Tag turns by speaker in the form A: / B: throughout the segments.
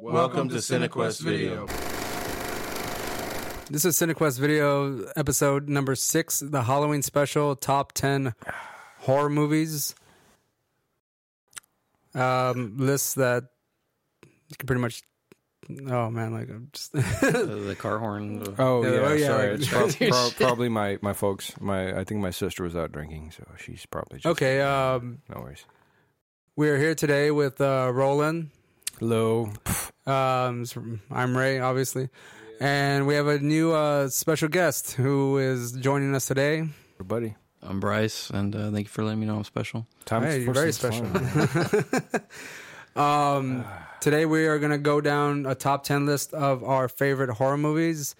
A: Welcome to Cinequest Video.
B: This is CineQuest Video episode number six, the Halloween special, top ten horror movies. Um, lists that you can pretty much. Oh man, like I'm just.
C: The, the car horn. the-
B: oh yeah,
A: yeah,
B: sorry.
A: sorry.
B: Like,
A: It's
C: Pro- pro-
D: probably my, my folks. My I think my sister was out drinking, so she's probably just
B: okay, um,
D: No worries.
B: we're here today with uh, Roland.
D: Hello.
B: Um, s- I'm Ray, obviously, and we have a new uh, special guest who is joining us today.
D: everybody.
C: I'm Bryce, and uh, thank you for letting me know I'm special.
D: Time
B: Hey, you're
D: for
B: very
D: some
B: special.
D: fun.
B: Um, today we are going to go down a top 10 list of our favorite horror movies.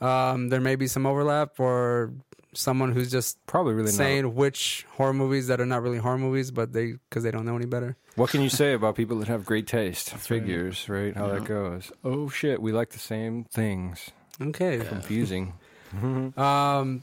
B: Um, there may be some overlap or someone who's just
D: probably really
B: saying
D: not.
B: which horror movies that are not really horror movies, but they, cause they don't know any better.
D: What can you say about people that have great taste? Figures, right? How that goes. Oh shit, we like the same things.
B: Okay.
D: Confusing.
B: Um,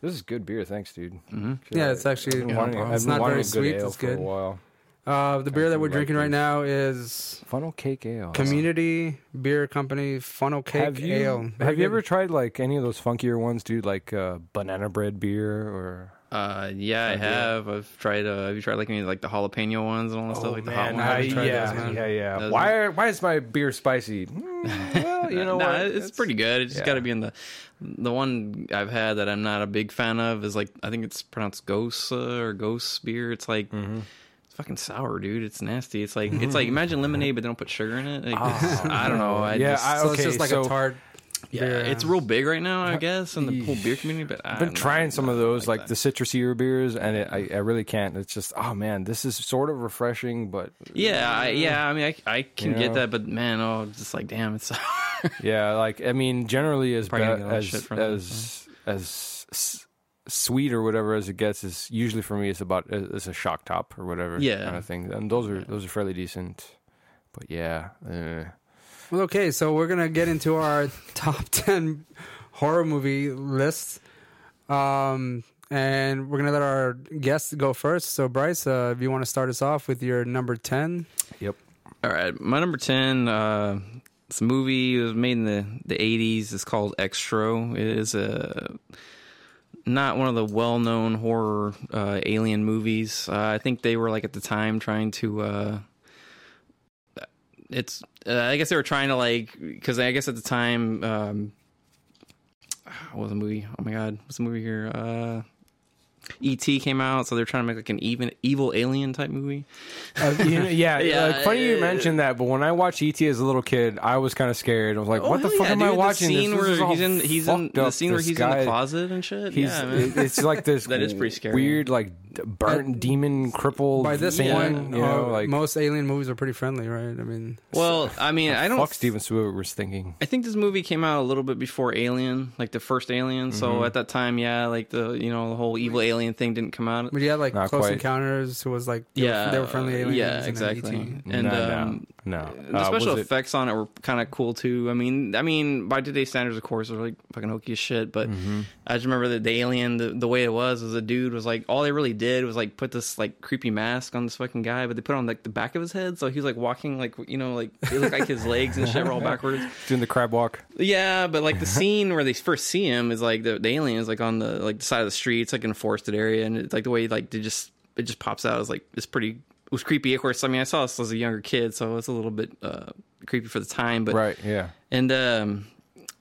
D: This is good beer, thanks, dude.
C: Mhm.
D: Shit,
B: Yeah, it's actually-
D: I've
C: Yeah,
D: been wanting,
C: bro.
D: I've
B: It's
D: been
B: not
D: wanting
B: very
D: a good
B: sweet,
D: ale
B: it's
D: for
B: good.
D: a while.
B: uh, the beer that we're
D: Like
B: drinking right
D: these.
B: now is
D: Funnel cake ale.
B: community beer company funnel cake
D: have you,
B: ale. Very
D: Have you
B: good.
D: ever tried like any of those funkier ones, dude? Like uh, banana bread beer or
C: Uh, yeah, I have. I've tried. Uh, have you tried like any like the jalapeno ones and all that stuff, like the hot
D: Oh, man,
C: ones?
D: I-
C: Have you tried
D: yeah,
C: those, man?
D: yeah, yeah,
C: Those
D: Why are, why is my beer spicy? Mm, well, you know
C: nah,
D: what?
C: it's, pretty good. It's
D: yeah.
C: just got to be in the the one I've had that I'm not a big fan of is like I think it's pronounced gosa or ghost beer. It's like
D: Mm-hmm.
C: it's fucking sour, dude. It's nasty. It's like it's like imagine lemonade, but they don't put sugar in it. Like, it's- I don't know. I
D: Oh, Yeah,
C: just,
D: I-
B: So it's
D: okay,
B: just like a
D: so-
B: tart.
C: yeah, it's real big right now, I guess, in the pool beer community. But
D: I've been trying some of those, like, the citrusy beers, and it, I, I really can't. It's just, oh man, this is sort of refreshing, but
C: Yeah, I, yeah. I mean, I, I can
D: Yeah.
C: get that, but man, oh, just like damn, it's
D: yeah, like I mean, generally as
C: Probably
D: ba-
C: gonna get a lot of
D: as
C: shit
D: as,
C: from that,
D: as s- sweet or whatever as it gets is usually for me it's about uh, it's a shock top or whatever
C: Yeah.
D: kind of thing, and those are those are fairly decent, but yeah, eh.
B: Well, okay, so we're gonna get into our top ten horror movie lists, um, and we're gonna let our guests go first. So, Bryce, uh, if you want to start us off with your number ten,
D: yep.
C: All right, my number ten. Uh, this movie was made in the the eighties. It's called Extro. It is a not one of the well known horror uh, alien movies. Uh, I think they were like at the time trying to. Uh, it's uh, I guess they were trying to like because I guess at the time um, what was the movie? Oh my god, what's the movie here? Uh, E.T. came out, so they're trying to make like an even evil alien type movie.
D: Uh, you know, yeah,
C: Yeah,
D: like, funny you
C: uh,
D: mentioned that, but when I watched ET as a little kid, I was kind of scared. I was like,
C: Oh,
D: "What the
C: hell
D: fuck
C: yeah,
D: am
C: dude,
D: I watching?"
C: The scene
D: This-
C: where
D: this is all
C: he's in, he's in
D: fucked
C: the
D: up.
C: scene where
D: This
C: he's in
D: guy-
C: the closet and shit.
D: He's,
C: yeah, man.
D: it- it's like this.
C: That is pretty scary.
D: Weird, like d- burnt demon crippled.
B: by this
D: thing,
B: point,
D: you know,
B: uh,
D: like
B: most alien movies are pretty friendly, right? I mean,
C: well, I mean, I don't.
D: fuck Steven Spielberg was thinking.
C: I think this movie came out a little bit before Alien, like the first Alien.
D: Mm-hmm.
C: So at that time, yeah, like the you know the whole evil alien thing didn't come out.
B: but you had like
D: Not
B: Close
D: quite.
B: Encounters, who was like, they
C: Yeah, uh,
B: were, they were friendly aliens. E
C: Yeah,
B: and
C: exactly.
B: ET.
C: And
D: no,
C: um,
D: no, no.
C: the
D: Uh,
C: special
D: was it-
C: effects on it were kind of cool too. I mean, I mean, by today's standards, of course, they're like fucking hokey as shit. But
D: Mm-hmm.
C: I just remember that the alien, the, the way it was, was a dude was like all they really did was like put this like creepy mask on this fucking guy, but they put it on like the back of his head, so he was like walking like you know like it looked like his legs and shit were all backwards.
D: doing the crab walk.
C: Yeah, but like the scene where they first see him is like the, the alien is like on the like the side of the street, it's like in a forested area, and it's like the way like they just it just pops out is like it's pretty it was creepy. Of course, I mean I saw this as a younger kid, so it's a little bit uh, creepy for the time, but
D: Right. Yeah.
C: and um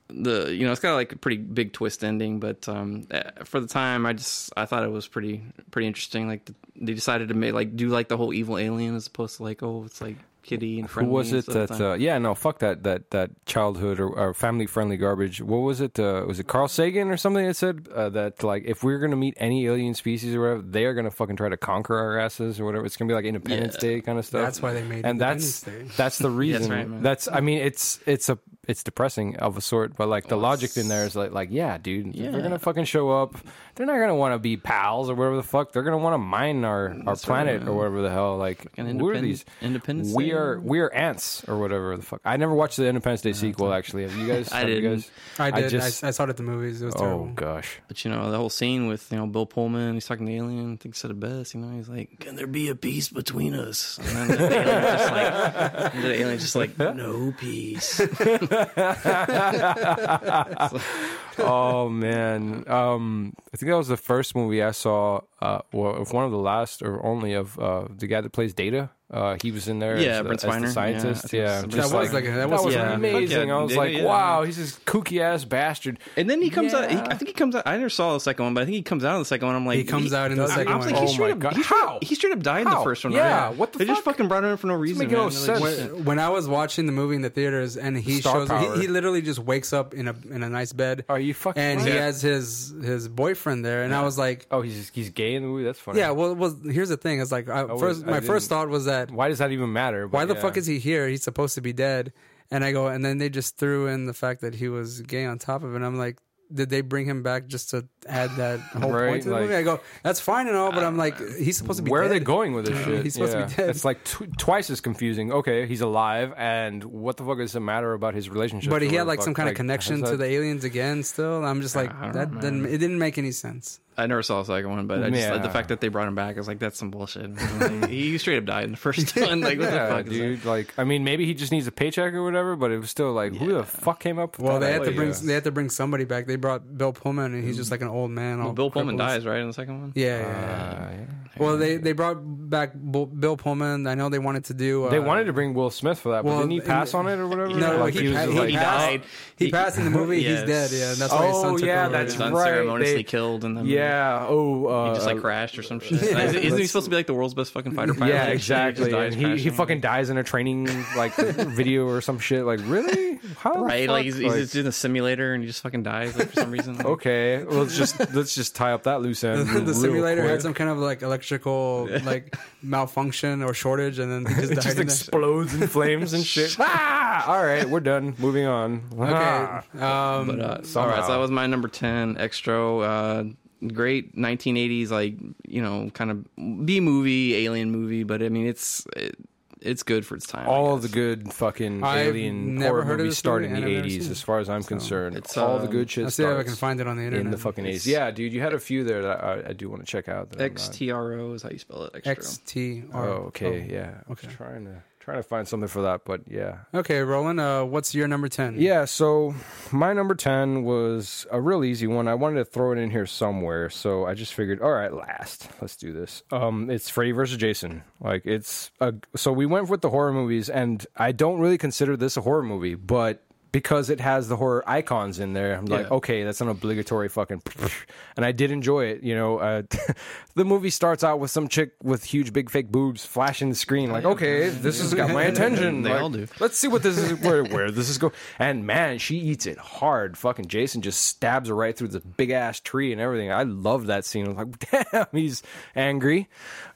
C: the you know it's got like a pretty big twist ending but um uh, for the time i just i thought it was pretty pretty interesting like the, they decided to make like do like the whole evil alien as opposed to like oh it's like kitty and
D: Who
C: friendly
D: was
C: and
D: it
C: stuff at
D: that?
C: the time.
D: Uh, yeah, no, fuck that. That that childhood or, or family friendly garbage. What was it? Uh, was it Carl Sagan or something that said uh, that like if we're gonna meet any alien species or whatever, they are gonna fucking try to conquer our asses or whatever. It's gonna be like Independence
C: Yeah.
D: Day kind of stuff.
B: That's why they made
D: and that's
B: Independence Day.
D: that's the reason.
C: right, man.
D: that's I mean it's it's a it's depressing of a sort, but like the logic in there is like like yeah, dude, if they're
C: Yeah.
D: gonna fucking show up. They're not gonna want to be pals or whatever the fuck. They're gonna want to mine our, our
C: right,
D: planet or whatever the hell. Like
C: Fucking
D: we're
C: independ-
D: uh, these
C: Independence
D: We
C: Day.
D: are we are ants or whatever the fuck. I never watched the Independence Day sequel. Actually, have you guys?
C: Uh, I
D: have You
C: didn't.
D: guys?
B: I did. I,
D: just-
B: I, saw it at the movies. It was
D: oh
B: terrible.
D: gosh.
C: But you know, the whole scene with you know Bill Pullman, he's talking to the alien. I think he said it best. You know, he's like, "Can there be a peace between us?" And then the alien just like, and the alien just like, "No peace."
D: oh man. Um, I think that was the first movie I saw. Uh, well, if one of the last or only of uh, the guy that plays Data. Uh, he was in there.
C: Yeah,
D: as, the-
C: Brent
D: as
C: Spiner.
D: the
C: Yeah, I
D: scientist.
C: think
D: Yeah,
C: so.
D: just
B: That was like a- that was
C: a- yeah.
D: amazing.
C: Yeah,
D: I was
C: Data,
D: like,
C: yeah.
D: wow, he's this kooky ass bastard.
C: And then he comes out. He,
D: Yeah.
C: I think he comes out. I never saw the second one, but I think he comes out in the second one. I'm like,
B: He comes out in the
C: I- I
B: second
C: was
B: one.
C: Like,
D: Oh
C: he straight
D: my
C: up,
D: God.
C: He straight,
D: How?
C: he straight up died in
D: How?
C: the first one.
D: Yeah,
C: right?
D: what the
C: They just
D: fuck?
C: fucking brought him in for no reason.
D: making no
C: man. They're like,
D: sense.
C: "Shit."
B: Uh, When I was watching the movie in the theaters, and he
D: Star
B: shows,
D: power.
B: he, he literally just wakes up in a in a nice bed.
D: Are you fucking
B: And he
D: right?
B: has his his boyfriend there, and I was like,
D: Oh, he's he's gay in the movie. That's funny.
B: yeah. Well, well, here's the thing. It's like I,
D: wait,
B: first,
D: I
B: my first
D: didn't-
B: thought was that
D: Why does that even matter? But
B: why the
D: yeah.
B: fuck is he here? He's supposed to be dead. And I go, and then they just threw in the fact that he was gay on top of it. And I'm like, did they bring him back just to add that whole
D: Right,
B: point to the
D: like-
B: movie? I go, that's fine and all, but I'm like, he's supposed to be.
D: Where are they
B: dead.
D: going with this shit?
B: He's supposed to be dead.
D: It's like tw- twice as confusing. Okay, he's alive, and what the fuck does it matter about his relationship?
B: But
D: or
B: he had
D: whatever
B: like
D: the
B: some
D: fuck?
B: kind of
D: Like,
B: connection
D: how's
B: to
D: that-
B: the aliens again. Still, And I'm just like
C: I don't
B: that.
C: know,
B: Didn't,
C: man.
B: it didn't make any sense.
C: I never saw the second one, but I just like, the
D: Yeah.
C: fact that they brought him back, I was like, that's some bullshit. Like, he straight up died in the first one. Like, what
D: Yeah,
C: the fuck is that?
D: dude. Like, I mean, maybe he just needs a paycheck or whatever. But it was still like, who the fuck came up? With
B: Well,
D: that
B: they had to
D: idea?
B: bring they had to bring somebody back. They brought Bill Pullman, and he's
D: Mm.
B: just like an old man. all
C: Well, Bill Pullman
B: crippled.
C: dies right in the second one.
B: Yeah, yeah,
D: Uh,
B: yeah.
D: yeah.
B: well, they they brought back Bill Bill Pullman. I know they wanted to do. Uh,
D: They wanted to bring Will Smith for that, but
B: well,
D: didn't he
B: in-
D: pass on it or whatever?
B: No,
D: like
B: he, pa-
D: just
B: he
D: like,
B: passed.
C: died.
B: He,
C: He-
B: passed in the movie.
C: Yes.
B: He's dead. Yeah, and that's why his
D: Oh,
B: son took
D: yeah,
B: over.
D: that's
C: He
D: right.
C: was unceremoniously
D: They-
C: killed and then
D: Yeah. Oh, uh,
C: he just like
D: uh,
C: crashed or some shit.
B: Yeah.
C: Isn't, isn't he
B: Let's-
C: supposed to be like the world's best fucking fighter pilot?
D: Yeah,
C: He just
D: exactly.
C: dies
D: And he, he
C: crashing.
D: fucking dies in a training like video or some shit. Like really? How? the
C: right. Like he's,
D: Oh, fuck?
C: he's just in a simulator and he just fucking dies like, for some reason. Like,
D: Oh, okay. well, Let's just let's just tie up that loose end.
B: the
D: real
B: simulator
D: quick.
B: had some kind of like electrical like malfunction or shortage, and then he just died.
D: just
B: in there.
D: explodes in flames and shit. ah! All right, we're done. Moving on. Ah.
B: Okay. Um,
C: But, uh, all
D: Somehow.
C: right, so that was my number ten, Extro. Uh, great 1980s, like you know, kind of B movie, alien movie. But I mean, it's it, it's good for its time. I
D: All the
C: guess.
D: good fucking
B: I've
D: alien
B: never
D: horror
B: heard of
D: movies
B: this
D: started
B: movie,
D: in
B: and
D: the
B: I've never
D: eighties,
B: seen it.
D: as far as I'm concerned.
C: it's,
D: all the
C: um,
D: good shit
B: I'll see if I
D: starts
B: can find it on the internet.
D: in the fucking eighties.
C: It's-
D: Yeah, dude, you had a few there that I, I do want to check out. that I'm not-
C: XTRO is how you spell it. Extro.
B: X T
D: Oh,
B: R.
D: okay, yeah. Okay.
B: okay.
D: trying to trying to find something for that, but yeah,
B: Okay, Roland. Uh, what's your number ten?
D: Yeah, so my number 10 was a real easy one. I wanted to throw it in here somewhere, so I just figured, all right, last. Let's do this. Um it's Freddy versus Jason. Like it's a so we went with the horror movies and I don't really consider this a horror movie, but because it has the horror icons in there, I'm like,
C: Yeah.
D: okay, that's an obligatory fucking. And I did enjoy it. You know, uh, the movie starts out with some chick with huge, big, fake boobs flashing the screen. Like, okay, this has got my attention.
C: They
D: Like,
C: all do.
D: Let's see what this is where where this is going. And man, she eats it hard. Fucking Jason just stabs her right through this big ass tree and everything. I love that scene. I was like, damn, he's angry.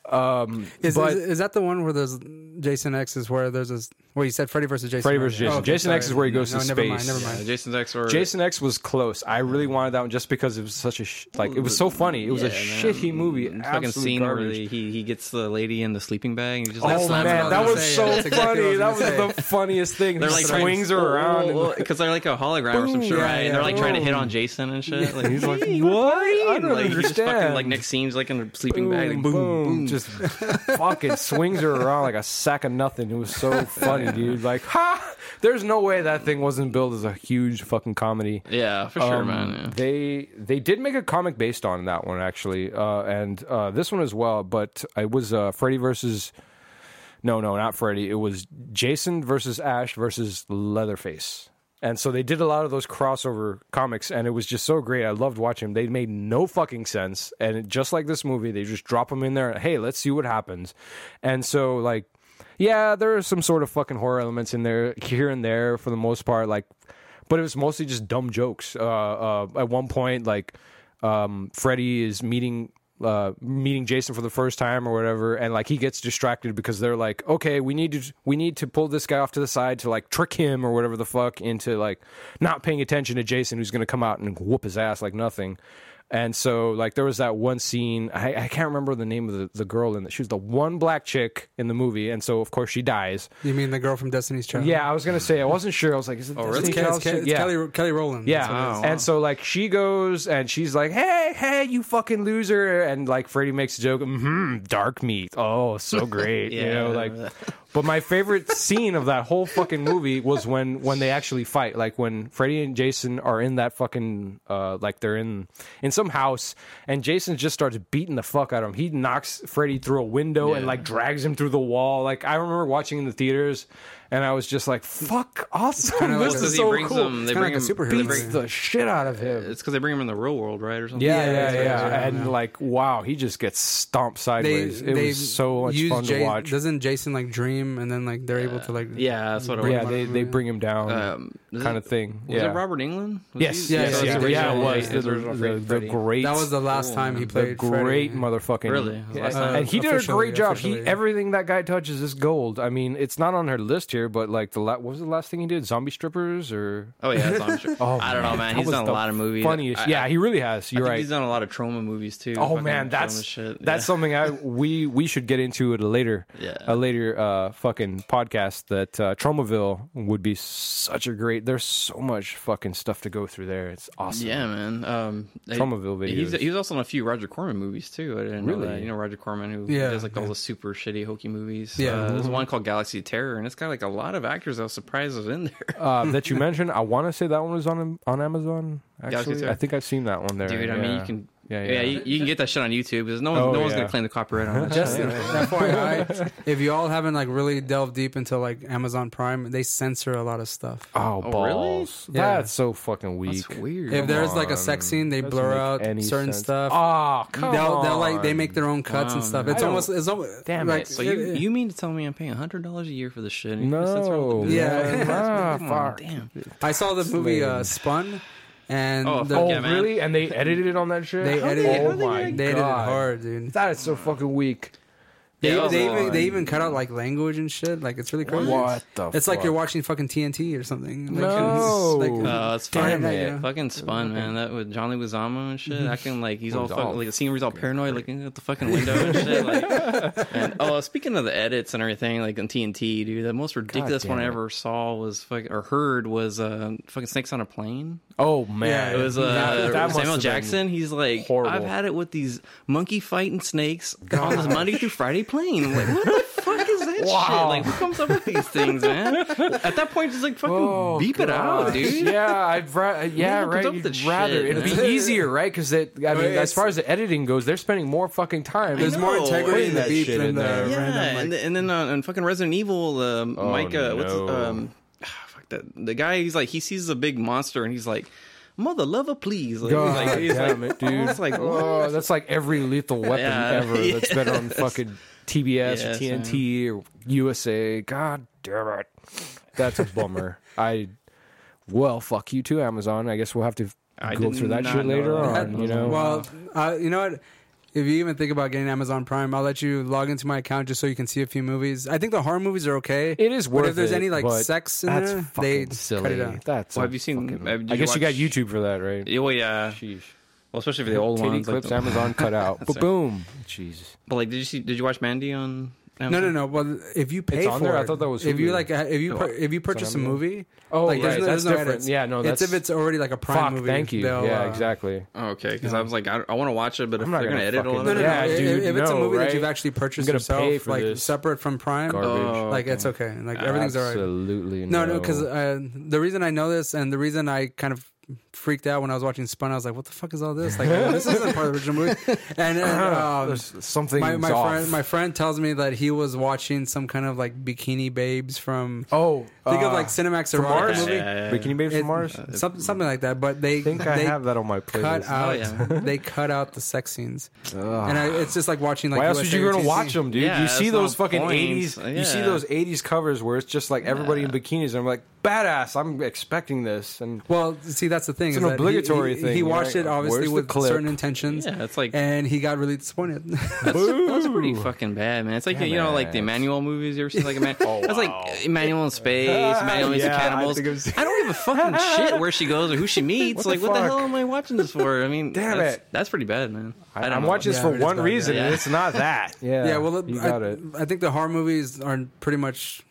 D: Um,
B: Is,
D: but
B: is, is that the one where there's Jason X is where there's a well you said Freddy versus Jason
D: Freddy
B: right?
D: versus Jason.
B: Oh,
D: Jason X is where he goes
B: no,
D: to
B: never Mind,
D: space.
B: never
D: Yeah,
B: mind.
C: Yeah, Uh, Jason's X or
D: Jason X was close. I really wanted that one just because it was such a sh- like it was so funny. It was a shitty movie.
C: fucking
D: Absolute
C: scene where
D: garbage.
C: they- he he gets the lady in the sleeping bag. And he just, like,
D: Oh
B: That's what I
C: slams her on
D: man,
B: was
D: that
C: the
B: gonna
D: was
B: say.
D: so
B: That's exactly what I
D: funny.
B: was
D: that
B: gonna
D: was
B: say.
D: the funniest thing.
C: They're
D: he
C: like Oh,
D: swings her around. and-
C: because they're like a hologram or some shit,
D: Boom.
C: right?
B: Yeah,
C: and they're like trying to hit
D: boom.
C: on Jason and shit. Like,
D: He's like,
C: "Hey,
D: "What?
C: partying?"
D: I don't
C: like, He just fucking,
D: understand.
C: like next scene's like in a sleeping
D: boom,
C: bag, like,
D: boom, just fucking swings her around like a sack of nothing. It was so funny, dude. Like, ha! There's no way that thing wasn't billed as a huge fucking comedy.
C: Yeah, for sure,
D: Um,
C: man. Yeah.
D: They they did make a comic based on that one actually, uh, and uh, this one as well. But it was uh, Freddy versus. No, no, not Freddy. It was Jason versus Ash versus Leatherface. And so they did a lot of those crossover comics, and it was just so great. I loved watching them. They made no fucking sense, and it, just like this movie, they just drop them in there. And, hey, let's see what happens. And so, like, yeah, there are some sort of fucking horror elements in there here and there for the most part. Like, but it was mostly just dumb jokes. Uh, uh, at one point, like um, Freddy is meeting uh, meeting Jason for the first time or whatever, and like he gets distracted because they're like, okay, we need to we need to pull this guy off to the side to like trick him or whatever the fuck into like not paying attention to Jason who's going to come out and whoop his ass like nothing. And so like there was that one scene I, I can't remember the name of the, the girl in that she was the one black chick in the movie, and so of course she dies.
B: You mean the girl from Destiny's Child?
D: Yeah, I was gonna say I wasn't sure. I was like, is it
B: Oh, It's,
D: Destiny's
B: Ke- it's
D: Child?
B: Ke- it's
D: yeah.
B: Kelly, Kelly Rowland.
D: Yeah.
B: That's what it
C: it
B: is.
C: is.
D: And so like she goes and she's like, "Hey, hey, you fucking loser!" And like Freddie makes a joke, "Hmm, dark meat. Oh, so great."
C: Yeah,
D: you know,
C: I
D: like.
C: remember
D: But my favorite scene of that whole fucking movie was when when they actually fight, like when Freddie and Jason are in that fucking uh, like they're in in some house, and Jason just starts beating the fuck out of him. He knocks Freddie through a window and
C: Yeah.
D: like drags him through the wall. Like I remember watching in the theaters, and I was just like, "Fuck, awesome!
B: kinda
D: This
B: like-
C: Because
D: is
C: he
D: so
C: brings
D: cool."
C: him, they
B: It's kinda
C: bring
B: like a
C: him,
B: superhero
C: they
B: movie.
C: bring-
D: beats the shit out of him.
C: it's because they bring him in the real world, right, or something.
D: Yeah, yeah,
B: Yeah,
D: yeah.
B: yeah, yeah,
D: And
B: yeah.
D: like, wow, he just gets stomped
B: They,
D: sideways. it
B: they
D: was so much
B: use
D: fun
B: Ja-
D: to watch.
B: Doesn't Jason like dream and then like they're able to like
C: yeah, that's what it
D: Yeah,
C: was.
D: they, they bring him down,
C: Um, is
D: kind
C: it-
D: of thing.
C: Was
D: yeah.
C: it Robert England? Was
D: Yes,
C: he-
B: Yeah,
D: yes,
C: so
D: yes,
C: it's
D: yeah,
B: the
D: yeah,
C: original-
D: it was
C: it's
D: the,
C: original
D: the, the
C: Freddy.
D: great,
B: That was the last time he
D: the
B: played.
D: great
B: Freddy.
D: motherfucking.
C: Really? It was
D: Yeah,
C: last
D: and,
C: time?
D: he did a
B: Officially,
D: great job. He
B: officially.
D: everything that guy touches is gold. I mean, it's not on her list here, but like the la- what was the last thing he did? Zombie strippers or?
C: Oh yeah, that's- I'm sure.
D: Oh,
C: I don't know, man.
D: that
C: He's
D: was
C: done a
D: the
C: lot of movies.
D: Funniest.
C: I-
D: yeah, he really has.
C: I
D: You're
C: think
D: right.
C: He's done a lot of trauma movies too.
D: Oh
C: fucking
D: man, that's
C: trauma shit.
D: that's
C: yeah.
D: something I we we should get into at a later
C: Yeah.
D: a later uh fucking podcast that uh, Tromaville would be such a great. There's so much fucking stuff to go through there. It's awesome.
C: yeah, man. Um, they-
D: Tromaville
C: He's
D: videos.
C: he's also in a few Roger Corman movies too. I didn't
D: Really?
C: know that. You know Roger Corman who
B: Yeah,
C: does like all
B: yeah.
C: the super shitty hokey movies.
B: Yeah.
C: uh,
D: Mm-hmm.
C: there's one called Galaxy Terror, and it's got like a lot of actors. I was surprised was in there.
D: Uh, that you mentioned, I want to say that one was on on Amazon.
C: Galaxy
D: Actually,
C: Terror?
D: I think I've seen that one there.
C: Dude, I mean, you can
D: Yeah,
C: yeah,
D: yeah.
C: you, you can get that shit on YouTube because no one,
D: Oh,
C: no one's
D: yeah.
C: gonna claim the copyright on that.
B: Just
C: shit.
B: FYI, if you all haven't like really delved deep into like Amazon Prime, they censor a lot of stuff.
D: Oh,
C: Oh, really?
D: balls!
B: Yeah.
D: That's so fucking weak.
C: That's weird.
B: If there's like a
D: on.
B: sex scene, they
D: Doesn't
B: blur
D: make
B: out
D: any
B: certain
D: sense.
B: stuff.
D: Oh, come
B: they'll,
D: on!
B: they'll like they make their own cuts and
C: Wow,
B: stuff.
C: man.
B: It's
D: I don't-
B: almost it's almost
D: Damn
B: like
D: it.
C: so you you mean to tell me I'm paying hundred dollars a year for this shit? and you're gonna censor all
D: No,
C: the good
B: Yeah.
D: man. Ah,
C: Come on,
D: fuck.
C: damn.
B: I saw the movie uh, Spun, and
C: Oh,
B: the,
C: fuck
D: Oh,
C: Yeah, man.
D: really? And they edited it on that shit?
B: they
D: How
B: edited
D: did-
B: it.
D: Oh my
B: they edited it
D: God.
B: hard, dude.
D: That is so fucking weak.
B: They,
C: Yeah,
B: they
C: come
B: even, they
C: on.
B: even cut out like language and shit. Like it's really crazy.
D: What the
B: It's like
D: fuck?
B: you're watching fucking TNT or something. Like,
D: No.
B: it's like-
C: Oh, that's
B: Damn
C: fine.
B: it.
C: Yeah, fucking spun, man. That with Johnny Leguizamo and shit. I can like he's all
D: he's
C: fucking
D: all
C: like the scene where he's all paranoid, looking at the fucking window and shit. Like, and, oh, speaking of the edits and everything, like on TNT, dude, the most ridiculous
D: damn
C: one I
D: it.
C: ever saw was fucking or heard was uh, fucking snakes on a plane.
D: Oh, man.
B: Yeah,
C: It was uh,
D: That- that must
C: Samuel
D: have been
C: Jackson. He's like,
D: horrible.
C: I've had it with these monkey fighting snakes on this Monday through Friday plane. I'm like, what the fuck is that
D: Wow.
C: shit? Like, who comes up with these things, man? At that point, just like fucking
D: Oh,
C: beep it
D: God.
C: out, dude.
D: Yeah, I'd ra- yeah,
C: one comes
D: right.
C: up with
D: You'd
C: this
D: rather
C: shit,
D: it'd be
C: man.
D: easier, right? Because I mean,
B: it's-
D: as far as the editing goes, they're spending more fucking time.
B: there's more
C: know.
B: integrity
D: Putting
B: in the
D: that
B: beep
D: shit
B: than
D: in
B: the
D: there.
C: Yeah,
B: random. like-
C: and, th- and then on, on fucking Resident Evil, um,
D: Oh,
C: Mike, uh, what's
D: no.
C: um, fuck that the guy? He's like he sees a big monster and he's like, "Mother lover, please!" Like,
D: God
C: he's like, he's
D: damn
C: like,
D: it, dude!
C: It's like what?
D: oh, that's like every lethal weapon
C: Yeah.
D: ever that's been on fucking TBS or
C: Yes,
D: TNT or USA. God damn it! That's a bummer. I well, fuck you too, Amazon. I guess we'll have to
C: I
D: go
C: did
D: through that
C: not
D: shit
C: know
D: later
C: that.
D: on. You know,
B: Well, uh, you know what? If you even think about getting Amazon Prime, I'll let you log into my account just so you can see a few movies. I think the horror movies are okay.
D: It is worth
B: But if there's
D: it,
B: any like
D: but
B: sex in
D: that's
B: there,
D: fucking
B: they
D: silly.
B: cut it out.
D: That's
C: Well,
D: a
C: have you seen-
D: fucking-
C: have- did
D: I
C: you
D: guess you got
C: watch-
D: YouTube for that, right?
C: Oh yeah. Well, especially for the old
D: Titty
C: ones. like
D: clips,
C: the-
D: Amazon cut out. But
C: right.
D: boom. Jesus.
C: But like, did you see? Did you watch Mandy on?
B: No,
C: Amazon?
B: no, no. Well, if you pay
D: It's on
B: for
D: there?
B: it,
D: I thought that was
B: if you
D: Hulu.
B: like, uh, if you pur- if you purchase a
D: Amazon.
B: movie,
D: Oh,
B: like,
D: right, that's different.
B: edits.
D: Yeah, no,
B: it's
D: that's-
B: if it's already like a Prime
D: Fuck,
B: movie.
D: thank you.
B: they'll,
D: Yeah,
B: uh,
D: exactly.
C: Oh, okay, because I was like, I, want to watch it, but if
D: not
C: they're gonna,
D: gonna
C: edit all
D: fucking
C: of
B: No,
C: it,
B: no, no.
D: Yeah,
B: if,
D: dude,
B: if it's a
D: no,
B: movie
D: right?
B: that you've actually purchased
D: I'm gonna pay
B: yourself,
D: for
B: like
D: this.
B: separate from Prime,
D: Garbage.
C: Oh,
B: like it's okay. Like everything's alright.
D: Absolutely.
B: No, no, because uh, the reason I know this and the reason I kind of freaked out when I was watching Spun, I was like, "What the fuck is all this? Like, oh, this isn't part of the original movie." And then um,
D: something
B: my my
D: off.
B: friend my friend tells me that he was watching some kind of like Bikini Babes from
D: oh,
B: think
D: uh,
B: of like Cinemax
D: from
B: erotic
D: Mars?
B: movie,
D: Bikini Babes
B: It- uh,
D: from Mars. I
B: some- something like that. But they
D: think
B: they
D: I have Oh, that on my
B: cut
D: playlist.
B: out
C: yeah.
B: they cut out the sex scenes, and I, it's just like watching like
D: Why else would
B: USA
D: you go to
B: TNT.
D: watch them, dude?
C: Yeah,
D: you see
C: that's
D: those
C: no
D: fucking
C: point.
D: eighties. You see
C: Yeah.
D: those eighties covers where it's just like everybody in bikinis. And I'm like, badass. I'm expecting this, and
B: Well, see, that's the thing.
D: It's
B: is
D: an
B: that
D: obligatory
B: he, he,
D: thing,
B: He watched
D: right?
B: it obviously
D: Where's the
B: with
D: clip?
B: certain intentions.
C: Yeah, it's like-
B: and he got really disappointed.
C: That's pretty fucking bad, man. It's like
D: Damn
C: you know, like
D: ass.
C: the Emmanuel movies. You ever seen like Emmanuel? oh, That's like Emmanuel in space, Emmanuel meets
D: Yeah,
C: the
D: I
C: cannibals. I,
D: think I've seen-
C: don't give a fucking shit where she goes or who she meets.
D: What the
C: like, what the
D: fuck?
C: hell am I watching this for? I mean,
D: Damn
C: that's,
D: it.
C: that's pretty bad, man. I
D: I,
C: don't
D: am
C: know.
D: watching this
B: Yeah,
D: for
B: it is
D: one
B: bad,
D: reason,
C: yeah.
D: and it's not that. Yeah,
B: yeah, well,
D: you
B: I,
D: got it.
B: I think the horror movies aren't pretty much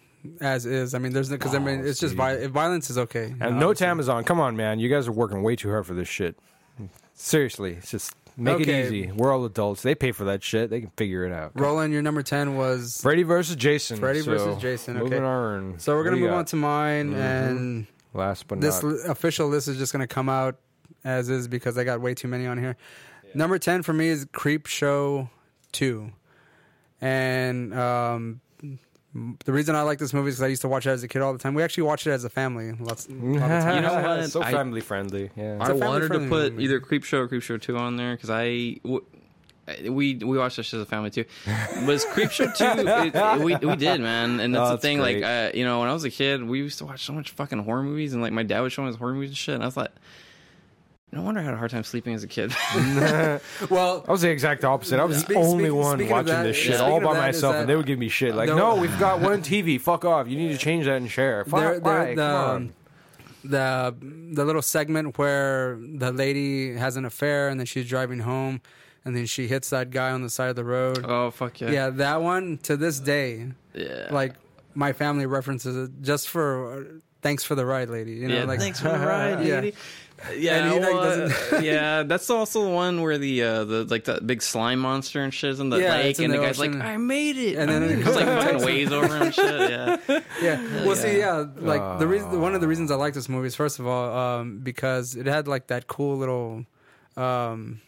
B: as is. I mean, there's because I mean, it's just vi- violence is okay.
D: Oh, And no time is on. Come on, man. You guys are working way too hard for this shit. Seriously, it's just make
B: Okay.
D: it easy. We're all adults. They pay for that shit. They can figure it out.
B: Roland, your number ten was
D: Freddy versus Jason.
B: Freddy
D: so
B: versus Jason, okay.
D: Moving on.
B: So we're
D: What
B: gonna
D: do
B: move
D: you
B: on
D: got? Mm-hmm.
B: to mine, and
D: last but
B: this
D: not.
B: li- official list is just gonna come out as is because I got way too many on here. Number ten for me is Creep Show Two, and um, the reason I like this movie is 'cause I used to watch it as a kid all the time. We actually watched it as a family. Lots, a lot of times.
C: You know what?
D: So
C: I-
D: family friendly. Yeah.
C: I wanted to
B: family-friendly
C: put
B: movie.
C: either Creep Show or Creep Show Two on there because I. W- we we watched this as a family too. Was Creep Show two? It, it- we we did man, and that's
D: Oh,
C: the
D: that's
C: thing.
D: great.
C: Like uh, you know, when I was a kid, we used to watch so much fucking horror movies, and like my dad would show me his horror movies and shit. And I thought, no wonder I had a hard time sleeping as a kid.
B: Well,
D: I was the exact opposite. I was the
B: Speak-
D: only
B: speak-
D: one
B: speaking of
D: watching
B: that-
D: this
B: yeah,
D: shit
B: speaking
D: all
B: of
D: by
B: that is
D: myself,
B: that-
D: and they would give me shit like,
B: No.
D: "No, we've got one TV. Fuck off. You need to change that and share." Fuck,
B: there,
D: why?
B: there, the,
D: Come on.
B: um, the the little segment where the lady has an affair and then she's driving home, and then she hits that guy on the side of the road.
C: oh fuck yeah,
B: Yeah, that one to this day, like my family references it just for uh, thanks for the ride, lady. You know,
C: yeah,
B: like
C: thanks for the ride,
B: Yeah.
C: yeah. Yeah,
B: And he, like,
C: well,
B: doesn't-
C: yeah, that's also the one where the uh, the like that big slime monster and shit is in the
B: Yeah,
C: lake,
B: it's in
C: and the,
B: the
C: guy's like,
B: ocean.
C: "I made it,"
B: And
C: and
B: then
C: then
B: it
C: it
B: goes
C: just like
B: back
C: fucking
B: to-
C: waves over him and shit. Yeah,
B: yeah. Well, see, yeah, like the reason, one of the reasons I like this movie is first of all um, because it had like that cool little. Um,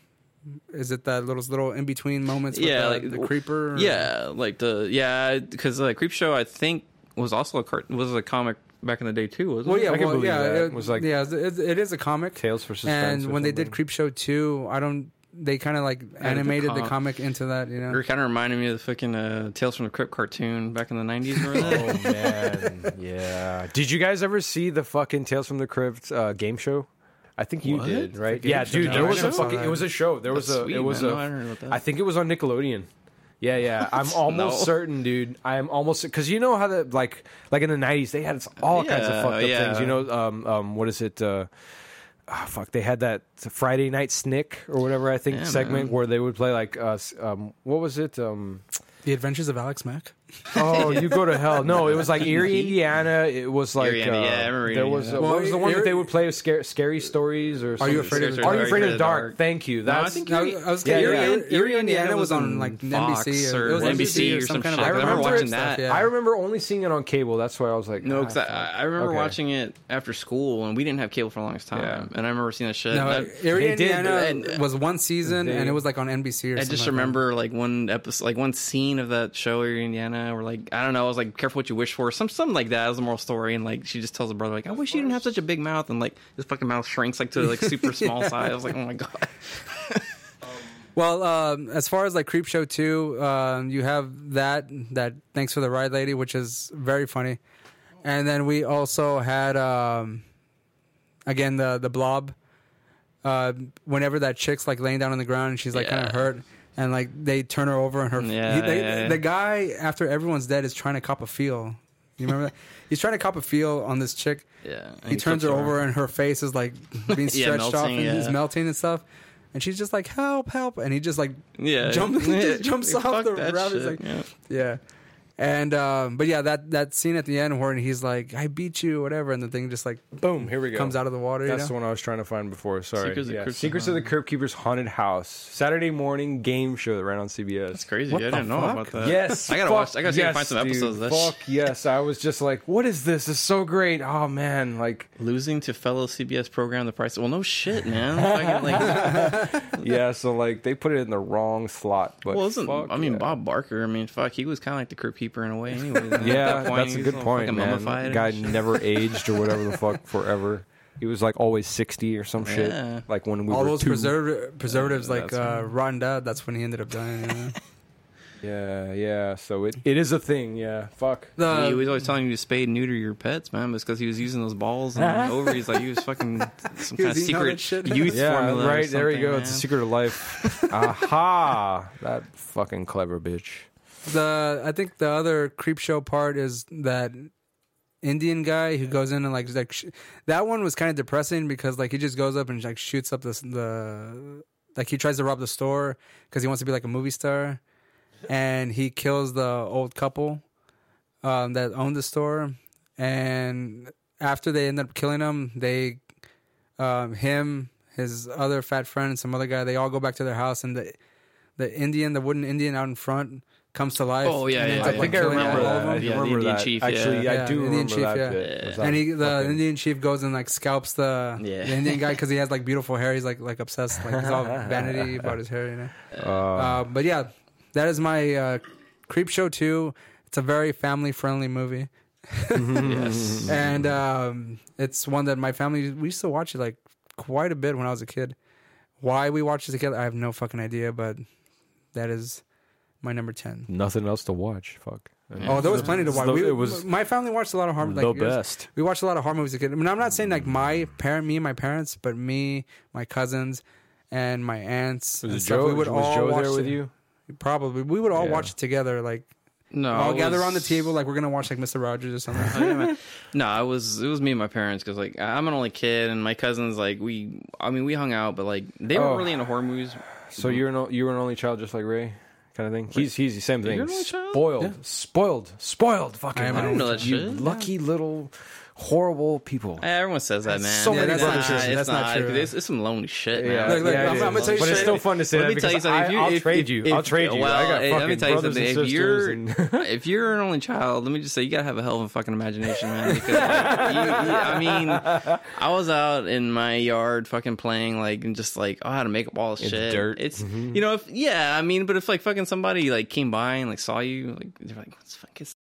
B: is it that little little in between moments? With
C: Yeah,
B: the,
C: like-
B: the creeper. or-
C: yeah, like the yeah, because uh, creep show I think was also a cart- was a comic back in the day too. Wasn't
B: Well,
C: it?
B: yeah,
D: I can
B: well,
D: believe
B: yeah,
D: that.
B: it
D: Was like-
B: yeah, it, it is a comic.
D: Tales for Suspense
B: and
D: or
B: when they did Creepshow two, I don't. They kind of like animated the
C: com-
B: comic into that, you know.
C: It kind of reminded me of the fucking uh, Tales from the Crypt cartoon back in the nineties. that?
D: Oh man, yeah. Did you guys ever see the fucking Tales from the Crypt uh, game show? I think you did, right? Yeah,
B: show?
D: dude.
B: No,
D: There
B: I
D: was a
B: never saw
D: fucking.
B: that.
D: It was a show. There was
C: That's
D: a.
C: sweet,
D: it was
C: man.
D: a.
C: No, I don't know about that.
D: I think it was on Nickelodeon. Yeah, yeah. I'm almost
C: No.
D: certain, dude. I am almost because you know how the like like in the '90s they had all kinds of
C: Yeah,
D: fucked up
C: yeah.
D: things. You know, um, um, what is it? Uh, ah, fuck, they had that Friday night snick or whatever I think
C: Yeah,
D: segment
C: man.
D: where they would play like uh, s- um, what was it? Um,
B: The Adventures of Alex Mack.
D: Oh, you go to hell! No, it was like Erie, Indiana. It was like
C: Erie, Indiana.
D: uh,
C: Yeah, I remember
D: there
C: Erie,
D: was uh,
B: Indiana.
D: what was the one that
B: Well,
D: they would play with scary, scary stories or
B: Are you
D: something?
B: afraid of the
D: Are you
B: dark?
D: afraid of the dark? Thank you. That's
C: think
B: No,
C: Erie-
B: I was
D: Yeah,
B: Erie,
D: yeah.
B: Erie, Indiana, was on like
C: Fox
B: NBC
C: or
B: it was
C: NBC or some shit.
D: I
C: I remember
D: remember
C: watching
B: stuff,
C: that.
B: yeah.
D: I remember only seeing it on cable. That's why I was like,
C: No,
B: Oh,
D: ah,
C: because I, I remember
D: Okay.
C: watching it after school, and we didn't have cable for the longest time.
D: Yeah.
C: And I remember seeing that shit.
B: No,
C: and I,
B: Erie,
D: they did,
B: Indiana
C: and-
B: was one season,
D: They-
B: and it was like on NBC or
C: I just
B: something. like that.
C: remember like one episode, like one scene of that show, Erie, Indiana, where like I don't know, I was like careful what you wish for, some something like that. It was a moral story, and like she just tells her brother like, I wish you didn't have such a big mouth, and like his fucking mouth shrinks like to like super small size. I was like, oh my god,
B: Well, um, as far as like Creep Show 2, um, you have that, that Thanks for the Ride Lady, which is very funny. And then we also had, um, again, the, the blob. Uh, whenever that chick's like laying down on the ground and she's like kind
C: Yeah.
B: of hurt. And like they turn her over and her,
C: Yeah,
B: he- they-
C: yeah, yeah.
B: the guy after everyone's dead is trying to cop a feel. You remember that? He's trying to cop a feel on this chick.
C: Yeah, and
B: He,
C: he
B: turns her
C: flips her.
B: over and her face is like being
C: Yeah,
B: stretched off
C: melting,
B: and he's
C: yeah.
B: melting and stuff. And she's just like, help, help. And he just like
C: yeah,
B: jump, he just jumps
C: Fuck
B: off the
C: that
B: raft. He's
C: shit,
B: like, yeah.
C: yeah.
B: And um, but yeah, that that scene at the end where he's like, "I beat you," whatever, and the thing just like
D: boom, here we go.
B: comes out of the water.
D: That's the
B: you know?
D: one I was trying to find before. Sorry.
C: Secrets
D: Secrets,
C: of
D: yeah.
C: Crypt-
D: Secrets of the Crypt Keeper's Haunted House. Saturday morning game show that ran on CBS.
C: That's crazy.
B: What
C: dude.
B: the
C: I didn't know
B: fuck?
C: about that.
D: Yes,
C: I gotta
D: fuck
C: watch. I gotta see if I
D: yes,
C: can find some episodes
D: dude,
C: of that.
D: Fuck
C: shit.
D: yes! I was just like, "What is this? It's so great!" Oh man, like
C: Losing to fellow CBS program, the price. Well, no shit, man. Fucking, like,
D: yeah, so like they put it in the wrong slot. But
C: Well, isn't
D: fuck
C: I mean
D: yeah.
C: Bob Barker? I mean, fuck, he was kind of like the crew keeper in a way, anyway.
D: Yeah, that's a good point, man. Guy
C: Guy,
D: never aged or whatever the fuck forever. He was like always sixty or some
C: Yeah.
D: shit. Like when we
B: All
D: were
B: those
D: two.
B: preserv- preservatives like
C: that's
B: uh, rotten dad. That's when he ended up dying. You know?
D: Yeah, yeah. So it, it is a thing. Yeah. Fuck.
C: he
B: The,
C: was always telling you to spay and neuter your pets, man. It's because he was using those balls and ovaries like he was fucking some
B: He
C: kind of
B: was eating all that
C: secret
B: shit.
C: youth
D: Yeah,
C: formula. or
D: right. There you
C: something,
D: go. It's a
C: man.
D: secret of life. Aha! That fucking clever bitch.
B: the I think the other creep show part is that Indian guy who goes in and like like sh- that one was kind of depressing because like he just goes up and like shoots up this the like he tries to rob the store because he wants to be like a movie star, and he kills the old couple um, that owned the store, and after they end up killing him, they um, him his other fat friend and some other guy they all go back to their house and the the Indian the wooden Indian out in front comes to life.
C: Oh, yeah,
B: and
C: yeah,
B: ends
D: I
B: up,
C: yeah.
B: like,
D: think I
B: killing
D: remember
B: all of
D: that. I
B: them.
C: Yeah, the
D: remember
C: Indian
D: that.
C: chief, yeah.
D: Actually, I
B: Yeah,
D: do
B: Indian
D: remember
B: chief,
D: that
B: yeah.
D: bit.
C: Yeah.
D: Was that
B: And he, the
D: fucking-
B: Indian chief goes and like scalps the,
C: Yeah.
B: the Indian guy because he has like beautiful hair. He's like like obsessed, like he's all vanity about his hair, you know.
D: Uh,
B: Uh, but yeah, that is my uh, creep show too. It's a very family friendly movie,
C: Yes.
B: and um, it's one that my family we used to watch it like quite a bit when I was a kid. Why we watched it together, I have no fucking idea. But that is my number ten.
D: nothing else to watch. Fuck.
B: Oh, there was plenty to
D: It's
B: watch.
D: the-
B: we,
D: it was
B: my family watched a lot of horror. Like,
D: the
B: it was-
D: best.
B: We watched a lot of horror movies as a kid. I mean, I'm not saying like my parent, me and my parents, but me, my cousins, and my aunts. and
D: Was
B: stuff.
D: Joe?
B: we would
D: was
B: all
D: Joe
B: watch
D: there with
B: it-
D: you?
B: Probably, we would all
D: Yeah. Oh,
B: watch it together. Like
C: No,
B: all
C: it
B: gather around the
C: was-
B: table, like we're gonna watch like Mister Rogers or something.
C: Oh, yeah, man. no, I was it was me and my parents because like I- I'm an only kid and my cousins like we I mean we hung out but like they
D: Oh.
C: weren't really into horror movies.
D: So you're an o- you were an only child, just like Ray, kind of thing. He's he's the same thing.
C: You're an only child?
D: Spoiled, spoiled, spoiled. Fucking,
B: I am
C: I
B: an
C: didn't know that
D: you
C: shit.
D: lucky little horrible people.
C: Eh, Everyone says that, man.
D: so
B: many
C: it's
B: brothers
C: not,
B: and sisters.
C: it's
B: That's not
C: not,
B: true.
C: It's, it's some lonely shit, man.
B: Look, look,
D: it
B: I'm-
D: is.
B: I'm gonna tell you
D: but it's
B: straight-
D: still fun to say
C: Let
D: that
C: me tell you
D: because
C: something.
D: I,
C: if you,
D: I'll
C: if-
D: trade you.
C: if-
D: I'll trade you.
C: Well,
D: I got
C: eh,
D: fucking
C: let me tell you
D: brothers
C: something.
D: and
C: If you're
D: sisters
C: if you're an only child, let me just say you gotta have a hell of a fucking imagination, man. Because like, you, you, I mean, I was out in my yard fucking playing like and just like oh how to make up all this
D: It's
C: shit.
D: dirt. Mm-hmm.
C: It's you know if yeah I mean but if like fucking somebody like came by and like saw you like they're like what's fuck is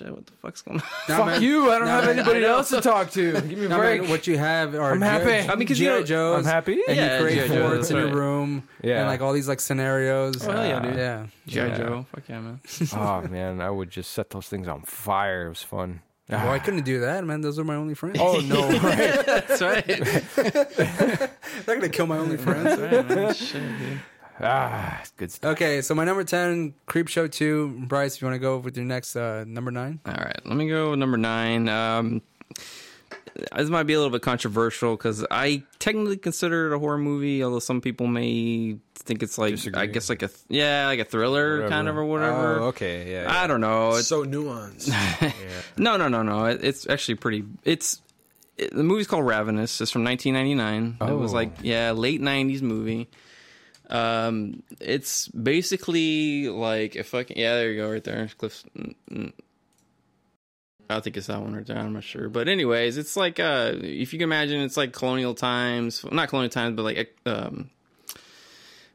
C: shit? What the fuck's going on?
B: Nah,
D: Fuck
B: man.
D: you! I don't
B: No,
D: have
B: man,
D: anybody
C: I know.
D: else to talk to. Give me a
B: Nah, man,
D: break.
B: what you have are
D: I'm happy.
B: G.I.
D: I
C: mean, 'cause you
B: G.I.
C: know-
B: Joe's.
D: I'm happy.
B: And
C: Yeah,
B: you create
C: G.I. Joe,
B: forts in
C: that's
B: your
C: right.
B: room,
D: Yeah.
B: and like all these like scenarios.
C: Oh, hell yeah, dude.
B: yeah.
C: G.I.
D: Yeah.
C: Joe, fuck yeah, man.
D: oh man, I would just set those things on fire. It was fun.
B: Well, I couldn't do that, man. Those are my only friends.
D: Oh no! Right?
C: That's right.
B: they're gonna kill my only friends.
C: Right, man. Shit, dude.
D: ah, it's good stuff.
B: Okay, so my number ten, Creep Show two. Bryce, you want to go with your next uh, number nine?
C: All right, let me go with number nine. Um, this might be a little bit controversial because I technically consider it a horror movie, although some people may think it's like
D: Disagree.
C: I guess like a th- yeah like a thriller kind of or whatever.
D: Oh, okay. Yeah.
C: I don't know. It's,
A: So nuanced.
C: no, no, no, no. It, it's actually pretty. It's it, the movie's called Ravenous. It's from 1999. It was
D: Oh.
C: like yeah, late 90s movie. Um, it's basically like if fucking yeah, there you go, right there, Cliff's. mm, mm. I think it's that one right there. I'm not sure, but anyways, it's like uh, if you can imagine, it's like colonial times, not colonial times, but like um,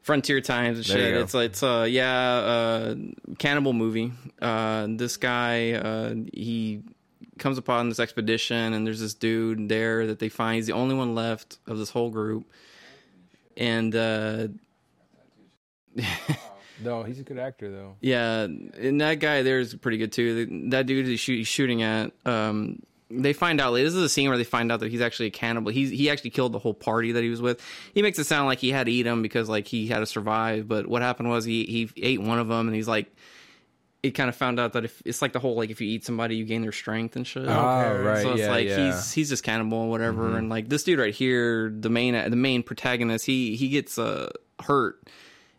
C: frontier times and
D: There you
C: shit.
D: go.
C: It's it's uh yeah, uh, cannibal movie. Uh, this guy uh he comes upon this expedition and there's this dude there that they find he's the only one left of this whole group and uh
D: No, he's a good actor though.
C: Yeah, and that guy there is pretty good too. That dude he's, shoot, he's shooting at. Um, they find out. This is a scene where they find out that he's actually a cannibal. He's he actually killed the whole party that he was with. He makes it sound like he had to eat him because like he had to survive. But what happened was he he ate one of them, and he's like, he kind of found out that if it's like the whole like if you eat somebody, you gain their strength and shit.
D: Oh, right.
C: So it's
D: yeah,
C: like
D: yeah. Mm-hmm.
C: he's he's just cannibal and whatever, and like this dude right here, the main the main protagonist, he he gets uh, hurt,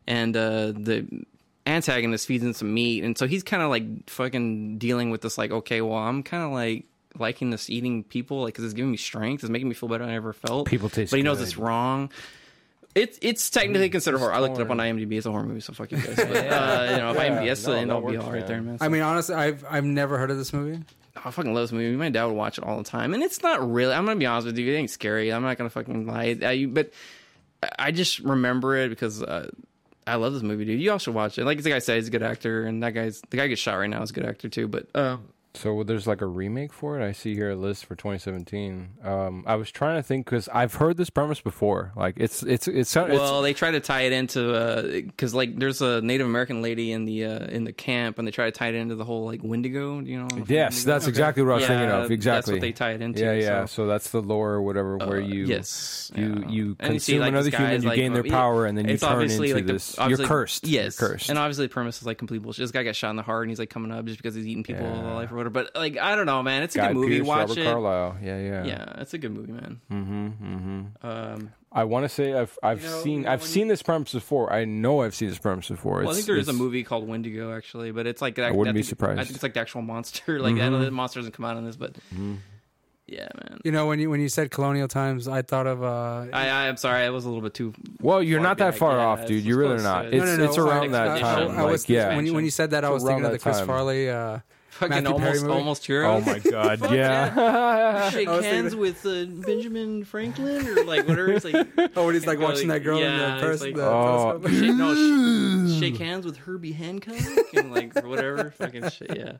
C: and uh, the antagonist feeds him some meat, and so he's kind of like fucking dealing with this. Like, okay, well, I'm kind of like liking this eating people, like, 'cause it's giving me strength, it's making me feel better than I ever felt.
D: People taste
C: but he knows
D: good. Mm,
C: it's wrong. It's it's technically considered horror. I looked it up on IMDb. It's a horror movie, so fuck you guys. But, uh, you know, if IMDb, that's
D: no,
C: the end
D: that
C: all be
D: works,
C: all right
D: man.
C: there, man. So-
B: I mean, honestly, I've I've never heard of this movie.
C: I fucking love this movie. My dad would watch it all the time, and it's not really. I'm gonna be honest with you, it ain't scary. I'm not gonna fucking lie, I, you- but I- I just remember it because uh, I love this movie, dude. You all should watch it. Like the guy said, he's a good actor, and that guy's the guy who gets shot right now is a good actor too. But uh,
D: So there's like a remake for it. I see here a list for 2017. Um, I was trying to think because I've heard this premise before. Like it's it's it's, it's,
C: Well, they try to tie it into because like there's a Native American lady in the uh, in the camp, and they try to tie it into the whole like Wendigo. You know?
D: yes, that's exactly what I was thinking of. Exactly,
C: That's what they tie it into.
D: Yeah, yeah.
C: so,
D: So. that's the lore or whatever, where
C: uh,
D: you
C: yes,
D: you
C: yeah.
D: you
C: And
D: consume
C: see, like,
D: another
C: this guy
D: human,
C: is,
D: you
C: like,
D: gain their
C: it-
D: power, and then you
C: it's
D: turn into
C: obviously, like, the-
D: this. You're
C: obviously-
D: cursed.
C: Yes,
D: You're cursed.
C: and obviously the premise is like complete bullshit. This guy got shot in the heart, and he's like coming up just because he's eating people alive or whatever. But like, I don't know, man. It's a
D: Guy
C: good movie.
D: Pearce,
C: Watch
D: Robert
C: it.
D: Carlyle. Yeah, yeah.
C: Yeah, it's a good movie, man.
D: Mm-hmm, mm-hmm.
C: Um,
D: I want to say I've I've
C: You know,
D: seen I've
C: when
D: seen this premise before. I know I've seen this premise before.
C: well, I
D: It's-
C: think there is a
D: it's-
C: movie called Wendigo actually, but it's like I,
D: wouldn't
C: I
D: be
C: think-
D: surprised. Mm-hmm.
C: I think it's like the actual monster. Like I know the monster doesn't come out in this, but yeah, man.
B: You know, when you when you said colonial times, I thought of uh,
C: I, I am sorry, I was a little bit too.
D: Well, you're
C: far
D: not that
C: back.
D: far
C: Yeah,
D: off,
C: it's-
D: dude.
C: it's
D: You're really
C: close
D: not.
C: to-
D: It's
B: No, no, no,
D: it's
B: I-
D: around
C: I-
D: that
C: I-
D: time.
C: I
D: Like,
C: was-
D: yeah.
B: when you when you said that, I was
D: Around
B: thinking of the
D: that
B: Chris
D: time.
B: Farley. Uh,
C: Fucking
B: Matthew
C: almost,
B: Perry movie?
C: almost hero.
D: Oh my god, yeah.
C: Shake
B: I was
C: hands with uh, Benjamin Franklin or like whatever. It's like
B: oh, when he's like
C: Go,
B: watching
C: like,
B: that girl
C: yeah, it's
B: in the person.
C: like-
B: the
D: Oh.
B: telescope.
C: shake, no, sh- shake hands with Herbie Hancock and like whatever fucking shit. Yeah,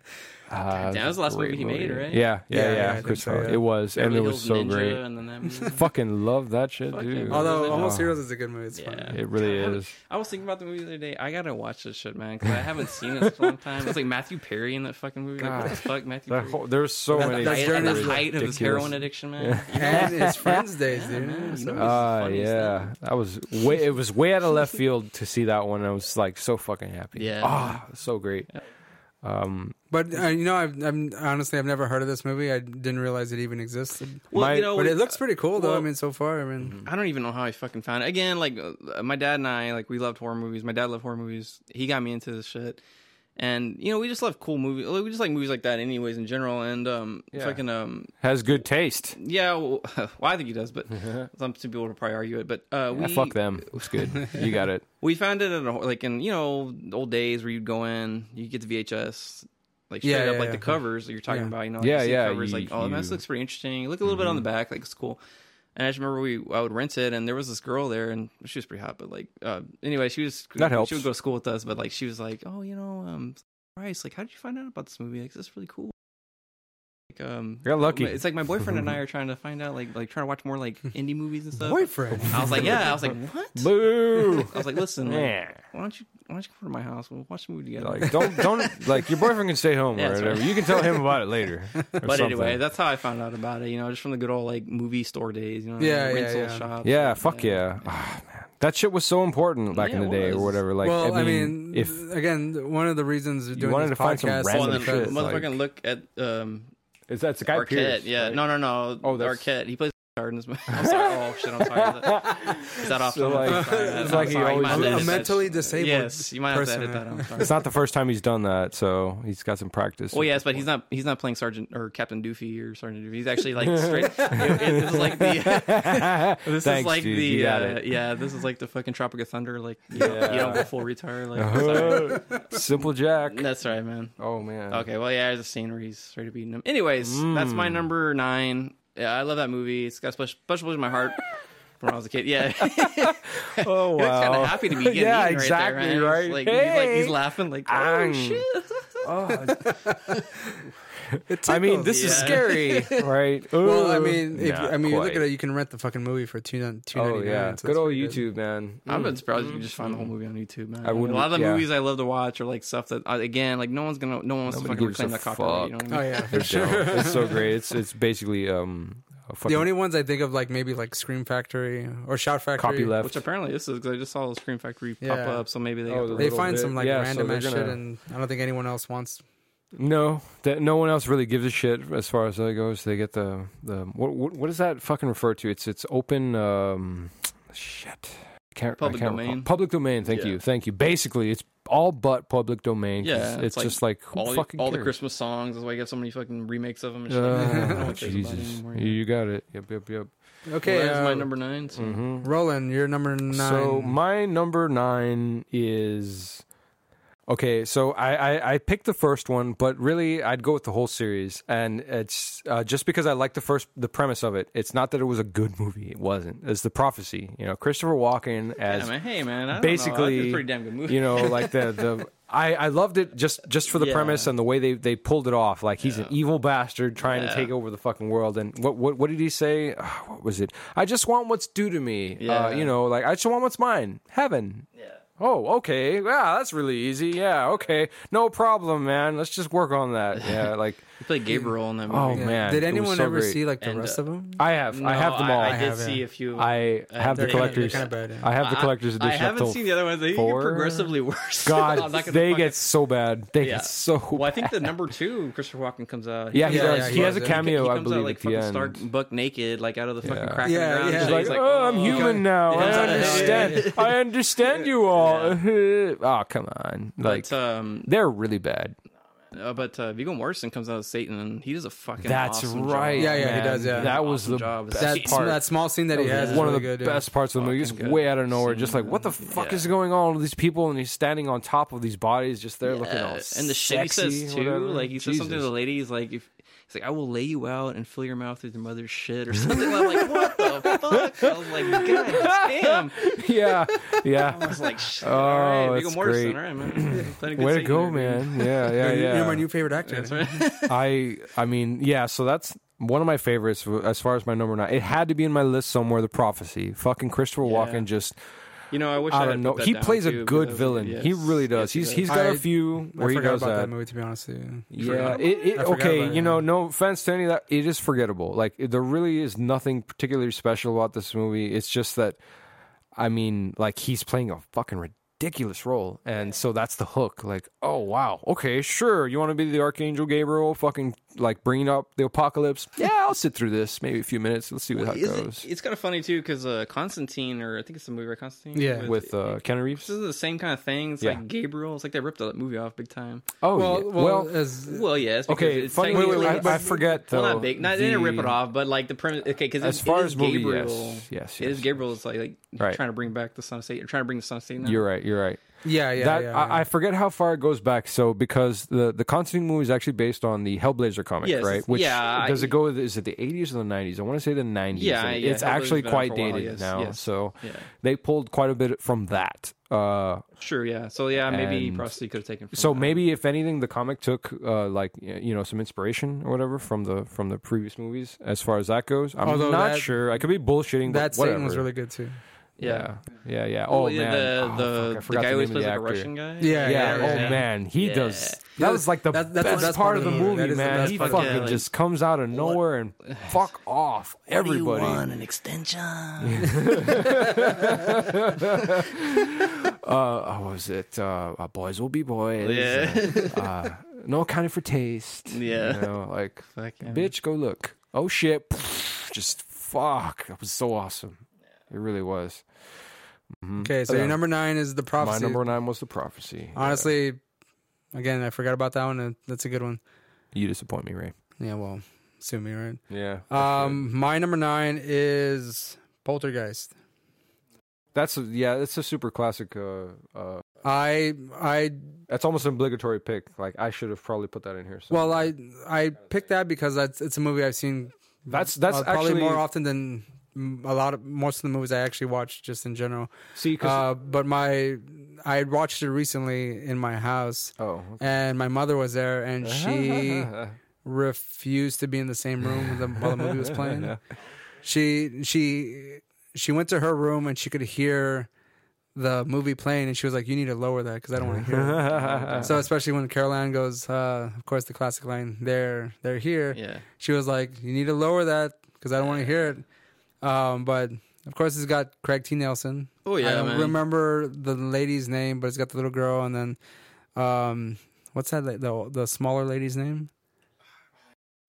D: Ah,
C: That was the last
D: great
C: movie he made, right?
D: Yeah,
B: Yeah,
D: yeah, yeah.
B: yeah, I think
D: Chris
B: so,
D: Farley.
B: yeah.
D: It was, and it
C: Beverly
D: was
C: Hills
D: so
C: Ninja
D: great.
C: And then that movie.
D: Fucking love that shit,
C: Fuck
D: dude.
C: yeah.
B: Although
C: Oh.
B: Almost Heroes is a good movie. It's
C: Yeah.
B: funny.
D: it really
C: I haven't-
D: is.
C: I was thinking about the movie the other day. I gotta watch this shit, man, because I haven't seen it in such a long time. It's like Matthew Perry in that fucking movie. Like, what the fuck, Matthew
D: That
C: Perry?
D: whole, there's so
B: That-
D: many.
B: that
C: Height- at
B: journey
C: the
B: is
C: height of his heroin addiction, man.
B: And it's Friends Days, dude.
C: man, you know
B: So-
C: what
D: Ah,
C: Funny as
D: yeah, that was way. It was way out of left field to see that one. I was like so fucking happy.
C: Yeah.
D: ah, so great. Um,
B: But uh, you know, I've, I'm honestly I've never heard of this movie. I didn't realize it even existed.
C: Well,
D: My-
C: you know,
B: But
C: we-
B: it looks pretty cool, though. I
C: well-
B: mean, so far, I
D: mm-hmm.
B: mean,
C: I don't even know how I fucking found it. Again, like uh, my dad and I, like we loved horror movies. My dad loved horror movies. He got me into this shit, and you know we just love cool movies. Like, we just like movies like that, anyways, in general. And um, fucking um,
D: has good taste. Ah,
C: yeah. Well, well, I think he does, but some people will probably argue it. But uh, we
D: Ah, fuck them. It's good. you got it.
C: We found it at a, like in you know old days where you'd go in, you get the VHS, like straight
B: Yeah,
C: up
B: yeah,
C: like
B: yeah.
C: the covers that you're talking
B: Yeah.
C: about. You know,
D: Yeah,
C: you see
D: yeah, Mm-hmm.
C: Covers
D: you-
C: like oh, this
D: you-
C: looks pretty interesting. Look a little bit on the back, like it's cool. And I just remember we I would rent it, and there was this girl there, and she was pretty hot, but like uh, anyway, she was
D: That helps.
C: She would go to school with us, but like she was like, oh, you know, um, Bryce, like how did you find out about this movie? Like this is really cool. Like um,
D: You're lucky.
C: It's like my boyfriend and I are trying to find out, like like trying to watch more like indie movies and stuff.
B: boyfriend.
C: I was like, yeah, I was like, what?
D: Boo.
C: I was like, listen, like,
D: yeah.
C: why don't you why don't you come to my house? We'll watch the movie together.
D: Like don't don't like your boyfriend can stay home
C: Yeah,
D: or
C: that's
D: whatever.
C: right.
D: You can tell him about it later. or
C: but anyway,
D: something.
C: that's how I found out about it. You know, just from the good old like movie store days. You know,
B: Yeah,
C: like,
B: yeah,
C: rental
B: yeah.
C: shops.
D: yeah, fuck yeah. Ah, man. That shit was so important back
C: Yeah,
D: in the
C: it
D: day or
C: was.
D: whatever. Like,
B: well,
D: I, mean, if
B: again, one of the reasons we're doing
D: wanted
B: this
D: to find some
B: podcast,
C: Well, Oh, and
D: random
C: then
B: is
D: shit,
B: because-
D: like-
C: motherfucking look at um,
D: is that Sky
C: Arquette. yeah, no, no, no.
D: Oh, that's-
C: Arquette. He plays hard in this movie. I'm sorry. Oh shit, I'm sorry. Is that, is that off?
D: So,
C: limits?
D: like,
C: Sorry, I'm
D: it's like he
C: sorry, you
D: always
C: might have
D: does.
C: to edit
B: a
C: that.
B: mentally disabled.
C: Yes, you might have to
B: person,
C: edit that. I'm sorry.
D: It's not the first time he's done that, so he's got some practice.
C: Well, yes, but he's not. He's not playing Sergeant or Captain Doofy or Sergeant Doofy. He's actually like straight. it, it was like the. This
D: Thanks,
C: is like
D: dude.
C: the
D: You got
C: uh,
D: it.
C: yeah. This is like the fucking Tropic of Thunder. Like you, don't-
D: Yeah. Uh-huh.
C: you don't go full retire. Like
D: Simple Jack.
C: that's right, man.
D: Oh man.
C: Okay, well yeah, there's a scene where he's straight up eating him. Anyways, that's
D: Mm.
C: my number nine. Yeah, I love that movie. It's got a special special place in my heart from when I was a kid. Yeah,
D: Oh
C: he looks
D: wow.
C: kind of happy to be getting
D: yeah,
C: eaten right
D: exactly.
C: there, right?
D: right.
C: Like, he's like
D: Hey.
C: he's laughing like oh
D: Ang.
C: shit.
B: Oh, It
D: I mean,
B: tickles.
D: this is
C: Yeah.
D: scary, right?
B: Well, I
D: Ooh.
B: mean, if,
D: Not
B: I mean, you look
D: quite.
B: at it. You can rent the fucking movie for two nine- two ninety
D: Oh
B: nine.
D: yeah,
B: so
D: good
B: it's
D: old
B: pretty good.
D: YouTube, man.
C: I'm not surprised you can just find the whole movie on YouTube, man.
D: Mm, I wouldn't-
C: a lot of the
D: yeah.
C: movies I love to watch are like stuff that I- again, like no one's gonna, no one wants
D: Nobody
C: to fucking
D: gives
C: reclaim
D: a
C: that copyright. You know
D: fuck.
C: what I mean?
B: Oh yeah, for
D: They're
B: sure.
D: dope. it's so great. It's it's basically um a
B: The
D: fucking
B: only ones I think of, like maybe like Scream Factory or Shout Factory.
D: copy left.
C: Which apparently this is because I just saw the Scream Factory
B: Yeah.
C: pop up, so maybe they
D: Oh,
C: got
D: the
C: the
B: They
D: little
B: find
D: bit.
B: some like
D: Yeah, so
B: random
D: they're
B: ass shit,
D: gonna-
B: and I don't think anyone else wants.
D: No, that no one else really gives a shit as far as that goes. They get the the what what, what does that fucking refer to? It's it's open um shit. Can't, I
C: Public
D: can't-
C: domain.
D: Public domain. Thank
C: Yeah.
D: you. Thank you. Basically, it's all but public domain. 'cause
C: Yeah,
D: it's,
C: it's like
D: just like who
C: all, the,
D: fucking
C: all the
D: cares?
C: Christmas songs. That's why you get so many fucking remakes of them. And shit. No
D: Oh,
C: one cares about it
D: Jesus,
C: anymore, yeah.
D: you got it. Yep, yep, yep.
B: Okay,
C: Well, that was
B: uh,
C: my number nine. So.
D: mm-hmm.
B: Roland, you're number nine.
D: So my number nine is okay. So I, I I picked the first one, but really I'd go with the whole series, and it's uh, just because I like the first the premise of it. It's not that it was a good movie; it wasn't. It's the prophecy. You know, Christopher Walken as
C: Yeah, man, hey man, I don't know. I think
D: basically
C: it's a pretty damn good movie.
D: You know, like the the I, I loved it just just for the
C: Yeah.
D: premise and the way they, they pulled it off. Like he's an evil bastard trying to
C: Yeah.
D: take over the fucking world. And what what, what did he say? Ah, what was it? I just want what's due to me. Uh,
C: Yeah.
D: you know, like I just want what's mine. Heaven. Oh, okay. Yeah, that's really easy. Yeah, okay. No problem, man. Let's just work on that. Yeah, like
C: He played Gabriel in that movie.
D: oh man.
B: Did
D: it was
B: anyone
D: so
B: ever
D: great.
B: see like the
C: And,
B: rest
C: uh,
B: of them?
D: I have. I
C: No,
D: have them all.
C: I,
D: I,
C: did
B: have,
C: see
B: yeah.
C: a few. of them.
D: have the
C: they're kinda-
D: collectors.
B: they're kinda bad, yeah.
D: I have the collector's
C: I, I
D: edition. up
C: haven't
D: till
C: seen the other ones. They
D: four.
C: get progressively worse. I'm not
D: God,
C: gonna
D: they
C: fucking-
D: get so bad. They
C: Yeah.
D: get so.
C: Well, I think
D: bad.
C: the number two, Christopher Walken, comes out.
D: Yeah, he
B: Yeah,
D: does.
B: yeah,
D: he,
B: he
D: has a
B: does.
D: cameo,
C: he
D: I
C: comes
D: believe,
C: out like
D: at the
C: fucking
D: end.
C: stark buck naked, like out of the fucking
D: Yeah.
C: crack in
B: Yeah,
C: the ground.
B: yeah.
C: and
D: He's
C: shit.
D: like,
C: He's
D: oh, I'm human now.
C: Yeah.
D: I
C: Yeah.
D: understand. I understand you all. oh, come on. Like,
C: But um,
D: they're really bad.
C: uh, but uh, Viggo Mortensen comes out as Satan, and he does a fucking.
D: That's
C: awesome
D: right.
C: Job.
B: Yeah, yeah, he
D: man.
B: does, yeah.
D: That was
C: Awesome
D: the
C: job.
D: best
B: That,
D: part.
B: that small scene that he has is
D: one
B: really
D: of the
B: good, yeah.
D: best parts of the movie. It's
C: good.
D: way out of nowhere. Just like,
C: Scene.
D: what the fuck
C: Yeah.
D: is going on with these people? And he's standing on top of these bodies, just there looking all
C: Uh, and the shit he
D: sexy,
C: says too,
D: whatever.
C: like he says something to
D: Jesus.
C: the lady. He's like, if, he's like, I will lay you out and fill your mouth with your mother's shit or something. I'm like, what the fuck? I was like, god damn.
D: yeah,
C: I
D: yeah.
C: was like, shit,
D: Oh,
C: all right, Viggo
D: that's
C: Mortensen,
D: great.
C: all right, man. Playing a good
D: Way to
C: Satan
D: go,
C: here, dude.
D: man. Yeah, yeah,
B: You're-
D: yeah.
B: You're my new favorite actor.
C: That's right.
D: I I mean, yeah, so that's one of my favorites as far as my number nine. It had to be in my list somewhere, The Prophecy. Fucking Christopher Walken just
C: You know, I wish I,
D: I
C: had put
D: don't know.
C: that
D: He
C: down,
D: plays
C: too,
D: a good
C: because-
D: villain.
C: yes,
D: He really does.
C: yes, he
D: he's he's got a
B: I-
D: few
B: I
D: where he
B: forgot
D: does
B: about that.
D: that.
B: movie, to be honest with you.
D: Yeah, it, it,
B: I forgot
D: okay.
B: about it,
D: you know,
B: yeah.
D: no offense to any of that, it is forgettable. Like it- there really is nothing particularly special about this movie. It's just that, I mean, like he's playing a fucking ridiculous role, and so that's the hook. Like, oh wow, okay, sure, you want to be the archangel Gabriel, fucking like bringing up the apocalypse? Yeah, I'll sit through this, maybe a few minutes. Let's see how it
C: Is it-
D: goes
C: it's kind of funny too because uh, Constantine, or I think it's the movie right, Constantine.
B: Yeah.
D: with uh, Keanu
C: this
D: Reeves.
C: is the same kind of thing. It's
D: Yeah.
C: like Gabriel. It's like they ripped that movie off big time.
D: Oh
B: Well,
D: yeah.
B: well, as,
C: Well, yeah. It's because
D: okay,
C: it's
D: funny. Wait, wait,
C: technically-
D: I, I forget though.
C: Well, not big. Not, they didn't rip
D: the-
C: it off, but like the premise. Okay, because
D: As far as movie,
C: Gabriel,
D: yes, yes,
C: it
D: yes,
C: is Gabriel's like, like
D: Right.
C: trying to bring back the Son of Satan. Trying to bring the Son of Satan. out.
D: You're right. You're right.
B: yeah, yeah,
D: that
B: yeah,
D: I,
B: yeah.
D: I forget how far it goes back. So because the the Constantine movie is actually based on the Hellblazer comic,
C: Yes,
D: right? Which
C: yeah,
D: does
C: I-
D: it go? with- Is it the eighties or the nineties? I want to say the nineties.
C: Yeah,
D: And
C: yeah,
D: it's
C: Hellblazer's
D: actually
C: been out
D: quite
C: for a while,
D: dated
C: yes,
D: now.
C: yes.
D: So
C: Yeah.
D: they pulled quite a bit from that. Uh,
C: Sure. Yeah. So yeah, maybe
D: And-
C: Prosty could have taken. From
D: so
C: that.
D: maybe if anything, the comic took uh, like y- you know some inspiration or whatever from the from the previous movies as far as that goes. I'm
B: Although
D: not
B: that-
D: sure. I could be bullshitting.
B: that
D: But
B: Satan
D: whatever.
B: was really good too.
D: yeah,
C: Yeah.
D: yeah, yeah.
C: Oh,
D: Oh
C: yeah,
D: man,
C: the
D: Oh,
C: the,
D: fuck, I
C: the guy
D: forgot
C: who
D: the
C: always
D: name
C: plays
D: of
C: like
D: the
C: a
D: actor.
C: Russian guy.
B: Yeah,
D: Yeah.
B: yeah,
D: Oh
B: yeah.
D: man, he
C: Yeah.
D: does. That was like the
B: That-
D: best,
B: that's the best
D: part of the movie,
B: That is the
D: man.
B: best
D: He
B: part
D: fucking
B: of the
C: movie.
D: just comes out of nowhere and fuck off everybody.
C: an extension.
D: Uh, oh, what was it? Uh, uh, boys will be boys.
C: Yeah.
D: Uh, uh, no accounting for taste.
C: Yeah.
D: You know, like
C: Fucking-
D: bitch, go look. Oh shit, just fuck. That was so awesome. It really was.
B: Okay, so your number nine is the prophecy.
D: My number nine was the prophecy.
B: Honestly, again, I forgot about that one. and That's a good one.
D: you disappoint me, Ray. Uh,
B: Yeah, well, sue me, right?
D: Yeah.
B: Um, my number nine is Poltergeist.
D: that's a, yeah. That's a super classic. Uh, uh,
B: I I
D: that's almost an obligatory pick. Like I should have probably put that in here. somewhere.
B: well I I picked that because that's it's a movie I've seen
D: That's that's
B: uh, probably
D: actually
B: more often than mm, a lot of most of the movies I actually watch just in general.
D: See,
B: Uh,
D: 'cause-
B: but my I had watched it recently in my house,
D: oh,
B: and my mother was there, and she
D: uh,
B: refused to be in the same room with the, while the movie was playing. She she she went to her room and she could hear the movie playing, and she was like, "You need to lower that because I don't want to hear." it. so especially when Caroline goes, uh, of course, the classic line, "They're they're here."
C: Yeah.
B: She was like, "You need to lower that because I don't want to hear it." Um, but of course, it's got Craig T. Nelson.
C: Oh, yeah,
B: I don't
C: man.
B: remember the lady's name, but it's got the little girl, and then um, what's that? la- The the smaller lady's name?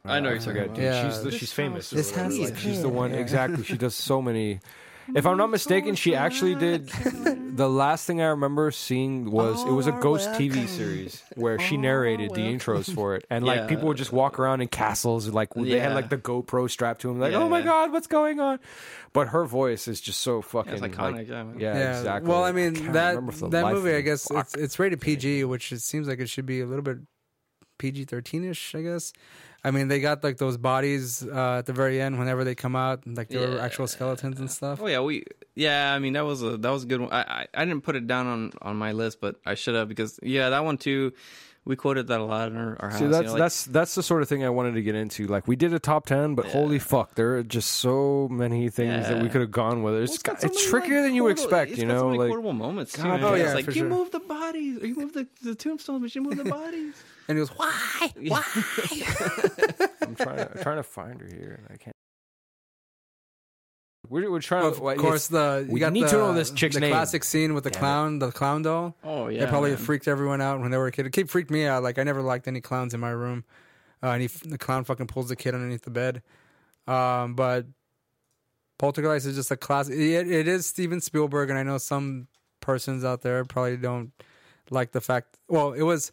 C: I know you're talking
D: forget,
C: about.
D: dude.
B: Yeah.
D: she's the, she's famous. or
B: This
D: whatever.
B: house is
D: Like, she's the
B: good.
D: one
B: Yeah.
D: exactly. She does so many. If I'm not mistaken, she actually did. The last thing I remember seeing was it was
B: Oh,
D: a ghost TV series where she narrated the intros for it, and like
C: Yeah.
D: people would just walk around in castles, and like they had
C: Yeah.
D: like the GoPro strapped to them, like
C: Yeah,
D: oh my
C: yeah.
D: god, what's going on? But her voice is just so fucking
C: It's
D: like,
C: iconic. Yeah. man.
D: yeah, exactly.
B: Well, I mean
D: can't remember
B: that
D: for the
B: that
D: life of
B: movie, I
D: me.
B: guess
D: Fuck.
B: it's it's rated PG, which it seems like it should be a little bit PG thirteen ish. I guess. I mean, they got like those bodies uh, at the very end whenever they come out, and, like they were
C: Yeah.
B: actual skeletons and stuff.
C: Oh yeah, we yeah, I mean that was a that was a good one. I, I I didn't put it down on on my list, but I should have because yeah, that one too. We quoted that a lot in our, our house.
D: See,
C: you
D: that's
C: know, like-
D: that's that's the sort of thing I wanted to get into. Like we did a top ten, but holy fuck, there are just so many things that we
C: Yeah.
D: could have gone with. It's,
C: got
D: got-
C: so
D: it's
C: many,
D: trickier
C: like,
D: than you would
C: quotable-
D: expect,
C: it's
D: you
C: got so
D: know.
C: many
D: like
C: quotable moments. Too,
D: God,
C: man.
B: oh,
C: It's
B: yeah,
C: like
B: for
C: you
B: sure.
C: moved the bodies, or you moved the, the tombstones, but you moved the bodies.
B: And he goes, why? Why?
D: I'm trying to I'm trying to find her here, and I can't. We're, we're trying
B: of
D: to. like,
B: course,
D: it's-
B: the you
D: we
B: got
D: need
B: the,
D: to know this chick's
B: the
D: name.
B: classic scene with the clown, the clown doll.
C: Oh yeah,
B: it probably
C: man.
B: freaked everyone out when they were a kid. It keep freaked me out. Like I never liked any clowns in my room. Uh, and he, the clown fucking pulls the kid underneath the bed. Um, but Poltergeist is just a classic. It, it is Steven Spielberg, and I know some persons out there probably don't like the fact. Well, it was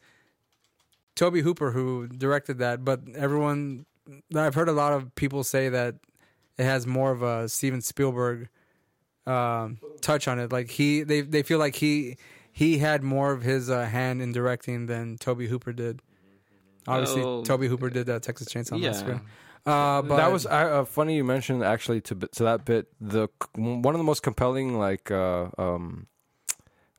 B: Toby Hooper who directed that, but everyone I've heard a lot of people say that it has more of a Steven Spielberg um, touch on it. Like he, they they feel like he he had more of his uh, hand in directing than Toby Hooper did. Obviously,
C: Oh,
B: Toby Hooper did that Texas Chainsaw
C: yeah.
B: Massacre. Uh, but
D: that was uh, uh, funny you mentioned actually to to that bit the one of the most compelling like uh, um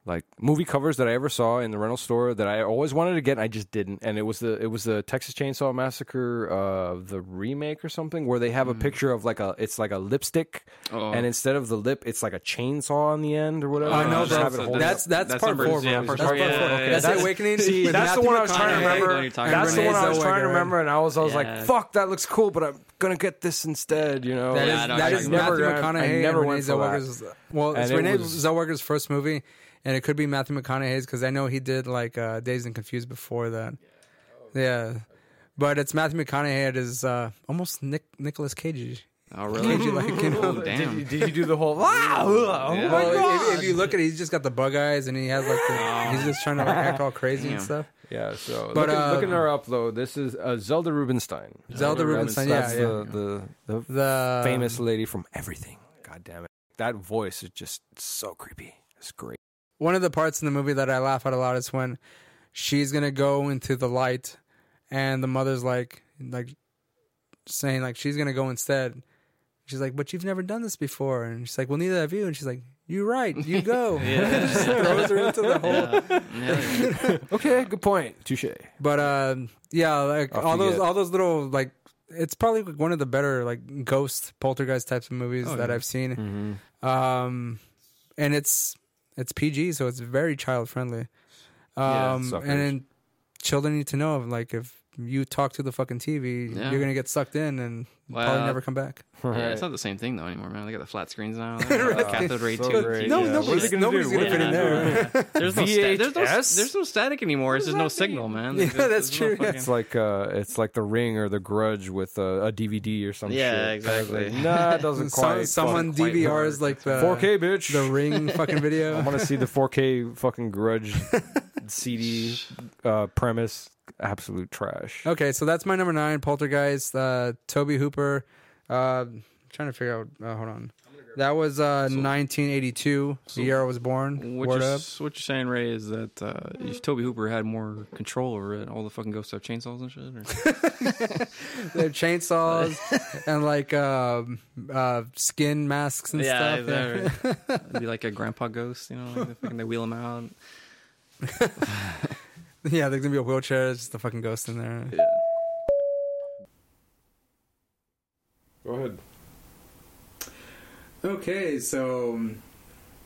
D: like movie covers that I ever saw in the rental store that I always wanted to get and I just didn't and it was the it was the Texas Chainsaw Massacre uh the remake or something where they have
B: Mm-hmm.
D: a picture of like a it's like a lipstick
C: Oh.
D: and instead of the lip it's like a chainsaw on the end or whatever
B: I
D: and
B: know
D: just have
B: that's
D: it hold
B: that's,
D: up.
B: that's
C: That's
B: part
C: number-
B: four.
C: yeah,
B: bro.
C: part
B: that's part
C: four.
B: four.
C: Yeah, yeah, yeah.
B: That's,
D: That's-
B: the awakening.
D: See,
B: with
D: that's the
B: Matthew
D: one I was trying to
B: McConaughey
D: remember.
C: you're talking
D: That's the
B: about.
D: one I was
B: Renee
D: trying to
B: Zellweger.
D: remember, and I was, I was
C: Yeah.
D: like, "Fuck, that looks cool," but I'm gonna get this instead, you know?
B: That
C: Yeah,
B: is
C: I know what
B: that is
C: you're
B: Matthew
C: talking
D: about. I
B: McConaughey
D: never
B: and Renee
D: went for that.
B: Zellweger's. Well, it's
D: And it
B: Renee
D: was-
B: Zellweger's first movie, and it could be Matthew McConaughey's because I know he did like uh, Dazed and Confused before that. Yeah, but it's Matthew McConaughey at his uh, almost Nick Nicholas Cage.
C: Oh really?
B: you like it?
C: oh damn.
D: Did, you- did you do the whole wow? Oh
C: Yeah.
D: my
B: Well,
D: god!
B: if, if you look at it, he's just got the bug eyes, and he has like the, he's just trying to like act all crazy and
C: Damn.
B: stuff.
D: Yeah. So,
B: But,
D: looking,
B: uh,
D: looking her up though, this is uh, Zelda Rubinstein. Uh,
B: Zelda Rubinstein, yeah,
D: that's
B: yeah.
D: the, the the
B: The
D: famous lady from Everything. God damn it! That voice is just so creepy. It's great.
B: one of the parts in the movie that I laugh out loud is when she's gonna go into the light, and the mother's like, like saying like she's gonna go instead. She's like, but you've never done this before, and she's like, well, neither have you. And she's like, you're right, you go. Just throws her into the hole.
D: Okay, good point. Touche.
B: But um yeah, like
D: Off
B: all
D: you
B: those
D: get.
B: all those little like it's probably like, one of the better like ghost poltergeist types of movies
C: Oh,
B: that I've seen.
C: Mm-hmm.
B: Um, and it's it's PG, so it's very child friendly.
C: Yeah,
B: Um,
D: suckers.
B: and then children need to know like if you talk to the fucking TV,
C: Yeah.
B: you're gonna get sucked in and probably
C: Well,
B: never come back.
C: Yeah, it's not the same thing though anymore, man. They got the flat screens now. They got the Cathode ray
D: so
C: too.
D: great.
B: No,
D: Yeah, what
B: nobody's,
D: are they gonna
B: nobody's
D: do?
B: gonna
D: What
B: fit
D: are
B: in
D: they
B: there.
C: There's no, sta- there's, no
D: VHS?
C: there's no static anymore. There's no signal, man. There's-
B: Yeah, that's
C: there's no
B: true, yeah.
C: fucking-
D: It's like uh, it's like the Ring or the Grudge with a, a DVD or some
C: Yeah,
D: shit.
C: exactly.
D: Like, nah, it doesn't
B: Some-
D: quite.
B: someone
C: quite
B: DVRs like the
D: 4K bitch.
B: the Ring fucking
D: I
C: Oh
B: video.
D: want to see the 4K fucking Grudge CD uh, premise. Absolute trash.
B: Okay, so that's my number nine, Poltergeist, uh, Toby Hooper. Uh, I'm trying to figure out. Uh, hold on. That was uh, 1982, the year I was born.
C: What
B: Word
C: you're,
B: up.
C: what you're saying, Ray, is that uh, if Toby Hooper had more control over it, all the fucking ghosts have chainsaws and shit. Or?
B: They had chainsaws and like um, uh, skin masks and stuff. Yeah.
C: It'd be like a grandpa ghost, you know, like they, fucking, they wheel him out.
B: Yeah, there's gonna be a wheelchair. It's just a fucking ghost in there.
D: Go ahead.
B: Okay, so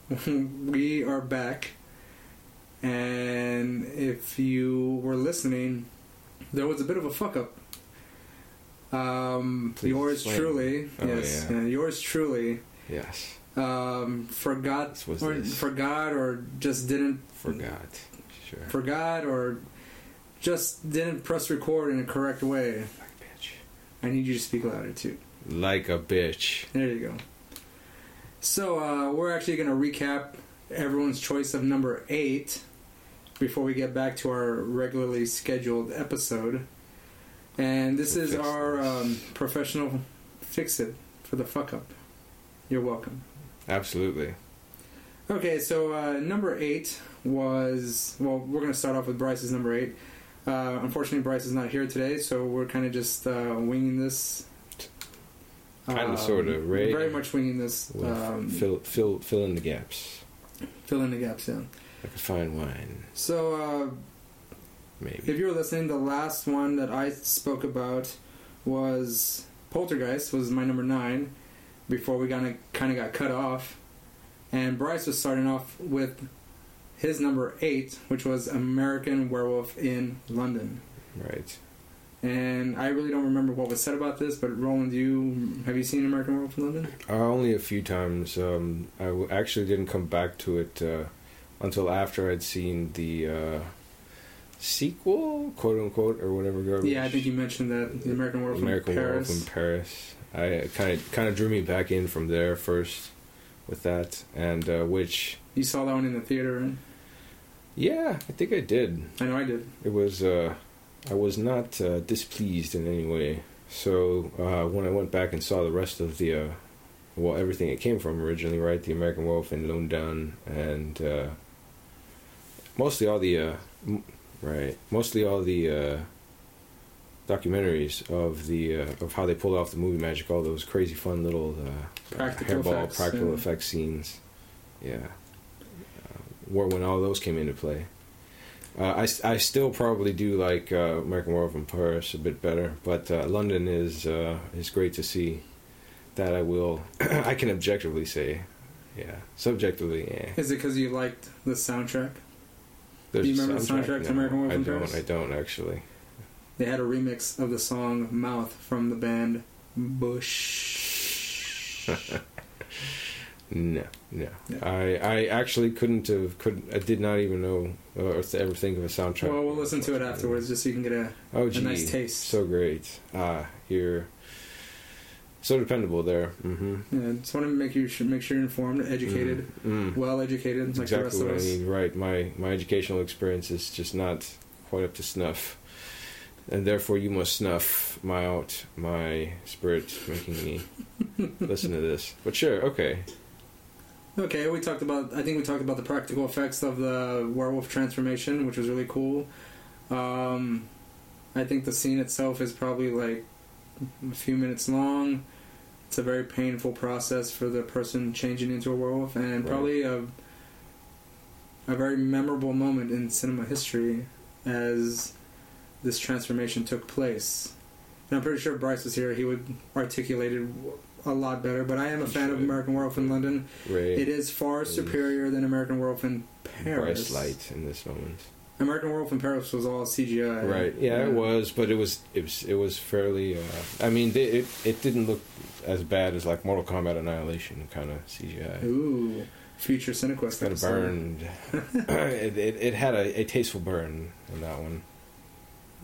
B: we are back, and if you were listening, there was a bit of a fuck up. Um,
E: Please
B: yours
E: explain.
B: truly,
E: Oh,
B: yes,
E: yeah.
B: yeah, yours truly,
E: Yes,
B: um, forgot
E: This was
B: or
E: this.
B: forgot or just didn't
E: forgot. Sure.
B: forgot or just didn't press record in a correct way.
E: Like a bitch.
B: I need you to speak louder too.
E: Like a bitch.
B: There you go. So uh, we're actually going to recap everyone's choice of number eight before we get back to our regularly scheduled episode. And this is
E: Fix
B: our
E: this.
B: um, professional fix it for the fuck up. You're welcome.
E: Absolutely.
B: Okay, so uh, number eight was well. We're going to start off with Bryce's number eight. Uh, unfortunately, Bryce is not here today, so we're kind of just uh, winging this
D: Kinda,
B: Um,
D: sorta, right?
B: Very much winging this. Um,
D: fill, fill, fill in the gaps.
B: fill in the gaps, yeah.
D: Like a fine wine,
B: So uh,
D: maybe.
B: if you were listening, the last one that I spoke about was Poltergeist was my number nine before we kind of kind of got cut off, and Bryce was starting off with his number eight, which was American Werewolf in London.
D: Right.
B: And I really don't remember what was said about this, but Roland, you have you seen American Werewolf in London?
D: Uh, only a few times. Um, I w- actually didn't come back to it uh, until after I'd seen the uh, sequel, quote unquote, or whatever. Garbage.
B: Yeah, I think you mentioned that the American Werewolf
D: American
B: in Paris.
D: Werewolf in Paris. I kind of kind of drew me back in from there first with that, and uh, which
B: You saw that one in the theater, right?
D: yeah, I think I did.
B: I know I did.
D: It was uh, I was not uh, displeased in any way. So uh, when I went back and saw the rest of the uh, well, everything it came from originally, right? The American Wolf and Lone Down, and uh, mostly all the uh, m- right, mostly all the uh, documentaries of the uh, of how they pulled off the movie magic, all those crazy fun little uh,
B: Practical
D: hairball
B: effects,
D: practical
B: yeah.
D: effects scenes. Yeah, uh, where when all those came into play. Uh, I, s- I still probably do like uh, American Werewolf in Paris a bit better, but uh, London is uh, is great to see. That I will, I can objectively say, yeah, subjectively, yeah.
B: Is it because you liked the soundtrack?
D: There's
B: you remember the soundtrack to American Werewolf
D: I
B: in
D: don't.
B: Paris?
D: I don't actually.
B: They had a remix of the song "Mouth" from the band Bush.
D: No, no.
B: Yeah.
D: I I actually couldn't have. Could I did not even know uh, or th- ever think of a soundtrack.
B: well, we'll listen to it afterwards just so you can get a.
D: Oh,
B: A
D: gee,
B: nice taste.
D: So great. Ah, you're so dependable there. Mm-hmm.
B: Yeah, just want to make you should make sure you're informed, educated,
D: Mm.
B: well educated, like the rest
D: exactly
B: of
D: what I
B: us.
D: mean. Right. My my educational experience is just not quite up to snuff, and therefore you must snuff my out my spirit, making me listen to this. But sure, okay.
B: Okay, we talked about. I think we talked about the practical effects of the werewolf transformation, which was really cool. Um, I think the scene itself is probably like a few minutes long. It's a very painful process for the person changing into a werewolf, and
D: Right.
B: probably a a very memorable moment in cinema history as this transformation took place. And I'm pretty sure if Bryce was here; he would articulate it a lot better. But I am a fan of
D: should.
B: American Werewolf in London.
D: Ray
B: It is far
D: is
B: superior than American Werewolf in
D: Bryce
B: Paris.
D: Light in this moment.
B: American Werewolf in Paris was all CGI.
D: Right. Yeah, it was, but it was it was it was fairly. Uh, I mean, they, it it didn't look as bad as like Mortal Kombat Annihilation kind of CGI.
B: Ooh, future CineQuest.
D: Kind of
B: episode.
D: burned. it, it it had a, a tasteful burn in that one.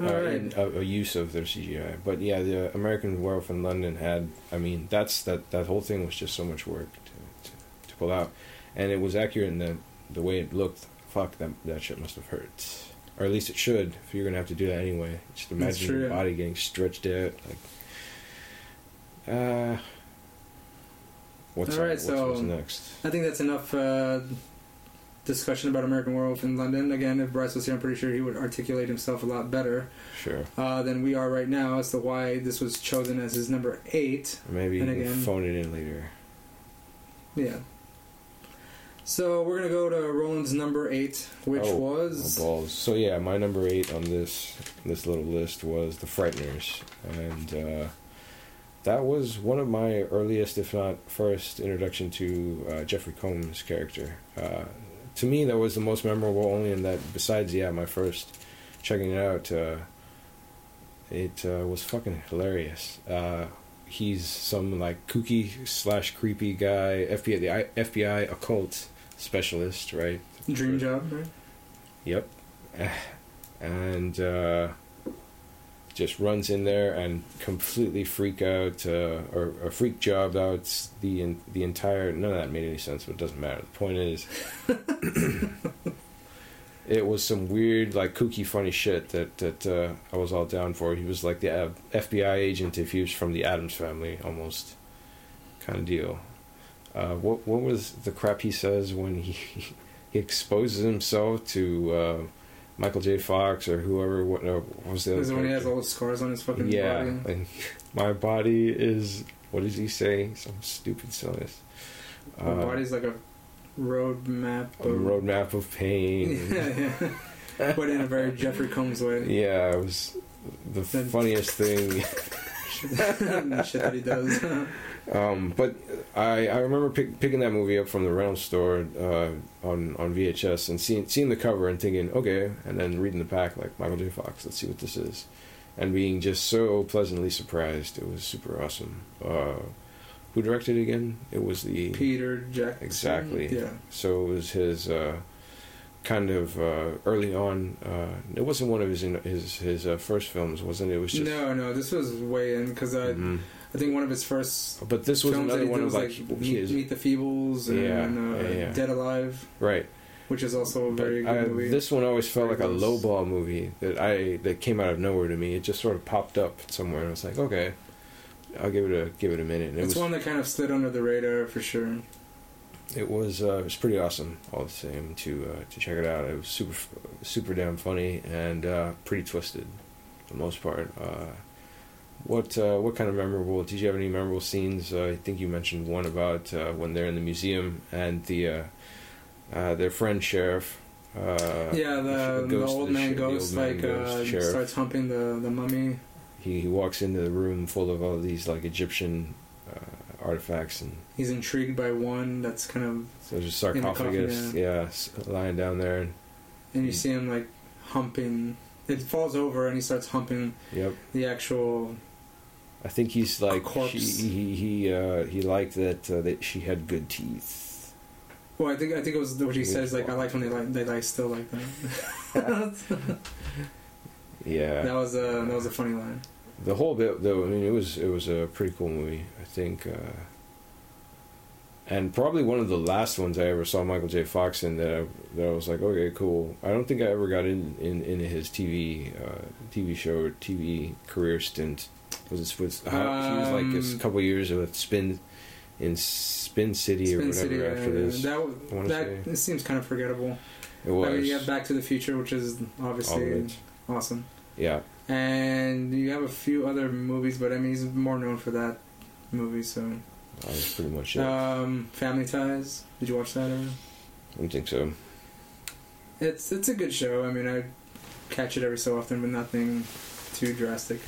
B: All
D: uh,
B: right.
D: in- a, a use of their CGI, but yeah, the American Werewolf in London had. I mean, that's that that whole thing was just so much work to, to, to pull out, and it was accurate in the the way it looked. Fuck that that shit must have hurt, or at least it should. If you're gonna have to do that anyway, just
B: That's
D: imagine
B: true,
D: your
B: yeah.
D: body getting stretched out. Like, uh, what's
B: All right,
D: what's,
B: so-
D: what's next?
B: I think that's enough uh, discussion about American Werewolf in London. Again, if Bryce was here, I'm pretty sure he would articulate himself a lot better
D: Sure,
B: uh, than we are right now as to why this was chosen as his number eight.
D: maybe you
B: And
D: can
B: again-
D: phone it in later.
B: Yeah. So we're gonna go to Roland's number eight, which
D: Oh,
B: was
D: Oh, balls. So yeah, my number eight on this this little list was the Frighteners, and uh, that was one of my earliest, if not first, introduction to uh, Jeffrey Combs' character. Uh, to me, that was the most memorable, only in that besides yeah, my first checking it out, uh, it uh, was fucking hilarious. Uh, he's some like kooky slash creepy guy, FBI the I- FBI occult specialist, right?
B: Dream Job, right?
D: Yep. And uh, just runs in there and completely freak out uh, or, or freak job out the en- the entire. None of that made any sense, but it doesn't matter. The point is, it was some weird, like kooky, funny shit that that uh, I was all down for. He was like the uh, FBI agent if he was from the Adams family, almost kind of deal. Uh, what what was the crap he says when he he exposes himself to uh, Michael J. Fox or whoever. What, uh, what was the other?
B: Is it when he has
D: character?
B: all the scars on his fucking
D: yeah,
B: body?
D: and my body is What does he say? Some stupid silliness.
B: My
D: Uh,
B: body's like a roadmap.
D: a roadmap of pain.
B: yeah, yeah. But in a very Jeffrey Combs way.
D: yeah, it was the
B: Then-
D: funniest thing.
B: the shit that he does.
D: Um, but I, I remember pick, picking that movie up from the rental store uh, on on VHS and seeing seeing the cover and thinking okay, and then reading the pack like Michael J. Fox, let's see what this is, and being just so pleasantly surprised. It was super awesome. Uh, who directed it again? It was the
B: Peter Jackson.
D: Exactly.
B: Yeah.
D: so it was his uh, kind of uh, early on. Uh, it wasn't one of his his his uh, first films, wasn't it? It was just.
B: No, no, this was way in because I,
D: Mhm.
B: I think one of his first
D: But this was
B: films that
D: another
B: he
D: one
B: did
D: of
B: was
D: like,
B: like,
D: he
B: Meet,
D: is-
B: Meet the Feebles and
D: Yeah,
B: uh,
D: yeah, yeah.
B: Dead Alive,
D: right.
B: which is also a
D: But
B: very
D: I-
B: good movie.
D: This one always felt like
B: Very
D: a
B: close.
D: lowball movie that I that came out of nowhere to me. It just sort of popped up somewhere, and I was like, okay, I'll give it a give it a minute. And it
B: it's
D: was
B: one that kind of slid under the radar for sure.
D: it was uh, it was pretty awesome all the same to uh, to check it out. It was super super damn funny and uh, pretty twisted for the most part. Uh, what uh, what kind of memorable? Did you have any memorable scenes? Uh, I think you mentioned one about uh, when they're in the museum and the uh, uh, their friend sheriff. Uh,
B: yeah, the, the
D: ghost,
B: old man
D: sh- the old
B: ghost
D: man
B: like
D: ghost
B: uh,
D: sheriff.
B: starts humping the, the mummy.
D: He, he walks into the room full of all these like Egyptian uh, artifacts and
B: He's intrigued by one that's kind of,
D: so there's a
B: In the
D: sarcophagus,
B: coffin,
D: yeah, s- lying down there. And,
B: and
D: Hmm.
B: you see him like humping. It falls over and he starts humping
D: yep.
B: the actual.
D: I think he's like
B: corpse.
D: she, he he uh, he liked that uh, that she had good teeth.
B: Well, I think I think it was what he says. Like I like when they like they lie still like that.
D: Yeah,
B: That was uh, a that was a funny line.
D: the whole bit though. I mean, it was it was a pretty cool movie. I think, uh, and probably one of the last ones I ever saw Michael J. Fox in that I, that I was like, okay, cool. I don't think I ever got in, in into his TV uh, TV show or TV career stint. Was it with how- he was like this
B: Um,
D: couple years with Spin in Spin City or
B: Spin
D: whatever
B: City.
D: after
B: uh,
D: this.
B: That
D: I
B: w-
D: wanna
B: that
D: say.
B: it seems kind of forgettable.
D: it was
B: I mean, you have Back to the Future, which is
D: all
B: obviously
D: of it.
B: awesome,
D: Yeah.
B: and you have a few other movies, but I mean, he's more known for that movie. So,
D: That was pretty much it.
B: um, Family Ties. Did you watch that? Ever?
D: I don't think so.
B: It's it's a good show. I mean, I catch it every so often, but nothing too drastic.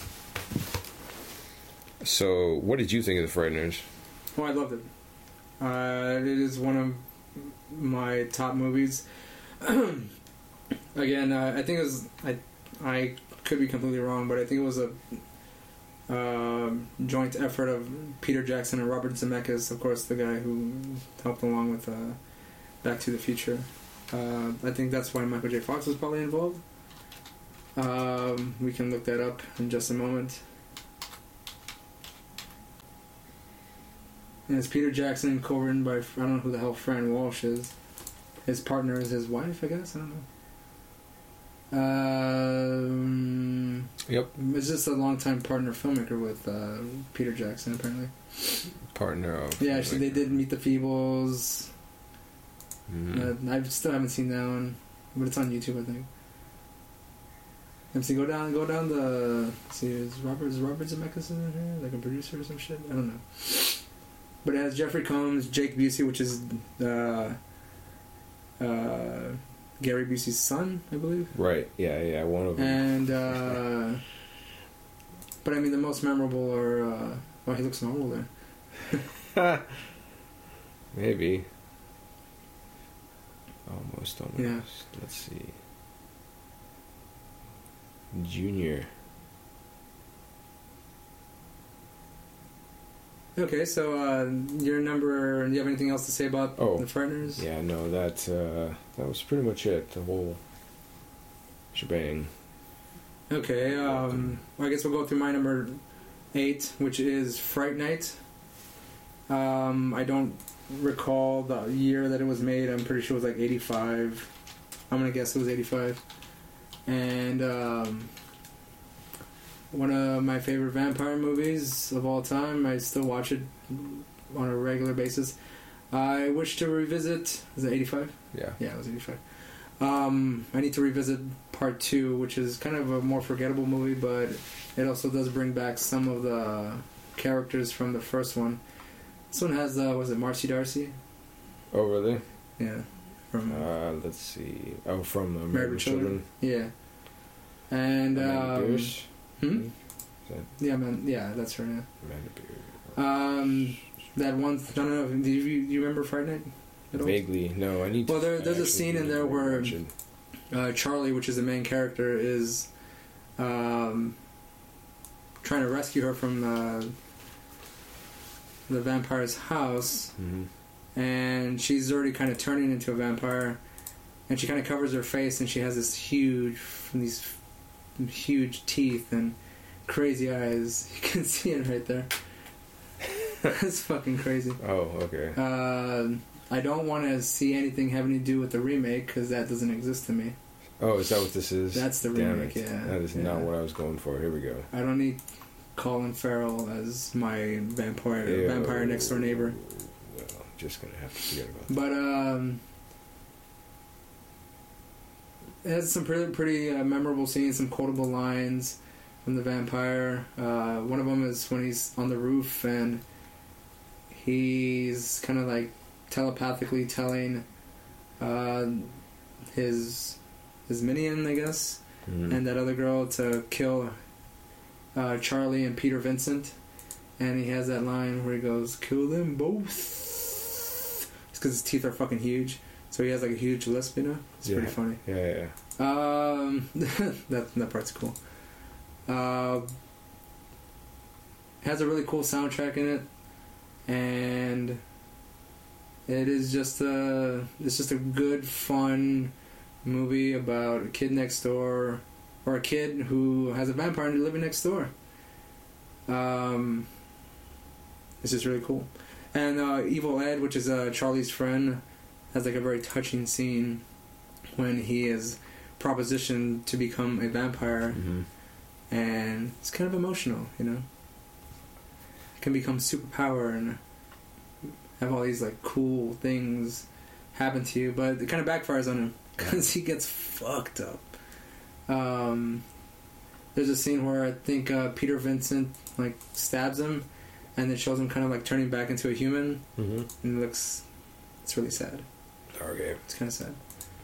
D: So, what did you think of the Frighteners?
B: Oh, I loved it. Uh, it is one of my top movies. Again, uh, I think it was I. I could be completely wrong, but I think it was a uh, joint effort of Peter Jackson and Robert Zemeckis, of course, the guy who helped along with uh, Back to the Future. Uh, I think that's why Michael J. Fox was probably involved. Um, we can look that up in just a moment. And it's Peter Jackson, co-written by I don't know who the hell Fran Walsh is. His partner is his wife, I guess. I don't know. Um,
D: Yep.
B: Is this a longtime partner filmmaker with uh, Peter Jackson? Apparently,
D: Partner of.
B: yeah. Actually, they did Meet the Feebles.
D: Mm.
B: Uh, I still haven't seen that one, but it's on YouTube, I think. MC, go down, go down the. See, is Robert is Robert Zemeckis in here, like a producer or some shit? I don't know. But it has Jeffrey Combs, Jake Busey, which is uh, uh, Gary Busey's son, I believe,
D: Right. Yeah. Yeah. One of them.
B: and. Uh, but I mean, the most memorable are. Uh, oh, he looks normal there. Eh.
D: Maybe. Almost. Almost.
B: Yeah.
D: Let's see. Junior.
B: Okay, so uh, your number. Do you have anything else to say about
D: Oh.
B: the Frighteners?
D: Yeah. No. That. Uh, that was pretty much it. The whole shebang.
B: Okay, um, I guess we'll go through my number eight, which is Fright Night. Um, I don't recall the year that it was made. I'm pretty sure it was like 85. I'm gonna guess it was 85. And um, one of my favorite vampire movies of all time. I still watch it on a regular basis. I wish to revisit. Is it 85?
D: Yeah.
B: Yeah, it was 85. Um, I need to revisit part two, which is kind of a more forgettable movie, but it also does bring back some of the characters from the first one. This one has uh, was it Marcy Darcy?
D: Oh, really?
B: Yeah, from
D: Uh, let's see. Oh, from uh,
B: Married with Mm-hmm. Children. yeah, and
D: Amanda
B: um,
D: Beers.
B: hmm? yeah, man, yeah, that's her. Yeah.
D: Amanda Beers.
B: Um, that one. I don't know. Do you, do you remember Friday Night? at all?
D: Vaguely, no. I need.
B: Well, there-
D: I
B: there's a
D: actually
B: scene in
D: need to
B: there where-
D: rewatch it.
B: uh, Charlie, which is the main character, is um, trying to rescue her from the, the vampire's house,
D: Mhm.
B: and she's already kind of turning into a vampire, and she kind of covers her face, and she has this huge, these huge teeth and crazy eyes. You can see it right there. That's fucking crazy.
D: Oh, okay.
B: Uh, I don't want to see anything having to do with the remake because that doesn't exist to me.
D: Oh, is that what this is?
B: That's the
D: Damn
B: remake,
D: it.
B: yeah.
D: That is not
B: Yeah.
D: what I was going for. Here we go.
B: I don't need Colin Farrell as my vampire
D: Ew.
B: vampire next door neighbor.
D: Well, just gonna have to forget about that.
B: But um, it has some pretty pretty uh, memorable scenes, some quotable lines from the vampire. Uh, one of them is when he's on the roof and he's kind of like telepathically telling uh, his his minion, I guess,
D: Mhm.
B: and that other girl to kill uh, Charlie and Peter Vincent. And he has that line where he goes, "Kill them both," because his teeth are fucking huge. So he has like a huge lisp, you know. It's
D: Yeah.
B: pretty funny.
D: Yeah, yeah, yeah.
B: Um, that that part's cool. Uh, has a really cool soundtrack in it, and it is just a it's just a good fun movie about a kid next door or a kid who has a vampire living next door. Um, it's just really cool. And uh, Evil Ed, which is uh, Charlie's friend, has like a very touching scene when he is propositioned to become a vampire,
D: Mhm.
B: and it's kind of emotional, you know. It can become superpower and have all these like cool things happen to you, but it kind of backfires on him because he gets fucked up. Um, there's a scene where I think uh, Peter Vincent like stabs him, and it shows him kind of like turning back into a human,
D: Mhm.
B: and it looks it's really sad.
D: Okay.
B: It's kind of sad.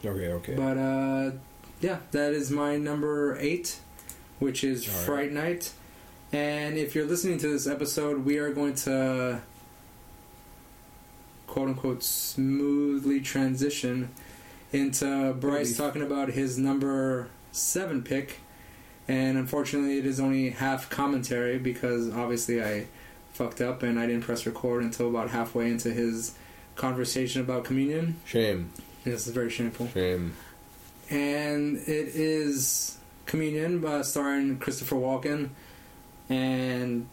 D: Okay. Okay.
B: But uh, yeah, that is my number eight, which is
D: All right.
B: Fright Night. And if you're listening to this episode, we are going to quote unquote smoothly transition into Bryce talking about his number seven pick. And unfortunately, it is only half commentary because obviously I fucked up and I didn't press record until about halfway into his conversation about communion.
D: Shame.
B: This is very shameful
D: Shame.
B: and it is Communion by starring Christopher Walken. And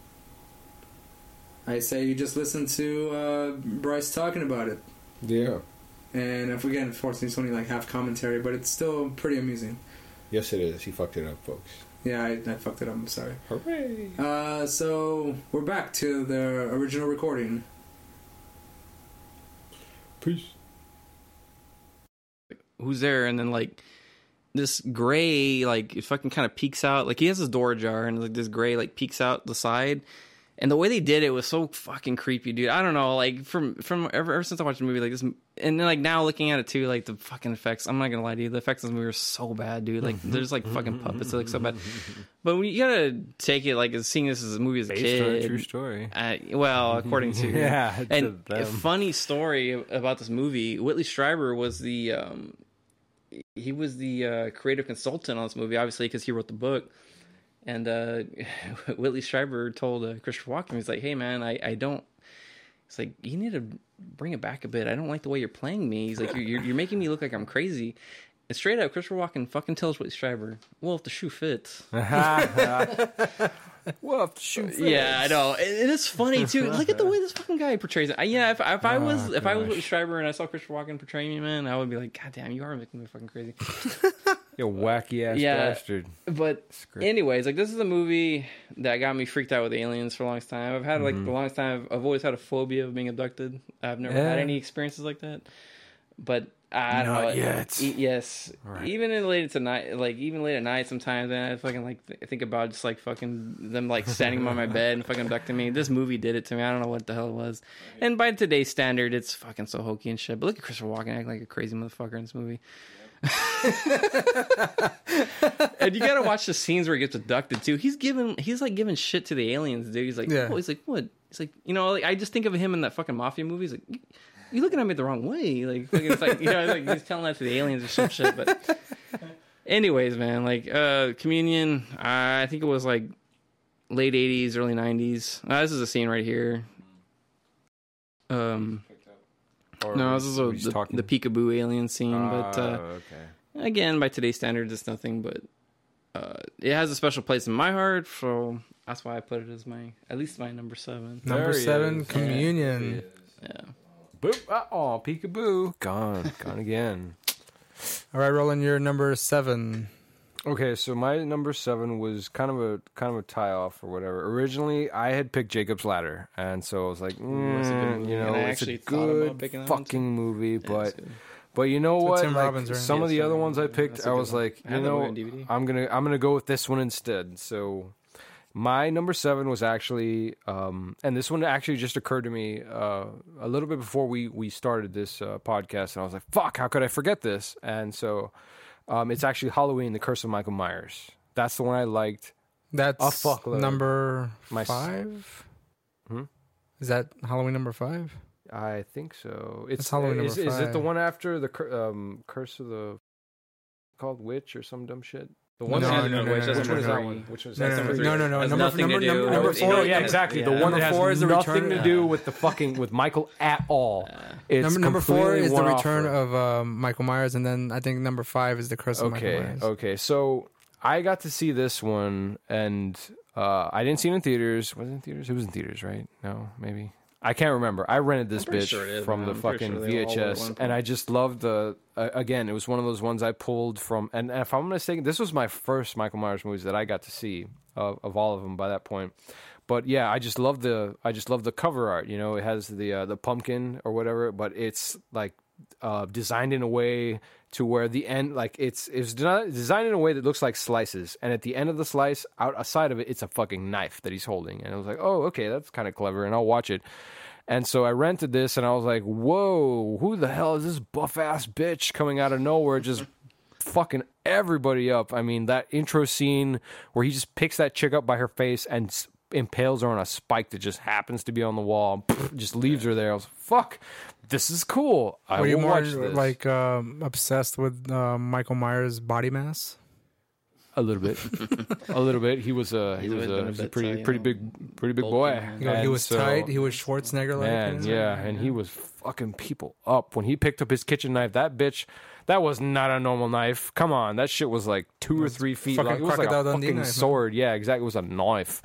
B: I say you just listen to uh, Bryce talking about it.
D: Yeah.
B: And if again, unfortunately, it's only like half commentary, but it's still pretty amusing.
D: Yes, it is. He fucked it up, folks.
B: Yeah, I, I fucked it up. I'm sorry.
D: Hooray!
B: Uh, so we're back to the original recording.
D: Peace.
C: who's there and then like this gray like it fucking kind of peeks out like he has his door ajar and like this gray like peeks out the side and the way they did it was so fucking creepy dude i don't know like from from ever, ever since i watched the movie like this and then like now looking at it too like the fucking effects i'm not gonna lie to you the effects in this movie are so bad dude
F: Mm-hmm.
C: like there's like fucking puppets they're, like so bad but when you gotta take it like as seeing this as a movie as a
F: Based on
C: kid
F: a true story.
C: uh, well, according to
F: Yeah, um, to
C: and a
F: them.
C: funny story about this movie. Whitley Strieber was the um, he was the uh, creative consultant on this movie, obviously because he wrote the book. And uh, Whitley Strieber told uh, Christopher Walken, he's like, "Hey man, I, I don't." It's like you need to bring it back a bit. I don't like the way you're playing me. He's like, you're you're, you're making me look like I'm crazy. And straight up, Christopher Walken fucking tells Whitley Strieber, "Well, if the shoe fits."
F: well, shoot.
C: Yeah, I know, and and it's funny too. Look at the way this fucking guy portrays it. I, yeah, if, if I was if I was Whitley Strieber and I saw Christopher Walken portraying me, man, I would be like, God damn, you are making me fucking crazy.
F: You wacky ass
C: Yeah.
F: bastard.
C: But
F: great.
C: anyways, like this is a movie that got me freaked out with aliens for the longest time. I've had like
F: Mm-hmm.
C: the longest time. I've, I've always had a phobia of being abducted. I've never had
F: Yeah.
C: any experiences like that. But I don't
F: Not
C: know.
F: yet.
C: E- yes.
F: Right.
C: Even in late at night, like even late at night, sometimes and I fucking like th- think about just like fucking them like standing by my bed and fucking abducting me. This movie did it to me. I don't know what the hell it was. And by today's standard, it's fucking so hokey and shit. But look at Christopher Walken acting like a crazy motherfucker in this movie. and you gotta watch the scenes where he gets abducted too. He's giving, he's like giving shit to the aliens, dude. He's like,
B: Yeah.
C: oh, he's like, what? He's like, you know, like I just think of him in that fucking mafia movie. He's like, "You- you're looking at me the wrong way. Like, fucking- it's like, you know, like he's telling that to the aliens or some shit. But, anyways, man, like uh communion. I think it was like late '80s, early '90s. Uh, this is a scene right here. Um,
F: Or
C: no,
F: we-
C: this is
F: we just
C: a, the,
F: talking?
C: the peekaboo alien scene, but.
F: Ah,
C: uh
F: okay.
C: again by today's standards it's nothing but uh, it has a special place in my heart so that's why i put it as my at least my number seven
B: Number
F: There he
B: seven,
F: is.
B: communion.
C: yeah
F: Boop. Uh-oh, peekaboo. Gone. Gone again.
B: All right, Roland, you're number seven.
F: Okay, so my number seven was kind of a kind of a tie off or whatever. Originally, I had picked Jacob's Ladder, and so I was like,
C: that's a good
F: mm,
C: movie.
F: you know,
C: And I
F: it's a
C: actually thought about
F: good
C: picking that one, too.
F: fucking movie, but
C: it's good.
F: but you know
B: a
F: what?
B: Tim
F: Like,
B: Robbins, right?
F: Some of
C: Yeah,
F: the
C: it's
F: other
C: Tim
F: ones I
C: Robbins.
F: picked,
C: That's a
F: I
C: good
F: was
C: one.
F: like,
C: I
F: you
C: had that
F: know,
C: one on DVD.
F: I'm gonna I'm gonna go with this one instead. So my number seven was actually, um, and this one actually just occurred to me uh, a little bit before we we started this uh, podcast, and I was like, "Fuck, how could I forget this?" And so, um, it's actually Halloween: The Curse of Michael Myers. That's the one I liked.
B: That's
F: A fuckload.
B: number
F: My s-
B: five.
F: Hmm?
B: Is that Halloween number five?
F: I think so. It's,
B: Halloween number
F: is, is it the
B: five.
F: one after the cur- um, Curse of the called Witch or some dumb shit? The
B: No,
F: that
B: no,
F: has-
B: no, no,
F: which
B: no,
F: one
B: no,
F: is
B: no.
F: that one? Which was
B: No,
F: that
B: no,
F: number
B: no,
F: three?
B: no, no, no.
C: Has
B: Number,
C: nothing to
B: number,
C: do
B: number,
C: with-
B: number
C: it
B: four.
F: Oh,
C: doesn't
F: yeah,
C: have-
F: exactly. The
C: yeah.
F: one that
B: Number
F: has
B: four is the
F: nothing
B: return-
F: to do with the fucking with Michael at all. It's
B: Number, number four
F: completely
B: is the
F: one-off
B: return
F: her.
B: of um, Michael Myers, and then I think number five is the curse of Michael
F: Okay,
B: Myers.
F: okay. So I got to see this one, and uh, I didn't see it in theaters. Was it in theaters? It was in theaters, right? No, maybe. I can't remember. I rented this
C: pretty
F: bitch
C: sure it is,
F: from
C: man.
F: the
C: I'm pretty
F: fucking
C: sure they all were at one
F: VHS,
C: point.
F: and I just loved the. Uh, again, it was one of those ones I pulled from. And if I'm mistaken, this was my first Michael Myers movies that I got to see of, of all of them by that point. But yeah, I just love the I just love the cover art. You know, it has the uh, the pumpkin or whatever, but it's like uh, designed in a way to where the end, like it's it's de- designed in a way that looks like slices, and at the end of the slice, out outside of it, it's a fucking knife that he's holding, and I was like, oh, okay, that's kind of clever, and I'll watch it. And so I rented this, and I was like, whoa, who the hell is this buff ass bitch coming out of nowhere just fucking everybody up. I mean, that intro scene where he just picks that chick up by her face and s- impales her on a spike that just happens to be on the wall, just leaves her there. I was fuck. This is cool. I
B: Were you
F: will
B: more
F: watch this.
B: like um, obsessed with uh, Michael Myers' body mass?
F: a little bit, a little bit. He was a he
C: He's
F: was
C: always
F: a,
C: been a
F: he was a
C: bit, uh,
F: pretty
C: you
F: pretty
C: know,
F: big pretty big
C: bulky
F: boy.
C: man.
B: You know, he
F: And
B: was
F: so-
B: tight. He was Schwarzenegger like.
F: Man, yeah, and he was fucking people up when he picked up his kitchen knife. That bitch, that was not a normal knife. Come on, that shit was like two or three feet
B: fucking
F: long. It was like a
B: Crocodile Dundee
F: fucking
B: knife, man.
F: sword. Yeah, exactly. It was a knife,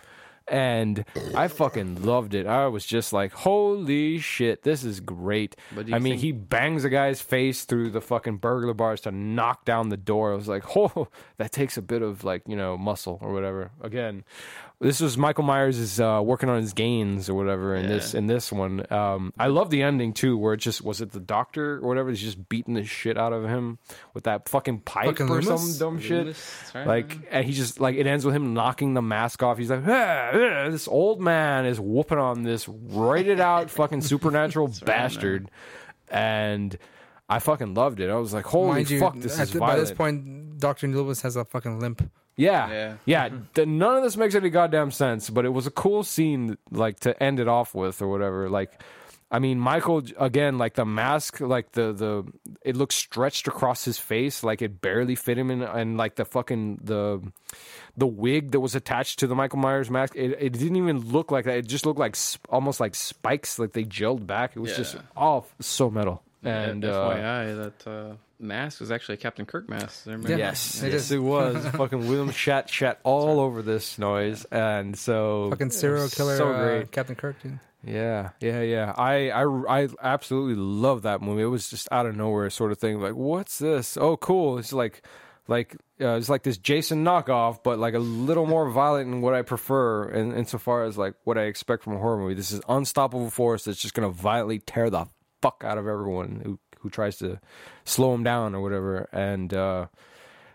F: and I fucking loved it. I was just like, holy shit, this is great.
C: But do
F: I
C: you
F: mean,
C: think-
F: he bangs a guy's face through the fucking burglar bars to knock down the door. I was like, oh, that takes a bit of like you know muscle or whatever. Again, this was Michael Myers is uh, working on his gains or whatever in this
C: Yeah.
F: in this one. Um, I love the ending too, where it just was it the doctor or whatever is just beating the shit out of him with that fucking pipe
B: Fucking
F: or
B: Loomis?
F: some dumb shit.
C: Loomis, that's right. Mm-hmm.
F: Like and he just like it ends with him knocking the mask off. He's like, "Ah, ah," this old man is whooping on this rated out fucking supernatural bastard, and I fucking loved it. I was like, holy
B: Mind you,
F: fuck, this
B: at
F: is
B: the- by
F: violent.
B: this point, Doctor Loomis has a fucking limp.
F: Yeah.
C: Yeah.
F: Yeah. th- none of this makes any goddamn sense, but it was a cool scene, like, to end it off with or whatever. Like, I mean, Michael, j- again, like, the mask, like, the, the, it looks stretched across his face, like, it barely fit him in, and, like, the fucking, the, the wig that was attached to the Michael Myers mask, it, it didn't even look like that. It just looked like, sp- almost like spikes, like, they gelled back. It was just
C: Yeah.
F: all so metal.
C: and
F: And, uh,
C: fyi that uh mask was actually a captain kirk mask
B: Yeah.
F: Yes,
B: It
F: yes,
B: is.
F: it was. Fucking William Shat Shat all over this noise, and so
B: Fucking
F: it
B: serial
F: was
B: killer,
F: So
B: uh,
F: great.
B: Captain Kirk, dude.
F: Yeah, yeah, yeah. I, I, I absolutely love that movie. It was just out of nowhere sort of thing. Like, what's this? Oh, cool. It's like, like, uh, it's like this Jason knockoff, but like a little more violent in what I prefer, and insofar as like what I expect from a horror movie. This is unstoppable force that's just gonna violently tear the fuck out of everyone who who tries to slow him down or whatever. And uh,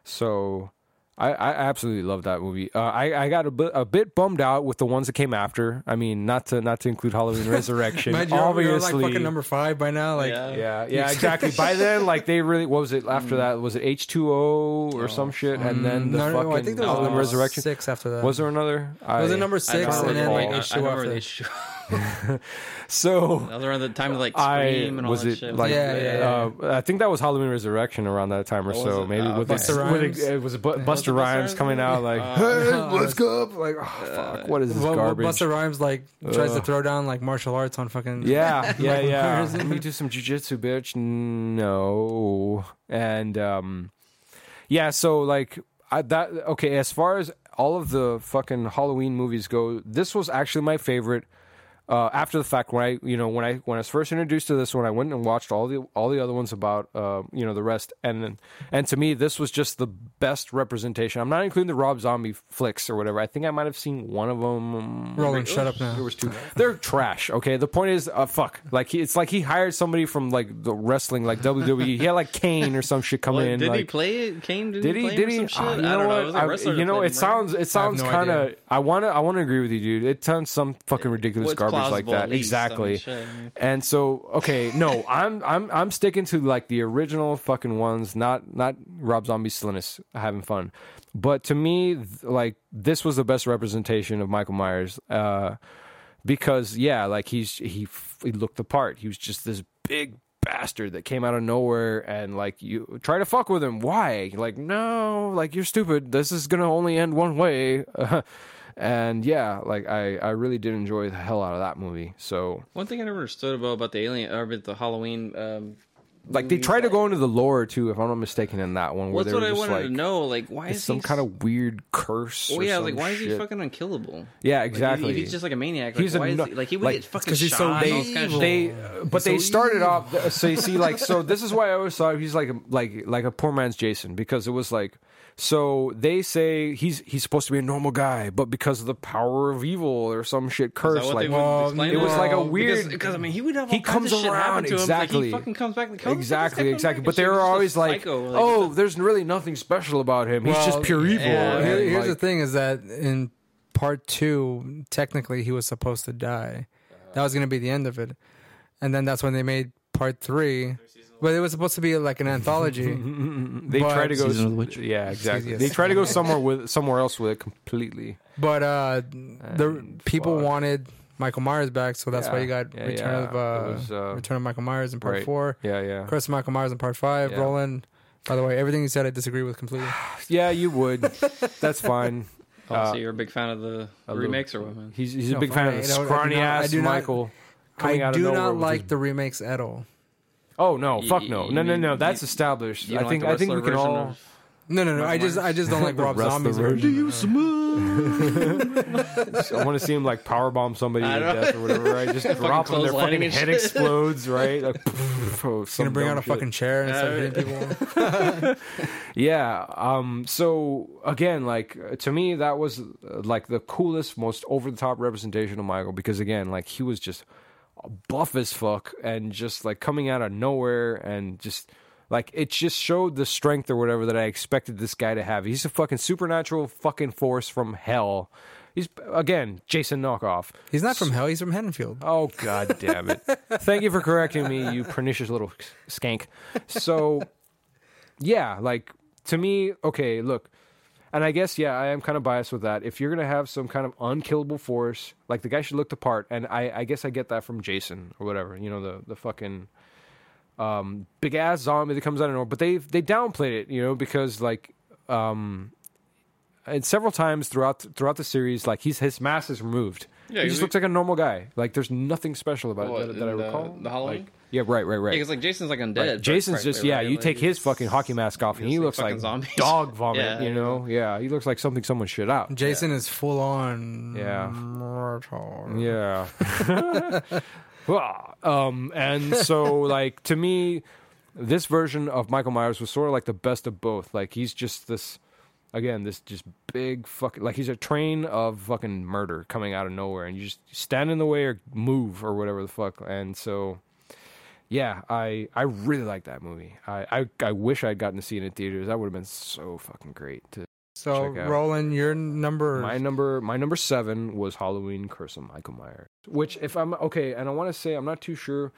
F: so I, I absolutely love that movie. Uh, I I got a bit a bit bummed out with the ones that came after. I mean, not to not to include Halloween Resurrection.
B: Man, you're,
F: obviously,
B: you're like fucking number five by now. Like,
C: Yeah.
F: yeah, yeah, exactly. By then, like they really, what was it after that? Was it H two O or some shit? And then the
B: Mm. Oh, no, no,
F: fucking
B: no, I think there was
F: Halloween
B: number
F: Resurrection.
B: six after that.
F: Was there another?
B: It was a number six,
F: don't
B: and then
F: recall.
B: like
F: I-
B: issue after.
F: So
C: That was around the time of like
F: I
C: Scream and all
F: was
C: that
F: it
C: shit.
F: like
B: Yeah, yeah,
F: Uh, I think that was Halloween Resurrection around that time or
C: was
F: so
C: it?
F: maybe
C: Uh,
F: with the-
B: Busta
F: with the-
B: Rhymes?
F: it was a bu- Buster
C: Busta
F: Rhymes
C: Rhymes
F: coming out like
B: Uh,
F: hey let's go up like oh, fuck what is this
B: Well,
F: garbage
B: Buster Rhymes like tries to
F: Ugh.
B: throw down like martial arts on fucking
F: yeah yeah
B: Michael
F: yeah
B: Myers.
F: let me do some jujitsu bitch no and um yeah so like I, that okay as far as all of the fucking Halloween movies go this was actually my favorite uh, after the fact when I you know when I when I was first introduced to this one I went and watched all the all the other ones about uh, you know the rest and and to me this was just the best representation I'm not including the Rob Zombie flicks or whatever I think I might have seen one of them
B: Roland, shut up now.
F: there was two they're trash okay the point is uh, fuck like he, it's like he hired somebody from like the wrestling like WWE he had like Kane or some shit come
C: What,
F: in
C: did he
F: like-
C: play it? Kane did,
F: did
C: he?
F: he?
C: Play
F: Did
C: him
F: he?
C: or Some
F: Ah,
C: shit?
F: you know
C: I don't know.
F: what?
C: It was a
F: I-
C: wrestler
F: you
C: that
F: know,
C: played
F: it
C: him,
F: sounds. It sounds
B: no
F: kind of.
B: idea.
F: I want to. I want to agree with you, dude. It sounds some fucking ridiculous
C: What's
F: garbage like
C: plausible
F: that.
C: at least, I mean,
F: exactly.
C: shit, I mean.
F: and so, okay, no, I'm I'm I'm sticking to like the original fucking ones, not not Rob Zombie silliness, having fun. But to me, th- like this was the best representation of Michael Myers. Uh, because yeah, like he's he f- he looked the part. He was just this big bastard that came out of nowhere and like you try to fuck with him. Why? Like no, like you're stupid. This is gonna only end one way. and yeah, like I I really did enjoy the hell out of that movie. So
C: One thing I never understood about about the alien or about the Halloween. Um,
F: like they
C: movies,
F: try to go into the lore too, if I'm not mistaken, in that one where
C: What's
F: they were
C: what I
F: just
C: wanted
F: like.
C: to know? Like, why
F: It's
C: is
F: some
C: he,
F: kind of weird curse.
C: Oh
F: or
C: yeah,
F: some
C: like why is he
F: shit.
C: fucking unkillable?
F: Yeah,
C: Like, if he-
F: exactly.
C: if he's just like a maniac. Like,
F: He's a
C: why is
F: nu-
C: he, like he would
F: like,
C: get fucking
B: 'cause he's
C: shot.
B: so
C: and all
B: they-
C: this kind of shit.
F: they uh, but they started off so you see like so this is why i always thought he's like a, like like a poor man's jason because it was like so they say he's he's supposed to be a normal guy but because of the power of evil or some shit
C: Is that
F: curse
C: what they
F: like
C: would explain
F: it was like a
C: Because-
F: weird-
C: because, I mean he would have all
F: He
C: kinds
F: comes
C: of shit happen
F: around,
C: to him. Like,
F: exactly.
C: he fucking comes back. Like, "Come on,
F: exactly
C: come
F: exactly
C: back."
F: but
C: Shit,
F: they were
C: he's just a
F: always like
C: psycho. Like,
F: oh there's really nothing special about him he's just
B: Well,
F: pure evil
C: yeah.
F: and,
B: Here- Oh, here's the
F: like-
B: thing: is that in part two, technically he was supposed to die. That was going to be the end of it, and then that's when they made part three. But it was supposed to be like an anthology.
F: they
B: but-
F: try to go
C: Season of the Witch.
F: yeah exactly
B: Yes.
F: they try to go somewhere with somewhere else with it completely
B: But uh, the
F: And
B: people
F: fuck.
B: wanted Michael Myers back, so that's why you
F: Yeah,
B: got
F: yeah,
B: Return
F: yeah.
B: of uh,
F: It was, uh,
B: Return of Michael Myers in part
F: right.
B: four,
F: yeah yeah
B: Curse of Michael Myers in part five.
F: Yeah.
B: Roland, by the way, everything you said I disagree with completely.
F: yeah you would that's fine
C: Oh,
F: Uh,
C: so you're a big fan of the
F: little-
C: remakes or what, man?
F: He's he's
B: No,
F: a big
B: for
F: fan
B: me,
F: of the
B: I don't- I do
F: scrawny
B: not- I
F: ass
B: do not-
F: Michael. Coming
B: I
F: out of
B: do
F: nowhere
B: not
F: with
B: like
F: his-
B: the remakes at all.
F: Oh no!
C: You-
F: Fuck no!
C: you
F: No no
C: mean-
F: no! That's
C: you-
F: established.
C: You
F: I
C: don't
F: think
C: like the
F: I think we
C: wrestler
F: can
C: version
F: all.
C: of-
B: No, no, no. I just, I just don't like
F: The
B: Rob
F: rest of the
B: Zombie's
F: version.
B: version.
F: I want to see him like powerbomb somebody
C: I
F: to
C: know.
F: death or whatever. Right? Just drop them. Their
C: clotheslining
F: fucking
C: and
F: head
C: shit.
F: explodes. Right? Like, oh,
B: He's gonna bring out a
F: shit.
B: fucking chair and start hitting people.
F: Yeah. Um. So again, like uh, to me, that was uh, like the coolest, most over the top representation of Michael because again, like he was just buff as fuck and just like coming out of nowhere and just like it just showed the strength or whatever that I expected this guy to have. He's a fucking supernatural fucking force from hell. He's again Jason knockoff.
B: He's not from hell. He's from Haddonfield.
F: Oh god damn it. Thank you for correcting me, you pernicious little skank. So yeah, like to me, okay, look. And I guess yeah, I am kind of biased with that. If you're going to have some kind of unkillable force, like the guy should look the part and I I guess I get that from Jason or whatever, you know, the the fucking um big ass zombie that comes out of nowhere, but they they downplayed it, you know, because like um and several times throughout throughout the series, like he's his mask is removed.
C: Yeah,
F: he
C: he's-
F: just looks like a normal guy. Like there's nothing special about
C: What,
F: it that, that I
C: in the-
F: recall.
C: the Halloween?
F: Like, yeah, right, right, right.
C: Yeah, 'cause, like Jason's like undead.
F: Like,
C: but-
F: Jason's
C: right,
F: just
C: right,
F: yeah.
C: right,
F: you
C: like,
F: take his
C: he's-
F: fucking hockey mask off, and
C: he
F: he
C: looks like
F: looks like
C: fucking zombies.
F: dog vomit.
C: Yeah.
F: you know, yeah, he looks like something someone shit out.
B: Jason is full on.
F: Yeah.
B: Mortal.
F: Yeah. Wah. um, and so, like, to me, this version of Michael Myers was sort of like the best of both. Like, he's just this, again, this just big fucking, like, he's a train of fucking murder coming out of nowhere, and you just stand in the way or move or whatever the fuck. And so, yeah, I I really like that movie. I, I I wish I'd gotten to see it in theaters. That would have been so fucking great. To
B: So
F: Check out.
B: Roland, your number.
F: my number my number seven was Halloween Curse of Michael Myers, which if I'm okay, and I want to say I'm not too sure.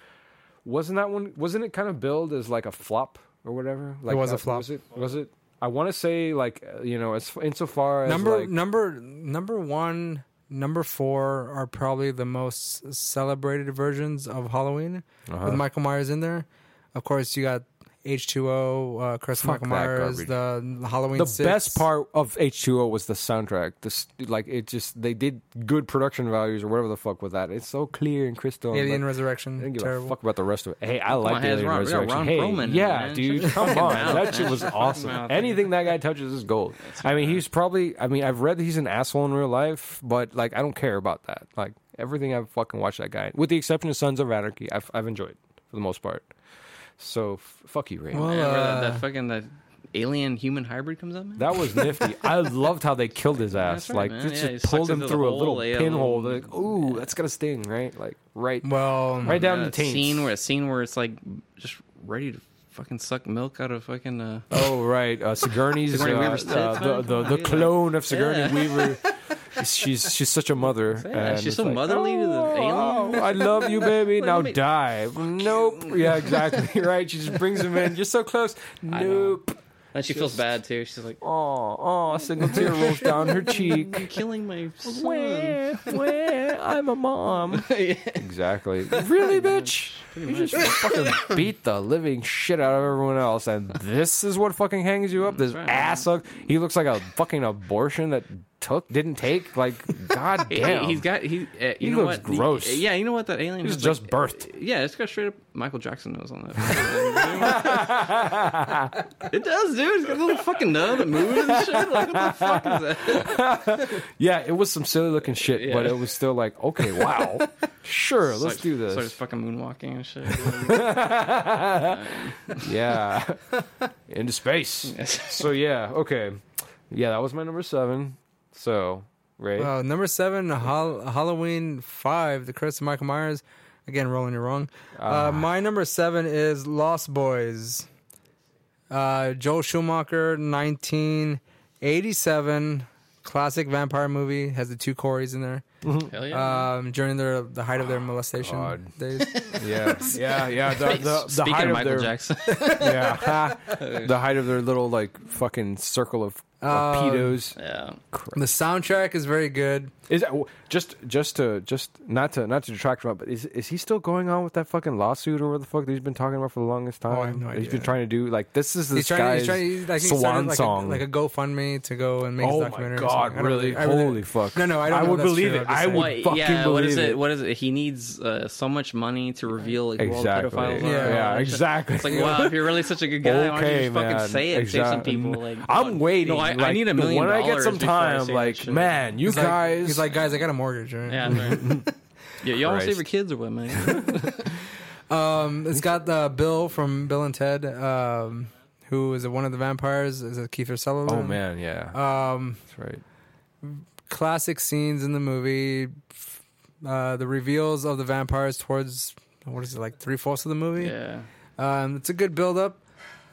F: Wasn't that one? Wasn't it kind of billed as like a flop or whatever? Like
B: was a
F: that-
B: flop.
F: Was it? Was it? I want to say like uh, you know as insofar as
B: number
F: like,
B: number number one, number four are probably the most celebrated versions of Halloween
F: Uh-huh.
B: with Michael Myers in there. Of course, you got H two O, uh, Chris
F: Fuck
B: Michael
F: that
B: Myers,
F: garbage.
B: the Halloween.
F: the
B: six.
F: best part of H2O was the soundtrack. This like it just they did good production values or whatever the fuck with that. It's so clear and crystal. and,
B: Alien
F: like, I
B: Resurrection.
F: didn't give
B: Terrible.
F: a fuck about the rest of it. Hey, I like
C: on,
F: the
C: it has
F: Alien
C: Ron- we got
F: Resurrection.
C: Ron
F: hey,
C: Perlman in it,
F: yeah,
C: man.
F: dude,
C: Shut your
F: come
C: fucking
F: on,
C: mouth,
F: that shit
C: man.
F: was
C: Shut your
F: awesome.
C: mouth.
F: Anything that guy touches is gold. I mean, he's probably. I mean, I've read that he's an asshole in real life, but like, I don't care about that. Like everything I've fucking watched that guy, with the exception of Sons of Anarchy, I've I've enjoyed for the most part. So f- fuck you, Ray.
B: Well,
C: Man, where that,
B: uh,
C: that fucking that alien human hybrid comes up, man.
F: That was nifty. I loved how they killed his ass.
C: That's right,
F: like
C: man.
F: just-
C: Yeah, he
F: just
C: sucks
F: pulled him
C: into the
F: through a
C: hole,
F: little
C: yeah, a
F: pinhole.
C: little-
F: They're like, ooh, that's gonna sting, right? Like right,
B: Well,
F: right down
C: Yeah,
F: the taint.
C: scene where a scene where it's like just ready to fucking suck milk out of fucking uh,
F: Oh right, uh, Sigourney's
C: Sigourney
F: uh,
C: Weaver's
F: uh,
C: tits,
F: the,
C: man?
F: the
C: Come
F: the
C: on,
F: clone of Sigourney Weaver. She's she's such a mother.
C: Yeah,
F: and
C: she's
F: it's
C: so
F: like,
C: motherly to the
F: "Oh,
C: alien."
F: oh, I love you, baby. now
C: let me-
F: die. Nope. Yeah, exactly. Right. She just brings him in. You're so close. Nope.
C: and she feels bad too. She's like,
F: Oh, oh, a single tear rolls down her cheek.
C: "I'm killing my son."
F: Where, where? I'm a mom. Exactly. Really, bitch? You just fucking beat the living shit out of everyone else, and this is what fucking hangs you up. This
C: That's right.
F: ass look. He looks like a fucking abortion that took didn't take. Like,
C: Hey,
F: goddamn.
C: he's got he. Uh, you
F: He
C: know
F: looks
C: what? The-
F: gross.
C: yeah, you know what? That alien
F: He's
C: has,
F: just
C: like,
F: birthed.
C: Yeah, it's got straight up Michael Jackson nose on that. it does, dude. It's got a little fucking nub that moves and shit. Like, what the fuck is that?
F: Yeah, it was some silly looking shit, but
C: Yeah.
F: it was still like, okay, wow, sure, let's
C: Like,
F: do this.
C: Starts fucking moonwalking and shit.
F: yeah, into space. So yeah, okay, yeah, that was my number seven. So, right?
B: Uh, number seven, Hal- Halloween five, The Curse of Michael Myers. Again, rolling you wrong.
F: Ah.
B: Uh, my number seven is Lost Boys. Uh, Joel Schumacher, 1987, classic vampire movie. Has the two Corys in there
C: Hell
F: Uh,
C: yeah.
B: um, during their the height of their molestation
F: God.
B: days.
F: yeah, yeah, yeah. The, the, the
C: Speaking
F: height
C: of Michael
F: their,
C: Jackson,
F: yeah, the height of their little like fucking circle of, of
B: Um,
F: pedos.
C: yeah.
B: the soundtrack is very good.
F: Is that, just just to just not to not to detract from it, but is is he still going on with that fucking lawsuit or what the fuck that he's been talking about for the longest time?
B: Oh, I have no
F: That He's
B: idea.
F: been trying to do like this is this
B: He's trying,
F: guy's
B: he's trying, he's, I think he started
F: swan
B: like
F: song.
B: A, like a GoFundMe to go and make
F: Oh
B: his
F: my
B: documentary. or
F: God,
B: something. I don't
F: really?
B: I really-
F: Holy fuck.
B: No, no, I don't
F: I
B: know
F: would
B: if that's
F: believe
B: true. I'm
F: it.
B: just
F: I
B: saying.
F: would
C: What,
F: fucking
C: yeah, what is
F: believe
C: it?
F: it.
C: What is it? He needs uh, so much money to reveal like
F: exactly.
C: who all the pedophiles are.
F: yeah,
B: Yeah.
F: exactly.
C: It's like, wow, if you're really such a good guy, why don't you just fucking say it, save some
F: exact-
C: people? Like,
F: I'm waiting.
C: No, I, I
F: like,
C: need a million
F: when I get
C: dollars
F: some
C: before I
F: time.
C: say that
F: Like,
C: shit.
F: man, you
B: He's
F: guys.
B: Like, he's like, guys, I got a mortgage, right?
C: yeah, that's right. yeah, y'all wanna
F: Christ.
C: save your kids or what, man?
B: Um, it's got uh, Bill from Bill and Ted, um, who is one of the vampires. Is it Keith Sutherland?
F: oh man, yeah,
B: Um,
F: that's right.
B: classic scenes in the movie. Uh, the reveals of the vampires towards what is it like three fourths of the movie?
C: yeah,
B: Um, it's a good build up.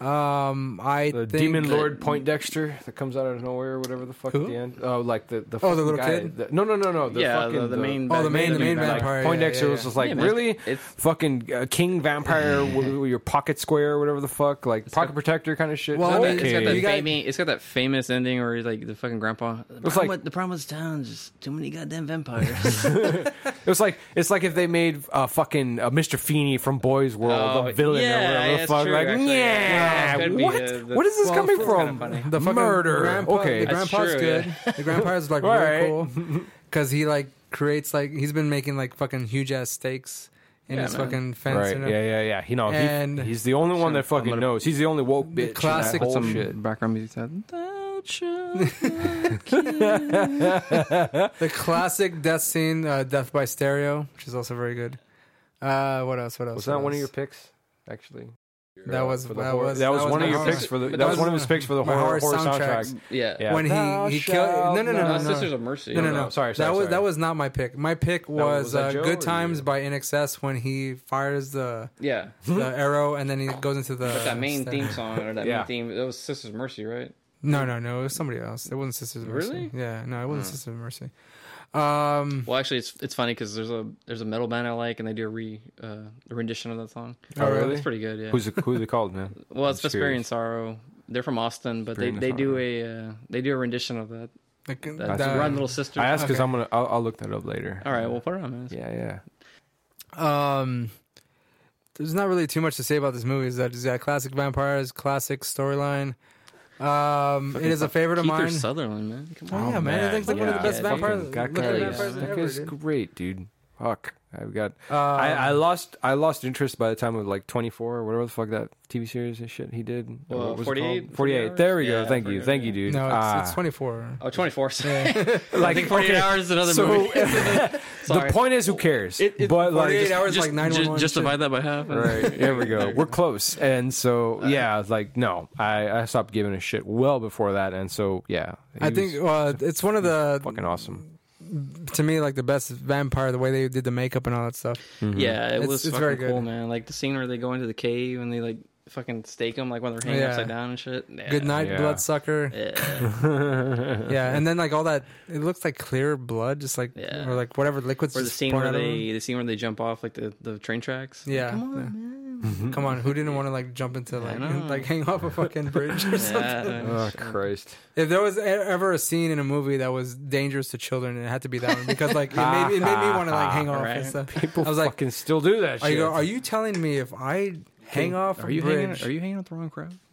B: Um, I
F: The
B: think
F: demon
B: that-
F: lord Poindexter that comes out of nowhere, or whatever the fuck
B: Who?
F: at the end. Oh, like the the
B: Oh, the
F: fucking
B: little
F: guy,
B: kid?
F: the- no, no, no, no. The
C: yeah.
F: fucking,
C: the, the main,
B: Oh, the main- the main
F: like,
B: vampire, yeah,
F: Poindexter
B: yeah,
F: was
B: yeah.
F: just like,
C: Yeah, man,
F: really,
C: it's-
F: fucking uh, king vampire, w- with your pocket square or whatever the fuck, like pocket protector kind of shit.
B: Well,
C: It's got that-
F: Oh, okay.
C: It's got that
B: You got-
C: famous. It's got that famous ending where he's like the fucking grandpa. The problem,
F: like-
C: with, the problem with this town is just too many goddamn vampires.
F: It was like it's like if they made uh, fucking uh, Mr. Feeney from Boys World
C: Oh,
F: a villain
C: yeah,
F: or whatever. the
C: that's
F: fuck.
C: true,
F: like,
C: actually, yeah.
F: yeah,
C: Well, it could be,
F: what?
C: uh, the-
F: what is this
B: Well,
F: coming
B: it's
F: from?
B: the fucking
F: Murder.
B: Grandpa,
F: okay,
B: the
C: That's
B: grandpa's
C: true,
B: good. The grandpa's like really
F: Alright.
B: cool because he like creates like he's been making like fucking huge ass steaks in
C: Yeah,
B: his
C: man.
B: fucking fence.
F: right?
B: and
F: Yeah, yeah, yeah. He know
B: And-
F: he, he's the only one that fucking
C: gonna-
F: knows. He's the only woke bitch. in that
B: classic-
F: whole
B: Some-
F: shit.
C: Background music. said, "Don't you
B: The classic death scene, uh, Death by Stereo, which is also very good. Uh, what else? What else?
F: Was
B: what
F: that one of
B: else?
F: your picks? Actually,
B: That was
F: for the
B: that
F: horror-
B: was
F: that was one
B: my
F: of your
B: horror-
F: picks for the that,
B: that
F: was
B: was
F: one of his picks for the
B: my horror
F: horror, horror
B: soundtracks.
F: soundtracks.
C: Yeah.
F: Yeah.
B: when
F: Thou
B: he he killed
F: shalt
B: no no no
F: not-
B: no
C: Uh,
B: no.
C: Sisters of Mercy.
B: No, no,
F: No,
B: no.
F: no, sorry,
B: that
F: sorry,
B: was
F: sorry.
B: that was not my pick. My pick was,
F: was that
B: uh,
F: Joe or
B: "Good Times"
F: you?
B: by NXS when he fires the
C: Yeah.
B: the arrow and then he goes into the
C: But that main theme song or that
F: Yeah.
C: main theme, that was Sisters of Mercy, right?
B: No, no, no. It was somebody else. It wasn't Sisters of Mercy.
C: Really?
B: Yeah, no, it
F: Hmm.
B: wasn't Sisters of Mercy. Um,
C: Well, actually, it's it's funny because there's a there's a metal band I like, and they do a re uh, a rendition of that song.
F: Oh, really?
C: It's pretty good. Yeah.
F: Who's it, who's it called, man?
C: well, it's
F: I'm
C: Vesperian
F: curious.
C: Sorrow. They're from Austin, but they,
F: Vesperian
C: they do a uh, they do a rendition of that,
B: like,
C: that
B: that-
C: Run Little Sister.
F: I asked because
B: Okay.
F: I'm gonna. I'll, I'll look that up later.
C: All right, we'll put it on. Man.
F: Yeah, yeah.
B: um, there's not really too much to say about this movie. Is that it's got classic vampires, classic storyline. Um, it is a favorite of
C: Keith or
B: mine.
C: Sutherland, man. Come
B: Oh,
C: on.
B: yeah, man. It's like one of the
C: yeah.
B: best
C: Yeah,
B: vampires.
C: fucking
F: That
B: looking
F: guy,
C: yeah.
F: is,
B: vampires
F: that
B: ever,
F: guy's
B: dude.
F: great, dude. Fuck, I've got.
B: Um,
F: I, I lost. I lost interest by the time of like 24 or whatever the fuck that TV series and shit he did.
C: Well,
F: What was it
C: 48?
F: called? 48. There we go.
C: Yeah,
F: Thank you.
C: 48,
F: Thank you,
C: yeah.
F: dude.
B: No, it's,
F: Ah.
B: it's 24.
C: Oh, 24. so-
F: like
C: think 48 hours is another
F: so,
C: movie.
F: the
C: Sorry.
F: point is, who cares?
C: It- it-
F: but like,
B: 48 hours,
C: just
B: like 911.
C: just, just divide that by half. and-
F: right there we go. We're close, and so yeah, like no, I I stopped giving a shit well before that, and so yeah,
B: I
F: he
B: think
F: was
B: uh, it's one of the
F: fucking awesome.
B: to me like the best vampire. The way they did the makeup and all that stuff.
C: Yeah, it
B: It's-
C: was
B: it's
C: fucking
B: very
C: cool,
B: good.
C: man. Like the scene where they go into the cave and they like fucking stake them, like when they're hanging
B: Yeah.
C: upside down and shit. Yeah.
B: Good night,
F: Yeah.
B: bloodsucker.
C: Yeah.
B: Yeah. and then like all that. It looks like clear blood, just like
C: Yeah.
B: or like whatever liquids.
C: or the
B: just
C: scene
B: pouring
C: where
B: out of
C: they the scene where they jump off like the, the train tracks.
B: them. Yeah.
C: Come on,
B: yeah.
C: man.
B: Come on, who didn't want to like jump into like
C: Mhm. know.
B: like hang off a fucking bridge? Or something?
C: Yeah.
F: Oh Christ!
B: If there was e- ever a scene in a movie that was dangerous to children, it had to be that one because like it made, it made me want to like hang off
C: Right.
B: and stuff.
F: People
B: I was like,
F: fucking still do that.
B: Are
F: shit.
B: you, are you telling me if I hang off
C: Are
B: a
C: you
B: bridge?
C: hanging? Are you hanging with the wrong crowd?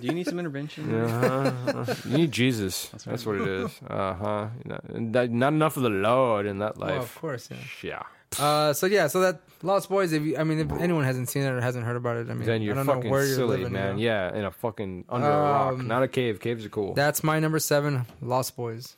C: Do you need some intervention?
F: Uh-huh. You need Jesus. That's, what it is. Uh huh. Not, not enough of the Lord in that
B: Well, of
F: life.
B: course, yeah.
F: yeah.
B: Uh, so yeah, so that Lost Boys. If you, I mean, if anyone hasn't seen it or hasn't heard about it, I mean,
F: Then you're
B: I don't
F: fucking
B: know where you're
F: silly,
B: living,
F: man.
B: you know?
F: Yeah, in a fucking under a rock,
B: Um,
F: not a cave. Caves are cool.
B: That's my number seven, Lost Boys.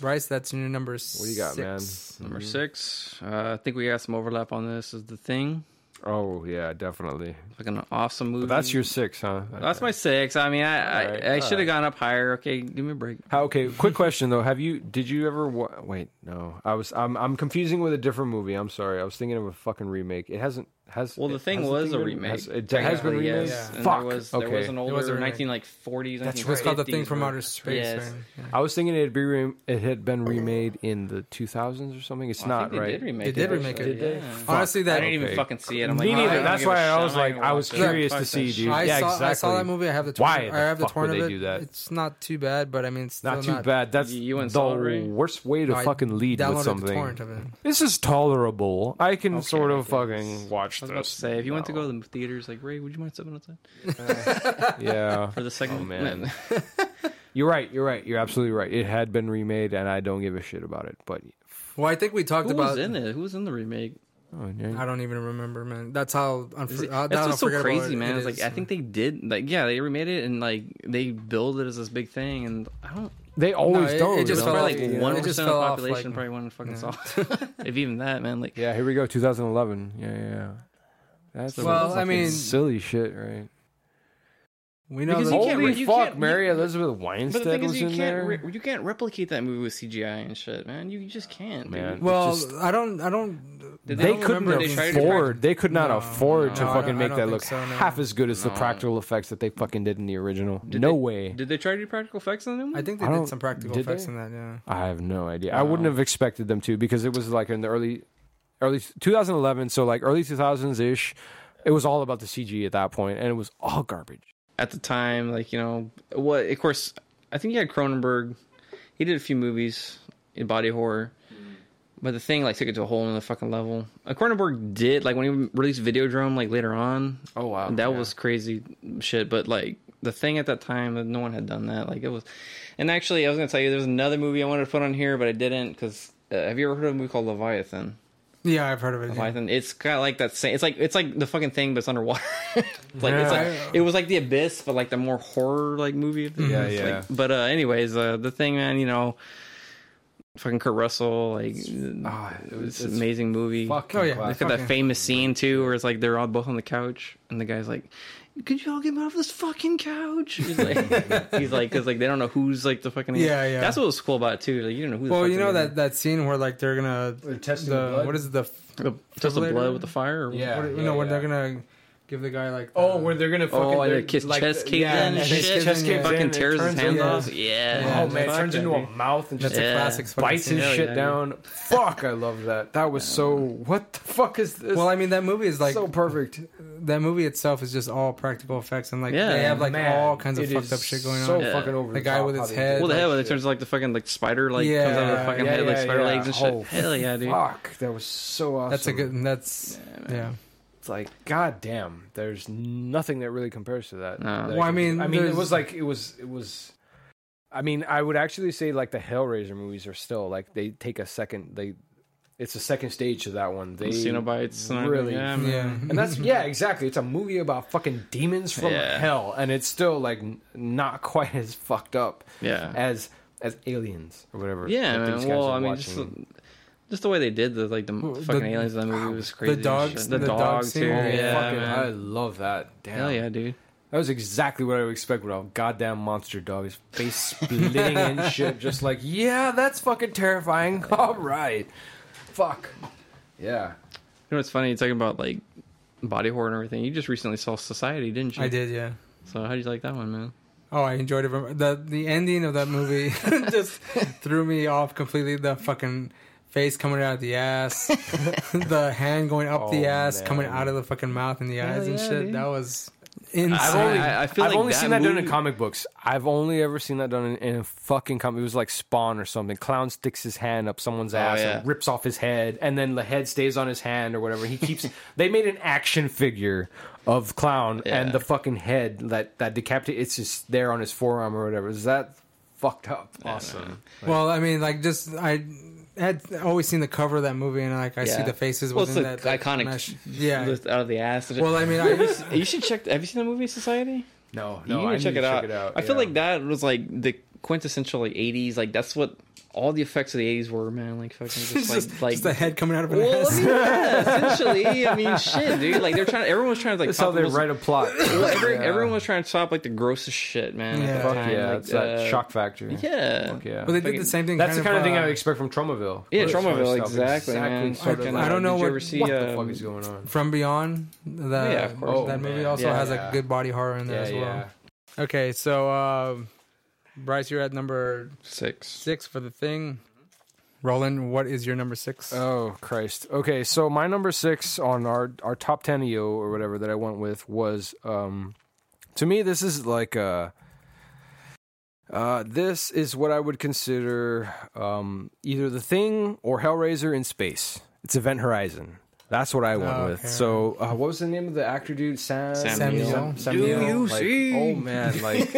B: Bryce, that's your number.
F: what do you got,
B: six.
F: man?
C: Number six. Uh, I think we got some overlap on this. Is the thing
F: Oh yeah, definitely.
C: like an awesome movie?
F: But that's your six, huh?
C: That's my six. I mean, I I,
F: Alright,
C: I should have
F: alright.
C: gone up higher. Okay, give me a break.
F: How, okay, quick question though. Have you? Did you ever? Wa- wait, no. I was. I'm. I'm confusing with a different movie. I'm sorry. I was thinking of a fucking remake. It hasn't. Has
C: Well, the
F: it-
C: thing
F: has
C: was a
F: been-
C: remake.
F: has- it has been
C: technically,
F: remade.
C: yes. And
F: Fuck.
C: There was,
F: okay.
C: there was an older
B: was a remake.
C: 19 like 40s.
F: That's
B: It was called the thing from outer
C: outer
B: space.
C: Yes.
B: right? Yeah.
F: I was thinking it'd be re- it had been remade in the 2000s or something. It's
C: I
F: not
C: think they
F: right.
C: did remake
B: They
C: it.
B: did remake
C: actually,
B: it. Did
C: yeah.
B: Honestly,
C: I
B: that
C: didn't
F: Okay.
C: even fucking see it. I'm like,
F: Me
C: oh,
F: neither.
C: I don't
F: That's
C: give a
F: why I
C: shit.
F: was
C: I'm not
F: like-
C: gonna
F: I
C: watch
F: was
C: it.
F: curious
C: Fuck
F: to
C: that
F: see,
C: shit.
F: dude.
B: I
F: Yeah,
B: saw I saw
F: exactly.
B: that movie. I have the
F: Why
B: torn,
F: the
B: I have the
F: fuck would
B: torn of
F: they
B: it.
F: do that?
B: It's not too bad, but I mean, it's
F: Not too
B: still
F: bad. That's
C: You and
F: the
C: Saul, right?
F: worst way to
B: No, I
F: fucking lead
B: downloaded
F: with something.
B: The torrent of it.
F: This is tolerable. I can sort
C: okay.
F: of fucking watch
C: I was
F: this.
C: about to say, if you went to
F: now.
C: go to the theaters, like Ray, would you mind stepping outside
F: yeah.
C: for the second?
F: Oh, man. You're right. You're right. You're absolutely right. It had been remade, and I don't give a shit about it. But
B: Well, I think we talked
C: Who
B: about
C: was in it? Who was in the remake?
F: oh, yeah.
B: I don't even remember, man. That's
C: Is
B: how unfor- uh,
C: it-
F: uh,
B: how-
C: that's
B: how
C: what's so
B: unforgettable
C: crazy,
B: it-
C: man.
B: it
C: It's like
B: is.
C: I think they did, like, yeah, they remade it and like they build it as this big thing, and I don't.
F: they always
B: it- it
F: don't.
B: just
F: you know?
B: fell
C: Probably
B: off, yeah.
C: like one
B: It just
C: percent of
B: fell
C: the
B: off,
C: population
B: like-
C: probably went and fucking saw it. if even that, man. Like,
F: Yeah, here we go. 2011. Yeah, yeah, yeah. That's
B: Well, I
F: fucking
B: mean-
F: silly shit, right?
B: we know
C: Because
B: that-
C: you can't-
F: Holy
C: you
F: fuck,
C: can't-
F: Mary
C: you-
F: Elizabeth
C: But the
F: Weinstead
C: thing is,
F: was
C: you
F: in there.
C: can't re- you can't replicate that movie with CGI and shit, man. You, you just can't,
F: Man.
C: man.
B: Well,
F: Just-
B: I don't. I don't.
C: Did
F: they
C: don't
F: couldn't
C: remember they tried to
F: afford. They could not
B: No,
F: afford
C: no,
F: to
C: I
B: don't-
F: fucking
B: I
F: make
B: don't
F: that
B: think
F: look
B: so, no.
F: half as good as the
C: No.
F: practical effects that they fucking did in the original.
C: Did
F: no
C: they-
F: way.
C: Did they try to do practical effects on them?
B: I think they
F: I don't-
B: did some practical
F: did
B: effects
F: they?
B: in that. Yeah.
F: I have no idea. I
C: No.
F: wouldn't have expected them to because it was like in the early, early 2011. So like early 2000s ish. It was all about the CG at that point, and it was all garbage.
C: At the time, like you know, what? Of course, I think you had Cronenberg. He did a few movies in body horror, but the thing like took it to a whole other fucking level. Uh, Cronenberg did like when he released Videodrome, like later on.
F: Oh wow,
C: that was crazy shit. But like the thing at that time, no one had done that. Like it was, and actually, I was gonna tell you there's another movie I wanted to put on here, but I didn't because uh, have you ever heard of a movie called Leviathan?
B: Yeah, I've heard of it. yeah.
C: Leviathan. It's kind of like that same. It's like it's like the fucking thing, but it's underwater. It's like it's
B: Yeah.
C: like it was like the abyss, but like the more horror like movie.
F: Yeah,
C: It's
F: yeah.
C: Like, but uh, anyways, uh, the thing, man, you know. fucking Kurt Russell. Like, uh,
F: Ah, it was-
C: it's an
F: it's
C: amazing movie.
F: Fucking
B: Oh, yeah.
F: classic.
C: It's got that
B: fucking-
C: famous scene too, where it's like they're all both on the couch, and the guy's like, "Could you all get me off this fucking couch?" He's like, he's like, because like they don't know who's like the fucking
B: Yeah, yeah.
C: That's what was cool about it too. Like you don't know who.
B: Well,
C: the fuck
B: you
C: they're
B: know
C: gonna-
B: that that scene where like they're gonna
F: They're testing the
B: the
F: blood?
B: what is it, the f-
C: the test of
B: defibrillator?
C: blood with the fire. or-
F: Yeah,
B: what, you
F: yeah,
B: know when
F: yeah.
B: they're gonna give the guy like
F: Oh,
B: the-
F: where they're gonna fucking
C: Oh, and
F: they're-
C: the kiss
F: like,
C: chest
F: the-
C: came
F: yeah,
C: in.
F: and
C: and
F: his
C: shit,
F: chest
B: yeah.
F: came
C: fucking
F: in, it
C: tears his
F: turns
C: hands
F: into-
C: off. Yeah.
F: Oh man, it
C: Fuck
F: turns
C: that
F: into a
C: movie.
F: mouth and
B: that's
F: just
B: a
C: Yeah.
B: classic fucking
F: bites
B: scene.
F: his
C: Hell
F: shit
C: yeah,
F: down. Fuck, I love that. That was so. What the fuck is this?
B: Well, I mean that movie is like
F: so perfect.
B: that movie itself is just all practical effects and like
C: Yeah.
B: they have like
F: Man,
B: all kinds of
F: it
B: fucked
F: is
B: up shit going
F: So
B: on.
C: Yeah.
F: fucking over
B: The
F: the
B: guy
F: top
B: with
F: how
B: his
F: they
B: head.
F: did
C: Well, the
F: that
C: hell, when it
F: shit.
C: turns into, like the fucking like spider like
B: Yeah,
C: comes out of the fucking
F: yeah,
C: head like
F: yeah,
C: spider
F: yeah.
C: legs and shit.
F: Oh,
C: hell yeah, dude.
F: Fuck, that was so awesome.
B: That's a good. That's yeah.
F: It's like, god damn, there's nothing that really compares to that.
C: No.
F: That
B: Well, I
F: can-
B: mean,
F: I mean, it
B: there's-
F: was like it was it was. I mean, I would actually say like the Hellraiser movies are still like they take a second. They, it's a second stage to that one. They
C: The Cenobites, and everything.
F: really
C: Yeah, man.
B: Yeah.
F: and that's yeah, exactly. It's a movie about fucking demons from
C: Yeah.
F: hell, and it's still like n- not quite as fucked up
C: Yeah.
F: as as aliens or whatever.
C: Yeah,
F: that
C: man.
F: these guys
C: Well,
F: are
C: I mean,
F: watching.
C: just the, just the way they did the like the m-
B: The-
C: fucking aliens in that movie was crazy. as
B: dog-
C: shit.
B: the
C: the,
B: dog
C: dog,
B: scene.
C: too.
F: oh,
C: yeah,
F: fucking,
C: man.
F: I love that. Damn.
C: hell yeah, dude.
F: That was exactly what I would expect with a goddamn monster dog, his face splitting and shit, just like, yeah, that's fucking terrifying. All right. Fuck. Yeah.
C: You know what's funny? You're talking about like body horror and everything. You just recently saw Society, didn't you?
B: I did. Yeah.
C: So how do you like that one, man?
B: Oh, I enjoyed it. very- The the ending of that movie just threw me off completely. The fucking face coming out of the ass, the hand going up the
F: Oh,
B: ass, coming
F: man.
B: out of the fucking mouth and the eyes and
C: yeah,
B: shit.
C: dude.
B: That was insane.
C: I've only- I- I feel
F: I've
C: like
F: only
C: that
F: seen that done in
C: movie-
F: comic books. I've only ever seen that done in, in a fucking comic. It was like Spawn or something. Clown sticks his hand up someone's ass
C: Oh, yeah.
F: and rips off his head, and then the head stays on his hand or whatever. He keeps. they made an action figure of Clown
C: Yeah.
F: and the fucking head that that decapitated. It's just there on his forearm or whatever. Is that fucked up? Awesome.
B: well, I mean, like just I had always seen the cover of that movie and like I see
C: Yeah.
B: the faces
C: Well, it's
B: within
C: the
B: that like,
C: iconic-
B: mesh. Yeah.
C: Just out of the ass.
B: well, I mean, I
C: you should check. Have you seen the movie Society?
F: No,
C: you
F: no,
C: need to
F: I
C: check,
F: need
C: it,
F: to
C: out.
F: check it out.
C: I feel
F: yeah.
C: like that was like the quintessential like '80s. Like that's what all the effects of the '80s were, man. Like fucking just,
B: it's
C: like
B: just,
C: like
B: just the head coming out of an
C: Well, I
B: ass.
C: mean, yeah, essentially, I mean, shit, dude. Like they're trying. Everyone's trying to like.
F: that's how
C: pop the
F: they
C: most-
F: write a plot.
C: Well, every,
F: Yeah.
C: Everyone was trying to stop like the grossest shit, man.
B: Yeah.
C: at the
F: Fuck
C: time.
F: yeah,
C: like,
F: it's that
C: uh,
F: shock factor.
C: Yeah.
F: Fuck yeah.
B: But they did
C: Fucking-
B: the same thing.
F: That's the kind of thing I
B: uh,
F: would expect from Tromaville.
C: Yeah,
F: Those sort of
C: Tromaville,
F: stuff.
C: exactly, man.
F: sort of
C: Fucking,
F: like,
B: I don't know
C: did you
B: what-
C: ever see,
F: what the
C: uh,
F: fuck is going on?
B: From Beyond, the,
C: Yeah, of course.
B: that
F: Oh,
B: movie
F: man.
B: also
C: Yeah,
B: has
F: yeah.
B: like good body horror in there as well. Okay, so uh, Bryce, you're at number
C: Six.
B: six for the thing. Roland, what is your number six?
F: Oh Christ. Okay, so my number six on our our top ten EO or whatever that I went with was um to me this is like uh uh this is what I would consider um either the thing or Hellraiser in space. It's Event Horizon. That's what I went
B: Oh,
F: with.
B: okay.
F: So uh, what was the name of the actor dude? Sam
C: Sam
F: Sam-
B: Neill.
F: Sam- Sam
B: Do
F: Neill.
B: you
F: Like,
B: see?
F: Oh man, like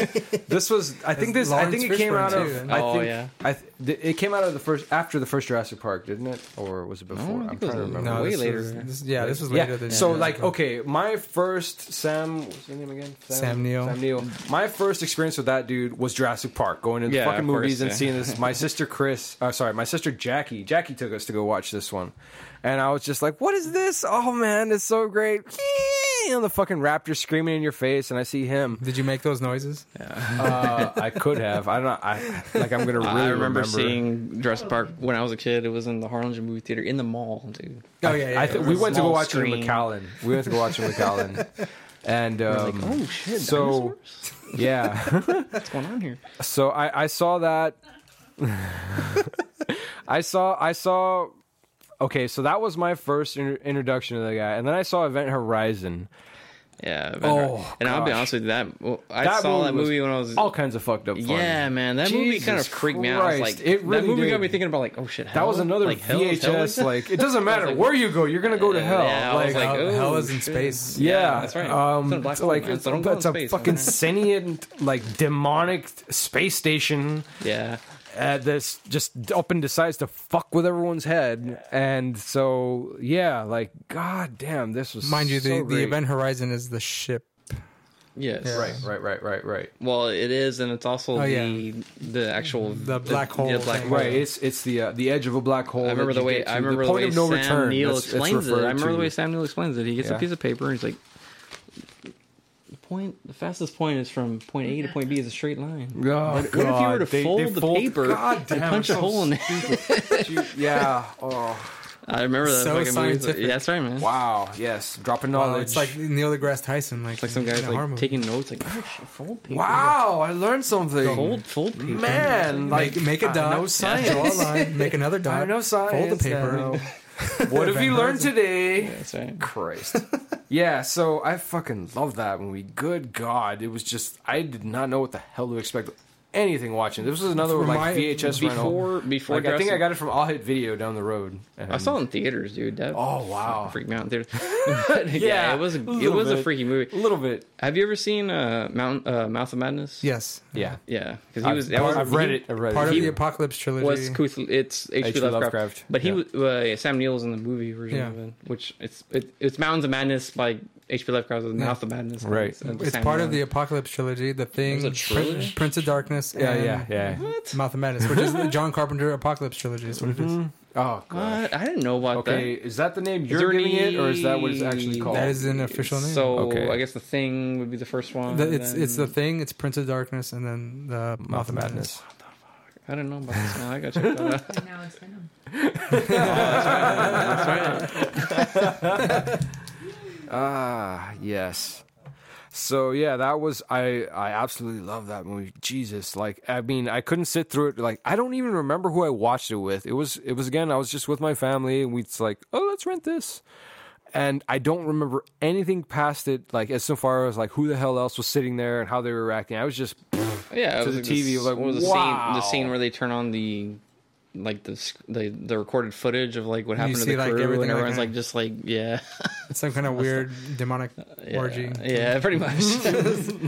F: this was I think
B: That's
F: this I
B: Lawrence
F: think it came
B: Fishburne,
F: out of
B: too.
F: I
C: Oh,
F: think
C: yeah.
F: I th- th- it came out of the first after the first Jurassic Park, didn't it? Or was it before?
C: I
F: I'm
C: think it
F: trying
C: was
F: to
C: a-
F: remember.
B: no,
C: way
B: this
C: later.
B: Was, this, yeah, this was
F: Yeah.
B: later. Than
F: so
B: yeah.
F: like okay, my first Sam what's his name again?
B: Sam Neill.
F: Sam Neill. My first experience with that dude was Jurassic Park, going to the
C: Yeah,
F: fucking
C: of course,
F: movies and
C: yeah.
F: seeing this. My sister Chris, uh, sorry, my sister Jackie. Jackie took us to go watch this one, and I was just like, "What is this? Oh man, it's so great!" And the fucking raptor screaming in your face, and I see him.
B: did you make those noises?
F: Uh, I could have. I don't. I like. I'm gonna really
C: I remember, seeing Jurassic Park when I was a kid. It was in the Harlem movie theater in the mall, dude.
B: Oh yeah, yeah.
F: I th-
B: yeah.
F: we went to go
C: small
F: watch it in
C: screen.
F: McAllen. We went to go watch it in McAllen, and um,
C: like, oh shit!
F: so
C: dinosaurs?
F: yeah.
C: what's going on here?
F: So I, I saw that. I saw I saw. Okay, so that was my first inter- introduction to the guy, and then I saw Event Horizon.
C: Yeah. Event
F: Oh,
C: Horizon. and I'll be
F: gosh.
C: honest with you, that well, I
F: That
C: saw that
F: was
C: movie when I was.
F: all kinds of fucked up. Fun.
C: yeah, man, that movie
F: Jesus
C: kind of freaked me out. I was
F: Christ,
C: like,
F: it really
C: that movie
F: did.
C: got me thinking about like, oh shit,
F: that
C: hell?
F: was another
C: like, hell is
F: VHS.
C: hell is-
F: like it doesn't matter
C: like- uh,
F: where you go, you're gonna go to hell.
C: Yeah, I was like,
B: hell,
C: oh,
B: hell is in
C: shit.
B: space.
F: Yeah,
C: that's right.
F: Um,
C: It's in a black
F: so, like
C: hole, man,
F: it's,
C: so don't go
F: it's
C: in
F: a
C: space,
F: fucking
C: man.
F: sentient, like demonic space station
C: yeah.
F: uh, this just up and decides to fuck with everyone's head, and so yeah, like god damn, this was
B: Mind you,
F: so
B: the, the
F: great.
B: event horizon is the ship.
C: Yes.
B: Yeah.
F: Right, right, right, right, right.
C: Well, it is, and it's also
B: Oh,
C: the
B: yeah.
C: the actual
B: The black hole
C: Yeah, black
B: thing.
C: hole.
F: Right, it's it's the uh, the edge of a black hole.
C: I remember
F: that
C: the
F: you
C: way
F: get
C: I
F: to,
C: remember the,
F: point
C: way
F: of no
C: Sam
F: return.
C: Neill
F: That's- that's
C: explains it. I
F: referred
C: remember the
F: to.
C: way Sam Neill explains it. He gets
F: Yeah.
C: a piece of paper and he's like, "The point, the fastest point is from point A to point B is a straight line."
F: Oh,
C: Like, what if you were to fold the paper
F: God
C: and
F: damn,
C: punch a
F: I'm so
C: hole in it?
F: stupid. You- yeah. Oh,
C: I remember that
B: So
C: fucking movie.
B: scientific.
C: Yeah, that's right, man.
F: wow. Yes, dropping
B: Wow,
F: knowledge.
B: Uh, it's like Neil deGrasse Tyson, like,
C: It's like some
B: in
C: guys
B: a horror
C: like
B: movie.
C: taking notes, like, "Oh shit, fold paper."
F: wow, I learned something.
C: fold, fold paper.
F: Man, like
B: make, make a dot,
F: I know science.
B: draw a line, make another dot,
F: I know science.
B: fold the paper.
F: now. what have
B: Van
F: you learned
B: Helsing.
F: today?
C: That's right.
F: Christ. yeah, so I fucking love that movie. Good God. It was just, I did not know what the hell to expect. Anything watching. This was another
B: From
F: like
B: my-
F: VHS rental.
C: Before, before
F: Like, I think
C: Jurassic-
F: I got it from All Hit Video down the road. and-
C: I saw it in theaters, dude. That
F: Oh, wow.
C: freaked me out in theaters. But, yeah,
F: Yeah,
C: it was
F: a
C: a, it
F: little
C: was a
F: bit.
C: freaky movie.
F: A little bit.
C: Have you ever seen uh, Mount uh, Mouth of Madness?
B: Yes,
F: Yeah.
C: yeah, because he
F: I,
C: was.
F: was,
C: That was
F: I've read it. I've read
B: part
F: it.
B: of the Apocalypse
C: he
B: trilogy.
C: Was Kuth, it's H.P.
F: H.P.
C: Lovecraft,
F: Lovecraft,
C: but he
F: yeah.
C: was uh, yeah, Sam Neill was in the movie version
B: Yeah.
C: of it, which it's it, it's Mountains of Madness by H.P. Lovecraft was Mouth of Madness,
F: Right.
C: uh,
B: it's
C: Sam
B: part
C: Neill.
B: of the Apocalypse trilogy. The Thing,
C: was a
B: Prin-
C: trilogy?
B: Prince of Darkness,
F: yeah,
B: and
F: yeah, yeah.
B: Mouth of Madness, which is the John Carpenter Apocalypse trilogy. Is what it is.
F: Oh, God.
C: What? Uh, I didn't know about
F: Okay, is that the name
C: there
F: you're giving it, or is that what it's
C: any-
F: actually called?
B: That is an official
C: that.
B: name.
C: So
F: Okay.
C: I guess the thing would be the first one.
B: The- it's it's the
C: then-
B: Thing, it's Prince of Darkness, and then the Mouth of Madness.
C: I don't know about this now. I got to check that out.
G: And now it's Venom.
F: Ah, yes. So yeah, that was I. I absolutely love that movie. Jesus, like I mean, I couldn't sit through it. Like I don't even remember who I watched it with. It was it was again. I was just with my family, and we'd like, oh, let's rent this. And I don't remember anything past it. Like as so far as like who the hell else was sitting there and how they were acting. I was just
C: yeah, it
F: to
C: was
F: the
C: like
F: TV,
C: This,
F: like,
C: what was the
F: wow.
C: scene? The scene where they turn on the like the sc- the, the recorded footage of like what happened to
B: see,
C: the
B: like,
C: crew, and
B: everything like
C: everyone's
B: that.
C: like just like yeah,
B: It's some kind of weird demonic
C: Uh, yeah
B: orgy.
C: yeah, pretty much,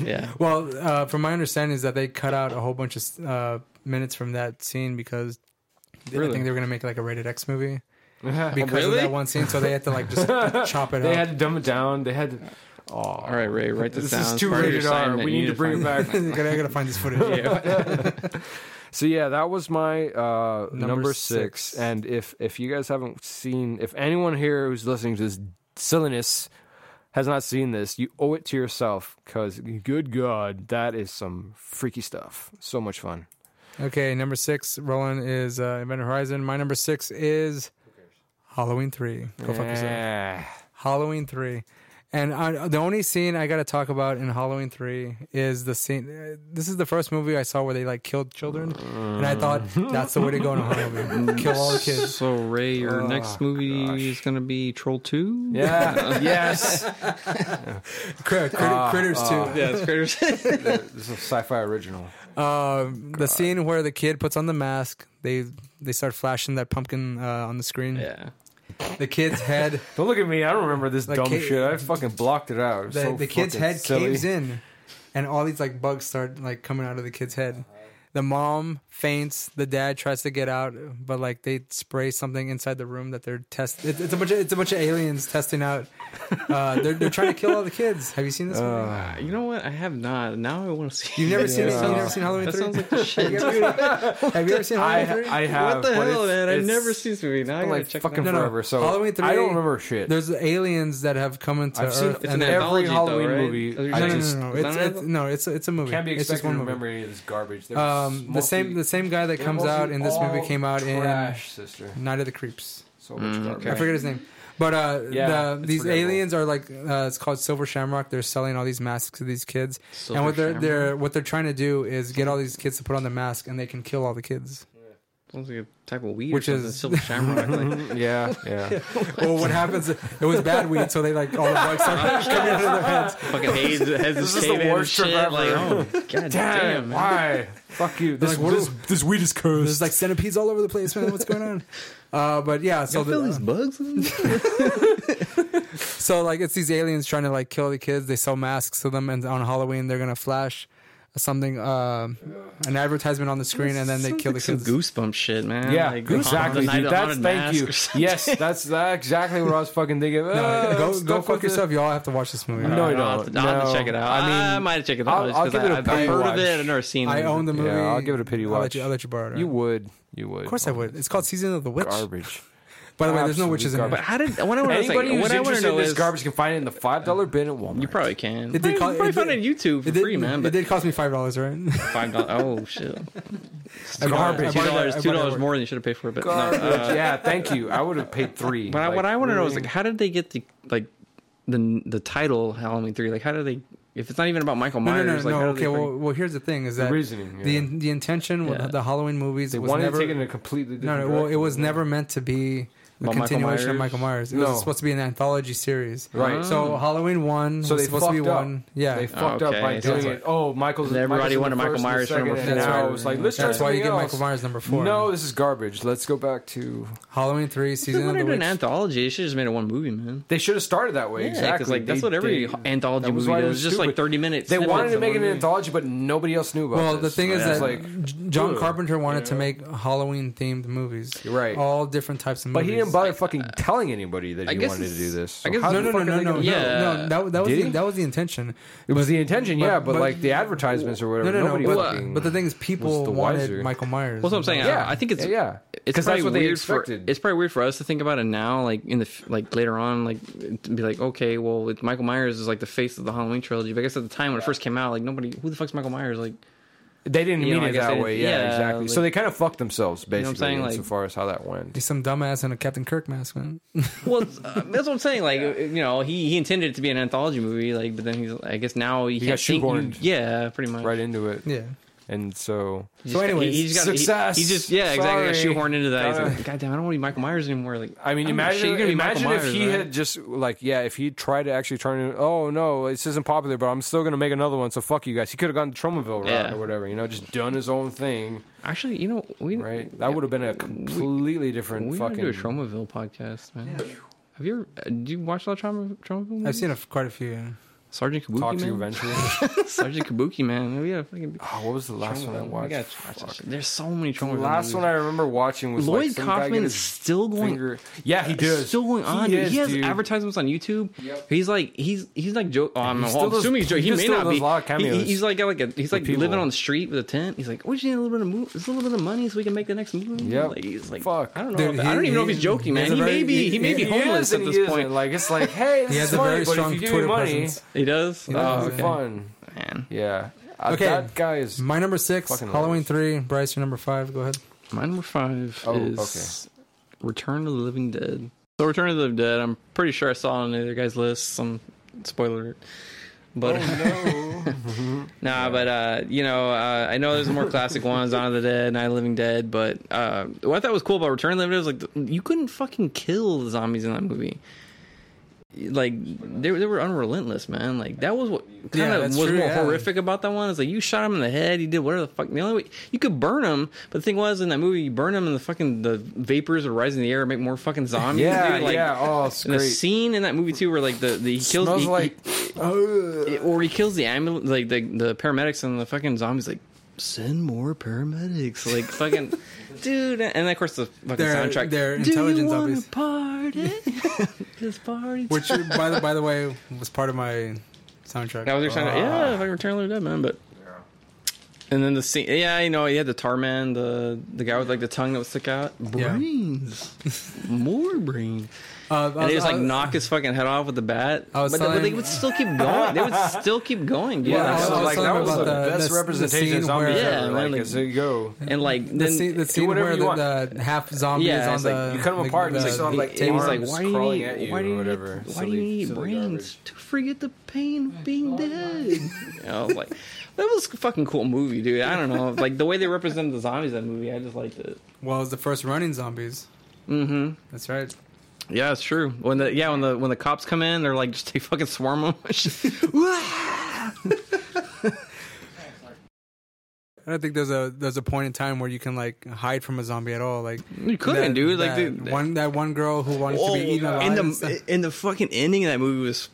C: yeah.
B: Well, uh, from my understanding is that they cut out a whole bunch of uh, minutes from that scene because they I
C: Really?
B: think they were gonna make like a rated X movie because
C: Really?
B: of that one scene. So they had to like just chop it
F: they
B: up.
F: had to dumb it down. They had to.
C: uh,
F: oh.
C: All right, Ray, write this,
F: This
C: down.
F: is
C: It's
F: too
C: part of your
F: rated R.
C: assignment.
F: We
C: You
F: need to bring it
C: find-
F: back.
B: I, gotta, I gotta find this footage.
F: So yeah, that was my uh, number,
B: Number
F: six.
B: six.
F: And if if you guys haven't seen, if anyone here who's listening to this silliness has not seen this, you owe it to yourself because good God, that is some freaky stuff. So much fun.
B: Okay, number six, Roland is uh, Event Horizon. My number six is Halloween three. Go fuck yourself.
F: Yeah.
B: Halloween three. And I, the only scene I got to talk about in Halloween three is the scene. uh, This is the first movie I saw where they like killed children, and I thought that's the way to go in a horror movie: kill all the kids.
C: So Ray, your
F: Oh,
C: next movie is gonna be Troll Two.
F: Yeah. yes.
B: Crit- crit- critters too.
C: yeah, it's critters.
F: This is a sci-fi original.
B: Um, the scene where the kid puts on the mask, they they start flashing that pumpkin uh, on the screen.
C: yeah,
B: The kid's head,
F: Don't look at me. I don't remember this
B: Like,
F: dumb
B: ca-
F: shit. I fucking blocked it out. It was
B: the,
F: so
B: the kid's
F: fucking
B: head
F: silly.
B: caves in, and all these like bugs start like coming out of the kid's head. The mom faints. The dad tries to get out, but like they spray something inside the room that they're testing. It's, it's a bunch of it's a bunch of aliens testing out. Uh, they're they're trying to kill all the kids. Have you seen this? movie?
C: Uh, you know what? I have not. Now I want to see.
B: You've never
C: it.
B: seen it. You've never seen Halloween
C: That
B: three.
C: sounds like the shit.
B: Have you ever seen
F: I,
B: Halloween three?
F: I have.
C: What the
F: but
C: hell,
F: it's-
C: man? I've
F: it's
C: never seen this movie. Now I
F: been,
C: gotta
F: like
C: check
F: fucking
C: it out.
B: no.
F: forever. So
B: Halloween
F: I
B: 3,
F: don't remember shit.
B: There's aliens that have come into
F: I've seen
B: Earth.
F: it
C: It's
B: and
C: an
B: they're-
F: every
C: anthology, though,
F: Halloween
C: right?
F: movie.
C: Is it
F: I
B: no,
C: just-
B: no,
C: is
B: no, no,
F: just-
C: that an
B: It's, it's, no, it's it's a movie.
F: Can't be
B: it's just
F: expected
B: one
F: to
B: movie.
F: remember any of this garbage. There was
B: Um, the
F: mostly-
B: same the same guy that
F: they were
B: comes
F: mostly
B: out in this movie
F: all
B: came out
F: oh, trash, sister.
B: in Night of the Creeps.
F: So much
C: Mm,
F: garbage.
B: I forget his name. But uh,
F: Yeah,
B: the,
F: it's
B: these
F: forgettable.
B: aliens are like uh, it's called Silver Shamrock. They're selling all these masks to these kids, and what they're they're what they're trying to do is get all these kids to put on the mask, and they can kill all the kids.
C: Sounds like a type of weed, which
B: Which
C: is
B: is-
C: silver shamrock. Like,
F: Yeah, yeah.
B: well, what happens? It was bad weed, so they like all the bugs start coming out of their heads.
C: fucking haze, has
F: This
C: this
F: is the
C: cave in and
F: worst trip
C: shit.
F: ever.
C: Like, oh god damn,
F: Damn,
C: man.
F: why? Fuck you.
B: Like,
F: This
B: what is-
F: this weed is cursed.
B: There's like centipedes all over the place, man. What's going on? Uh, but yeah, so the,
C: bugs.
B: so like it's these aliens trying to like kill the kids. They sell masks to them, and on Halloween they're gonna flash something uh, an advertisement on the screen and then they
C: Sounds
B: kill the
C: like some
B: kids.
C: goosebump shit, man.
F: Yeah,
C: Like,
F: exactly.
C: Haunted Night of
F: dude.
C: the
F: That's
C: Haunted
F: thank
C: Mask
F: you.
C: or something.
F: Yes, that's that exactly what I was fucking thinking.
B: No,
F: Uh,
B: go
F: let's
B: go
F: fuck
B: fuck
F: with the-
B: yourself. Y'all have to watch this movie.
F: No, I
C: I'll have
F: don't.
C: to- I'll have to
F: No.
C: check it out.
F: I
C: I
F: mean,
C: might have to check it out.
F: I'll-
C: just
F: I'll
C: 'cause
F: give it a
C: I- I've heard
F: watch.
C: of it. I've never seen it.
B: I own the movie.
F: Yeah, I'll give it a pity
B: I'll let
F: watch.
B: you, I'll let you borrow it.
F: You would. You would.
B: of course I would. It's called Season of the Witch.
F: Garbage.
B: By the way, there's no witches in
C: But
B: it.
C: how did what I want to
F: Anybody
C: like,
F: who's
C: what I want to
F: interested in
C: know
F: this
C: is
F: garbage can find it in the five dollar bin at Walmart.
C: you probably can.
B: It did
C: You
B: call-
C: probably
B: it
C: found
B: did-
C: it on YouTube for
B: It did,
C: free, man.
B: it
C: But
B: did cost me five dollars, right?
C: five dollars. Oh shit!
B: I bought it- I
C: Two
B: bought it- I
C: dollars.
B: bought
C: Two
B: it at
C: dollars
B: work.
C: more than you should have paid for it. But no,
F: Garbage.
C: uh,
F: yeah, thank you. I would have paid three.
C: But I, what
F: Like,
C: I want to know is
F: really?
C: like, how did they get the like the the title Halloween three? Like, how did they? If it's not even about Michael
B: No,
C: Myers,
B: no, no,
C: like,
B: no.
C: how did
B: Okay,
C: they,
B: well, well, here's the thing: is that
F: reasoning,
B: the
F: yeah.
B: in- the intention
C: Yeah.
B: with the Halloween movies
F: they
B: was
F: wanted
B: never
F: to take it in a completely
B: no,
F: different.
B: no. Well, it
F: direction.
B: was never meant to be a
C: About Michael
B: continuation of
C: Myers?
B: Michael Myers. It
F: No.
B: was supposed to be an anthology series.
F: Right. Ah.
B: So Halloween one
F: So
B: was
F: they
B: supposed to be
F: fucked up.
B: one. Yeah.
F: They fucked up by
C: Okay, so
F: doing
C: it's
F: it. Oh, Michael's.
C: And everybody
F: Michael's in
C: wanted
F: the
C: Michael
F: first and
C: Myers for
F: second,
C: number
F: and
C: four.
B: That's
F: now
B: right.
F: it was like, let's try
B: That's why you
F: something
B: get
F: else.
B: Michael Myers number four.
F: No, this is garbage. Let's go back to.
B: Halloween three
C: if they
B: season of
C: wanted
B: the
C: to do an
B: witch.
C: anthology, they should have just made it one movie, man.
F: They should have started that way.
C: Yeah, 'cause,
F: exactly.
C: like, that's
F: They-
C: what every
F: they-
C: anthology
F: that was
C: movie
F: why it
C: does,
F: was
C: just, like,
F: stupid.
C: 30 minute
F: They
C: snippets
F: wanted to
C: of one
F: make it an
C: movie.
F: anthology, but nobody else knew about.
B: Well, the
F: this.
B: thing is
F: It's
B: that
F: like,
B: J- John
F: ugh.
B: Carpenter wanted to make Halloween themed movies.
F: You're right.
B: All different types of
F: but
B: movies.
F: he didn't bother fucking telling anybody that
C: I
F: he
C: guess
F: wanted to
C: it's-
F: do this. So
C: I guess-
F: how
B: No,
F: the
B: no, no,
F: fuck are
B: no,
F: they
B: no,
F: gonna-
C: Yeah.
B: no, no. That, that was
F: Did
B: the,
F: he?
B: that was the intention.
F: It was the intention, yeah, but,
B: but-
F: like the advertisements or
B: No,
F: whatever.
B: no, no.
F: nobody
B: But,
F: fucking
B: but the thing is,
F: was
B: people
F: the
B: wanted
F: wiser.
B: Michael Myers.
C: Well, that's what I'm saying.
F: Yeah,
C: I, I think it's
F: yeah, yeah.
C: It's
F: 'Cause that's
C: probably
F: what they
C: weird for
F: expected.
C: it's probably weird for us to think about it now, like in the f- like later on, like it'd be like okay, well, with Michael Myers is like the face of the Halloween trilogy. But I guess at the time when it first came out, like nobody who the fuck's Michael Myers? Like
F: they didn't
C: you know,
F: mean
C: I
F: it
C: guess they
F: that
C: didn't-
F: way. Yeah,
C: yeah,
F: exactly.
C: like-
F: so they kind of fucked themselves,
C: know what I'm
F: basically,
C: saying? Like-
F: so far as how that went.
B: He's some dumbass in a Captain Kirk mask, man.
C: Well, it's, uh, that's what I'm saying. Like, you know, he, he intended it to be an anthology movie, like, but then he's, I guess now he,
F: got
C: can't think-
F: shoehorned.
C: Yeah, pretty much.
F: Right into it,
B: yeah.
F: and so
C: He
B: So
C: just got-
B: anyways,
C: he, he just got, he-
F: success.
C: He, just yeah, exactly. Got
F: Sorry.
C: shoehorned into that. He's
F: Gotta-
C: like, God damn, I don't want to be Michael Myers anymore. Like,
F: I mean,
C: don't give a
F: imagine,
C: shit, you're gonna be
F: imagine
C: Michael
F: if
C: Myers,
F: he
C: right?
F: had just like, yeah, if he tried to actually turn it, oh no, this isn't popular, but I'm still gonna make another one. So fuck you guys. He could have gone to Tromaville route
C: Yeah.
F: or whatever, you know, just done his own thing,
C: Actually, you know, we
F: right? That would have been a completely different
C: we gotta
F: fucking.
C: do a Tromaville podcast, man. Have you ever? uh, Do you watch a lot of Trauma, Tromaville?
B: I've
C: movies?
B: seen a, quite a few. yeah.
C: Sergeant
F: Talk to you
C: Kabuki, man.
F: eventually.
C: Sergeant Kabuki, man. We gotta fucking.
F: oh, what was the last one I
C: Tromaville. We
F: watched?
C: gotta watch this shit. There's so many
F: The
C: Tromaville.
F: last
C: movies.
F: one I remember watching was
C: Lloyd
F: like, some guy get
C: Kaufman is
F: his
C: still going.
F: finger. Yeah, he does.
C: Still going on.
F: He
C: He,
F: is,
C: has
F: dude.
C: advertisements on YouTube. He's like he's he's like joke. Oh, I'm,
F: He
C: well,
F: still
C: I'm
F: does-
C: assuming he's joking.
F: he
C: He, may
F: still
C: not
F: does
C: be.
F: a lot of
C: He-
F: cameos
C: he's like got like a, he's like
F: people.
C: living on the street with a tent. He's like, we just need a little bit of mo- just a little bit of money so we can make the next movie.
F: Yep.
C: Like, he's like,
F: Fuck.
C: I don't know.
B: Dude,
C: if- I
B: he-
C: don't even know if
B: he-
C: he's joking,
B: he has
C: man.
B: a
C: He
B: very-
C: may be he may
F: He
C: be
F: is
C: homeless
F: and
C: at
F: he
C: this
F: isn't.
C: point.
F: Like it's like, hey, this
B: He
F: is
B: has a
F: funny,
B: very
F: but if
B: strong
F: you give me
B: Twitter
F: money,
B: presence.
C: He does.
B: does,
C: Oh,
F: it's
C: okay.
F: fun.
C: Man,
F: Yeah. Uh,
B: Okay.
F: That guy is.
B: My number six,
F: Fucking
B: Halloween
F: love.
B: three. Bryce, your number five. Go ahead.
C: my number five
F: Oh,
C: is Return of the Living Dead. So Return of the Living Dead. I'm pretty sure I saw on the other guy's list. Some spoiler. alert. But
B: Oh,
F: no.
C: Nah, but uh, you know, uh, I know there's more classic ones, Dawn of the Dead, Night of the Living Dead, but uh, what I thought was cool about Return of the Living Dead was like you couldn't fucking kill the zombies in that movie. Like they they were unrelentless, man. Like that was what kind
B: Yeah,
C: of
B: that's
C: was
B: true,
C: more
B: yeah.
C: horrific about that one. Is like you shot him in the head, you did whatever the fuck. The only way you could burn him, but the thing was in that movie, you burn him and the fucking the vapors would rise in the air and make more fucking zombies.
F: Yeah,
C: dude. Like,
F: yeah. Oh, it's
C: And the
F: great.
C: scene in that movie too, where like the, the he kills
F: Smells
C: he-
F: like.
C: it- or he kills the ambulance, like the the paramedics and the fucking zombies. Like, send more paramedics, like fucking dude. And then, of course the fucking
B: They're-
C: soundtrack.
B: they're
C: Do you
B: intelligent
C: wanna
B: zombies.
C: party? Just party.
B: Which, uh, by the by the way, was part of my soundtrack.
C: that was your soundtrack. yeah, fucking Return of the Dead Man, but. And then the scene, yeah, you know, he had the tar man, the the guy with like the tongue that would stick out.
B: Yeah.
C: Brains, more brains.
B: Uh, I
C: And they
B: was-
C: just like
B: I-
C: knock his fucking head off with the bat.
B: I was
C: but, they- but they
B: telling-
C: would still keep going. They would still keep going. Dude.
F: Yeah,
B: I
C: Like,
B: was-
F: so
B: I was
F: like
B: telling
F: that
B: him
F: was the
B: about the-
F: best
B: the- the
F: representation of
B: scene
F: zombies
B: where- uh,
F: ever.
C: Yeah,
F: like,
C: like-
F: as they go,
C: and like
B: The
C: then
B: scene, the scene
F: whatever
B: where
F: you
B: the,
F: want.
B: the half zombie
C: Yeah,
B: is on
C: it's
B: the
C: like,
F: you cut 'em apart and
B: The,
F: it's
B: the,
F: just on, like,
C: He was
F: arms
C: like, why do you
F: crawling
C: need,
F: at you
C: why
F: or
C: do you
F: whatever.
C: Need, why
F: Silly-
C: do you need
F: silly
C: brains to forget the pain of being dead? I was like, that was a fucking cool movie, dude. I don't know, like the way they represented the zombies in that movie, I just liked it.
B: well, it was the first running zombies.
C: Mm-hmm.
B: That's right.
C: Yeah, it's true. When the yeah, when the when the cops come in, they're like just they fucking swarm them.
B: I don't think there's a there's a point in time where you can like hide from a zombie at all. Like
C: you couldn't,
B: that,
C: dude. Like
B: that
C: dude, Oh,
B: one that one girl who wanted to be eaten alive.
C: in
B: and stuff.
C: the in the fucking ending of that movie was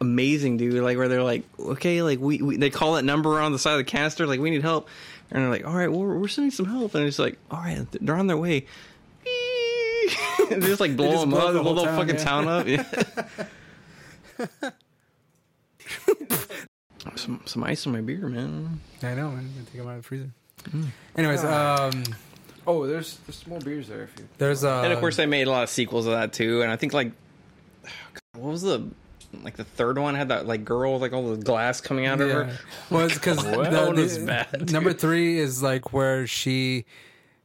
C: amazing, dude. Like where they're like, okay, like we, we they call that number on the side of the canister, like we need help, and they're like, all right, well, we're we're sending some help, and it's like, all right, they're on their way. they just like blow
B: just
C: them
B: blow
C: up,
B: the
C: blow
B: whole
C: the whole
B: town,
C: fucking
B: yeah.
C: town up. Yeah. some some ice in my beer, man.
B: I know, man. I'm gonna take them out of the freezer.
C: Mm.
B: Anyways, um,
F: Oh, there's there's more beers there. If you
B: there's uh,
C: and of course, they made a lot of sequels of that too. And I think like, what was the like the third one had that like girl with like all the glass coming out of
B: yeah.
C: her.
B: well, because
C: That one was bad, dude.
B: number three is like where she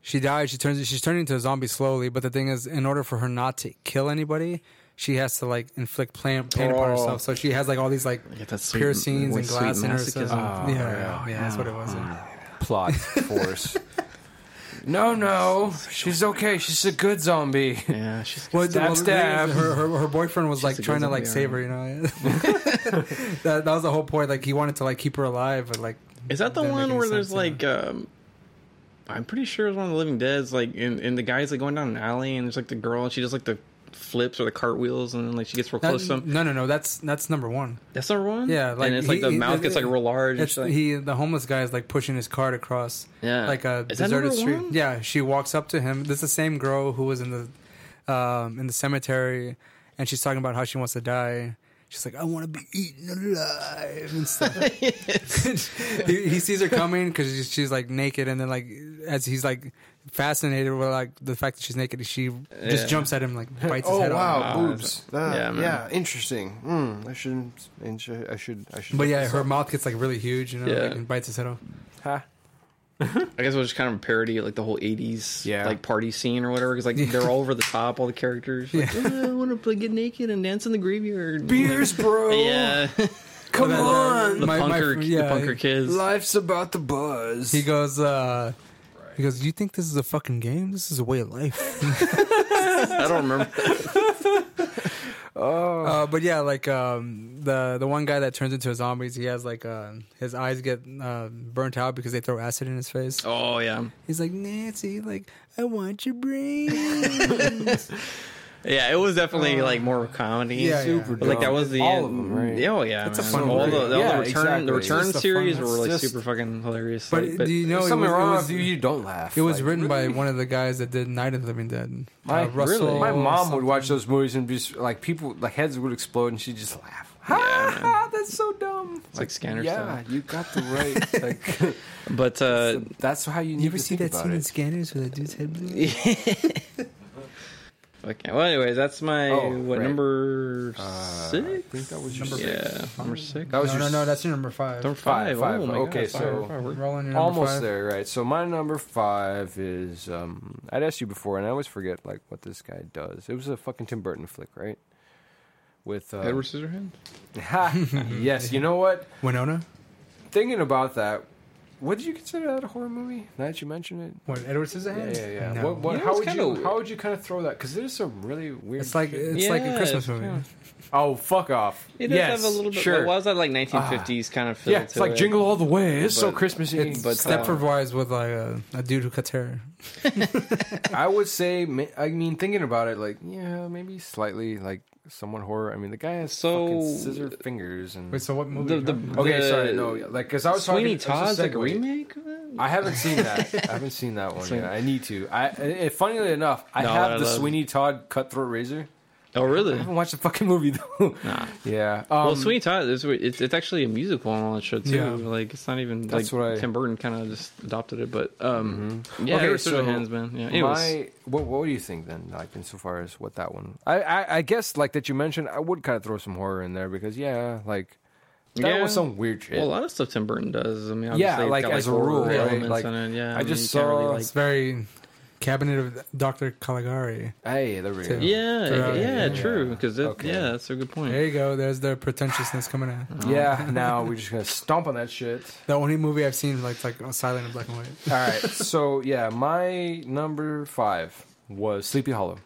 B: she dies. She turns she's turning into a zombie slowly. But the thing is, in order for her not to kill anybody. She has to like inflict pain, pain upon
C: Oh.
B: herself, so she has like all these like
C: Yeah, that's sweet-
B: piercings and
C: sweet
B: glass in her. So,
C: masochism. Mm-hmm.
B: yeah, yeah, that's what it was.
F: plot force. no, no, she's okay. She's a good zombie.
C: Yeah, she's
B: Well,
F: Stab,
B: well, the thing
F: stab.
B: is, Her, her, her boyfriend was like
C: a
B: trying to
C: good
B: like
C: zombie,
B: save her, you know. that, that was the whole point. Like he wanted to like keep her alive, but like
C: Is that the
B: Doesn't make
C: one
B: any
C: where there's
B: sense,
C: like um I'm pretty sure it's one of the Living Dead's like and, and the guy's like going down an alley and there's like the girl and she does like the flips or the cartwheels and then like she gets real
B: that-
C: close to him.
B: no, no, no. That's that's number one.
C: That's number one?
B: Yeah,
C: and it's like
B: he-
C: the
B: he-
C: mouth gets like real large and
B: It's,
C: she's like,
B: he the homeless guy is like pushing his cart across.
C: Yeah.
B: like a
C: Is that
B: deserted
C: number
B: street.
C: one?
B: Yeah, she walks up to him. This is the same girl who was in the um, in the cemetery, and she's talking about how she wants to die. She's like, I want to be eaten alive and stuff. he, he sees her coming because she's, she's like naked, and then like as he's like fascinated with like the fact that she's naked, she
C: Yeah.
B: just jumps at him like bites his
F: Oh
B: head off.
F: wow,
C: Wow,
F: boobs. That-
C: yeah, man.
F: yeah, interesting. Mm, I shouldn't. I should. I should. I should
B: But
F: look
B: yeah,
F: this
B: her
F: up.
B: mouth gets like really huge, you know,
C: Yeah.
B: like, and bites his head off.
C: I guess it was just kind of a parody of like the whole 80s
F: Yeah.
C: like party scene or whatever cuz like they're all over the top all the characters like "Oh, I want to play, get naked and dance in the graveyard.
F: beers, bro.
C: Yeah.
F: Come
B: That-
F: on.
C: the
B: My- my
C: punker
B: fr- yeah.
C: the punker kids.
F: Life's about the buzz.
B: He goes, uh, he goes, you think this is a fucking game? This is a way of life.
C: I don't remember.
F: Oh.
B: Uh, but yeah, like um, the the one guy that turns into a zombie, he has like uh, his eyes get uh, burnt out because they throw acid in his face.
C: Oh yeah.
B: He's like Nancy, like I want your brain.
C: Yeah, it was definitely like more of a comedy.
B: Uh, Yeah, yeah. Super
C: But, like that was the
F: All of them, right?
C: Yeah, Oh yeah, it's
B: a fun
C: All
B: movie.
C: the, all
F: Yeah,
C: the return,
F: exactly.
C: the return
B: It's just a
C: series
B: fun-
C: were
F: it's
C: like
F: just-
C: super fucking hilarious.
B: but
C: like, but
B: do you know
F: There's
B: it was,
F: something wrong
B: it
F: if
B: was,
F: you, you don't laugh.
B: it was
F: Like,
B: written by one of the guys that did Night of the Living Dead.
F: My,
B: Uh, Russell,
F: really? my mom would
B: something.
F: watch those movies and be just, like, people, like heads would explode, and she'd just laugh.
C: Yeah,
F: Ha! that's so dumb.
C: it's like scanner
F: yeah,
C: stuff.
F: you got the right. Like,
C: But uh,
F: that's how you need
B: You ever
F: to
B: see
F: think
B: that scene
F: about
B: in
F: it.
B: Scanners where that dude's head blew?
C: okay. Well, anyways, that's my
F: Oh,
C: what
F: right.
C: number six?
F: I think that was your
B: Number
F: six.
C: yeah, number six.
F: That was
B: No,
F: your
B: no, no, that's your number five.
C: Number
F: five,
C: five.
F: five.
C: Oh, my
F: Okay,
C: God, five,
F: so-
C: five, we're-
B: Rolling your number
F: almost
B: five.
F: there, right? So my number five is um, I'd asked you before, and I always forget like what this guy does. It was a fucking Tim Burton flick, right? With uh,
C: Edward Scissorhands.
F: Ha! yes, you know what?
B: Winona,
F: Thinking about that, what did you consider that a horror movie? Now that you mention it,
B: what Edward
F: yeah,
B: Scissorhands?
F: yeah, yeah.
B: No.
F: What, what,
C: Yeah,
F: how
C: it's
F: would
C: kinda
F: you
C: weird.
F: how would you kind of throw that? Because there's some really weird.
B: It's like
F: shit.
B: it's like a
C: Yeah,
B: Christmas
C: it's
B: movie.
C: kinda-
F: oh fuck off!
C: It does
F: yes,
C: have a little bit.
F: Sure. Ah.
C: Sure. Why was that like 1950s kind of feel?
F: yeah, it's
C: to
F: like
C: it.
F: Jingle All the Way. It's so
C: But-
F: Christmasy.
B: It's
C: But, uh,
B: Stepford Wives with like a, a dude who cuts hair.
F: I would say, ma- I mean, thinking about it, like, yeah, maybe slightly, like, somewhat horror. I mean, the guy has
C: So-
F: fucking scissor fingers and.
B: Wait, so what movie?
C: The, the,
F: okay,
C: the
F: sorry, no, yeah, like, because I was
C: Sweeney
F: talking. it was
C: Todd's
F: a
C: like
F: segue.
C: remake. of that?
F: I haven't seen that. I haven't seen that one. yet. I need to. I, it, funnily enough, I
C: No,
F: have
C: I
F: the
C: love-
F: Sweeney Todd cutthroat razor.
C: Oh really?
F: I haven't watched the fucking movie though.
C: Nah.
F: Yeah. Um,
C: well, Sweeney Todd, it's, it's, it's actually a musical and all that shit too.
B: Yeah.
C: Like it's not even
F: That's
C: like
F: what I- Mm-hmm.
C: Tim Burton kind of just adopted it, but um, yeah,
F: Okay,
C: okay, so
F: so
C: hands, man. Yeah, anyways,
F: My, what what do you think then? Like insofar as what that one, I, I I guess like that you mentioned, I would kind of throw some horror in there because yeah, like that
C: Yeah.
F: was some weird shit.
C: well, a lot of stuff Tim Burton does. I mean, obviously
F: Yeah,
C: it's
F: like,
C: got,
F: as a
C: horror
F: rule, right?
C: elements
F: Like,
C: in it. yeah.
F: I
C: mean,
F: just
C: you can't
F: saw-
C: really, like,
B: It's very Cabinet of Dr. Caligari.
F: Hey, there we go.
C: yeah, yeah,
B: Yeah, yeah,
C: true. Because
F: Okay.
C: yeah, that's a good point.
B: There you go. There's their pretentiousness coming out.
F: Yeah, now we're just gonna stomp on that shit.
B: The only movie I've seen like like silent and black and white.
F: All right, so yeah, my number five was Sleepy Hollow.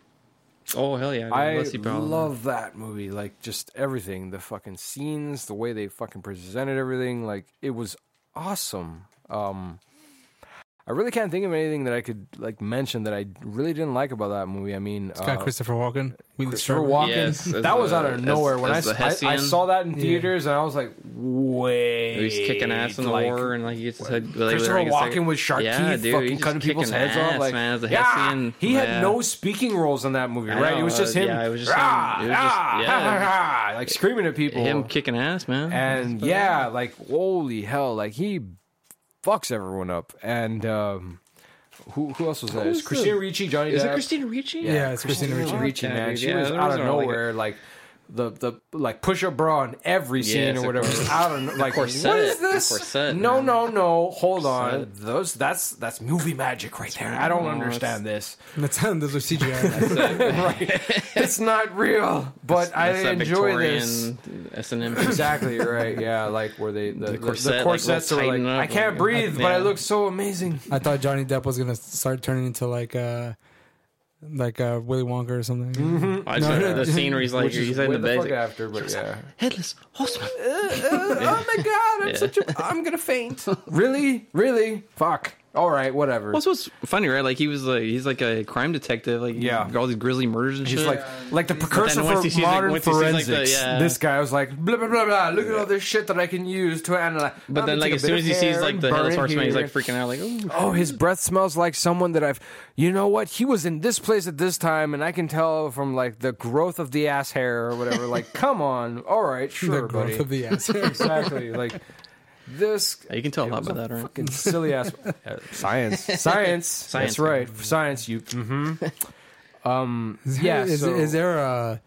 C: Oh hell yeah, dude.
F: I
C: Let's see, pal.
F: love that movie, like just everything, the fucking scenes, the way they fucking presented everything, like it was awesome. Um, I really can't think of anything that I could like mention that I really didn't like about that movie. I mean,
B: It's got
F: uh,
B: Christopher Walken. Oh. We
F: Christopher Walken.
C: Yes, as
F: that was
C: the-
F: out of
C: as-
F: nowhere. When I,
C: as the
F: s- I- I
C: Hessian.
F: saw that in theaters, and I was like, wait,
C: He's kicking ass in the
F: like,
C: war, and like he gets his head. Like,
F: Christopher
C: he gets, like-
F: Walken with shark
C: yeah, dude,
F: teeth,
C: he's
F: fucking
C: just
F: cutting people's
C: kicking
F: heads
C: ass,
F: off. Like,
C: man, as a
F: yeah,
C: Hessian.
F: he had
C: Yeah.
F: no speaking roles in that movie,
C: I
F: right?
C: know,
F: it was just
C: uh,
F: him,
C: yeah, it was just him-
F: "Rah,
C: it was just-
F: ah,
C: yeah.
F: ha, ha, ha," like screaming at people,
C: him kicking ass, man.
F: and yeah, like holy hell, like he fucks everyone up. And um, who who else was that? It's Christina Ricci, Johnny
C: Is
F: Depp.
C: it Christina Ricci?
B: Yeah, it's Christina Ricci.
F: Ricci,
C: Yeah,
F: man.
C: dude,
F: She
C: yeah,
F: was
C: there
F: out
C: was
F: of
C: a, like,
F: nowhere, like. the, the like push up bra in every scene
C: Yes,
F: or
C: of
F: whatever,
C: course.
F: out of like what
C: corset,
F: is
C: the
F: this?
C: corset,
F: no,
C: man.
F: no, no! Hold on,
C: Corset.
F: those that's that's movie magic right there. I don't understand this.
B: Natan, those are CGI.
F: It's not real, but I
C: That's that
F: enjoy this.
C: Victorian S&M.
F: Exactly right, yeah. Like where they the, the,
C: corset,
F: the
C: like,
F: corsets
C: will
F: are like
C: tighten up,
F: I can't
C: like-
F: breathe, but I
C: Yeah.
F: look so amazing.
B: I thought Johnny Depp was gonna start turning into like uh like uh Willy Wonka or something.
C: I just
B: No,
C: the scene where he's like,
F: Which is
C: he's in
F: way
C: the bed.
F: fuck
C: he's like,
F: after, but yeah.
C: Headless horseman.
F: Oh my god, I'm
C: Yeah.
F: such a I'm gonna faint. really? Really? Fuck. All right, whatever.
C: What's what's funny, right? Like he was like he's like a crime detective. Like
F: Yeah.
C: all these grisly murders and
F: He's
C: shit.
F: like like the precursor
C: once he
F: for
C: sees, like-
F: modern
C: once he sees, like,
F: forensics.
C: the- yeah.
F: This guy was like blah blah blah blah. Look at all this shit that I can use to analyze.
C: but then like as soon as he sees like the headless horseman, he's like freaking out. Like oh,
F: Oh, his breath smells like someone that I've. You know what? He was in this place at this time, and I can tell from like the growth of the ass hair or whatever. Like, come on, all right, sure,
B: the growth
F: buddy.
B: of the ass.
F: exactly. Like this
C: you can tell a lot
F: was
C: about
F: a
C: that, right?
F: fucking silly ass Uh, science. Science. That's
C: Science.
F: right. Science. You. hmm Um. Yeah.
B: is,
F: so-
B: is there a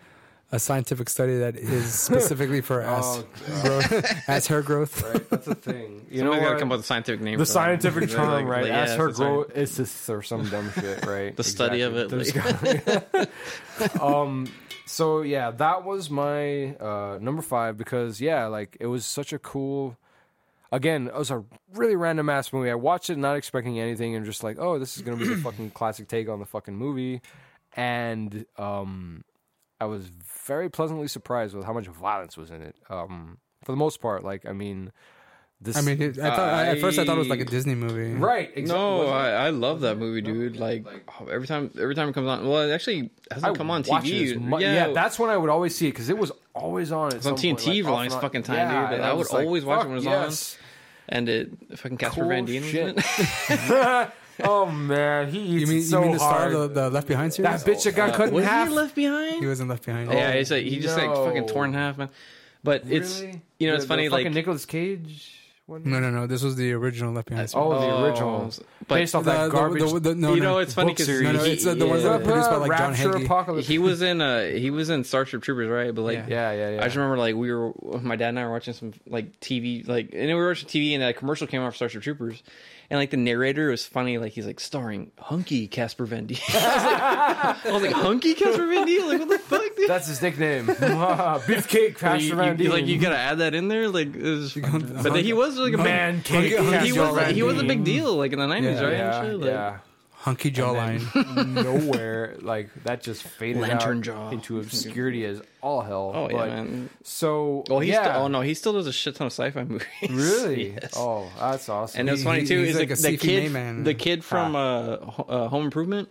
B: a scientific study that is specifically for ass
F: Oh,
B: growth, ass hair growth?
F: right, that's a thing. You
C: Somebody's
F: know
C: got to
F: what?
C: come up with a scientific name.
F: the
C: for that.
F: scientific
C: Like, like,
F: term, right?
C: yeah,
F: As her
C: that's right.
F: grow, it's just or some dumb shit, right?
C: The study of it,
F: There's
C: like-
F: gotta- um. So yeah, that was my uh, number five because yeah, like it was such a cool. Again, it was a really random ass movie. I watched it not expecting anything and just like, oh, this is gonna be the fucking classic take on the fucking movie, and um, I was very pleasantly surprised with how much violence was in it. Um, for the most part, like I mean, this.
B: I mean, it, I thought I, at first I thought it was like a Disney movie.
F: right? Exactly.
C: No, I, I love that movie, dude. Like oh, every time, every time it comes on. Well, it actually hasn't come on
F: watch it
C: TV.
F: as mu- yeah, that's when I would always see it because it was always on. At
C: on
F: some
C: TNT
F: point,
C: for the
F: off
C: longest
F: and on.
C: fucking time,
F: Yeah,
C: dude,
F: and
C: I would
F: was like,
C: always watch it
F: fuck
C: when it was
F: yes.
C: and it fucking Casper
F: Cool
C: Van Dien was in
F: shit.
C: it.
F: oh man, he eats
B: You mean
F: so
B: you mean the star
F: hard.
B: of the, the Left Behind
F: that
B: series?
F: bitch that got cut in
C: Uh, Was
F: half.
C: he left behind?
B: he wasn't Left Behind.
C: yeah, he's like, he just like
F: no.
C: fucking torn in half, man. But it's
F: Really?
C: you know it's
F: The- the
C: funny like
F: fucking Nicolas Cage. one?
B: No, no, no. This was the original Left Behind. Oh,
F: Oh,
B: series.
F: the
C: Oh,
F: original,
C: but
F: based off
B: The-
F: that
B: the-
F: garbage.
B: the- the- no,
C: you
B: no.
C: know it's funny
F: book
C: because
F: series.
B: No, no, it's the- the ones
F: Yeah.
B: that were produced by, like, John
F: Rapture
B: Hagee.
F: Apocalypse.
C: he was in uh he was in Starship Troopers right but like
F: Yeah, yeah, yeah.
C: I just remember like we were my dad and I were watching some like TV like and we were watching TV and that commercial came out for Starship Troopers and like the narrator was funny like he's like starring hunky Casper Van Dien I, was like, I was like hunky Casper Van Dien like what the fuck dude
F: That's his nickname. Beefcake
C: Like,
F: Pastor
C: you,
F: Van
C: you- you- like
F: Dien.
C: you gotta add that in there like it was, but then he was like a man
F: man
B: Hunky-
F: cake.
C: he
F: Pastor
C: was
F: Van
C: he was a
F: Dien.
C: big deal like in the nineties right
F: Yeah,
C: And shit, like-
F: yeah.
B: hunky jawline.
F: nowhere like that just faded
C: Lantern
F: out
C: jaw.
F: into obscurity as all hell.
C: oh yeah
F: but,
C: man
F: So
C: well he's
F: yeah,
C: still, oh no he still does a shit ton of sci fi movies
F: really?
C: Yes.
F: Oh, that's awesome.
C: And it was
B: He-
C: funny
B: he-
C: too.
B: he's
C: Is
B: like
C: the,
B: a
C: the
B: Seyfi
C: kid,
B: Mayman.
C: the kid from
F: Ah.
C: uh, Ho- uh, Home Improvement?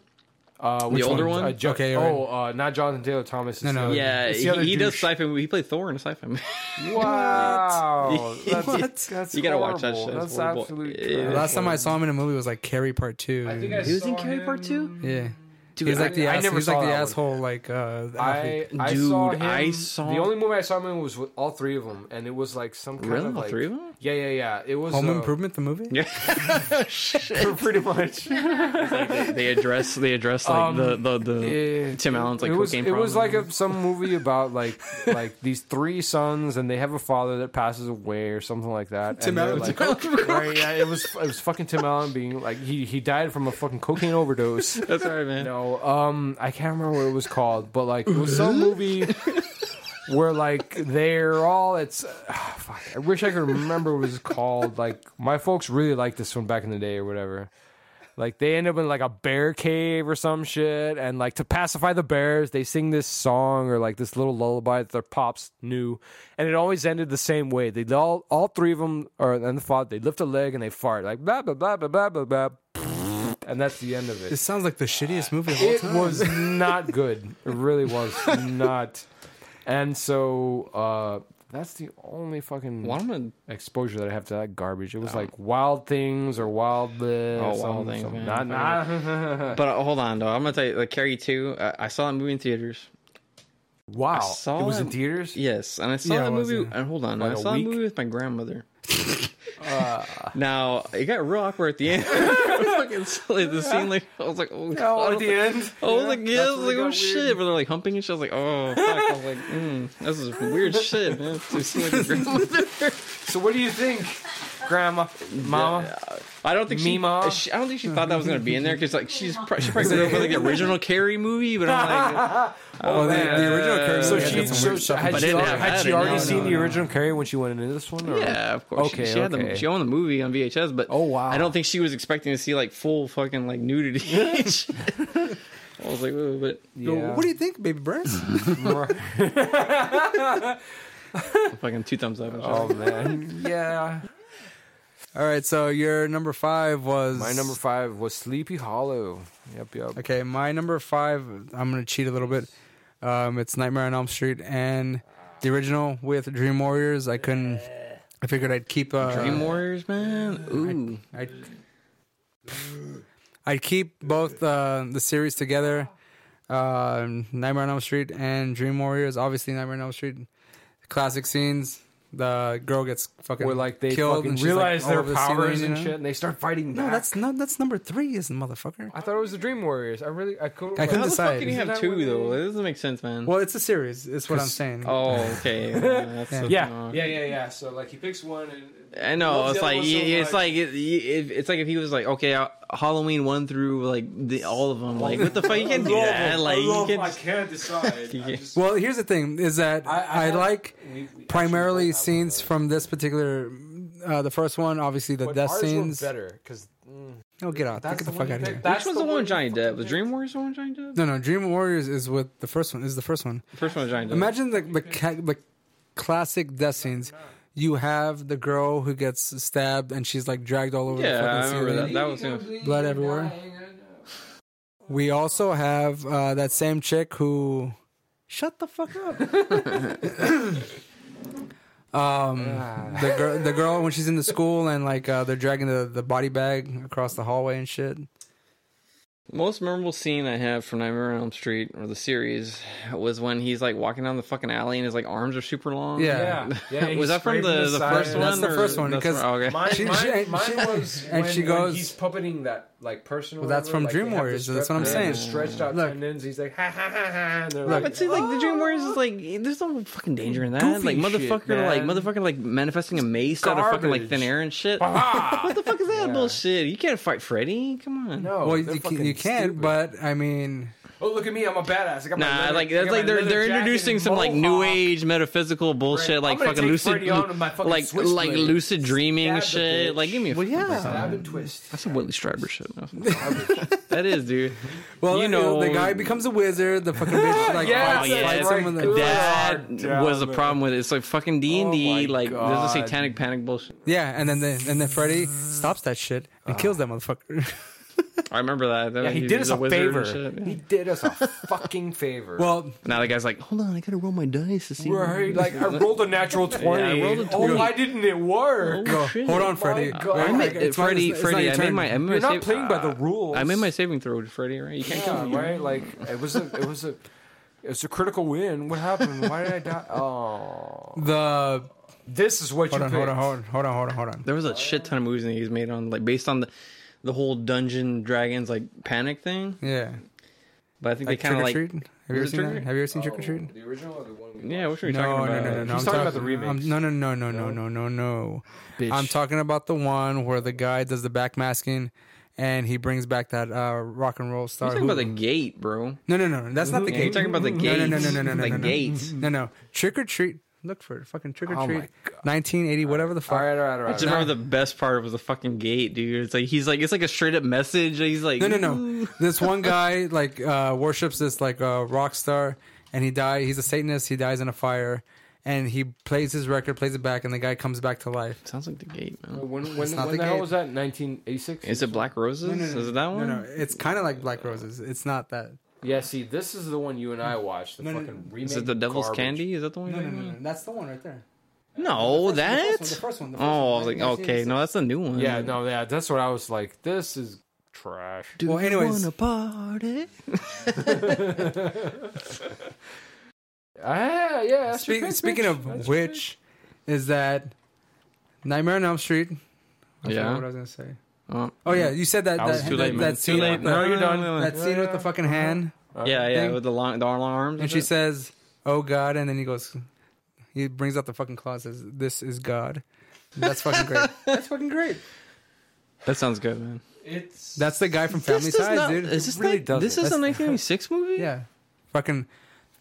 F: uh, which
C: the older one?
F: Uh, jo-
B: Okay, you're
F: oh, uh, not Jonathan Taylor Thomas.
B: No, no.
C: Yeah,
F: Oh, it's
C: he,
F: the other
C: he does
F: douche.
C: sci-fi. movie. He played Thor in a sci-fi movie.
F: Wow, that's,
C: What?
F: that's
C: you gotta watch that
F: horrible.
C: shit. It's
F: That's
C: horrible.
F: absolute.
C: It-
F: trash.
B: Last time I saw him in a movie was like Carrie Part Two.
F: I think I
C: He was in
F: saw
C: Carrie Part
F: him-
C: Two.
B: yeah,
C: Dude,
B: he's like the
F: I
B: ass,
F: never
B: he's
F: saw
B: like the
F: that one.
B: asshole like uh,
F: I,
B: athlete.
F: I
C: Dude,
F: saw him.
C: I saw-
F: the only movie I saw him in was with all three of them, and it was like some kind
C: Really?
F: of
C: All
F: like
C: three of 'em?
F: Yeah, yeah, yeah. It was
B: Home
F: uh,
B: Improvement the movie.
F: pretty much.
C: they, they address they address like
F: Um,
C: the the, the
F: Yeah.
C: Tim Allen's like
F: it was,
C: cocaine
F: It was like
C: problem.
F: a, some movie about like like these three sons and they have a father that passes away or something like that. Tim Allen, like, right? Yeah, it was it was fucking Tim Allen being like he he died from a fucking cocaine overdose.
C: That's all right, man.
F: No, um, I can't remember what it was called, but like it was some movie where like they're all it's. ah, fuck, I wish I could remember what it was called. Like my folks really liked this one back in the day or whatever. Like they end up in like a bear cave or some shit, and like to pacify the bears, they sing this song or like this little lullaby that their pops knew, and it always ended the same way. They all all three of them, or and the father, they lift a leg and they fart like blah blah blah blah blah blah blah. and that's the end of it.
B: This sounds like the shittiest movie of all
F: it
B: time.
F: was not good. It really was not. And so uh, that's the only fucking
C: Well, I'm gonna
F: exposure that I have to that garbage. It was like Wild Things or Wild this.
C: Oh, Wild
F: some-
C: Things,
F: some-
C: man.
F: Not, not.
C: But uh, hold on, though. I'm gonna tell you, like Carrie Two. I, I saw that movie in theaters.
F: wow.
C: saw
F: It was in
C: it.
F: theaters?
C: Yes, and I saw
B: Yeah,
C: that
B: it was,
C: movie.
B: yeah.
C: And hold on,
F: Like
C: I
F: a
C: saw that
F: week? Ah.
C: movie with my grandmother. now it got real awkward at the end. fucking silly. The scene, like I was like, oh,
F: Oh,
C: God.
F: at the end?
C: I was like, yeah, I was
F: where
C: like,
F: it
C: oh
F: got
C: shit,
F: weird.
C: but they're like humping and shit. I was like, oh, fuck. I was like, mm, this is weird shit, man. To see like a grandmother.
F: So what do you think, Grandma? Mama?
C: I don't think she, uh,
F: Meemaw.
C: she. I don't think she thought that was gonna be in there because like she's pr- she probably grew up with like the original Carrie movie, but I'm like,
B: well, Oh, the, the original Curry
F: So
B: movie had
F: she,
B: some
F: so
B: weird
F: she,
B: stuff in
F: had
C: But
F: she,
C: it
F: already,
C: didn't
F: had
C: have
F: she
C: it,
F: already
C: no,
F: seen
C: no,
F: the
C: no.
F: original Carrie when she went into this one? Or?
C: yeah, of course.
F: Okay,
C: she, she had the
F: okay.
C: she owned the movie on VHS, but
F: Oh, wow.
C: I don't think she was expecting to see like full fucking like nudity. I was like, Whoa, but
B: Well, What do you think, baby Bryce?
C: fucking two thumbs up.
F: Oh man, yeah.
B: All right, so your number five was
F: My number five was Sleepy Hollow. Yep, yep.
B: Okay, my number five. I'm gonna cheat a little bit. Um, it's Nightmare on Elm Street and the original with Dream Warriors. I couldn't. I figured I'd keep. Uh,
C: Dream Warriors, man. Ooh,
B: I'd, I'd keep both uh, the series together. Um Nightmare on Elm Street and Dream Warriors. Obviously, Nightmare on Elm Street, classic scenes. The girl gets fucking
F: Where like they
B: killed
F: fucking
B: and she's,
F: realize
B: like, all over
F: their
B: the ceiling,
F: powers
B: you
F: and
B: know?
F: shit, and they start fighting
B: No,
F: back.
B: that's no, that's number three, is motherfucker.
F: I thought it was the Dream Warriors. I really, I couldn't.
B: I
C: how
B: couldn't-
C: the
B: decide.
C: fuck can you
F: Isn't
C: have
F: that
C: two
F: what they-
C: though? It doesn't make sense, man.
B: Well, it's a series. Is what I'm saying.
C: Oh, okay. Yeah, that's something
F: Yeah,
C: wrong.
F: yeah, yeah, yeah. So like he picks one, and
C: I know.
F: Loves
C: It's
F: the other
C: like,
F: one so
C: it's
F: much.
C: like it- it- it's like if he was like, okay, uh, Halloween one through like the, all of them. Like, what the fuck? You can't do that. Like, you
F: Oh, I
C: can't.
F: can't decide. I just,
B: Well, here's the thing: is that I,
F: I- I have-
B: like
F: we- we actually
B: primarily
F: both have
B: scenes from this particular, uh, the first one. Obviously, the
F: but
B: death
F: ours were
B: scenes.
F: better because
B: No, get out! Get the, fuck out of here.
C: Which one's the one with Johnny Depp? Was Dream Warriors the one with Johnny Depp?
B: No, no, Dream Warriors is with the first one. Is the first one?
C: The first one with Johnny Depp.
B: Imagine the the ca- the classic death scenes. You have the girl who gets stabbed and she's like dragged all over
C: yeah,
B: the
C: I
B: fucking
C: remember
B: ceiling.
C: that. That was. Gonna,
B: blood everywhere. We also have uh, that same chick who. Shut the fuck up. um, the girl, the girl when she's in the school and like uh, they're dragging the, the body bag across the hallway and shit.
C: most memorable scene I have from Nightmare on Elm Street or the series was when he's like walking down the fucking alley and his like arms are super long.
B: Yeah.
F: Yeah, yeah, he's
C: was that from
F: scraping
C: the,
F: the
C: the
F: side.
C: first one?
B: That's the
C: or-
B: first one,
C: that's
B: because
C: from- okay.
F: Mine,
B: She-
F: mine,
B: she-
F: mine was
B: and
F: when,
B: she
F: when
B: goes-
F: he's puppeting that like person. or
B: Well, that's
F: whatever,
B: from
F: like,
B: Dream
F: they have the
B: Warriors, that's what I'm
F: they have the
B: saying.
F: Stretched out
B: Look.
F: tendons. He's like ha ha ha ha. And they're
B: Look.
F: like,
C: But see, like the Dream Warriors is like, there's no fucking danger in that.
F: Goofy
C: like motherfucker,
F: shit,
C: like
F: man.
C: motherfucker, like manifesting a mace out of fucking like thin
F: Garbage.
C: air and shit.
F: ah!
C: what the fuck is that bullshit? You can't fight Freddy. Come on.
F: no,
B: well,
F: they're
B: you, can,
F: fucking
B: you can,
F: stupid.
B: but I mean,
F: oh look at me, I'm a badass. I got my
C: Nah,
F: leather-
C: like
F: I
C: that's
F: got
C: like
F: my
C: they're
F: leather
C: they're
F: jacket
C: introducing
F: and
C: some like new
F: mohawk.
C: age metaphysical bullshit,
F: I'm
C: like
F: gonna
C: fucking
F: take
C: lucid,
F: Freddy on with my fucking
C: like
F: switchblade.
C: like lucid dreaming
F: Stab
C: and
F: the
C: shit.
F: bitch.
C: Like, give me a
B: well, yeah.
F: Stab and twist.
C: That's some Willie Striber shit. that is, dude.
B: Well,
C: You
B: you know,
C: know-
B: the guy becomes a wizard. The fucking bitch like
F: Yes,
C: Oh
B: fights,
C: yeah,
B: fights
C: it's
F: that's
B: him with
F: right.
B: the,
C: that
F: God
C: was the
F: damn it.
C: problem with it. It's like fucking D and D.
F: my
C: Like there's a
F: God.
C: satanic panic bullshit.
B: yeah, and then the, and then Freddy stops that shit and kills that motherfucker.
C: I remember that. that
F: Yeah, he
C: he's
F: did us a
C: wizard and
F: favor.
C: shit, yeah.
F: He did us a fucking favor.
B: well,
C: Now the guy's like, hold on, I gotta roll my dice to see.
F: right? Like I rolled a natural twenty.
C: I rolled a
F: Oh,
C: 20.
F: why didn't it work?
B: go, hold on, Freddy.
F: God.
B: Wait,
C: I made,
B: it's my-
C: Freddy,
B: it's not
C: Freddy,
B: your
C: I made
B: turn.
C: my. I made
F: You're
C: my
F: not
C: save- uh,
F: playing by the rules.
C: I made my saving throw, Freddy. Right? You can't kill me.
F: Yeah, right? Like it was a it was a it was a critical win. What happened? Why did I die? Oh,
B: the
F: this is what
B: Hold
F: you
B: on,
F: picked.
B: hold on, hold on, hold on, hold on, hold on.
C: There was a shit ton of movies that he's made on, like based on the the whole Dungeon Dragons like panic thing.
B: Yeah.
C: But I think
B: Like
C: they kind
B: Trick
C: of
B: or
C: like.
B: Treat? Have you ever
C: was it
B: seen
C: Trick or
B: that?
C: Treat?
B: Have you ever seen Trick or Treat? Oh.
F: The original or the one we
C: Yeah, what
F: watched?
C: are we
B: No,
C: talking
B: no,
C: about?
B: no, no, no.
F: He's
B: I'm
F: talking about the
B: I'm-
F: remakes.
B: No, no, no, no, no, no, no, no. I'm talking about the one where the guy does the backmasking and he brings back that uh, rock and roll star.
C: I'm talking
B: who-
C: about the gate, bro.
B: No, no, no. That's not the
C: Yeah, you're
B: gate.
C: talking about the
B: No, no, no, no,
C: gates.
B: no, no, no.
C: The
B: no, no.
C: gates.
B: No, no. Trick or Treat. Look for it. Fucking Trick or
F: Oh my
B: Treat.
F: God.
B: 1980, whatever the fuck.
F: All right, all right, all
C: I
F: right.
C: just remember the best part was the fucking gate, dude. It's like he's like it's like a straight up message. He's like
B: No, no, no. This one guy like uh, worships this like uh, rock star, and he die. He's a Satanist. He dies in a fire, and he plays his record, plays it back, and the guy comes back to life.
C: Sounds like the gate, man.
F: When,
B: It's
F: when,
B: not
F: when
B: the
F: the hell
B: gate.
F: was that? 1986?
C: Is it Black Roses? Is it that one?
B: No, no, it's kind of like Black Roses. It's not that.
F: Yeah, see, this is the one you and I watched. The
B: No, no,
F: fucking remake.
C: Is it the Devil's
F: garbage.
C: Candy? Is that the one?
B: No,
C: you're
B: no,
C: talking
B: no, no. That's the one right there.
C: about? No, Oh, that.
B: The first one. The first one. The first
C: Oh, I
B: one,
C: was like, okay,
B: 1986.
C: no, that's the new one.
F: Yeah, no, yeah, that's what I was like. This is trash.
C: Do
B: Well,
C: you
B: anyways.
C: wanna party?
F: Ah, yeah. that's your
B: Speak,
F: pick,
B: speaking
F: bitch.
B: of
F: That's your pick.
B: which, is that Nightmare on Elm Street? I forgot
C: Yeah.
B: What I was gonna say.
C: Oh,
B: Oh yeah, you said that.
C: I was
B: that,
C: too
B: that,
C: late, man.
B: that
C: too
B: scene
C: late.
B: With the,
C: No, you're done.
B: That scene with the fucking hand,
C: yeah, yeah,
B: thing.
C: with the long, the long arms.
B: and she says, "Oh God," and then he goes, he brings out the fucking claw, and says, "This is God." That's fucking great. That's fucking great.
C: "That sounds good, man."
F: It's
B: That's the guy from Family
C: this does
B: Ties,
C: not-
B: dude.
C: Is this
B: It really
C: not-
B: does
C: This
B: it.
C: is a
B: That's-
C: 1986 movie.
B: yeah, fucking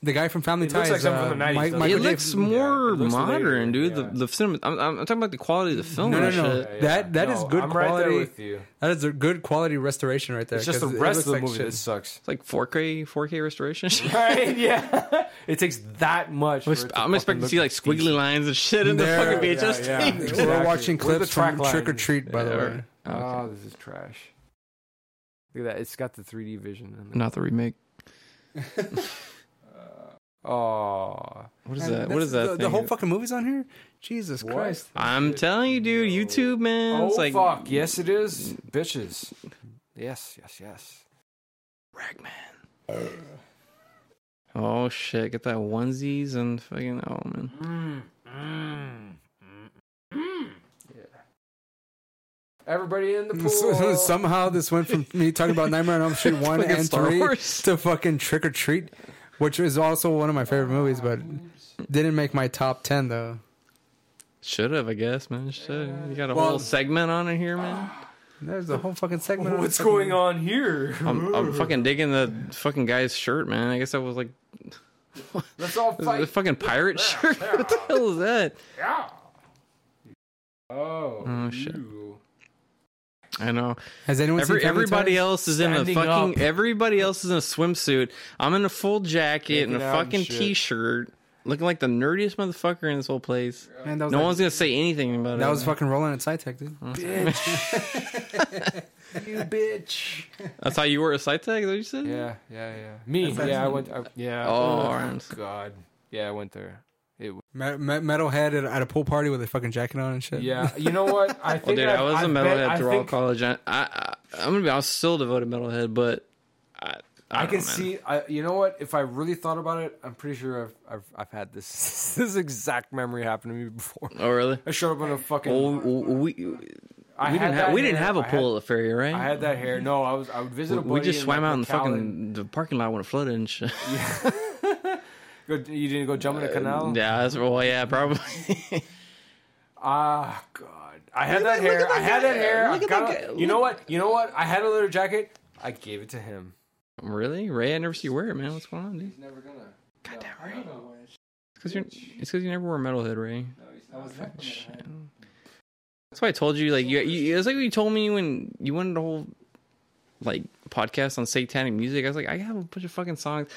B: the guy from Family
F: It
B: Ties.
F: looks like something
B: uh,
F: from the 90s,
B: Mike-
F: doesn't it?
B: Michael
C: It
B: J.
C: looks
B: Fox.
C: more
F: looks
C: modern,
F: later,
C: dude.
F: yeah.
C: The the cinema. I'm, I'm talking about the quality of the film.
B: No, no,
C: and
B: no.
C: shit.
B: That- that is good
F: uh, I'm right there
B: quality.
F: with you.
B: That is a good quality restoration right there.
F: It's just the
B: 'cause it
F: rest
B: looks
F: of the
B: like
F: movie
B: shit.
F: that sucks.
C: It's like 4K, 4K restoration.
F: Right? Yeah. it takes that much.
C: I'm expecting to see like squiggly lines and shit in
B: There-
C: the fucking
F: yeah,
C: VHS
F: yeah.
C: tape.
F: Exactly.
B: We're watching
F: Where's the
B: clips
F: track
B: from
F: line?
B: Trick or Treat, by the
C: Yeah,
B: way. Uh,
C: Okay.
F: Oh, this is trash. Look at that. It's got the 3D vision. In
C: Not the remake.
F: it. Oh.
C: What is
B: And
C: that?
B: that's-
C: What is that?
B: The, the
C: thing?
B: whole fucking movie's on here. Jesus
F: What?
B: Christ!
C: I'm telling you, dude.
F: No.
C: YouTube, man.
F: Oh,
C: it's like
F: fuck. Yes, it is. Bitches. Yes, yes, yes.
C: Ragman. Oh shit! Get that onesies and fucking oh man.
F: Mm, Yeah. mm. Everybody in the pool.
B: So- Somehow this went from me talking about Nightmare on Elm Street one
C: Fucking
B: and
C: Star
B: three
C: Wars.
B: to fucking Trick or Treat, which is also one of my favorite movies, but didn't make my top ten though.
C: Should have, I guess, man. Should you got a
B: Well-
C: whole segment on it here, man?
B: There's a whole fucking segment.
F: What's going on here?
C: I'm, I'm fucking digging the fucking guy's shirt, man. I guess that was like
F: Let's all
C: was it the
F: fight.
C: fucking pirate shirt. What the hell is that?
F: Yeah. Oh.
C: Oh, shit.
F: you.
C: I know.
B: Has anyone
C: Every,
B: seen Family
C: everybody
B: Ties?
C: else is in a
F: Standing
C: fucking.
F: up.
C: Everybody else is in a swimsuit. I'm in a full jacket and a
F: Making out and
C: fucking
F: shit.
C: t-shirt, looking like the nerdiest motherfucker in this whole place.
B: Man, that was
C: No
B: like-
C: one's gonna say anything about it.
B: That was
C: man.
B: fucking rolling at SciTech, dude.
F: You bitch.
C: That's how you were a site tag. Is that what you said?
F: Yeah, yeah, yeah. Me. Yeah, I went. I, yeah.
C: Oh, arms.
F: God. Yeah, I went there.
B: Me- me- metalhead at, at a pool party with a fucking jacket on and shit.
F: Yeah, you know what? I
C: Well,
F: think
C: Oh, dude, I was a
F: a
C: metalhead
F: I
C: throughout
F: think
C: college. I, I, I, am gonna be. I was still a devoted metalhead, but I, I,
F: I
C: don't
F: can
C: know, man.
F: see. I, you know what? If I really thought about it, I'm pretty sure I've I've, I've had this this exact memory happen to me before.
C: Oh, really?
F: I showed up on a fucking.
C: Well, we we,
F: I
C: we
F: had
C: didn't have
F: that
C: we didn't
F: hair.
C: have a
F: I had-
C: pool at the ferry, right?
F: I had that hair. No, I was I would visit a
C: we
F: buddy
C: just swam
F: like,
C: out in the
F: McAllen.
C: fucking the parking lot when it flooded and shit.
F: Go, you didn't go jump in a canal.
C: Uh, yeah, that's well, yeah, probably.
F: Ah, God. I had that hair. I had that hair. I
C: Look at
F: got
C: that
F: a-
C: guy.
F: You know what? You know what? I had a leather jacket. I gave it to him.
C: really, Ray? I never see you wear it, man. What's going on, dude?
F: Never gonna.
C: Goddamn, Ray. It's because you're. It's because you never wore metalhead, Ray. Shit. That's why I told you, like, you, you, it's like when you told me when you wanted a whole, like, podcast on satanic music. I was like, I have a bunch of fucking songs.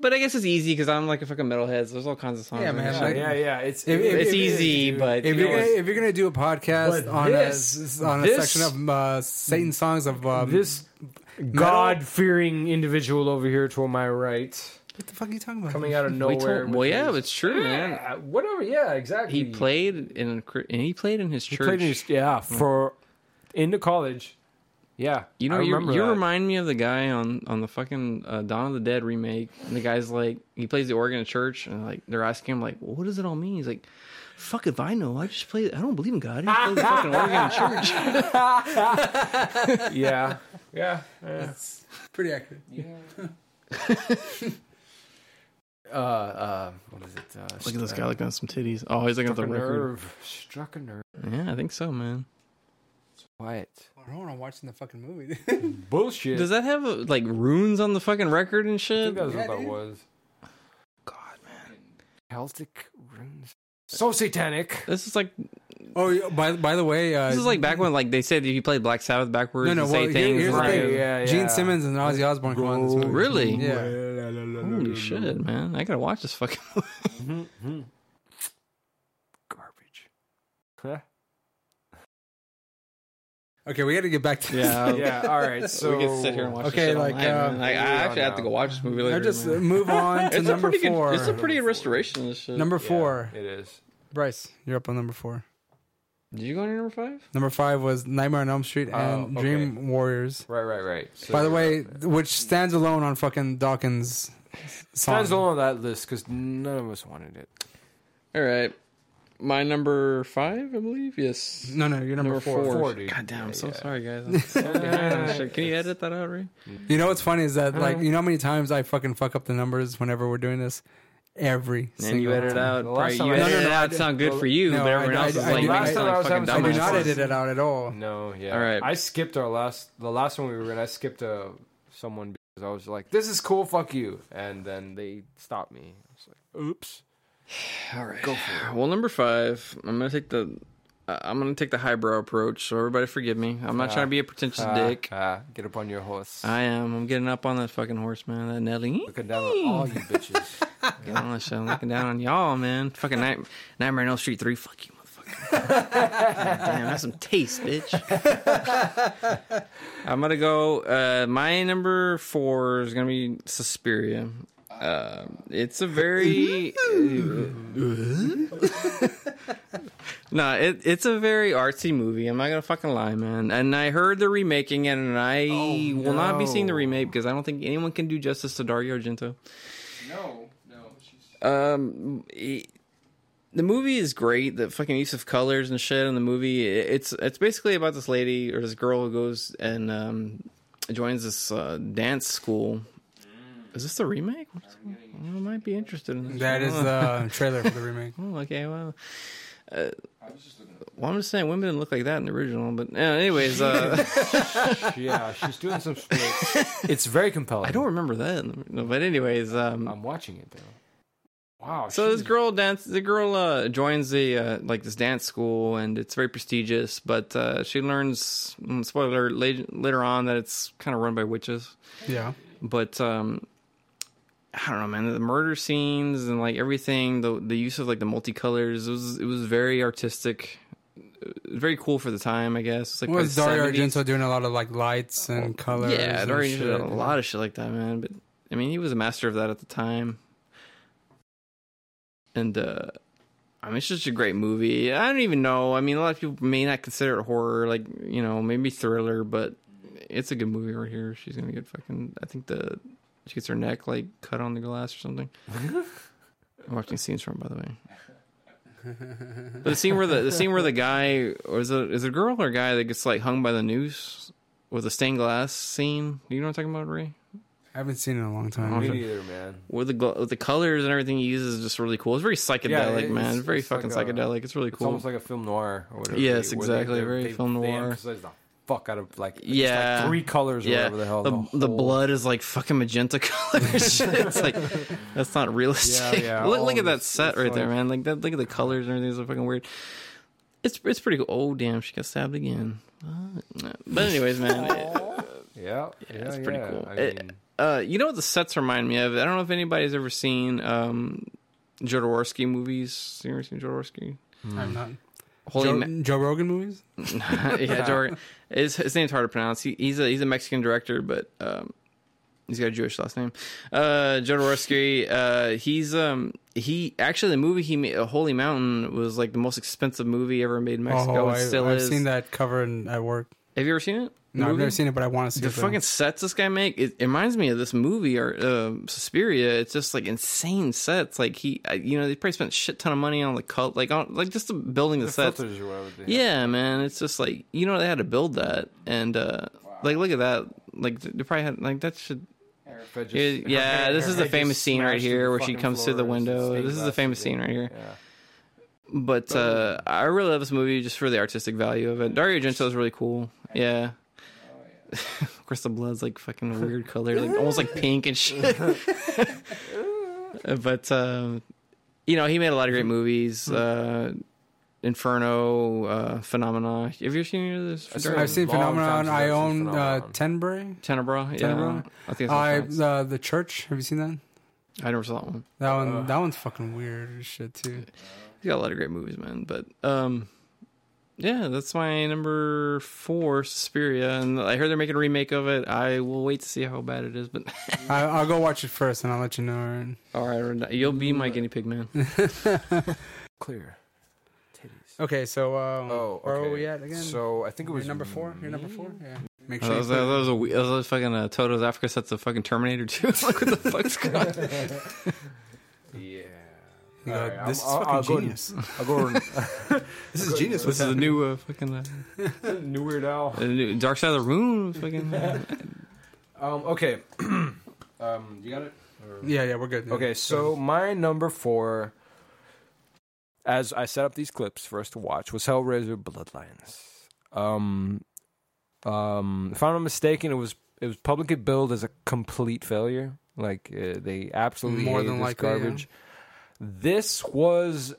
C: But I guess it's easy because I'm like a fucking metalhead, so there's all kinds of songs.
B: Yeah,
C: I
B: man,
C: guess.
F: Yeah,
B: Like-
F: yeah, yeah. It's
B: If- if-
C: it's
B: if-
C: easy, but
B: If
C: you
B: you're
C: know,
B: gonna, if you're gonna do a podcast
F: But
B: on
F: this-
B: a on a
F: this-
B: section of uh, Satan songs of um,
F: this God fearing individual over here to my right,
B: what the fuck are you talking about?
F: coming out of
C: we
F: nowhere.
C: told, well,
F: with
C: yeah,
F: his-
C: it's true, man.
F: Yeah, uh, whatever. Yeah, exactly.
C: He played in a, cr- and he played in his
F: He
C: church.
F: played in his- yeah for into college. Yeah,
C: you
F: I
C: know, you,
F: remember
C: you
F: that.
C: remind me of the guy on on the fucking uh, Dawn of the Dead remake. And the guy's like, he plays the organ in church, and like they're asking him like, well, what does it all mean? He's like, fuck if I know. I just play. I don't believe in God. I just play the fucking organ in church.
F: Yeah, yeah. yeah.
B: That's pretty accurate.
F: Uh, uh, what is it? Uh,
C: Look at this guy looking at some titties. Oh, he's looking at
F: Struck
C: the
F: a
C: record.
F: nerve. Struck a nerve.
C: Yeah, I think so, man.
F: Quiet.
B: I don't want to watch the fucking movie.
F: Bullshit.
C: Does that have uh, like runes on the fucking record and
F: I
C: shit?
F: think that's
B: Yeah,
F: what that
B: dude.
F: was.
C: God, man,
F: Celtic runes. So satanic.
C: this is like
B: oh, yeah, by by the way, uh,
C: this is like back when like they said if you played Black Sabbath backwards,
B: No,
C: no,
B: no,
C: say
B: well, here-
C: things.
B: here's the
C: like,
B: thing.
F: yeah,
B: Gene
F: yeah.
B: Simmons and Ozzy Osbourne come on this movie.
C: Really?
B: Yeah.
F: Mm-hmm,
C: Holy shit, man! I gotta watch this fucking.
B: Okay, we got to get back to this.
C: Yeah,
F: yeah. All right. So
C: we could sit here and watch.
B: Okay,
C: this shit
B: like,
C: online, man. Like,
B: uh,
C: um, I
F: we are
C: actually have to
F: now.
C: go watch this movie later.
B: I just uh,
C: man.
B: move on to
C: it's a
B: number
C: pretty good.
B: four.
C: It's a pretty good restoration. Of this shit.
B: number four.
F: It is.
B: Bryce, you're up on number four.
C: Did you go into number five?
B: Number five was Nightmare on Elm Street and
F: Oh,
B: Dream Warriors.
F: Right. Right. Right. So
B: By the way, which stands alone on fucking Dawkins' song.
F: stands alone on that list because none of us wanted it.
C: All right, my number five, I believe. Yes.
B: No, no, you're number, four.
F: Four, dude.
C: God damn! I'm so sorry, guys. I'm so behind on this shit. Can you edit that out, Ray?
B: You know what's funny is that like you know how many times I fucking fuck up the numbers whenever we're doing this. Every
C: And
B: single
C: you edit it
B: time.
C: out.
F: The
C: Probably,
F: last time
C: you
F: I-
C: edit
B: No, no,
C: it
B: no, I
C: out.
B: did-
C: Sound good for you,
B: no,
C: but
B: I-
C: everyone
B: I-
C: else is
B: I
C: like
B: did-
C: making
F: last time
C: sound
F: I
C: like
F: was
C: fucking
F: having
B: I
C: dumb.
B: do
F: Dumbass.
B: not
C: asses.
B: edit it out at all.
F: No, yeah.
C: All right.
F: I skipped our last, the last one we were in. I skipped uh, someone because I was like, "This is cool, fuck you," and then they stopped me. I was like, "Oops."
C: All right. Go for it. Well, number five, I'm gonna take the. Uh, I'm gonna take the highbrow approach, so everybody forgive me. I'm not trying to be a pretentious
F: Ah,
C: dick. Ah.
F: ah, get up on your horse.
C: I am. I'm getting up on that fucking horse, man. That Nelly.
F: Looking down on all you bitches.
C: Getting on that shit. I'm looking down on y'all, man. Fucking night, Nightmare on Elm Street 3. Fuck you, motherfucker. Damn, that's some taste, bitch. I'm gonna go. Uh, my number four is gonna be Suspiria. Uh, it's a very. no, it, it's a very artsy movie. I'm not gonna fucking lie, man. And I heard they're remaking it, and I will not be seeing the remake because I don't think anyone can do justice to Dario Argento. Um, he- the movie is great. The fucking use of colors and shit in the movie. i- It's it's basically about this lady or this girl who goes and um, joins this uh, dance school. Is this the remake? What's- I might be interested in this.
B: That is the trailer for the remake.
C: Oh, okay, well. Uh, well, I'm just saying women didn't look like that in the original, but uh, anyways, uh,
F: yeah, she's doing some splits. It's very compelling.
C: I don't remember that. in the- No, but anyways, um,
F: I'm watching it though. Wow.
C: So this
F: she's-
C: girl dance, the girl uh, joins the uh, like this dance school, and it's very prestigious. But uh, she learns, mm, spoiler alert, later, later on, that it's kind of run by witches.
B: Yeah.
C: But um, I don't know, man. The murder scenes and like everything, the the use of like the multicolors, it was it was very artistic, uh, very cool for the time, I guess. It's like
B: What was
C: probably
B: Dario
C: 70s.
B: Argento doing a lot of like lights and colors?
C: Yeah,
B: and
C: Dario
B: shit.
C: did a lot of shit like that, man. But I mean, he was a master of that at the time. And uh I mean, it's just a great movie. I don't even know. I mean, a lot of people may not consider it horror, like you know, maybe thriller, but it's a good movie right here. She's gonna get fucking. I think the she gets her neck like cut on the glass or something. I'm watching scenes from, it, by the way. But the scene where the the scene where the guy or is it is it a girl or a guy that gets like hung by the noose with a stained glass scene. You know what I'm talking about, Ray?
B: I haven't seen it in a long time.
F: Me neither, man.
C: With the gl- with the colors and everything he uses is just really cool. It's very psychedelic,
F: it's-
C: man. very
F: it's
C: fucking
F: like a-
C: psychedelic. It's really
F: It's
C: cool.
F: almost like a film noir or whatever.
C: Yes,
F: where they-
C: exactly,
F: they-
C: very
F: they-
C: film
F: they
C: noir.
F: emphasize the fuck out of like, just,
C: Yeah.
F: like three colors or
C: yeah,
F: whatever the hell.
C: the, the
F: whole-
C: blood is like fucking magenta colors. it's like that's not realistic.
F: Yeah, yeah,
C: look, look
F: all
C: at that
F: this-
C: set
F: it's
C: right there,
F: like-
C: man. Like that. Look at the colors and everything's so fucking weird. It's it's pretty cool. Oh damn, she got stabbed again. Uh, But anyways, man. it-
F: Yeah, yeah,
C: it's
B: Oh,
C: pretty
F: yeah.
C: cool.
F: I
C: It-
F: mean,
C: uh, you know what the sets remind me of? I don't know if anybody's ever seen um, Jodorowsky movies. You ever seen Jodorowsky?
B: I'm not.
C: Holy
B: Joe,
C: ma-
B: Joe Rogan movies?
C: yeah, Jodor- his, his name's hard to pronounce. He, he's a he's a Mexican director, but um, he's got a Jewish last name. Uh, Jodorowsky. Uh, he's um he actually the movie he made, Holy Mountain, was like the most expensive movie ever made in Mexico.
B: oh,
C: and
B: I,
C: still
B: I've
C: is.
B: seen that cover in, at work.
C: Have you ever seen it? The
B: No, I've
C: movie?
B: never seen it, but I want to see
C: the
B: it. though.
C: fucking sets this guy make it, it reminds me of this movie or uh, Suspiria. It's just like insane sets. Like he, I- you know, they probably spent a shit ton of money on the cult, like on like just the building the,
F: the
C: sets.
F: filters or whatever. They
C: Yeah, man, it's just like you know they had to build that, and uh like look at that, like they probably had like that should.
F: If I just-
C: Yeah, yeah,
F: her
C: this is
F: head
C: the famous
F: just
C: scene right
F: smashed
C: here
F: through
C: where
F: the
C: she
F: fucking
C: comes through the
F: floor and
C: window.
F: stained
C: This is the
F: glass
C: famous
F: again.
C: scene right here.
F: Yeah.
C: But uh, I really love this movie just for the artistic value of it. Dario Argento is really cool. Yeah. of course, the blood's like fucking weird color, like almost like pink and shit. but um, you know, he made a lot of great movies. Uh, Inferno, uh, Phenomena. Have you ever seen any of this?
F: I've
C: Dario?
B: I've seen
F: Long time
B: Phenomenon.
F: since I've
B: I
F: seen
B: own uh,
F: Phenomenon.
B: Tenbury.
C: Tenebra. Yeah,
B: Tenebra?
C: I think that's
B: I
C: I,
B: uh, the church. Have you seen that?
C: I never saw that one.
B: That one. that one's fucking weird as shit too.
C: He's got a lot of great movies, man. But um, yeah, that's my number four, Suspiria, and I heard they're making a remake of it. I will wait to see how bad it is, but
B: I, I'll go watch it first, and I'll let you know. Aaron.
C: all right, Renee, you'll be my guinea pig man.
F: Clear. Titties.
B: Okay, so um,
F: Oh,
B: where
F: okay.
B: are we at again?
F: So I think it
B: You're
F: was
B: number four. You're number four. Yeah. Make
C: That
B: sure.
C: was,
B: you
C: that was a we- that was a fucking uh, Toto's Africa sets a fucking Terminator too. like, what the fuck's going on?
F: Yeah.
B: put-
F: All right,
B: this is
F: I'll- I'll-
B: fucking
F: I'll go-
B: genius.
F: I'll go over
B: This is genius.
C: This is a new uh, fucking uh,
F: and- New Weird Al.
C: a new Dark Side of the Room. Fucking uh,
F: Um, okay. um, you got it? Or-
B: Yeah, yeah, we're good. Yeah.
F: Okay, so my number four, as I set up these clips for us to watch, was Hellraiser Bloodlines. Um, um, if I'm not mistaken, it was it was publicly billed as a complete failure. Like uh, they absolutely
B: More
F: hated
B: than
F: this
B: likely, yeah.
F: garbage. This was.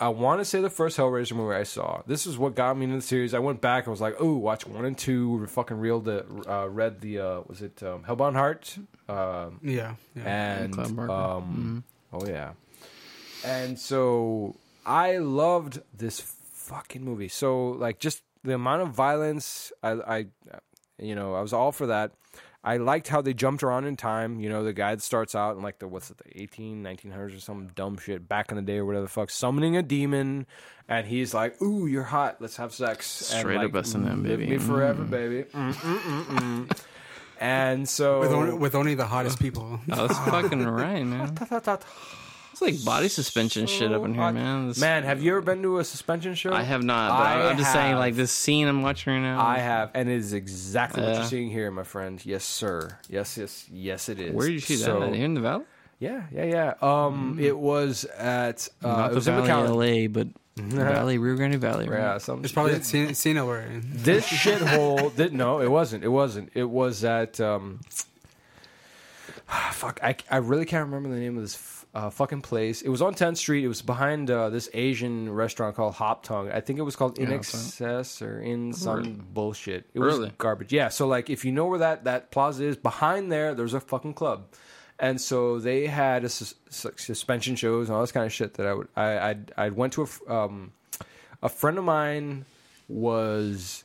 F: I want to say the first Hellraiser movie I saw. This is what got me into the series. I went back and was like, "Oh, watch one and two. We fucking reeled the uh, read the uh, was it um, Hellbound Heart, um,
B: yeah, yeah.
F: and
C: Clive Barker.
F: um,
B: Mm-hmm.
F: oh yeah, and so I loved this fucking movie. So like just the amount of violence, I, I, you know, I was all for that. I liked how they jumped around in time. You know, the guy that starts out in like the what's it, the 18, 1900s or some dumb shit back in the day or whatever the fuck, summoning a demon, and he's like, "Ooh, you're hot. Let's have sex."
C: Straight
F: and,
C: up
F: like,
C: S&M,
F: live
C: baby.
F: me forever, baby. Mm, mm, mm, mm. and so
B: With only, with only the hottest people.
C: oh, that's fucking right, man. It's like body suspension shit up in here,
F: hot.
C: man. This-
F: Man, have you ever been to a suspension show?
C: I have not. But
F: I
C: I am just saying,
F: have.
C: like this scene I'm watching right now.
F: I have, and it is exactly what
C: Yeah.
F: you're seeing here, my friend. Yes, sir. Yes, yes, yes. It is.
C: Where did you see
F: So-
C: that? At? Here in the valley?
F: Yeah, yeah, yeah. Um, it was at uh,
C: Not
F: it
C: the
F: was in
C: valley, LA,
F: McAllen.
C: but Valley, Rio Grande Valley. right?
F: Yeah, some
B: It's probably
F: this,
B: seen Cena where
F: this shithole. Did, no, it wasn't. It wasn't. It was at um. ah, Fuck, I, I really can't remember the name of this f- uh, fucking place. It was on 10th Street. It was behind uh, this Asian restaurant called Hop Tongue. I think it was called In
C: Yeah, Hop Tongue.
F: Excess or In
C: Really?
F: Some bullshit. It was
C: Really?
F: garbage. Yeah. So like, if you know where that that plaza is, behind there, there's a fucking club, and so they had a sus- sus- suspension shows and all this kind of shit that I would I I'd, I went to a f- um, a friend of mine was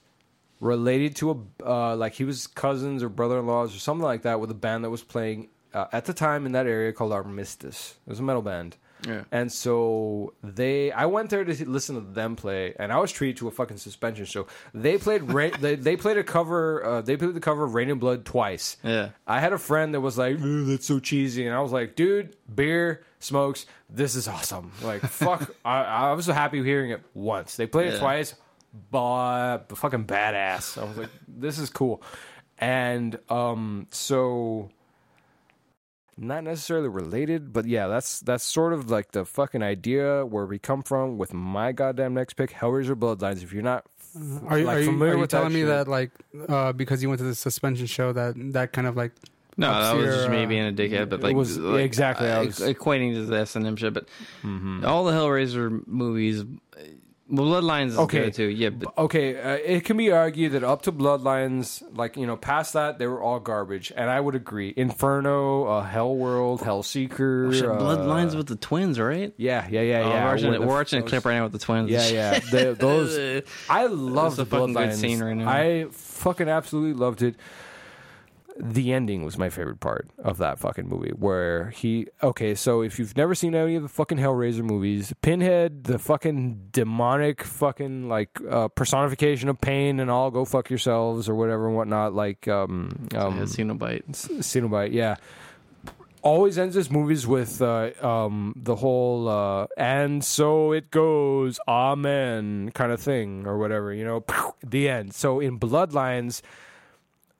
F: related to a uh, like he was cousins or brother-in-laws or something like that with a band that was playing uh, at the time in that area called Armistice. It was a metal band.
C: Yeah.
F: And so they, I went there to listen to them play, and I was treated to a fucking suspension show. They played, Ra- they, they played a cover, uh, they played the cover of Rain and Blood twice.
C: Yeah.
F: I had a friend that was like, "Ooh, "That's so cheesy," and I was like, "Dude, beer, smokes, this is awesome." Like, fuck, I, I was so happy hearing it once. They played it
C: Yeah.
F: twice, but fucking badass. I was like, "This is cool," and um, so not necessarily related, but yeah, that's that's sort of like the fucking idea where we come from with my goddamn next pick, Hellraiser Bloodlines. If you're not
B: Mm-hmm. Are you,
F: like,
B: are you,
F: familiar
B: are you
F: with
B: telling me
F: shit-
B: that like uh, because you went to the suspension show that that kind of like
C: No,
B: Up
C: that
B: to
C: was
B: your,
C: just me
B: uh,
C: being a dickhead, but
F: it
C: like,
F: was-
C: like,
F: exactly, I
C: uh,
F: was-
C: equating to the S and M shit. But all the Hellraiser movies, uh, Bloodlines is
F: Okay.
C: good too. Yeah, but
F: okay, uh, it can be argued that up to Bloodlines, like you know, past that they were all garbage, and I would agree. Inferno, uh, Hellworld,
B: Oh,
F: Hellseeker,
C: Oh, shit,
F: uh,
C: Bloodlines with the twins, right?
F: Yeah, yeah, yeah,
C: Oh,
F: yeah.
C: we're watching,
F: where the
C: we're watching a
F: those-
C: clip right now with the twins.
F: Yeah, yeah. The, those I love
C: It's a
F: the
C: fucking good
F: Bloodlines.
C: scene right now.
F: I fucking absolutely loved it. The ending was my favorite part of that fucking movie, where he okay. So if you've never seen any of the fucking Hellraiser movies, Pinhead, the fucking demonic fucking like uh, personification of pain, and all go fuck yourselves or whatever and whatnot. Like um, um
C: Yeah, Xenobite.
F: S- Cenobite, yeah. Always ends his movies with uh, um, the whole uh, "and so it goes, amen" kind of thing, or whatever you know. The end. So in Bloodlines,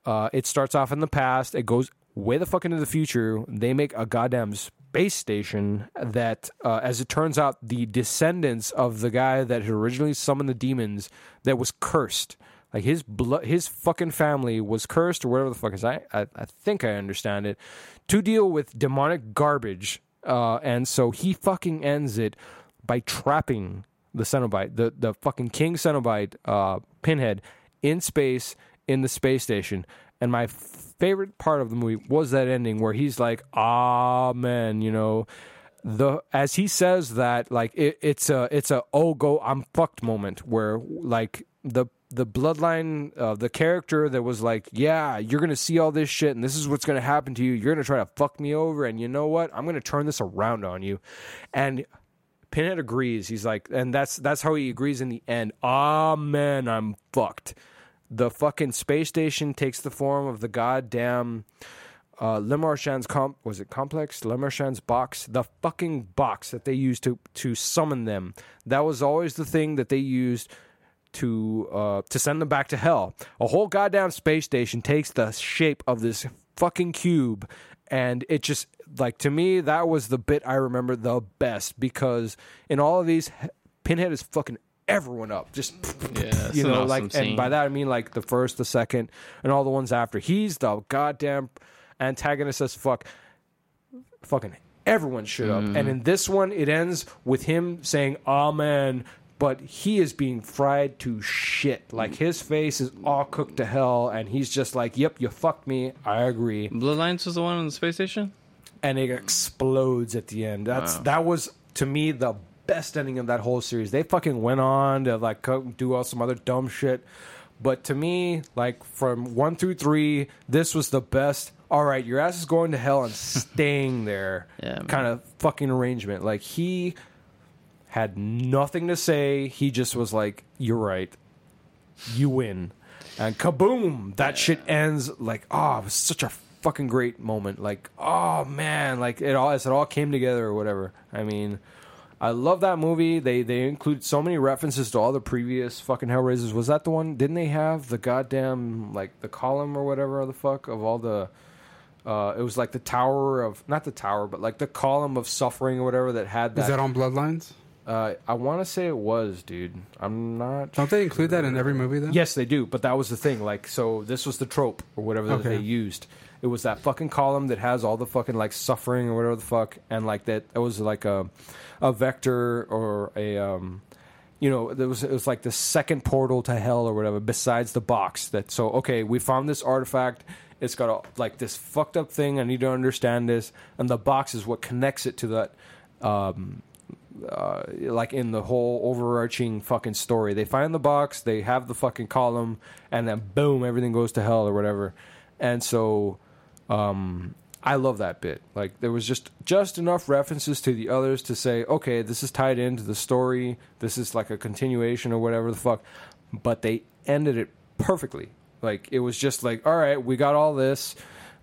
F: uh, it starts off in the past. It goes way the fuck into the future. They make a goddamn space station that, uh, as it turns out, the descendants of the guy that had originally summoned the demons that was cursed. Like his blood, his fucking family was cursed or whatever the fuck is. I, I, I think I understand it to deal with demonic garbage. Uh, and so he fucking ends it by trapping the Cenobite, the, the fucking King Cenobite, uh, Pinhead, in space in the space station. And my favorite part of the movie was that ending where he's like, "Amen," "Ah, you know, the as he says that like it, it's a it's a oh go I'm fucked moment where like the the bloodline uh, the character that was like yeah you're gonna see all this shit and this is what's gonna happen to you you're gonna try to fuck me over and you know what I'm gonna turn this around on you and Pinhead agrees he's like and that's that's how he agrees in the end ah man I'm fucked the fucking space station takes the form of the goddamn uh, Le Marchand's comp was it complex? Le Marchand's box, the fucking box that they used to to summon them. That was always the thing that they used to uh, to send them back to hell. A whole goddamn space station takes the shape of this fucking cube, and it just like to me that was the bit I remember the best because in all of these, Pinhead is fucking everyone up just
C: Yeah,
F: you
C: it's an
F: know
C: awesome
F: like
C: scene.
F: and by that i mean like the first the second and all the ones after he's the goddamn antagonist as fuck fucking everyone shit up
C: Mm-hmm.
F: and in this one it ends with him saying amen but he is being fried to shit like his face is all cooked to hell and he's just like yep you fucked me i agree
C: Bloodlines was the one on the space station.
F: and it explodes at the end. That's that was to me the best ending of that whole series. They fucking went on to like co- do all some other dumb shit, but to me, like from one through three, this was the best. All right, your ass is going to hell and staying there.
C: Yeah, man.
F: kind of fucking arrangement. Like he had nothing to say. He just was like, "You're right, you win," and kaboom! That shit ends like, oh, it was such a fucking great moment. Like, oh man, like it all, it all came together or whatever. I mean, I love that movie. They they include so many references to all the previous fucking Hellraisers. Was that the one? Didn't they have the goddamn like the column or whatever the fuck of all the uh, it was like the tower of not the tower, but like the column of suffering or whatever that had that.
B: Is that on Bloodlines?
F: uh, I want to say it was, dude. I'm not.
B: Don't they include that in every movie though?
F: Yes, they do, but that was the thing. Like, so this was the trope or whatever that
B: Okay.
F: they used. It was that fucking column that has all the fucking like suffering or whatever the fuck, and like that. It was like a, a vector or a, um, you know, there was it was like the second portal to hell or whatever. Besides the box that, so okay, we found this artifact. It's got a, like this fucked up thing. I need to understand this, and the box is what connects it to that um, uh, like in the whole overarching fucking story. They find the box, they have the fucking column, and then boom, everything goes to hell or whatever. And so, um, I love that bit. Like there was just just enough references to the others to say, okay, this is tied into the story. This is like a continuation or whatever the fuck. But they ended it perfectly. Like it was just like, all right, we got all this.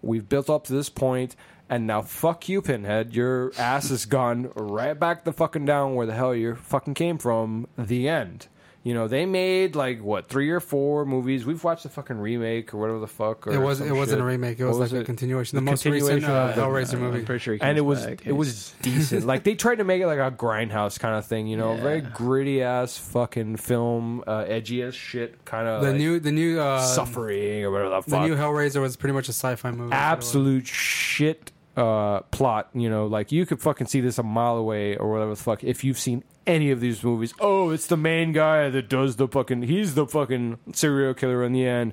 F: We've built up to this point, and now fuck you, Pinhead. Your ass is gone right back the fucking down where the hell you fucking came from. The end. You know, they made like what three or four movies. We've watched the fucking remake or whatever the fuck. Or
B: It was.
F: some
B: It wasn't a
F: shit.
B: remake. It
F: What
B: was, like a continuation. The, most recent uh, Hellraiser
C: I'm
B: movie.
C: pretty sure. He comes
F: and it was
C: back.
F: it was decent. like they tried to make it like a grindhouse kind of thing, you know, very gritty ass fucking film, uh, edgy as shit kind of
B: The
F: like
B: new. The new. Uh,
F: suffering or whatever the
B: The
F: fuck.
B: new Hellraiser was pretty much a sci-fi movie.
F: Absolute shit uh, plot, you know, like you could fucking see this a mile away or whatever the fuck if you've seen any of these movies. Oh, it's the main guy that does the fucking he's the fucking serial killer in the end.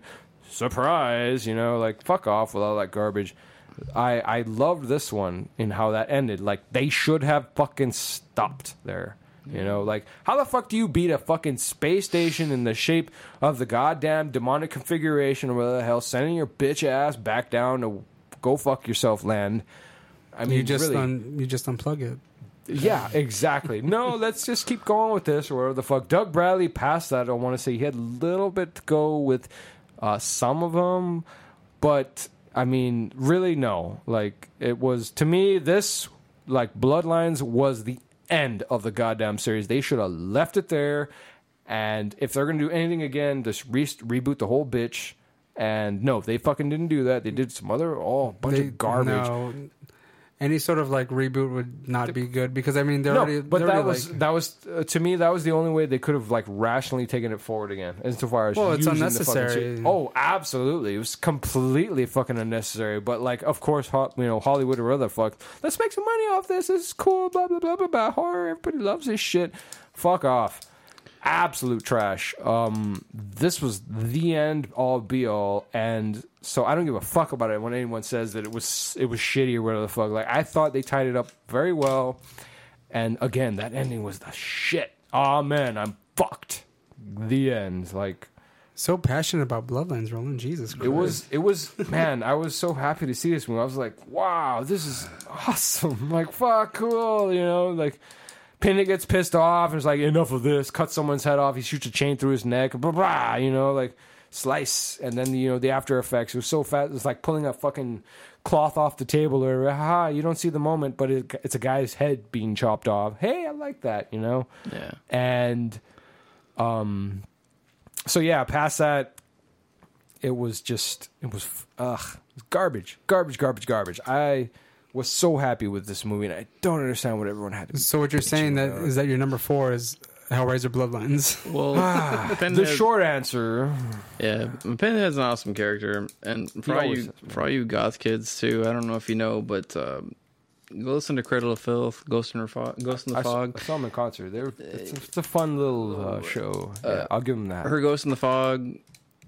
F: Surprise, you know, like fuck off with all that garbage. I I loved this one in how that ended. Like they should have fucking stopped there. You know, like how the fuck do you beat a fucking space station in the shape of the goddamn demonic configuration or whatever the hell, sending your bitch ass back down to go fuck yourself land? I mean,
B: You just
F: really,
B: un, you just unplug it.
F: yeah, exactly. No, let's just keep going with this or whatever the fuck. Doug Bradley passed that. I want to say he had a little bit to go with uh, some of them, but I mean, really, no. Like it was to me, this like Bloodlines was the end of the goddamn series. They should have left it there. And if they're gonna do anything again, just re- reboot the whole bitch. And no, they fucking didn't do that. They did some other oh bunch
B: They-
F: of garbage.
B: no. any sort of like reboot would not be good because I mean they're
F: no,
B: already.
F: but
B: they're
F: that
B: already,
F: was
B: like-
F: that was uh, to me that was the only way they could have like rationally taken it forward again, insofar as
B: Well, it's
F: using the fucking
B: unnecessary.
F: suit. oh, absolutely, it was completely fucking unnecessary. But like, of course, ho- you know Hollywood or other fuck. Let's make some money off this. This is cool. Blah blah blah blah blah. Horror. Everybody loves this shit. Fuck off. absolute trash. Um, this was the end all be all, and so I don't give a fuck about it when anyone says that it was it was shitty or whatever the fuck. Like I thought they tied it up very well, and again that ending was the shit. Oh man, I'm fucked. The end. Like
B: So passionate about Bloodlines, Roland. Jesus Christ.
F: it was. It was. man, I was so happy to see this movie. I was like, wow, this is awesome. Like fuck, cool. You know, like. Pinhead gets pissed off and is like, enough of this. Cuts someone's head off. He shoots a chain through his neck. Blah blah. You know, like slice. And then you know the after effects. It was so fast. It's like pulling a fucking cloth off the table. Or ha, you don't see the moment, but it, it's a guy's head being chopped off. Hey, I like that. You know.
C: Yeah.
F: And, um, so yeah, past that, it was just it was ugh it was garbage, garbage, garbage, garbage. I was so happy with this movie, and I don't understand what everyone had to. be
B: So what you're
F: bitching
B: saying that
F: about.
B: is that your number four is Hellraiser Bloodlines.
C: Well, Pinhead,
F: the short answer.
C: yeah, Pinhead's an awesome character, and for all
F: always
C: you for all you goth kids too, I don't know if you know, but um, go listen to Cradle of Filth, Ghost in the Fog, Ghost in
F: I
C: the
F: s-
C: Fog. Uh,
F: I saw him in concert. They're, it's, a, it's a fun little uh, show. Yeah, I'll give him that.
C: her ghost in the fog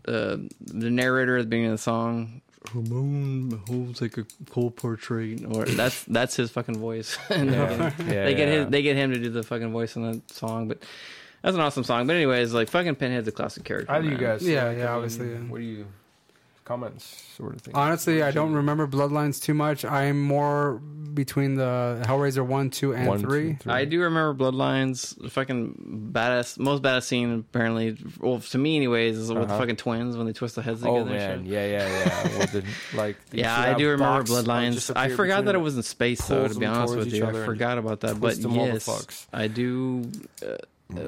C: uh, the narrator at the beginning of the song her moon holds like a cold portrait or that's that's his fucking voice And fucking-
F: Yeah,
C: they get
F: yeah.
C: his, they get him to do the fucking voice in that song but that's an awesome song but anyways like fucking pinhead's a classic character
F: How do you
C: man.
F: guys?
B: Yeah,
F: like,
B: yeah,
F: I
B: obviously, yeah.
F: What do you comments sort of thing?
B: Honestly, I don't remember Bloodlines too much. I'm more between the Hellraiser one, two, and
F: One, two,
B: three.
C: I do remember Bloodlines, the fucking badass, most badass scene apparently. Well, to me, anyways, is with the
F: Uh-huh.
C: fucking twins when they twist the heads together.
F: Oh
C: and shit.
F: man, yeah, yeah, yeah. With the, like, you
C: Yeah,
F: see
C: I
F: that
C: do remember
F: box that just
C: Bloodlines. I
F: appeared
C: forgot that it
F: between
C: was in space, though.
F: pulls
C: To be
F: them
C: honest
F: towards
C: with
F: each
C: you,
F: other
C: I
F: and
C: forgot about that. But
F: twist them all to
C: yes,
F: fucks.
C: I do. Uh,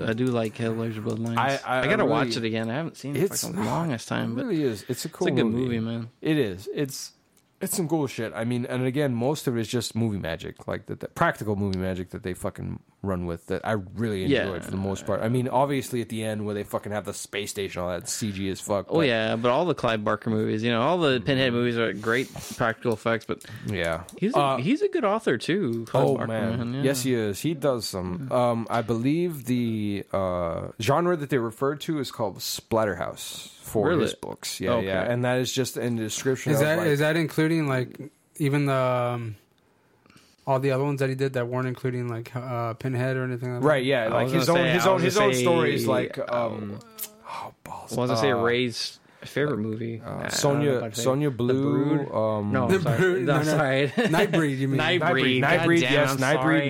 C: I do like Hellraiser Bloodlines.
F: I-
C: I,
F: I- I
C: gotta watch it
F: really-
C: again. I haven't seen it in
F: It's-
C: fucking the longest
F: It
C: time, but
F: really is. It's a cool.
C: it's a good movie,
F: movie
C: man.
F: It is. It's it's some cool shit. I mean, and again, most of it is just movie magic, like the, the practical movie magic that they fucking run with. That I really
C: Yeah.
F: enjoyed for the most part. I mean, obviously at the end where they fucking have the space station, all that CG as fuck.
C: Oh
F: but- Mm-hmm.
C: yeah, but all the Clive Barker movies, you know, all the Pinhead movies are great practical effects. But
F: yeah.
C: he's a,
F: Uh,
C: he's a good author too. Clive
F: Oh
C: Barker,
F: man,
C: Mm-hmm, yeah.
F: yes he is. He does some. Um, I believe the uh, genre that they refer to is called splatterhouse for
C: Really?
F: his books. Yeah,
C: Okay.
F: yeah, and that is just in the description.
B: Is
F: of,
B: that is
F: like,
B: that including like even the um, all the other ones that he did that weren't including like uh, Pinhead or anything like that?
F: Right, yeah, like
C: was
F: his own,
C: gonna say-
F: his
C: I
F: own,
C: was
F: his
C: gonna
F: own
C: say,
F: stories. Like,
C: uh,
F: um, oh balls.
C: Well, I was gonna say
F: Uh,
C: Ray's favorite movie, I don't know
F: uh,
C: if
F: Sonia,
C: I'd say-
F: Sonia
C: The
F: Blue.
C: Brood.
F: Um,
C: No,
B: The
C: I'm sorry.
B: Brood,
C: No,
B: no, no.
C: sorry.
B: Nightbreed, you mean?
C: Nightbreed,
F: Nightbreed,
C: goddamn,
F: yes,
C: I'm
F: Nightbreed,
C: sorry.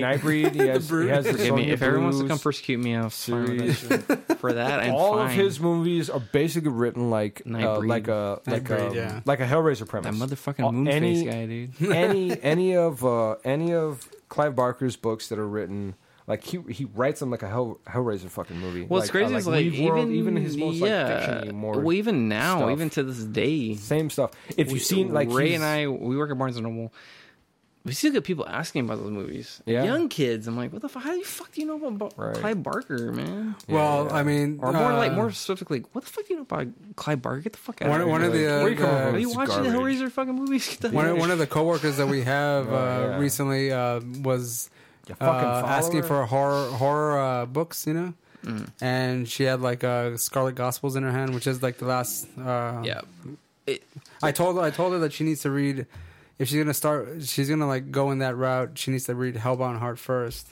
F: Nightbreed. He has, he
B: Brood.
F: has the
C: Forgive me.
F: Sonya
C: If everyone wants to
F: Blues.
C: come persecute me, I'll fine with that. for that. I'm
F: all
C: fine.
F: of his movies are basically written like uh,
C: Nightbreed.
F: like a like
B: Nightbreed,
F: a
B: yeah.
F: like a Hellraiser
C: that
F: premise.
C: motherfucking
F: All-
C: moon
F: any-
C: face guy, dude.
F: any any of uh, any of Clive Barker's books that are written. Like he he writes them like a Hell, Hellraiser fucking movie.
C: Well, it's
F: uh,
C: crazy. is like
F: Weave
C: even
F: World, even his most like
C: yeah.
F: fiction more
C: well, even now,
F: stuff.
C: even to this day,
F: same stuff. If
C: we-
F: you've seen like
C: Ray
F: he's-
C: and I, we work at Barnes and Noble. We still get people asking about those movies.
F: Yeah.
C: Young kids, I'm like, what the fuck? How the fuck do you know about Bar-
F: Right.
C: Clive Barker, man?
B: Well, I mean,
C: Or more like
B: uh,
C: more specifically, what the fuck do you know about Clive Barker? Get the fuck out
B: One-
C: of here!
B: one of the, uh,
C: Where you coming
B: the-
C: from? Are you
F: It's
C: watching the
F: garbage.
C: Hellraiser fucking movies? Get the
B: One,
C: hell
B: of- one of the coworkers that we have uh,
F: yeah.
B: recently uh, was
F: You
B: uh,
F: fucking
B: asking for
F: follower.
B: horror horror uh, books, you know, and she had like uh, Scarlet Gospels in her hand, which is like the last. Uh,
C: Yeah. It,
B: I told her I told her that she needs to read. If she's gonna start, she's gonna like go in that route. She needs to read Hellbound Heart first,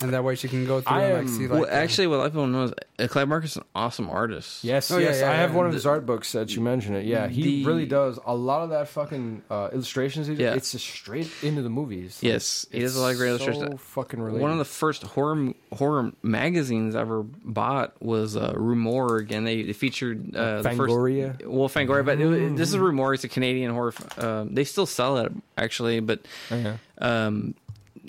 B: and that way she can go through
F: I
B: and
F: am-
B: like see like.
C: well,
B: the-
C: actually, what a lot of people know is uh, Clive Barker's an awesome artist.
F: Yes,
B: Oh, yeah,
F: yes.
B: yeah,
F: I have
B: yeah.
F: one of his art books that you mentioned it. Yeah, he
C: The-
F: really does a lot of that fucking uh, illustrations. He does,
C: Yeah.
F: it's just straight into the movies. Like,
C: Yes, he does a lot of great
F: it's So
C: illustrations.
F: fucking related.
C: One of the first horror m- horror magazines I ever bought was uh, Rumorg, and they, they featured uh, the first-
F: Fangoria? Mm.
C: well, Fangoria, but it, was- this is Rumorg. It's a Canadian horror. f- Uh, they still sell it actually, but
F: Okay.
C: um,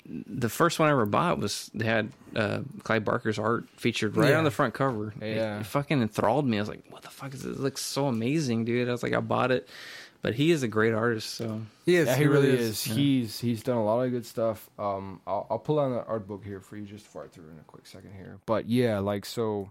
C: the first one I ever bought was they had uh, Clyde Barker's art featured right
B: Yeah.
C: on the front cover. It-
F: Yeah.
C: It, fucking enthralled me. I was like, "What the fuck is this? It looks so amazing, dude!" I was like, "I bought it," but he is a great artist. So
B: he is.
F: yeah, he really is. He's he's done a lot of good stuff. Um, I'll, I'll pull out an art book here for you just to fart through in a quick second here. But yeah, like so,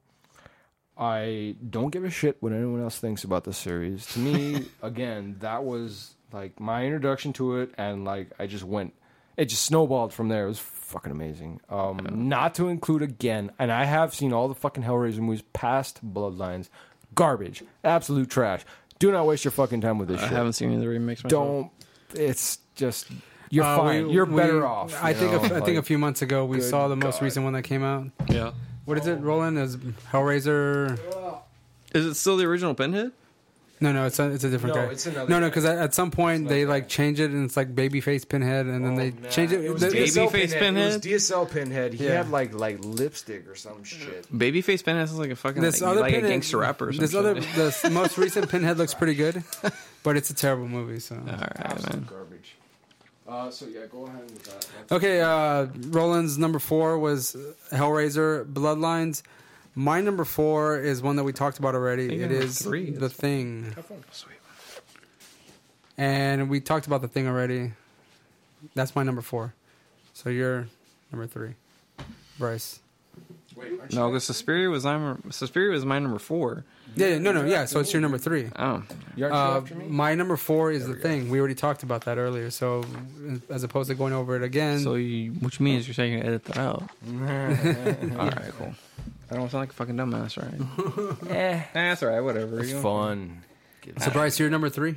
F: I don't give a shit what anyone else thinks about this series. To me, again, that was like my introduction to it, and like I just went it just snowballed from there. It was fucking amazing. Um, Not to include again, and I have seen all the fucking Hellraiser movies past Bloodlines. Garbage. Absolute trash. Do not waste your fucking time with this
C: I
F: shit.
C: haven't seen any of the remakes. myself.
F: Don't. It's just. You're
B: Uh,
F: fine.
B: we-
F: you're
B: we-
F: better off.
B: I
F: you
B: think.
F: know,
B: a, I
F: like-
B: think a few months ago we saw the most recent one that came out.
C: Yeah.
B: What is it? Roland is Hellraiser.
C: Is it still the original Pinhead?
B: No, no, it's a, it's a different
F: No,
B: guy.
F: it's another
B: no, no,
F: guy.
B: because at, at some point they like change it and it's like Babyface Pinhead, and then they change it.
F: Oh, was
B: the-
C: Baby-
F: DSL
C: Babyface Pinhead?
F: It was DSL Pinhead. He
B: Yeah.
F: had like like lipstick or some shit.
C: Babyface Pinhead sounds like a fucking
B: this
C: like,
B: other
C: like a
B: Pinhead-
C: gangster rapper. Or some
B: this other,
C: shit.
B: this most recent Pinhead looks pretty good, but it's a terrible movie. So
C: All right, man.
F: Garbage. Uh, so yeah, go ahead with that.
B: okay, uh, Roland's number four was Hellraiser Bloodlines. My number four is one that we talked about
C: think
B: already. It
C: number
B: is
C: three
B: the
C: is-
B: thing, and we talked about the thing already. That's my number four. So you're number three, Bryce.
C: No, because Suspiria was I'm Suspiria was my number four.
B: Yeah, yeah, no, no, yeah. So it's your number three.
C: Oh,
B: Uh, my number four is the thing. We already talked about that earlier. So as opposed to going over it again,
C: so you, what you mean is you're saying you're gonna edit that out? all right, cool. I don't sound like a fucking dumbass, right? eh, that's all right. Whatever.
F: It's
C: You know?
F: fun.
B: so Bryce, you're number three.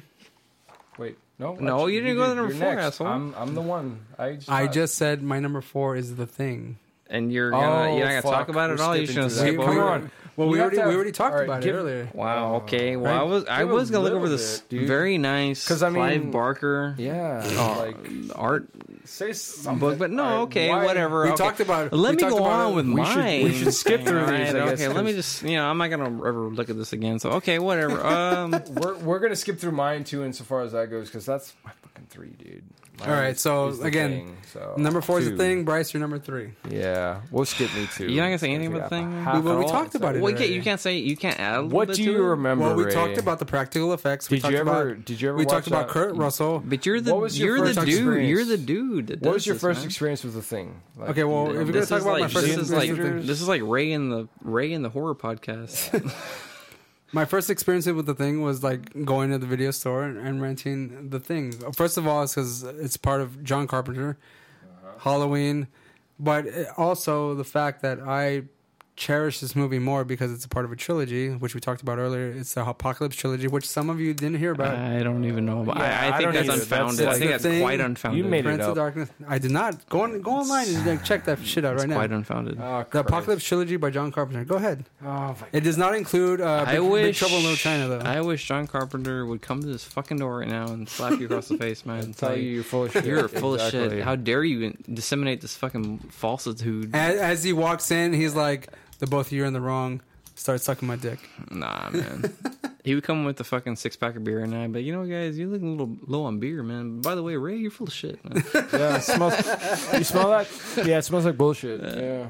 F: Wait, no,
C: No,
F: actually,
C: you didn't go to
F: did.
C: number
F: You're
C: four,
F: next.
C: asshole.
F: I'm, I'm the one. I just,
B: I just said my number four is the thing.
C: And you're gonna
F: Oh,
C: you're not gonna talk
F: fuck.
C: about it
F: We're
C: at all. You're just
F: skipping
C: gonna skip
F: through that. Come
C: over. it?
F: on.
B: Well, we
F: You have
B: already
F: to have-
B: we already talked
F: all right,
B: about
F: give-
B: it earlier.
C: Wow. Okay. Well,
F: Right?
C: I was I
F: Give a
C: was gonna look
F: little
C: over this
F: bit, dude.
C: very nice
F: 'Cause, I mean-
C: Clive Barker
F: yeah, Oh.
C: uh,
F: like
C: art
F: say something.
C: book, but no.
F: All right,
C: okay,
F: why-
C: whatever.
B: We
C: okay.
B: talked
C: Let
B: about- we
C: me
B: talked
C: go
B: about
C: on
B: it.
C: with
F: We should-
C: mine.
F: we should skip through
C: Alright,
F: these, I guess,
C: okay, let me
F: 'cause-
C: just you know I'm not gonna ever look at this again. So okay, whatever. Um,
F: We're we're gonna skip through mine too, insofar as that goes, because that's my fucking three, dude. Mine
B: All right,
F: is-
B: so
F: is the
B: again,
F: thing, so.
B: Number four is the
F: Two.
B: thing. Bryce, you're number three.
F: Yeah, we'll skip me too.
C: You're not gonna say anything about the thing?
F: Half
B: We- well,
F: at
B: we
F: all.
B: talked about it.
C: well, yeah,
B: already.
C: you can't say you can't add. A little
F: What
C: bit
F: do
C: to
F: you
C: it?
F: remember?
B: Well, we
F: Ray?
B: talked about the practical effects. We
F: Did
B: talked
F: you ever?
B: About,
F: did you ever?
B: we
F: watch
B: talked about
F: that?
B: Kurt Russell.
C: But you're the
F: What was your
C: you're the
F: first
C: dude.
F: experience?
C: You're the dude. That
F: What
C: does
F: was your
C: this,
F: first
C: man.
F: experience with the thing? Like,
B: Okay, well, if
F: you
B: you're
F: know,
B: gonna
C: This
B: talk
C: is
B: about my
C: like
B: first
C: this is like
B: experience, with the-
C: this is like Ray in the Ray in the horror podcast.
B: my first experience with the thing was like going to the video store and renting the thing. First of all, it's because it's part of John Carpenter,
F: Uh-huh.
B: Halloween, but it- also the fact that I cherish this movie more because it's a part of a trilogy, which we talked about earlier. It's the Apocalypse trilogy, which some of you didn't hear about.
C: I don't even know. But
F: Yeah,
C: I,
F: I
C: I think
F: don't
C: that's
F: either. That's
C: unfounded.
F: like
C: I think
B: the
C: that's
B: thing-
C: quite unfounded.
F: You made it
B: Prince of
F: up.
B: Darkness. I did not go on, go online and like, check that shit out
C: It's
B: right now.
C: quite unfounded.
F: Oh,
B: the
F: Christ.
B: Apocalypse trilogy by John Carpenter. Go ahead.
F: Oh my
B: It does not include uh, Big,
C: I wish
B: Big Trouble in Little China though.
C: I wish John Carpenter would come to this fucking door right now and slap you across the face, man. and
F: tell you you're full of shit.
C: you're full of
F: Exactly.
C: shit. How dare you disseminate this fucking falsitude?
B: As, as he walks in, he's like, "The both of you are in the wrong." Start sucking my dick.
C: Nah, man. he would come with the fucking six pack of beer, and I. But you know, guys, you're looking a little low on beer, man. By the way, Ray, you're full of shit. man.
F: Yeah, it smells. you smell that? Yeah, it smells like bullshit. yeah.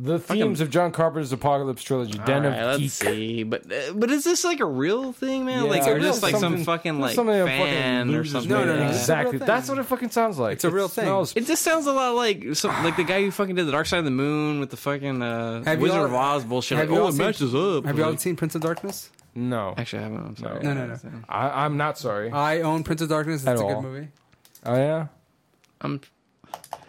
F: The themes of John Carpenter's Apocalypse trilogy, Den
C: All right,
F: of
C: let's
F: Geek.
C: see. But uh, but is this like a real thing, man?
F: Yeah,
C: like or
F: it's
C: just like some
F: something-
C: fucking
F: it's
C: like
F: something that fucking
C: fan or
F: losers
C: something?
B: No, no,
F: made.
B: no, it's a
F: Exactly.
B: real
F: That's
B: thing.
F: what it fucking sounds like.
B: It's a
F: It
B: real thing.
F: smells-
C: It just sounds a lot like some, like the guy who fucking did the Dark Side of the Moon with the fucking uh,
B: Have you
C: Wizard
B: all-
C: of Oz bullshit.
B: have
C: Like,
B: you
C: oh,
B: all
C: it
B: seen-
C: matches up.
B: Have you all
C: Like-
B: seen Prince of Darkness?
F: No,
C: Actually, I haven't. I'm sorry.
B: No, no, no.
F: I, I'm not
C: Oh,
F: sorry.
B: I own Prince of Darkness. It's
F: At
B: a good
F: all.
B: movie.
F: Oh yeah,
C: I'm,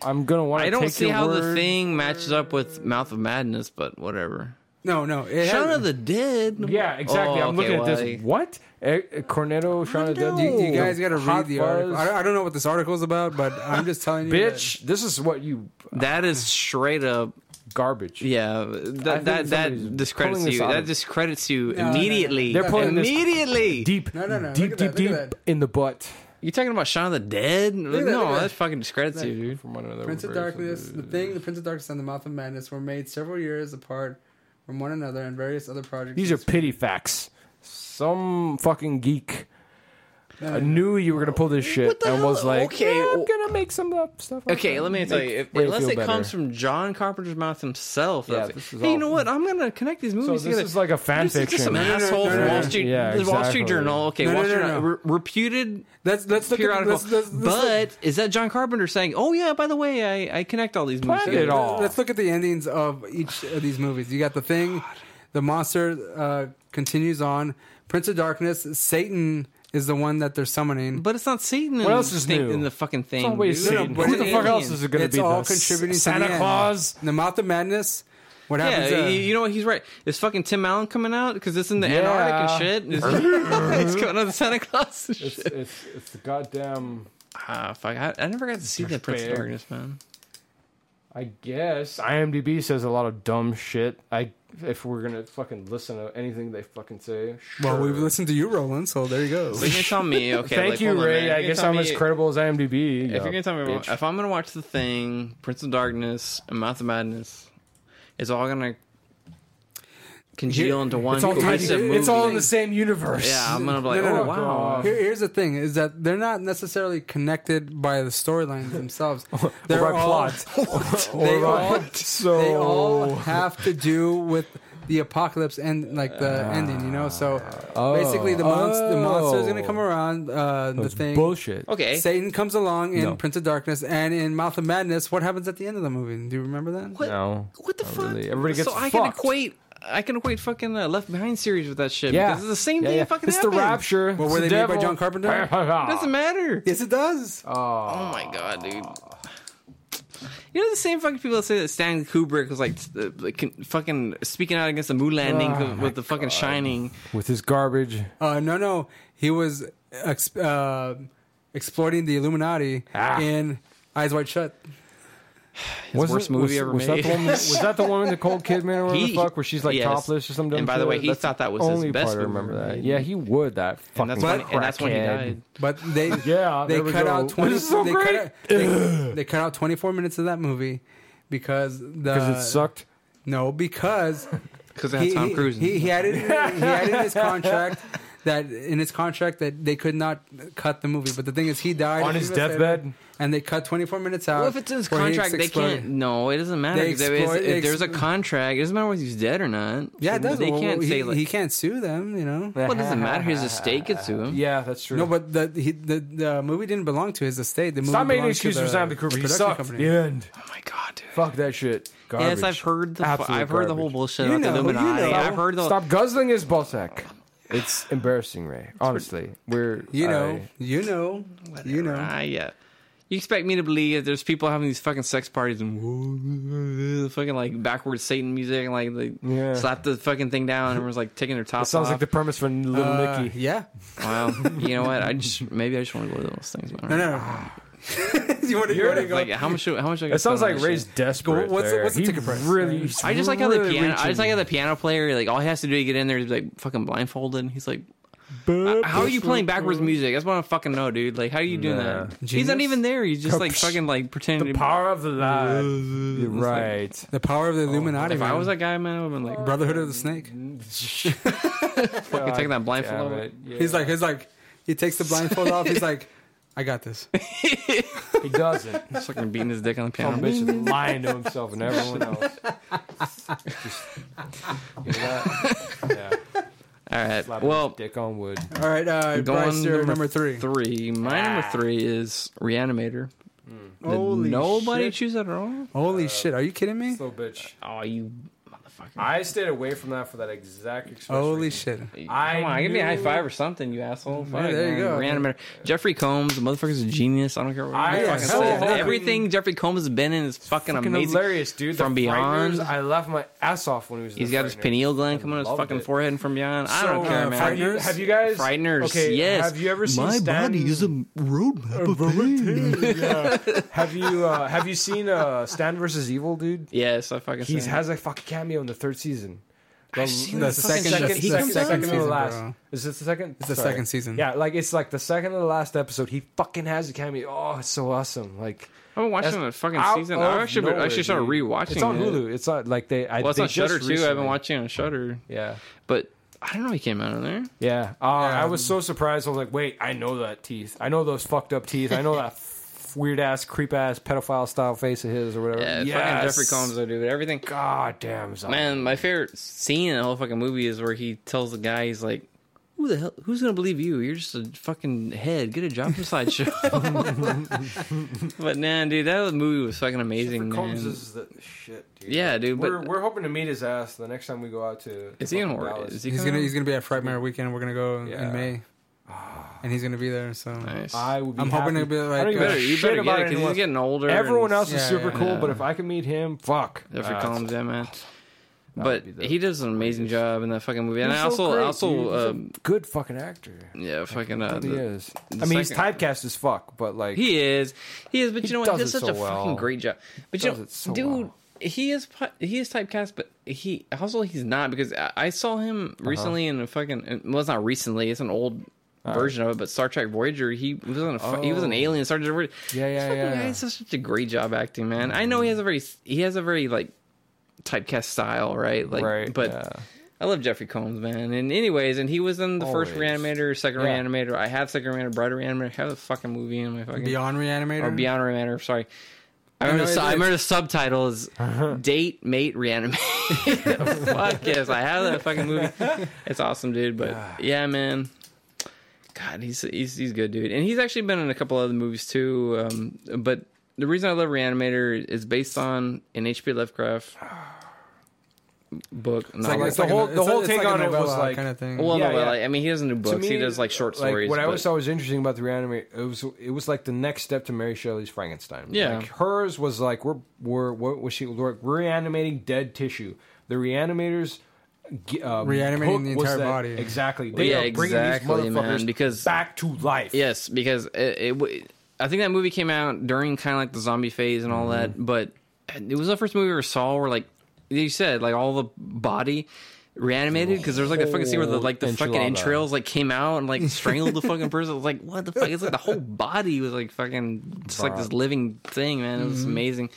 F: I'm gonna want.
C: I don't
F: take
C: see
F: your
C: how the
F: word.
C: thing matches up with Mouth of Madness, but whatever.
B: No, no. It
C: Shaun of
B: had,
C: the Dead.
F: Yeah, exactly.
C: Oh,
F: I'm
C: okay,
F: looking at
C: well,
F: this.
C: I-
F: What? Eh, eh, Cornetto, Shaun of the Dead.
C: know.
B: you, you guys got to
F: Hot
B: read the
F: Fuzz.
B: article. I, I don't know what this article is about, but I'm just telling you. that-
F: Bitch, this is what you
C: That is straight up.
F: garbage.
C: Yeah,
F: think
C: that that,
F: somebody's
C: that discredits
F: pulling this
C: you.
F: out
C: That
F: of-
C: discredits you
B: no, no.
C: immediately.
F: They're pulling this-
C: immediately.
F: Deep,
B: No, no, no. Look
F: deep,
B: at
F: deep,
B: that, look at
F: deep in the butt.
C: You talking about Shaun of the Dead?
B: at that,
C: no,
B: look at
C: that,
B: that.
C: fucking discredits you, dude.
F: From one another.
B: Prince of Darkness, The Thing, The Prince of Darkness, and The Mouth of Madness were made several years apart from one another and various other projects.
F: These are pity facts. Some fucking geek
B: No,
F: I
B: no, no.
F: knew you were gonna pull this shit
C: the
F: and was
C: hell?
F: like,
C: Okay,
F: "Yeah, I'm
C: well-
F: gonna make some up stuff." up
C: Okay,
F: and
C: let me
F: make
C: tell you. If,
F: Ray
C: unless
F: feel
C: it
F: better."
C: comes from John Carpenter's mouth himself,
F: Yeah,
C: that's-
F: this is
C: hey, you know
F: awful.
C: what? I'm gonna connect these
F: so
C: movies
F: this
C: together.
F: is like a fan
C: This is
F: fiction.
C: just some
B: no,
C: asshole
B: no,
C: from
B: no,
C: Wall
B: no.
C: Street.
F: Yeah,
C: the Wall Street
F: exactly.
C: Journal. Okay,
B: No,
C: Wall
B: no,
C: Street
B: no,
C: Journal,
B: no.
C: re- reputed
B: Let's let's look at
C: periodical.
B: let's, let's, let's
C: but
B: look-
C: is that John Carpenter saying, "Oh yeah, by the way, I, I connect all these movies
F: Planned it
C: together"?
F: all.
B: Let's look at the endings of each of these movies. You got the thing, The monster uh, continues on. Prince of Darkness. Satan is the one that they're summoning.
C: But it's not Satan.
D: What
C: in
D: else
C: the
D: is
C: thing,
D: new?
C: in the fucking thing?
D: always
C: dude.
D: Satan.
C: But
D: Who
C: it's
D: the
C: an
D: fuck
C: alien.
D: else is it going to
B: it's
D: be?
B: all
D: the
B: contributing to
D: Santa
B: the end.
D: Claus.
B: The mouth of madness. What
C: Yeah,
B: happens? uh,
C: you,
B: to-
C: you know what? He's right. Is fucking Tim Allen coming out? Because it's in the
D: Yeah.
C: Antarctic and shit. and It's, it's coming out of Santa Claus and
F: It's,
C: shit.
F: it's, it's the goddamn.
C: Ah, fuck. I, I never got to see that Prince of
F: big.
C: Darkness, man.
F: I guess IMDb says a lot of dumb shit. I if we're gonna fucking listen to anything they fucking say.
B: well,
F: sure.
B: we've listened to you, Roland. So there you go.
C: So you're gonna tell me, okay?
F: Thank
C: like,
F: you,
C: hold on, man.
F: Ray.
C: You're
F: I
C: gonna
F: guess
C: tell
F: I'm
C: me-
F: as credible as IMDb.
C: If you're gonna tell me, about- if I'm gonna watch the thing, Prince of Darkness, and Mouth of Madness, it's all gonna congeal into one
B: it's all
C: cohesive
B: tied-
C: movie.
B: it's all in the
F: same universe.
C: Yeah, I'm gonna be like,
B: No, no, no.
C: oh
F: Um,
C: wow.
B: Here, here's the thing: is that they're not necessarily connected by the storylines themselves. they're
F: by
B: all,
F: plot.
B: they, all,
F: So
B: they all have to do with the apocalypse and like the ending. You know, so basically the monster the monster's gonna come around. Uh, the
D: That's
B: thing.
D: bullshit.
C: Okay,
B: Satan comes along in
D: No.
B: Prince of Darkness and in Mouth of Madness. What happens at the end of the movie? Do you remember that?
C: what,
D: No,
C: what the
D: not
C: fuck?
D: really. Everybody
C: so
D: gets
C: I can
D: fucked.
C: equate. I can equate fucking uh, Left Behind series with that shit.
D: Yeah,
C: because it's the same
D: Yeah,
C: thing.
D: yeah.
C: That fucking
D: It's the
C: happened.
D: rapture.
B: Well,
D: It's
B: were
D: the
B: they made by
D: devil.
B: John Carpenter?
C: It doesn't matter.
B: yes, it does.
C: Oh my god, dude. You know the same fucking people that say that Stanley Kubrick was like, s- uh, like con- fucking speaking out against the moon landing
D: Oh
C: with the fucking Shining.
D: with his garbage.
B: Uh, no, no, he was exp- uh, exploiting the Illuminati in Eyes Wide Shut.
C: His
D: Was
C: worst
D: it-
C: movie
D: was-
C: ever
D: was
C: made.
D: That the one, was that the one with Nicole Kidman or whatever the fuck, where she's like
C: yes.
D: topless or something?
C: And by the way, he
D: That's
C: thought that was
D: the
C: his
D: only
C: best
D: part
C: movie
D: I remember
C: ever
D: that.
C: made.
D: Yeah, he would that fucking.
C: and that's when, and that's when he
D: crackhead.
C: died.
B: But they
F: Yeah,
B: they
F: there we
B: cut
F: go.
B: out twenty
F: This is so
B: they,
F: great.
B: Cut out, they, they cut out twenty four minutes of that movie because the
D: because it sucked.
B: No, because
C: Because that's Tom Cruise. in
B: He,
C: it.
B: he had it. He had it in his contract that in his contract that they could not cut the movie. But the thing is, he died
F: On
B: a
F: his
B: few months
F: deathbed?
B: later, and they cut 24 minutes out.
D: uh,
C: well, if it's in his
B: where he
C: contract, they
B: exploded.
C: can't. No, it doesn't matter.
B: They
C: 'cause if, it's-
B: exploit- they
C: if there's a
B: ex-
C: contract, it doesn't matter whether he's dead or not.
B: Yeah, it
C: So
B: does.
C: They can't
B: he,
C: say like.
B: he can't sue them. You know.
C: Well, it doesn't matter. His estate could sue him.
F: Yeah, that's true.
B: No, but the, he, the the movie didn't belong to his estate. The movie
F: Stop making
B: belonged to
F: excuses for
B: the
F: Stanley Kubrick. He
B: production
F: sucked.
B: company.
F: The end.
C: Oh my god, dude.
F: Fuck that shit. Garbage.
C: Yes, I've heard the
F: Absolute
C: I've heard the
F: garbage.
C: whole bullshit
B: You
C: about
B: know,
C: the Illuminati.
B: you know.
C: I've heard the
F: Stop guzzling his bossack. It's embarrassing, Ray. Honestly, we're
B: You know,
F: I-
B: you know, you know.
C: Ah, yeah. You expect me to believe that there's people having these fucking sex parties and fucking like backwards Satan music and like they
F: Yeah.
C: slap the fucking thing down and everyone's like taking their
F: it
C: tops
F: sounds like
C: off.
F: the premise for Little
B: Uh,
F: Nicky.
B: yeah.
C: wow. You know what? I just maybe I just want to go to those things. Man.
B: No, no. no. you want to
C: It's Like how much? How much? I
F: It sounds like
C: raised.
F: Ray's desperate.
B: What's the-
F: there.
B: what's the
F: He
B: ticket price?
F: Really, he's
C: I just like how the
F: really
C: piano. I
F: reaching.
C: just like how the piano player. Like all he has to do to get in there is like fucking blindfolded. And he's like, how are you playing backwards music? That's what I fucking know, dude. Like how are you doing
F: Nah.
C: that? He's not
B: Genius?
C: even there. He's just like fucking like pretending.
F: the
C: to-
F: power of the light. You're right.
B: The power of the Illuminati.
C: If I
B: man.
C: was that guy, man, I would have been like,
B: Brotherhood of the Snake.
C: fucking taking that blindfold off.
F: Damn it. Yeah.
B: He's like, he's like, he takes the blindfold off. He's like, I got this.
F: he doesn't.
C: He's fucking beating his dick on the
F: Some
C: piano.
F: bitch is lying to himself and everyone else. Just, you know that? Yeah.
C: All right.
F: Slap
C: Well,
F: dick on wood.
B: All right, uh, Bryce,
C: going
B: you're number three.
C: Three. My number
F: Ah.
C: three is Reanimator. Did
B: Holy
C: nobody
B: shit.
C: choose that at all?
B: Holy shit! Are you kidding me?
F: Little bitch.
C: Oh, you motherfucker!
F: I stayed away from that for that exact express
B: Holy
F: reason.
B: shit!
F: I
C: Come on, give me a high
F: knew-
C: five or something, you asshole. Fuck,
B: there you
C: man.
B: go.
C: Reanimator. Jeffrey Combs, the motherfucker's a genius. I don't care what
F: I
C: I
F: am
C: fucking
F: so
C: says.
F: happy.
C: Everything Jeffrey Combs has been in is fucking,
F: Fucking
C: amazing.
F: hilarious, dude. The
C: From Beyond.
F: Frighteners, I laughed my ass off when he was. in
C: He's
F: the
C: got his
F: Frighteners.
C: pineal gland coming on his
F: loved
C: fucking
F: it.
C: forehead and from beyond. I don't
F: So,
C: care,
F: uh,
C: man.
F: Have you, have you guys
C: Frighteners,
F: Okay,
C: yes.
F: have you ever seen
C: My
F: Stan-
C: body is a roadmap of pain.
F: Have you uh, have you seen uh, Stan versus Evil, dude?
C: Yes, I fucking.
F: He
C: said it.
F: has a fucking cameo in the third season.
C: I've seen
B: the
C: the fucking
B: second-
C: shit.
B: the
C: He
B: sec-
C: comes
B: second
C: out.
F: to the
B: season,
F: last.
B: bro.
F: Is it the second?
B: It's the
F: Sorry.
B: second season.
F: Yeah, like it's like the second to the last episode. He fucking has a cameo. Oh, it's so awesome! Like
C: I've been watching the
F: that's
C: fucking
F: out
C: season. I
F: of
C: actually I actually started
F: dude.
C: rewatching.
F: It's on
C: it.
F: Hulu. It's on like they. I,
C: Well, it's
F: they
C: on
F: just
C: Shutter too. I've
F: recently-
C: been watching it on Shutter,
F: Yeah,
C: but I don't know he came out on there.
F: yeah. Uh, I was so surprised. I was like, wait, I know that teeth. I know those fucked up teeth. I know that f- weird ass, creep ass, pedophile style face of his or whatever.
C: Yeah,
F: Yes.
C: fucking Jeffrey Combs, though, dude. Everything.
F: God damn, it's
C: Man, my favorite scene in the whole fucking movie is where he tells the guy he's like, who the hell who's gonna believe you? You're just a fucking head. Get a job from sideshow. but nah, dude, that movie was fucking amazing, man.
F: Combs is the shit, dude.
C: Yeah, dude,
F: We're,
C: but
F: we're hoping to meet his ass the next time we go out to.
C: is he in
F: fucking
C: horror?
F: Dallas.
C: Is he
B: He's
C: coming
B: gonna
C: out?
B: he's gonna be at Frightmare weekend. We're gonna go
F: Yeah.
B: in May, and he's gonna be there. So
C: Nice.
F: I would be
B: I'm hoping
F: happy.
B: to be like,
F: I don't
C: you
B: uh,
F: give a
C: better, you
F: shit
C: better
F: about
C: get it because
F: anyone.
C: he's getting older. and
F: Everyone else is
B: Yeah,
F: super
B: yeah,
F: cool,
C: yeah.
F: but if I can meet him, fuck.
C: If he
F: That's-
C: comes in, man.
F: that
C: But
F: would be the-
C: he does an amazing job in that fucking movie, and
F: He's
C: I
F: so
C: also,
F: great,
C: I also,
F: dude. He's a
C: um,
F: good fucking actor.
C: yeah, fucking, uh,
F: he
C: the-
F: is. I
C: the
F: mean, he's
C: second-
F: typecast as fuck, but like,
C: He is. He is. But
F: He
C: you know what? He
F: does
C: does
F: it
C: such
F: so
C: a
F: well.
C: fucking great job. But you
F: Does
C: know,
F: it so
C: dude,
F: well.
C: he is pu- he is typecast, but he also he's not because I, I saw him
F: Uh-huh.
C: recently in a fucking well, it's not recently. It's an old.
F: Uh-huh.
C: Version of it, but Star Trek Voyager, he was on a fu- he was an alien Star Trek Voyager.
F: Yeah, yeah,
C: This fucking
F: yeah. Mm-hmm.
C: guy does such a great job acting, man. I know he has a very he has a very like typecast style, right? Like,
F: Right,
C: but
F: yeah.
C: I love Jeffrey Combs, man. And anyways, and he was in the first
F: Always.
C: Reanimator, second
F: Yeah.
C: Reanimator. I have second Reanimator, Brighter Reanimator. Have a fucking movie in my fucking
B: Beyond Reanimator.
C: or Beyond Reanimator. Sorry. I remember,
B: know
C: the, su-
B: it
C: I
B: is.
C: remember the subtitle is
F: Uh-huh.
C: Date Mate Reanimator. Fuck yes, I have that fucking movie. It's awesome, dude. But
F: Ah.
C: yeah, man. God, he's he's he's good, dude. And he's actually been in a couple other movies too. Um, but the reason I love Reanimator is based on an H.P. Lovecraft book.
B: It's like-
C: novel.
B: it's
F: The
B: like a
F: whole-
B: no-
F: the
B: it's a-
F: whole
B: it's
F: take
B: a
F: on it was
B: novella
F: like-
B: kind of thing.
C: well,
F: yeah,
C: no, but,
F: yeah.
C: like, I mean, he doesn't do
F: to
C: books.
F: me,
C: he does like short
F: like,
C: stories.
F: what I
C: but-
F: always thought was interesting about the reanimator, it was it was like the next step to Mary Shelley's Frankenstein.
C: Yeah.
F: like, hers was like we're we're what was she we're reanimating dead tissue. The reanimators. g- Um,
B: Reanimating
F: hook
B: the
F: was
B: entire
F: that-
B: body.
F: Exactly. They
C: yeah,
F: are bringing
C: exactly,
F: these
C: man,
F: motherfuckers
C: because-
F: back to life.
C: Yes, because it, it, w- I think that movie came out during kind of like the zombie phase and all that.
F: Mm-hmm.
C: But it was the first movie we ever saw where like you said, like all the body reanimated because there's like a fucking scene where the
F: Whole
C: like the fucking
F: Oh, enchilada.
C: entrails like came out and like strangled the fucking person. It was like what the fuck? It's like the whole body was like fucking just like this living thing, man. It was
F: Mm-hmm.
C: amazing.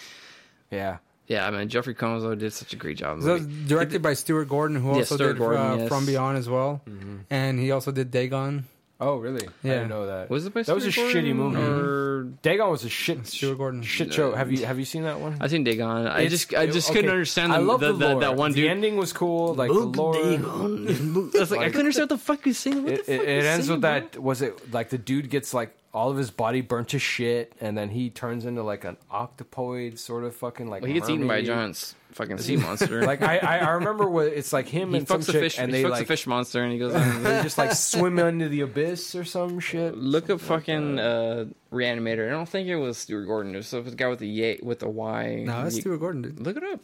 F: Yeah.
C: Yeah, I mean Jeffrey Combs though, did such a great job. in the
B: So
C: movie.
B: directed by Stuart Gordon, who
C: Yeah,
B: also
C: Stuart
B: did uh,
C: Gordon, yes.
B: From Beyond as well, and he also did Dagon.
F: Oh, really? I
B: Yeah.
F: didn't know that.
C: Was it by
F: That was a
C: Stuart Gordon
F: shitty movie. Mm-hmm.
C: or-
F: Dagon was a shit.
B: Stuart Gordon.
F: Shit show. Have you have you seen that one?
C: I think Dagon. I
F: It's-
C: just I just
F: okay.
C: couldn't understand the,
F: I love
C: the, the-
F: lore.
C: that one
F: The
C: dude.
F: ending was cool. Like the lore.
C: I was like, I couldn't understand what the fuck he's saying. What
F: it,
C: the
F: it,
C: fuck
F: it
C: you
F: ends
C: saying,
F: with
C: bro?
F: that was it like the dude gets like all of his body burnt to shit and then he turns into like an octopoid sort of fucking like
C: Well, he gets eaten by a
F: mermaid.
C: giant s- fucking sea monster.
F: like I, I I remember what it's like him
C: he
F: and some
C: fucks a
F: chick
C: fish.
F: and
C: he
F: they
C: fucks
F: like
C: a fish monster, and he goes.
F: they
C: "Mm."
F: just like swim into the abyss or some shit.
C: Look up fucking uh, reanimator. I don't think it was Stuart Gordon. It was the guy with the y with the Y.
B: No, that's
C: Ye-
B: Stuart Gordon. Dude.
C: Look it up.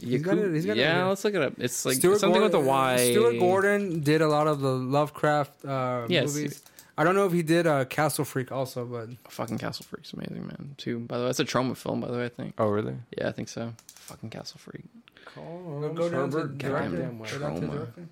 B: He's got
C: Yaku-
B: it- he's got it right
C: yeah,
B: here.
C: let's look it up. It's like something with a Y.
B: Stuart Gordon did a lot of the Lovecraft uh,
C: Yes.
B: movies. I don't know if he did uh, Castle Freak also, but
C: Fucking Castle Freak's amazing, man. Too. By the way, that's a trauma film. By the way, I think.
F: Oh really?
C: Yeah, I think so. Fucking Castle Freak.
B: go down to
F: Herbert
B: director.
C: goddamn
B: Go down to
C: trauma.
B: director.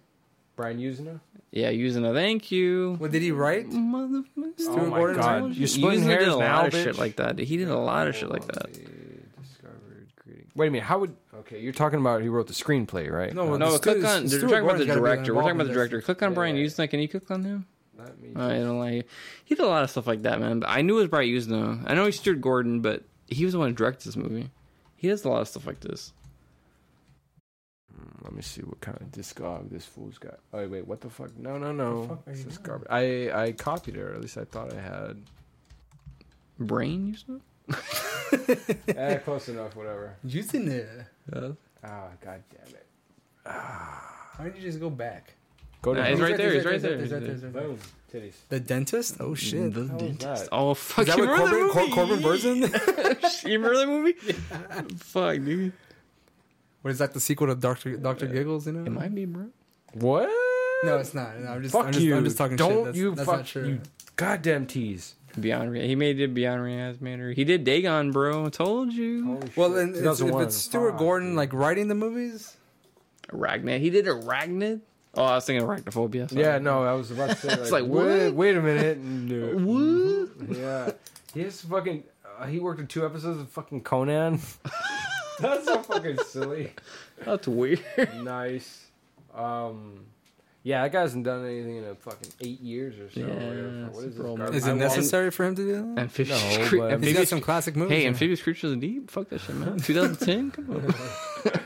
F: Brian Usna?
C: Yeah, using a thank you. Oh
B: What did he write?
C: Motherfucker.
B: Stuart
F: my
B: Gordon.
F: God.
B: Too?
F: You're splitting
C: Using
F: hairs
C: did a
F: now,
C: lot of
F: bitch.
C: shit like that. He did a lot of shit like that.
F: Discovered greeting. Wait a minute, how would okay, you're talking about he wrote the screenplay, right?
B: No, no.
F: Uh,
C: No,
B: Stu-
C: click on.
B: Stuart
C: we're talking about
B: Gordon's
C: the
B: gotta
C: director.
B: be
C: We're
B: involved
C: talking about
B: in
C: the
B: this.
C: director. Click on
F: Yeah,
C: Brian
F: yeah.
C: Usna. Can you click on him?
F: let me
C: I don't like. He did a lot of stuff like that, man. But I knew it was Brian Usna. I know he's Stuart Gordon, but he was the one who directed this movie. He does a lot of stuff like this.
F: Mm, Let me see what kind of discog this fool's got. Oh wait, what the fuck? No, no, no. This is garbage. I I copied it, or at least I thought I had.
C: Brain Usna.
F: eh, close enough. Whatever.
B: You's in there.
F: Ah, god damn it.
B: Why did you just go back?
F: Go
C: Nah, he's
F: hell.
C: right there. He's right there.
B: He's right there. He's right there.
F: Boom. Titties.
B: The dentist? Oh shit!
C: The
F: How was
C: dentist.
F: that?
C: Oh fuck!
B: Is that
C: you
B: with
C: remember
B: Corbin,
C: that
B: Cor-
C: movie?
B: Corbin Burns in?
C: you remember that movie? Fuck, dude.
B: What is that? The sequel to Doctor Doctor Giggles? You know?
C: It might be, bro.
F: What?
B: No, it's not. No, I'm just.
F: Fuck
B: I'm just,
F: you.
B: I'm just talking
F: Don't
B: shit. That's,
F: you
B: that's
F: fuck
B: not true.
F: you. Goddamn tease.
C: Beyond Re- he made it Beyond Reanimator. He did Dagon, bro. Told you.
B: Well, and it's, if
F: 2001.
B: it's Stuart
F: Fuck,
B: Gordon like writing the movies,
C: Arachnid. He did Arachnid. Oh, I was thinking Arachnophobia. sorry.
F: Yeah, no, I was about to say. Like, it's
C: like,
F: Wait,
C: what?
F: wait a minute. No. Mm-hmm. Yeah. He has fucking. Uh, he worked in two episodes of fucking Conan. That's so fucking silly.
C: that's weird.
F: Nice. Um, yeah, that guy hasn't done anything in a fucking eight years or so.
C: Yeah,
F: Whatever. What is
C: super
F: this
C: old
F: garbage?
C: man.
B: is
F: I
B: it
F: want-
B: necessary for him to do that?
C: Amphibious crea-
F: No, but-
B: He's got
C: amphibious-
B: some classic movies.
C: Hey,
B: in
C: amphibious creatures of the deep. Fuck that shit, man. 2010. Come on.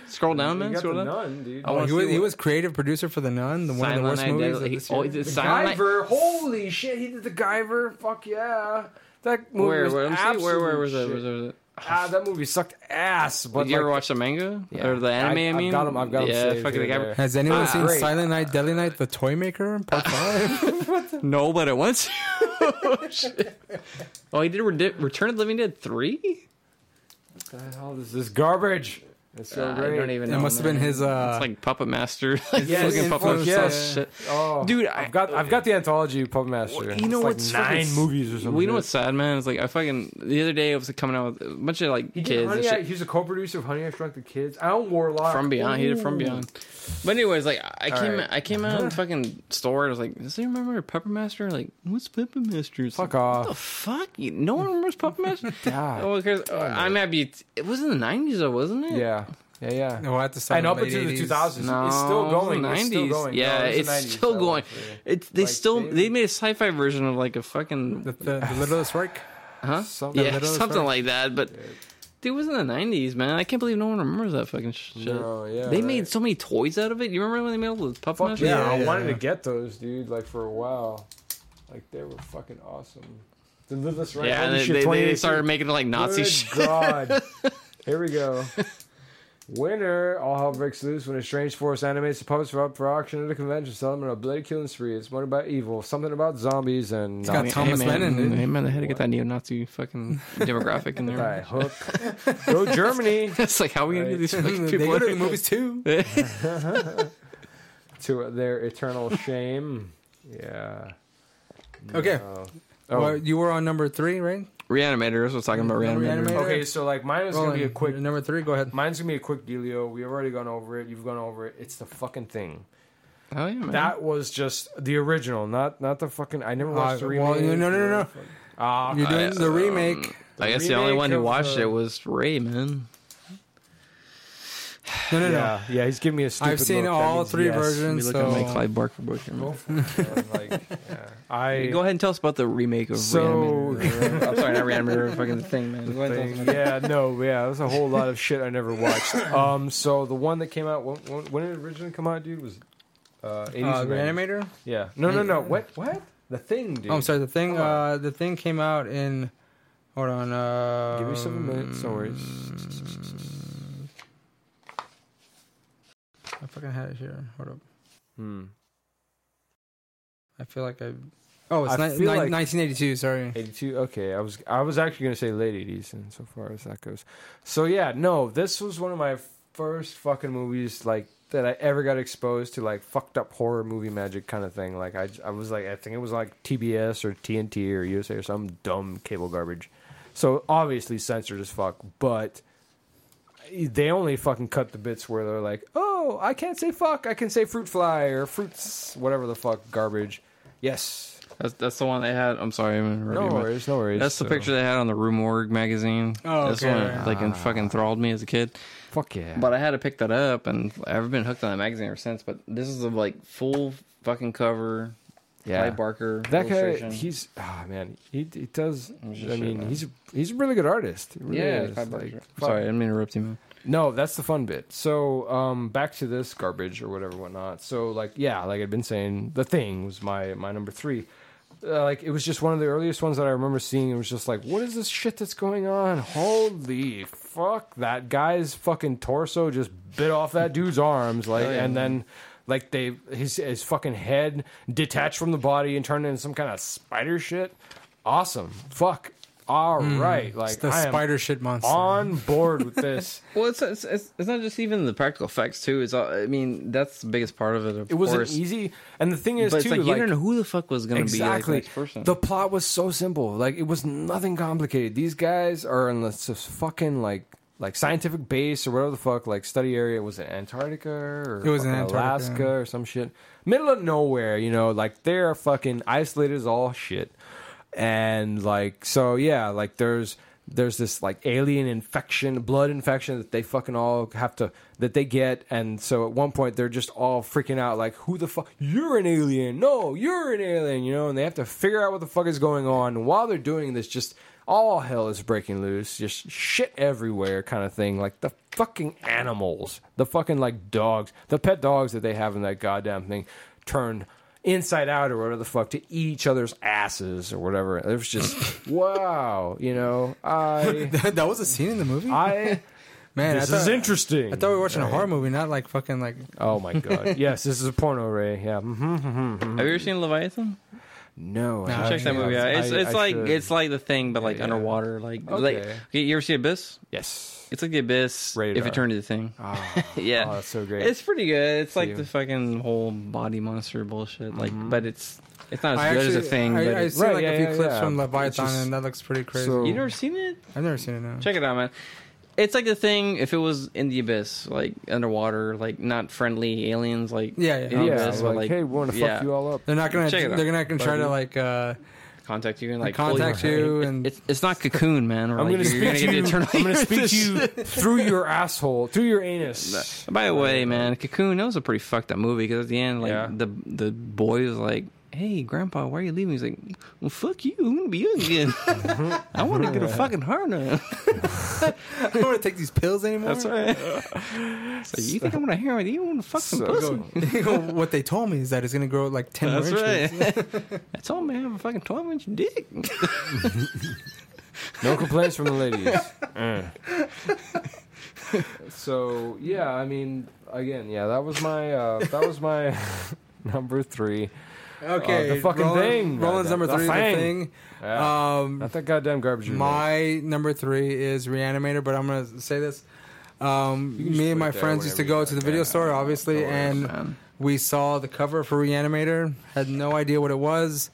C: Scroll down, man. Oh, Scroll down.
F: nun, dude.
C: I want
B: Oh, he,
C: to
B: was,
C: see
B: he
C: what-
B: was creative producer for The Nun, the one of
C: Silent
B: the worst
C: Night,
B: movies.
C: Deadly-
B: of
C: he-
B: this
C: oh,
B: year.
C: he did Silent Night.
F: Guyver, holy shit, he did the Guyver. Fuck yeah, that movie
C: Where,
F: was
C: where, let me see, where, where was
F: absolute
C: it? Was
F: shit.
C: it?
F: Ah, that movie sucked ass. But
C: Did you ever
F: like,
C: watch the manga
F: Yeah.
C: or the
F: I-
C: anime? I,
F: I've
C: mean,
F: got 'em- I've got 'em
C: Yeah,
F: saved
C: fuck
F: here
C: the
F: and there.
C: guy.
B: Has anyone
C: Ah,
B: seen
F: great.
B: Silent Night, Deadly Night, The Toy Maker? Part five?
C: No, but it was. oh, shit. Oh, he did Redi- Return of the Living Dead three.
F: what the hell is this garbage? It's so
C: Uh,
F: great.
C: I don't even.
B: It
C: know,
B: must have been
C: man.
B: his, uh,
C: it's like Puppet Master. Like
F: Yes,
C: fucking Puppet
F: influence,
C: Master
F: yes.
C: shit.
F: Oh,
C: Dude, I-
F: I've got I've got the anthology of Puppet Master.
C: you know
F: It's
C: what's
F: like
C: fucking
F: nine
C: s-
F: movies or something.
C: Well, you know what's sad, man? It's like I fucking the other day I was like, coming out with a bunch of like
F: He did
C: kids and
F: Honey, I,
C: shit.
F: he was a co-producer of Honey I Shrunk the Kids. Alan Warlock.
C: From Beyond, he did From
F: Ooh.
C: Beyond. But anyways, like I I came,
F: right.
C: I came out of the fucking store. and I was like, "Does anyone remember Pepper Master? Like, what's Pepper Master?" It's
F: Fuck
C: like,
F: off.
C: What the fuck? You- No one remembers Pepper Master. Oh,
F: God.
C: Well, because I might be. t- It was in the nineties, though, wasn't it?
F: Yeah, yeah, yeah.
B: we'll have to start
F: And
B: in
F: up
B: the
F: into
B: late
F: the
B: 80s.
F: 2000s,
C: No,
F: it's still going. It's still
C: 90s.
F: going.
C: Yeah,
F: No,
C: it's,
F: the 90s,
C: still
F: that
C: going.
F: was the-
C: It's they
F: Like,
C: still
F: they-
C: they made a sci-fi version of like a fucking
B: The, the, the Littlest Reich?
C: huh?
F: something
C: yeah,
B: like that.
C: something like that. But dude, it was in the nineties, man. I can't believe no one remembers that fucking sh- shit.
F: No, yeah,
C: they made
F: right.
C: so many toys out of it. You remember when they made all those puppet
F: Fuck
C: masters?
F: yeah,
B: Yeah,
F: I
B: yeah,
F: wanted
B: yeah.
F: to get those, dude. Like for a while, like they were fucking awesome. The Littlest Reich.
C: Yeah,
F: holy
C: and they,
F: shit,
C: they, they
F: 2018.
C: started making like Nazi
F: Good
C: shit.
F: God. Here we go. Winner, all hell breaks loose when a strange force animates the puppets for, for auction at a convention, selling them in a bloody killing spree. It's one about evil, something about zombies, and
B: got
F: Nazi-
B: Thomas
C: hey, man,
B: Lennon, dude.
C: Hey man, they had to get that neo-Nazi fucking demographic in
F: Right,
C: there.
F: hook. Go Germany
C: it's like how we gonna do these fucking
B: They
C: people?
B: go to the movies too.
F: to their eternal shame. Yeah.
B: Okay.
F: Oh.
B: Well, you were on number three, right?
C: Reanimator. That's what I'm talking about. Reanimator.
B: Reanimator?
F: Okay, so like mine is gonna be a
B: Roland,
F: quick
B: you're Number three, go ahead.
F: mine's gonna be a quick dealio. We've already gone over it, you've gone over it. It's the fucking thing.
C: Oh yeah, man.
F: That was just the original, not not the fucking I never
B: Uh,
F: watched the remake.
B: well, no, no, no, no.
F: Ah,
B: You're doing the remake.
C: um, I guess the only
F: remake
C: one who
F: of,
C: watched
F: uh,
C: it was Ray, man.
B: No, no, no.
F: Yeah, yeah, he's giving me a stupid
B: I've seen
F: look. That
B: all
F: means
B: three
F: yes.
B: versions.
C: Look at my
B: So
C: Clive Barker book here, man.
F: Go for it, man. like, yeah. I
C: Go ahead and tell us about the remake of
F: So-
C: Reanimator. I'm sorry, not Reanimator, fucking the thing, man. Go ahead and tell us
F: thing. yeah, no, yeah, there's a whole lot of shit I never watched. Um, so the one that came out when, when when it originally come out, dude, was uh, 80s
B: uh,
F: or 90s?
B: Reanimator.
F: Yeah, no, no, no. What? What? The thing, dude.
B: Oh, I'm sorry. The thing.
F: Come on.
B: Uh, the thing came out in. Hold on. Uh,
F: Give me seven minutes. No worries.
B: I fucking had it here. Hold up.
F: Hmm.
B: I feel like I. Oh, it's
F: I
B: ni-
F: feel
B: ni-
F: like-
B: 1982. Sorry.
F: 82 okay i was i was actually going to say late 80s and so far as that goes so yeah no this was one of my first fucking movies like that i ever got exposed to like fucked up horror movie magic kind of thing like i, I was like i think it was like tbs or tnt or usa or some dumb cable garbage so obviously censored as fuck but they only fucking cut the bits where they're like, "Oh, I can't say fuck, I can say fruit fly or fruits, whatever the fuck garbage." Yes,
C: about- That's, that's the one they had. I'm sorry, man.
F: no worries, no worries.
C: That's the
F: So-
C: picture they had on the Room Org magazine.
B: Oh,
C: That's
B: okay.
C: the one that, like and fucking enthralled me as a kid.
F: Fuck yeah.
C: But I had to pick that up, and I've been hooked on that magazine ever since. But this is a like full fucking cover.
F: Yeah.
C: Clive Barker.
F: that guy,
C: illustration.
F: he's ah man, he he does. I
C: just shit,
F: mean,
C: man.
F: he's he's a really good artist. He really
C: yeah.
F: is.
C: Clive
F: Like,
C: Barker.
F: fuck.
C: sorry, I didn't mean to interrupt you, man.
F: No, that's the fun bit. So, um, back to this garbage or whatever, whatnot. So, like, yeah, like I'd been saying, the thing was my my number three. Uh, like, it was just one of the earliest ones that I remember seeing. It was just like, what is this shit that's going on? Holy fuck! That guy's fucking torso just bit off that dude's arms, like,
B: Oh,
F: and then. Like they, his his fucking head detached from the body and turned into some kind of spider shit. Awesome, fuck, all right. Like
B: Hmm. It's the
F: I am
B: spider shit monster.
F: on board with this.
C: Well, it's, it's it's it's not just even the practical effects too. It's all, I mean that's the biggest part of it. Of
F: It was
C: course.
F: not easy, and the thing is
C: but it's
F: too,
C: like, you don't know who the fuck was gonna
F: exactly.
C: be like, the next person.
F: The plot was so simple, like it was nothing complicated. These guys are in this just fucking like like scientific base or whatever the fuck, like study area. Was it Antarctica or
B: It was in
F: fucking
B: Antarctica.
F: Alaska or some shit? Middle of nowhere, you know, like they're fucking isolated as all shit, and like so yeah, like there's. There's this like alien infection, blood infection that they fucking all have to that they get, and so at one point they're just all freaking out, like, "Who the fuck? You're an alien? No, you're an alien!" You know, and they have to figure out what the fuck is going on. And while they're doing this, just all hell is breaking loose, just shit everywhere kind of thing. Like the fucking animals, the fucking like dogs, the pet dogs that they have in that goddamn thing turned inside out or whatever the fuck to eat each other's asses or whatever. It was just wow, you know. I
B: that, that was a scene in the movie.
F: I
B: Man,
F: this
B: I thought,
F: is interesting.
B: I thought we were watching a horror movie, not like fucking like.
F: oh my god. Yes, this is a porno ray. Yeah. hmm hmm hmm
C: Have you ever seen Leviathan?
F: No. I
B: Nah,
F: haven't.
C: Check that movie out. It's,
F: I-
C: it's
F: I
C: like
F: should.
C: it's like the thing, but like
F: yeah.
C: underwater. Like, like
F: Okay.
C: okay, you ever see Abyss?
F: yes.
C: It's like the Abyss if
F: Radar.
C: it turned into a thing.
F: Ah,
C: yeah,
F: oh, that's so great.
C: It's pretty good. It's like
F: you. Mm-hmm.
C: the fucking whole body monster bullshit. Like, but it's it's not as
B: I
C: good
B: actually,
C: as a thing.
B: I,
C: but
B: I
C: it's-
B: see
F: Right,
B: like
F: yeah,
B: a few
F: yeah,
B: clips
F: yeah.
B: from
F: It's
B: Leviathan,
F: just-
B: and that looks pretty crazy.
F: so-
C: you never seen it?
B: I've never seen it. No.
C: Check it out, man. It's like the thing if it was in the abyss, like underwater, like not friendly aliens, like
B: Yeah, yeah.
C: in the
F: yeah,
C: abyss,
F: like,
C: but like
F: hey, we want to fuck
C: yeah.
F: you all up.
B: They're not gonna.
C: Check it out,
B: They're not gonna try
C: buddy.
B: to like. uh
C: contact you and like pull
B: contact
C: your-
B: you
C: It-
B: and-
C: it's it's not cocoon, man. Where,
F: I'm
C: like,
F: gonna
C: you're gonna
F: speak
C: get
F: to
C: the
F: you.
C: eternal.
F: I'm gonna speak to you through your asshole, through your anus.
C: By the way, man, Cocoon, that was a pretty fucked up movie because at the end, like
F: Yeah.
C: the the boy was like, "Hey, Grandpa, why are you leaving?" He's like, "Well, fuck you, I'm gonna be young again. I want to get a fucking harness.
B: I don't want to take these pills anymore.
C: That's right. so you think I'm gonna hear it? You want to fuck some
F: So-
C: pussy?
B: what they told me is that it's gonna grow like ten
C: That's
B: more inches.
C: right. That's all, man. I have a fucking twelve inch dick.
F: No complaints from the ladies. Eh. so yeah, I mean, again, yeah, that was my uh, that was my number three.
B: Okay,
F: Oh, the fucking
B: Roland-
F: thing.
B: Roland's
F: The-
B: number
F: the
B: three.
F: thing.
B: The thing.
F: Yeah.
B: Um,
F: Not that goddamn garbage. you
B: my number three is Reanimator, but I'm gonna say this. Um,
F: can just
B: me and
F: put
B: my
F: it there
B: friends used to
F: whenever
B: go
F: you
B: to the
F: like.
B: video
F: Yeah.
B: store, obviously, and
C: man.
B: we saw the cover for Reanimator. Had no idea what it was.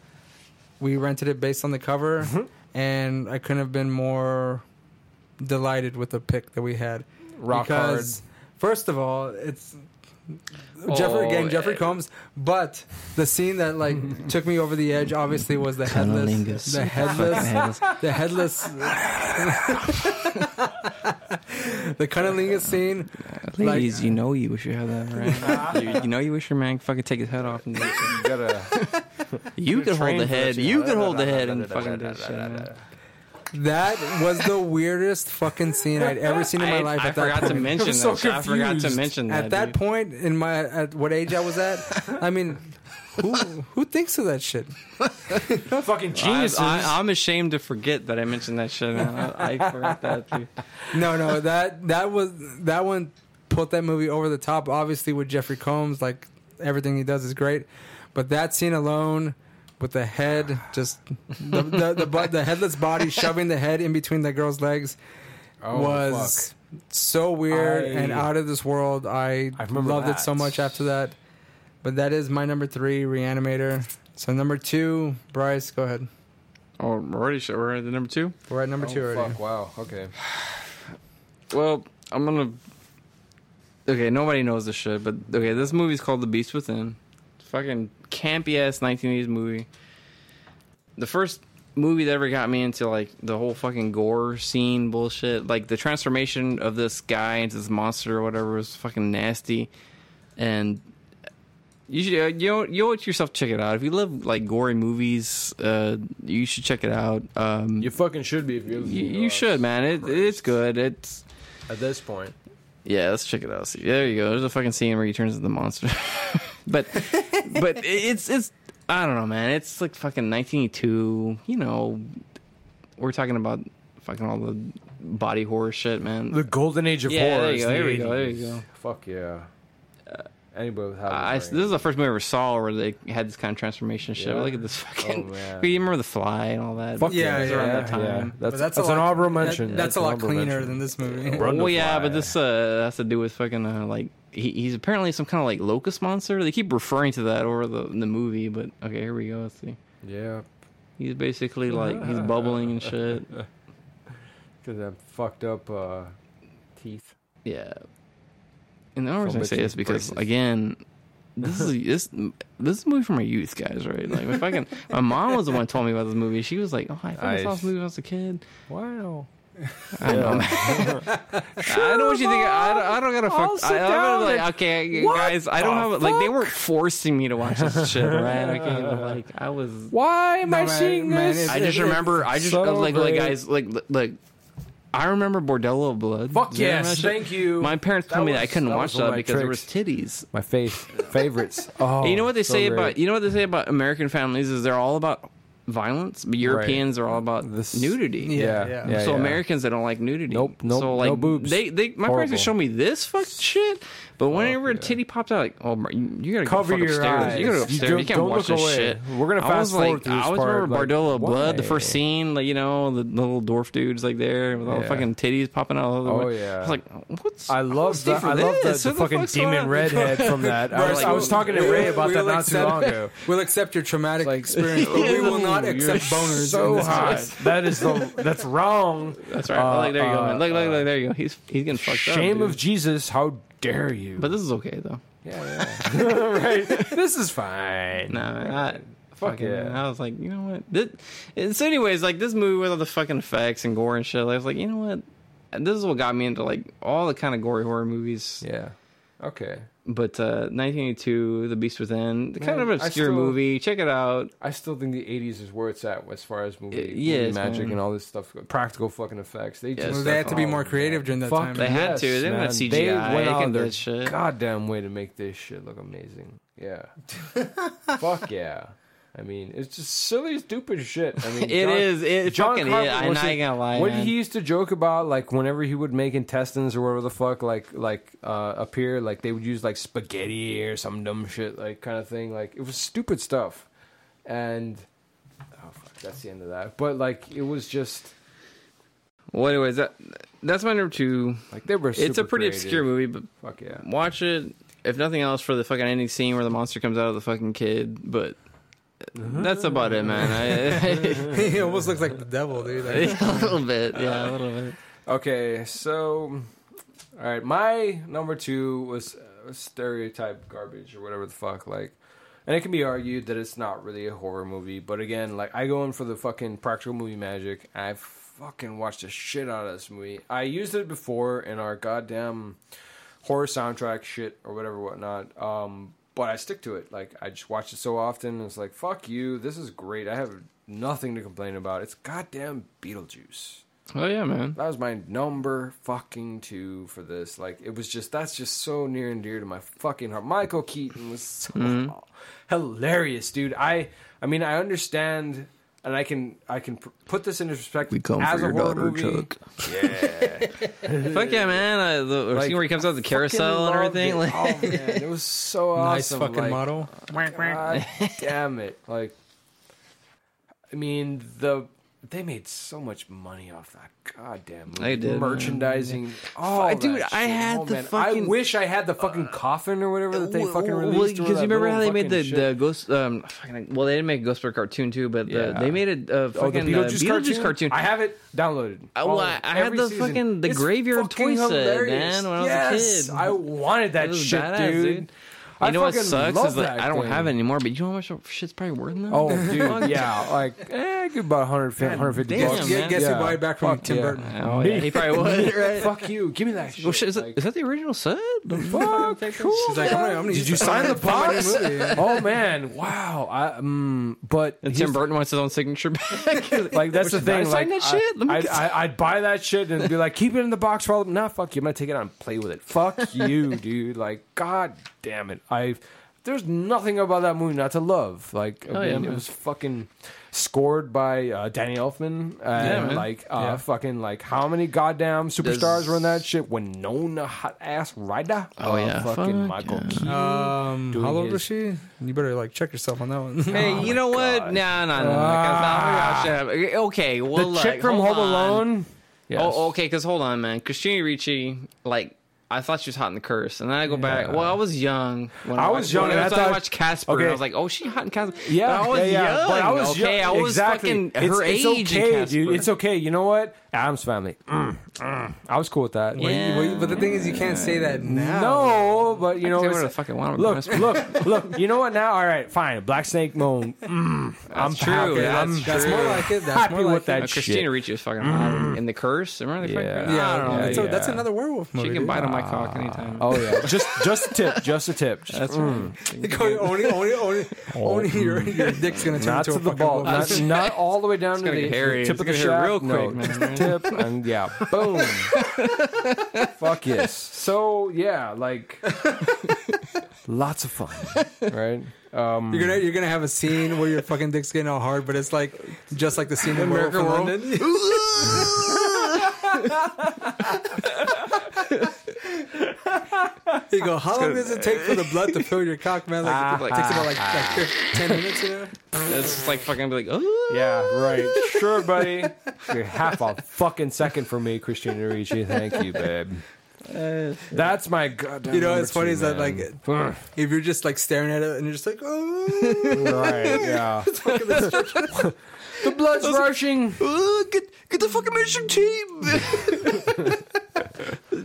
B: We rented it based on the cover,
F: Mm-hmm.
B: and I couldn't have been more delighted with the pick that we had.
F: made. rock
B: because, First of all, it's Jeffrey
C: Oh,
B: again, Jeffrey
C: eh.
B: Combs. But the scene that like took me over the edge, obviously, was the headless,
C: Cunnilingus.
B: the headless, the headless, the cunnilingus scene.
C: Ladies, you know you wish you had that. Right? you, you know you wish your man could fucking take his head off and do it.
F: hard. You gotta,
C: You could hold
F: train
C: the
F: for that
C: head.
F: shit.
C: You could hold the head and fucking do shit. man.
B: That was the weirdest fucking scene I'd ever seen in my
C: I,
B: life.
C: I
B: at that
C: forgot
B: point.
C: to mention
F: I'm
C: that.
F: so
C: shit. I forgot to
F: confused.
C: mention that.
B: at that
C: dude.
B: point in my at what age I was at. I mean, who who thinks of that shit?
F: fucking
C: I,
F: geniuses.
C: I, I'm ashamed to forget that I mentioned that shit. Now. I, I forgot that. Too.
B: No, no, that that was that one put that movie over the top. Obviously, with Jeffrey Combs, like everything he does is great, but that scene alone with the head just the the the, bo- the headless body shoving the head in between the girl's legs
F: Oh,
B: was so weird
F: I-
B: and out of this world. I,
F: I remember
B: loved it
F: that.
B: so much after that. But that is my number three, Reanimator. So number two, Bryce, go ahead.
C: Oh, we're already sure. We're at the number two.
B: We're at number
F: fuck.
B: two
F: Oh,
B: already.
F: fuck. Wow. Okay.
C: Well, I'm gonna. Okay, nobody knows this shit, but okay, this movie's called The Beast Within. Fucking campy ass 1980s movie. The first movie that ever got me into like the whole fucking gore scene bullshit, like the transformation of this guy into this monster or whatever was fucking nasty, and. You should uh, you know you owe it to yourself to check it out. If you love like gory movies, uh, you should check it out. Um,
F: You fucking should be if
C: you,
F: you're. listening to
C: you
F: us.
C: should, man. It, it's good. It's
F: at this point.
C: yeah, let's check it out. See, there you go. There's a fucking scene where he turns into the monster. but but it's it's I don't know, man. It's like fucking 1982. You know, we're talking about fucking all the body horror shit, man.
F: The golden age of
C: Yeah, there
F: horror.
C: you
F: is
C: go,
F: the
C: there we go, there
F: 80s.
C: you go. Uh,
F: Fuck yeah. Anybody with how
C: I, I- this is the first movie I ever saw where they had this kind of transformation shit.
F: Yeah.
C: Look at this fucking.
F: Oh, man.
C: you remember the fly and all that?
F: Fuck
B: Yeah,
F: yeah,
B: yeah,
F: around
B: yeah,
F: that time.
C: yeah.
F: That's,
B: But
F: that's an honorable
B: that-
F: mention.
B: that's a
F: an
B: lot
F: honorable
B: cleaner
F: mention.
B: than this movie.
F: Run
C: well,
F: the
C: Oh, yeah, but
F: fly.
C: this uh, has to do with fucking uh, like he, he's apparently some kind of like locust monster. They keep referring to that over the the movie, but okay, here we go. Let's see.
F: Yeah,
C: He's basically like he's bubbling and shit.
F: because I'm fucked up uh, teeth.
C: Yeah. And the only reason I
F: Some
C: say
F: bitches
C: this because
F: braces.
C: again, this is this this is a movie from my youth, guys. Right? Like if I can, my mom was the one who told me about this movie. She was like, "Oh, I fucking saw
F: Nice.
C: this movie when I was a kid."
F: Wow.
C: I know, man. I know what you think. I don't, I don't gotta fuck.
F: I'll sit
C: I,
F: down
C: am like, okay, guys, I don't have like they weren't forcing me to watch this shit, right? I can't even, like I was.
F: Why am I
B: man,
F: seeing
B: man,
F: this?
B: it's-
C: I just remember. I just
F: so
C: I was like, like
F: great.
C: guys, like like. I remember Bordello of Blood.
F: Fuck
C: You remember
F: yes,
C: that shit?
F: thank you.
C: My parents told me that I
F: was-
C: couldn't
F: that
C: watch
F: was one of
C: that
F: my
C: because there was
F: tricks.
C: titties.
F: My face favorites. Oh,
C: And you know what they
F: so
C: say
F: great.
C: about you know what they say about American families is they're all about violence, but Europeans are all about
F: This-
C: nudity.
F: yeah,
B: Yeah,
F: yeah.
B: yeah.
C: so
F: yeah.
C: Americans they don't like nudity.
F: Nope, nope,
C: So like
F: no boobs.
C: they they my parents
F: Horrible.
C: would show me this fuck shit, but whenever a titty popped out, like oh bro, you, you gotta
F: Cover
C: go fuck
F: your
C: upstairs.
F: eyes.
C: You gotta go
F: You
C: upstairs. You,
F: don't-
C: can't
F: don't
C: watch
F: look
C: this
F: away.
C: shit.
F: We're gonna
C: I was
F: fast forward
C: like,
F: through this
C: I always
F: part,
C: remember
F: like,
C: Bardola Blood, the
F: why?
C: first scene, like you know the, the little dwarf dudes like there with all the
F: Yeah.
C: fucking titties popping out. All over the
F: Oh,
C: way.
F: yeah.
C: I was like, what's
F: I love
C: stay
F: that.
C: for
F: I love the,
C: this.
F: the
C: Who the
F: fucking
C: fuck's going
F: demon
C: on?
F: redhead from that. I
B: We're
F: was,
B: like-
F: I was talking to
B: we-
F: Ray about
B: we
F: that
B: will
F: not too
B: accept-
F: long ago.
B: We'll accept your traumatic experience, but we will not accept boners. in
F: So
B: this
F: hot.
B: place.
F: That is the. That's wrong.
C: That's right.
F: Uh,
C: like there you go,
F: uh,
C: man. Look, look, look, there you go. He's he's getting fucked up.
F: Shame
C: dude.
F: of Jesus. How dare you?
C: But this is okay though.
F: right. This is fine.
C: Nah, man, I,
F: Fuck
C: fucking,
F: yeah.
C: I was like, you know what? This, and so, anyways, like this movie with all the fucking effects and gore and shit. I was like, you know what? This is what got me into like all the kind of gory horror movies.
F: Yeah. Okay.
C: But uh, 1982, The Beast Within, the kind
F: Man,
C: of
F: I
C: obscure
F: still-
C: movie. Check it out.
F: I still think the '80s is where it's at as far as movie,
C: Y-
F: movie
C: yes,
F: magic
C: man.
F: and all this stuff, practical fucking effects. They just
C: Yes,
B: They had to be
F: Oh,
B: more creative during that
F: fuck
B: time.
C: They had to. They didn't have
F: man.
C: CGI.
F: They
C: They
F: went out
C: couldn't
F: of
C: do
F: their
C: that shit.
F: goddamn way to make this shit look amazing. Yeah. Fuck yeah. I mean, it's just silly, stupid shit. I mean,
C: It is. It fucking is. I'm
F: was
C: not
F: it-
C: gonna lie,
F: What
C: man.
F: he used to joke about, like whenever he would make intestines or whatever the fuck, like like uh, appear, like they would use like spaghetti or some dumb shit, like kind of thing. Like it was stupid stuff, and oh fuck, that's the end of that. But like it was just
C: Well, anyways, that that's my number two.
F: like they were.
C: it's a
F: super
C: pretty
F: creative.
C: obscure movie, but
F: Fuck yeah.
C: watch it if nothing else for the fucking ending scene where the monster comes out of the fucking kid. But
F: Uh-huh.
C: that's about it, man. I,
B: he almost looks like the devil, dude. Like,
C: a little bit, yeah, a little bit.
F: Okay, so all right, my number two was uh, stereotype garbage or whatever the fuck. Like, and it can be argued that it's not really a horror movie, but again, like I go in for the fucking practical movie magic. I fucking watched the shit out of this movie. I used it before in our goddamn horror soundtrack shit or whatever whatnot. Um, but I stick to it. Like I just watch it so often. And it's like fuck you. This is great. I have nothing to complain about. It's goddamn Beetlejuice.
C: Oh yeah, man.
F: That was my number fucking two for this. Like it was just that's just so near and dear to my fucking heart. Michael Keaton was so hilarious, dude. I I mean I understand and I can I can pr- put this into perspective as a horror movie.
C: Fuck yeah, man. I, the the
F: Like,
C: scene where he comes out of the
F: Fucking
C: carousel and
F: loved
C: everything.
F: It.
C: Like,
F: Oh man, it was so
B: nice
F: awesome.
B: fucking
F: like,
B: model.
F: God damn it! Like, I mean, the they made so much money off that goddamn movie.
C: They did,
F: merchandising. Oh,
C: Dude, I had the fucking- Uh,
F: I wish I had the fucking coffin or whatever that they fucking
C: Well,
F: released.
C: because you remember how they made the, the ghost. Um, fucking, well, they didn't make a Ghost Bird cartoon too, but the,
F: Yeah.
C: they made a uh,
F: Oh, the
C: fucking uh,
F: Beetlejuice, cartoon?
C: cartoon.
F: I have it downloaded.
C: I-
F: All
C: well,
F: of it.
C: I had
F: Every
C: the
F: season.
C: fucking- the
F: It's
C: graveyard
F: fucking
C: toy set,
F: hilarious.
C: man, when I was a
F: Yes,
C: kid.
F: I wanted
C: It
F: that
C: was
F: shit,
C: badass,
F: dude.
C: dude.
F: I
C: you know what
F: fucking
C: sucks
F: love
C: is like
F: that
C: I don't
F: thing.
C: have it anymore. But you know how much shit's probably worth now?
F: Oh, dude, yeah, like eh, give about 150, 150
C: damn,
F: bucks.
C: man.
B: Guess
F: Yeah.
B: who bought it back from
F: Fuck
B: Tim
F: yeah.
B: Burton?
C: Oh, yeah, he probably would. Right?
F: Fuck you, give me that shit.
C: Oh, shit, is, that,
F: Like,
C: is that the original set? The
F: fuck, cool,
B: She's like, I'm gonna, I'm gonna
F: Did
B: use
F: you
B: this
F: sign the
B: for my new
F: box?
B: movie.
F: oh man, wow. I, um, but
C: And
F: here's-
C: Tim Burton wants his own signature back.
F: like that's the thing.
C: I
F: Like
C: sign that shit? Let me
F: I, I'd,
C: get-
F: I, I'd buy that shit and be like, keep it in the box for all. Nah, fuck you. I'm gonna take it out and play with it. Fuck you, dude. Like, god damn it. I there's nothing about that movie not to love. Like, I
C: Oh, yeah,
F: mean, it
C: man.
F: was fucking scored by uh, Danny Elfman and
C: man.
F: like uh, fucking like how many goddamn superstars were in that shit? Winona Hot Ass Ryder.
C: Oh,
F: Uh,
C: yeah. Fuck
F: fucking Michael
C: yeah.
F: Keaton.
B: Um, how old
F: his-
B: was she? You better like check yourself on that one.
C: Hey,
F: Oh
C: you know what? Nah, nah, nah. nah, 'cause now we gotta shut up. Okay, well,
F: Ah. the
C: look,
F: chick from
C: hold
F: Home
C: on.
F: Alone. Yes.
C: Oh, okay. Because hold on, man. Christina Ricci, like I thought she was hot in the curse, and then I go back. Well, I was young. When
F: I
C: watched-
F: was young,
C: when
F: and I
C: I,
F: thought-
C: watched Casper. and
F: okay.
C: I was like, oh, she hot in Casper.
F: Yeah,
C: but I was
F: yeah, yeah.
C: young.
F: But I was
C: okay,
F: young.
C: I was
F: exactly.
C: fucking
F: It's-
C: her
F: it's,
C: age in
F: okay,
C: Casper.
F: dude. It's okay. You know what? Adam's family. Mm, mm. I was cool with that.
C: Yeah.
B: Well, you- but the thing is, you can't say that now.
F: No, but you
C: I
F: know,
C: can say whatever
F: it's-
C: the fuck I want.
F: look, look, look. You know what? Now, all right, fine. Black Snake Moan. Mm, I'm
C: true.
F: happy.
C: That's
F: I'm
B: That's more like it. That's
F: happy
B: more like
F: with that
C: Uh,
B: It.
C: Christina Ricci was fucking hot in- in the curse. Remember the fucking
D: Yeah.
C: curse?
B: Yeah,
C: I don't know.
B: that's,
D: yeah.
B: A, that's another werewolf movie.
C: She can bite on my cock anytime.
F: Oh yeah, just just a tip, just a tip. Just,
C: That's
B: dude. only, only, only, only your, your dick's gonna turn
F: not
B: into
F: to
B: a
F: the
B: fucking
F: ball,
B: werewolf.
F: not, not all the way down to
C: gonna
F: the
C: get hairy.
F: tip of the
C: It's gonna get
F: shaft.
C: real
F: no,
C: quick,
F: just
C: man.
F: tip and yeah, boom. Fuck yes. So yeah, like lots of fun, right? Um,
B: You're gonna, you're gonna have a scene where your fucking dick's getting all hard, but it's like just like the scene in American
C: American
B: Werewolf in London. you go. How long does it take for the blood to fill your cock, man? Like, it takes about like, like ten minutes, you know.
C: It's just like fucking be like, oh,
F: yeah, right. Sure, buddy. You're half a fucking second for me, Christina Ricci. Thank you, babe. That's my goddamn.
B: You know,
F: number
B: it's funny
F: two,
B: is that,
F: man.
B: If you're just like staring at it and you're just like, oh,
F: right? Yeah. the blood's rushing.
C: get get the fucking mission team.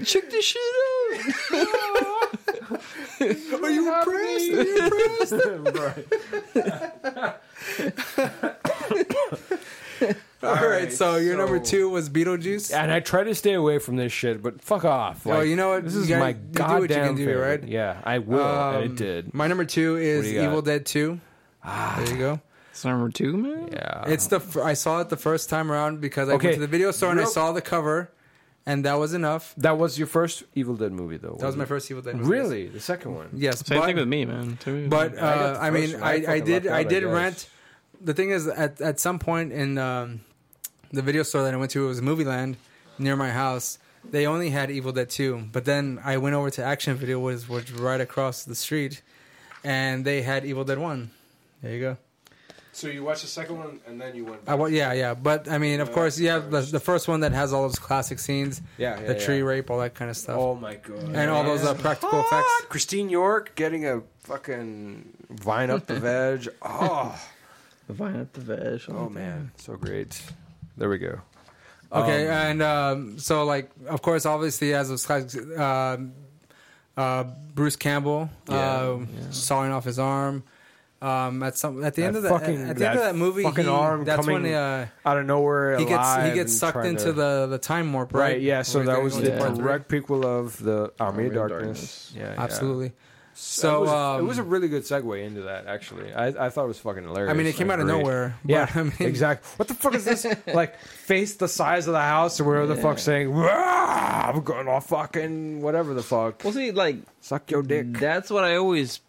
C: Check this shit out.
B: are you impressed? Are you impressed? All right, so your number two was Beetlejuice.
F: And I try to stay away from this shit, but fuck off.
B: Oh, you know what?
F: This
B: You
F: is
B: gotta-
F: my
B: you do what you
F: goddamn
B: can do,
F: favorite.
B: right?
F: Yeah, I will. and
B: Um,
F: it did.
B: My number two is
F: do you got? Ah. Uh-huh.
B: Evil Dead Two. there you go.
C: It's number two, man.
F: Yeah.
B: It's the fir- I saw it the first time around because I
F: Okay.
B: went to the video store and I
F: Real-
B: saw the cover, and that was enough.
F: that was your first Evil Dead movie, though.
B: That was my
F: wasn't
B: first Evil Dead.
F: it?
B: movie.
F: Really, the second one.
B: Yes.
C: Same
B: but,
C: thing with me, man. Same thing with
B: But
C: me.
B: uh,
F: got the
B: I mean,
F: first one. I
B: I, I
F: fucking
B: did I
F: lucked out, I
B: did
F: guess.
B: rent. The thing is, at at some point in um, the video store that I went to, it was Movie Land near my house. They only had Evil Dead Two, but then I went over to Action Video, which was right across the street, and they had Evil Dead One. There you go.
E: So you watched the second one and then you went.
B: I, wa- yeah, yeah, but I mean, of course, you have the, the first one that has all those classic scenes,
F: Yeah, yeah,
B: the tree
F: yeah.
B: rape, all that kind of stuff,
F: Oh my god.
B: and all those uh, practical effects.
F: Christine York getting a fucking vine up the veg. Oh,
B: Ah.
C: the vine at the veg.
F: oh man, so great. There we go.
B: Okay, and um, so like, of course, obviously, as of uh, uh, Bruce Campbell uh, sawing off his arm. Um, at some at the end
F: That
B: of the
F: fucking-
B: at the end
F: that
B: of that movie,
F: fucking
B: he-
F: arm
B: that's when
F: coming
B: uh,
F: Out of nowhere,
B: he gets
F: alive
B: he gets
F: and
B: sucked
F: trying
B: into
F: to-
B: the the time warp, right?
F: Right, yeah. So
B: Where
F: that
B: they're
F: was
B: going
F: the
B: to part three.
F: direct prequel of the Army of Darkness. Yeah, yeah.
B: Absolutely.
F: That
B: So
F: was-
B: um,
F: it was a really good segue into that. Actually, I, I thought it was fucking hilarious.
B: I mean, it came out
F: and
B: of
F: great.
B: nowhere. but,
F: Yeah,
B: I mean,
F: exactly. What the fuck is this? like face the size of the house or whatever the fuck, saying "Rah, I'm going off fucking whatever the fuck.
C: Well, see, like
F: Suck your dick.
C: that's what I always.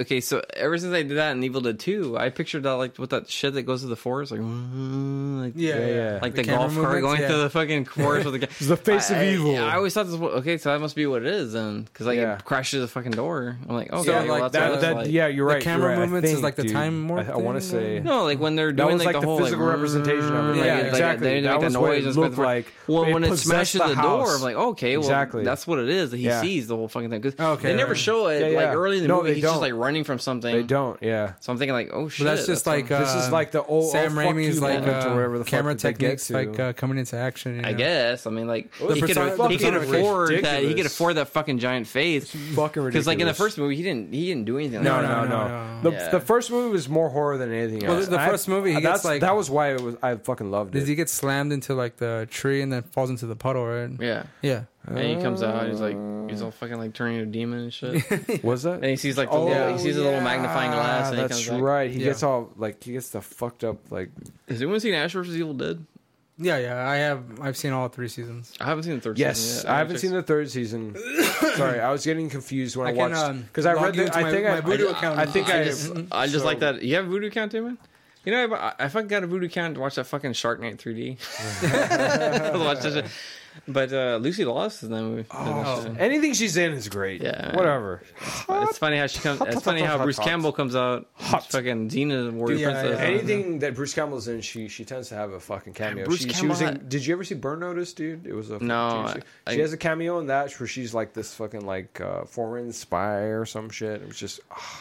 C: Okay, so ever since I did that in Evil Dead Two, I pictured that like with that shit that goes through the forest, like, like
B: Yeah,
F: Yeah,
B: yeah.
F: yeah.
C: like
B: The
C: the,
B: camera
C: golf cart
B: movements,
C: going
B: yeah.
C: through the fucking forest with the guy.
F: the face of
C: I-
F: evil.
C: I, always thought this. Was, okay, so that must be what it is then, because like
F: Yeah.
C: it crashes the fucking door. I'm like, okay,
B: So,
C: well,
B: like,
C: that's
F: that,
C: what it's
F: that,
C: like.
F: yeah, you're
B: The
F: right.
B: camera
F: you're right. I
B: movements is
F: think,
B: like the
F: dude,
B: time warp
F: I, I want to
B: thing,
F: say
C: No, like when they're
F: that
C: doing
F: was
C: like,
F: like the,
C: whole
F: physical
C: like,
F: representation of it.
B: Yeah,
F: Like,
B: like,
F: exactly.
C: They, they
F: that
C: make
F: was
C: that
F: what
C: noise.
F: it
C: it's
F: looked
C: like-
F: like.
C: well, when it
F: possessed
C: smashes the, door,
F: house.
C: I'm like, okay, well,
F: Exactly.
C: that's what it is. That he
F: Yeah.
C: sees the whole fucking thing. 'Cause
B: Okay.
C: they never show it.
F: Yeah, yeah.
C: Like early in the
F: No,
C: movie,
F: they
C: he's
F: don't.
C: just like running from something.
F: They don't. Yeah.
C: So I'm thinking like, oh shit.
B: But that's just like
C: what-
B: uh,
F: This is like the old-
B: Sam
F: oh, fuck
B: Raimi's
F: you
B: like
F: moment or whatever
B: uh,
F: the fuck
B: camera
F: that they get
B: techniques
F: to.
B: like uh, coming into action. You know?
C: I guess. I mean, like
F: The
C: he, could,
B: persona-
C: he
B: the
C: could
B: personification-
C: afford that. He could
F: ridiculous.
C: afford that fucking giant face.
F: Fucking ridiculous.
C: Because like in the first movie, he didn't. He didn't do anything.
F: No,
C: like that.
F: no, no.
B: no, no.
F: The,
C: Yeah.
F: the first movie was more horror than anything
B: Well,
F: else.
B: the
F: And I-
B: first movie, he gets,
F: that's-
B: like-
F: that was why it was. I fucking loved
B: Does
F: it.
B: he get slammed into like the tree and then falls into the puddle? Right?
C: Yeah.
B: Yeah.
C: And he comes out. He's like, he's all fucking like turning into a demon and shit.
F: was that?
C: And he sees like the little, he sees a little magnifying glass. And
F: Oh, Ah, that's
C: he comes Back.
F: right. He
B: Yeah.
F: gets all like he gets the fucked up like.
C: Has anyone seen Ash vs Evil Dead?
B: Yeah, yeah. I have. I've seen all three seasons.
C: I haven't seen the third.
F: Yes,
C: season yet.
F: I haven't
C: checked-
F: seen the third season. Sorry, I was getting confused when I,
B: I can,
F: watched
B: um,
F: because I
B: log
F: read.
B: you
F: The,
B: into
F: I
B: my-
F: think
B: my
F: I,
B: Voodoo
F: I,
B: account.
F: I think
B: I
F: I.
B: just-
C: I just
F: so-
C: like that. You have voodoo account too, man. You know, I, I fucking got a voodoo account to watch that fucking Shark Night 3D. Watch that shit. But uh, Lucy Lawless is in that movie. Oh.
F: Anything she's in is great.
C: Yeah.
F: Whatever.
C: uh, It's funny how she comes. It's funny how Bruce Campbell comes out. Hot. Fucking Xena warrior
H: Yeah, yeah,
C: princess.
H: yeah.
F: Anything that Bruce Campbell's in, she she tends to have a fucking cameo.
C: Bruce
F: she, she was in,
C: Campbell-
F: did you ever see Burn Notice, dude? It was a fucking
C: No,
F: TV show.
C: I-
F: she has a cameo in that where she's like this fucking like uh, foreign spy or some shit. It was just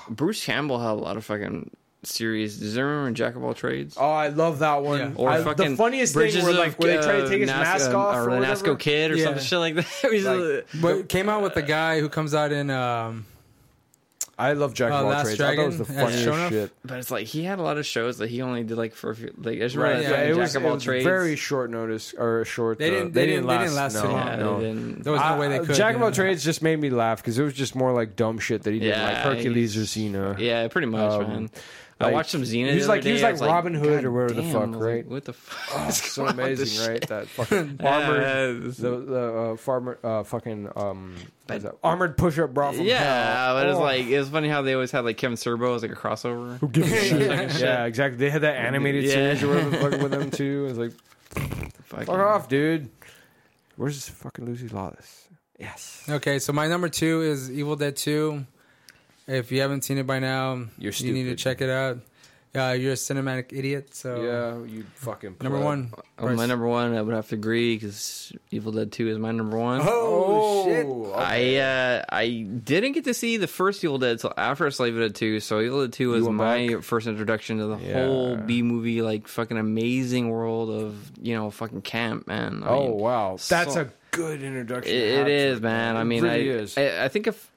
C: Bruce Campbell had a lot of fucking series. Does anyone remember Jack of All Trades?
F: oh, I love that one.
B: Yeah.
C: Or
F: I-
C: fucking
F: the funniest
C: Bridges
F: thing were
C: of,
F: like where they try to
C: uh,
F: take his
C: Nas-
F: mask
C: uh,
F: off
C: or,
F: or
C: an
F: whatever.
C: Nasco Kid or
B: Yeah.
C: some shit like that. It was,
F: Like-
C: uh,
B: But came out with the guy who comes out in um,
F: I love Jack
B: Uh,
F: of All
B: Last
F: Trades.
B: Dragon
F: I thought it was the
B: as Shonoff?
F: funniest shit.
C: but it's like he had a lot of shows that he only did like for a few. Like I just remember
F: Right,
C: that
F: yeah,
C: fucking
F: it was,
C: Jack
F: it
C: of All
F: was
C: Trades.
F: very short notice or short.
B: They
F: uh,
B: didn't- they didn't- they didn't last too
F: no,
B: long.
C: Yeah,
F: no.
C: they didn't-
B: there was no way they
F: I-
B: could.
F: Uh, Jack
B: you
F: of
B: know?
F: all trades just made me laugh because it was just more like dumb shit that he did,
C: Yeah,
F: like Hercules or
C: he's-
F: Xena.
C: Yeah, pretty much,
F: Um,
C: man. I
F: like,
C: watched some Xena.
F: he was
C: the other
F: like- he was
C: day, I
F: like Robin Hood or
C: "God
F: whatever the
C: damn,"
F: fuck,
C: I was like,
F: right?
C: what the fuck?
F: Oh,
C: is
F: so
C: going on with this
F: amazing, right?
C: shit?
F: That fucking
C: Yeah,
F: armored,
C: yeah, this-
F: the the uh, farmer, uh, fucking um, what is
C: But-
F: that? armored push-up bra from
C: Yeah,
F: hell.
C: but it's
F: Oh.
C: like it was funny how they always had like Kevin Serbo as like a crossover.
F: Who gives a shit? yeah, exactly. They had that animated
C: Yeah.
F: series or whatever the fuck with them too. It's like
C: Fucking-
F: fuck off, dude. Where's this fucking Lucy Lawless? Yes,
B: Okay, so my number two is Evil Dead Two. If you haven't seen it by now,
F: You're
B: you need to
F: stupid.
B: check it out. Uh, you're a cinematic idiot. So
F: yeah, you fucking
B: Oh. number
F: pleb.
B: one.
C: Oh, my number one, I would have to agree because Evil Dead Two is my number one.
B: Oh, shit!
C: I uh, I didn't get to see the first Evil Dead till after I saw Evil Dead Two, so Evil Dead Two was
F: went
C: my first introduction to the whole B movie, like fucking amazing world of you know fucking camp, man. I
F: Oh
C: mean,
F: wow, that's
C: so-
F: a good introduction.
C: it,
F: to have
C: it
F: to
C: is,
F: it,
C: man. I
F: It
C: mean,
F: really
C: I,
F: is.
C: I I think if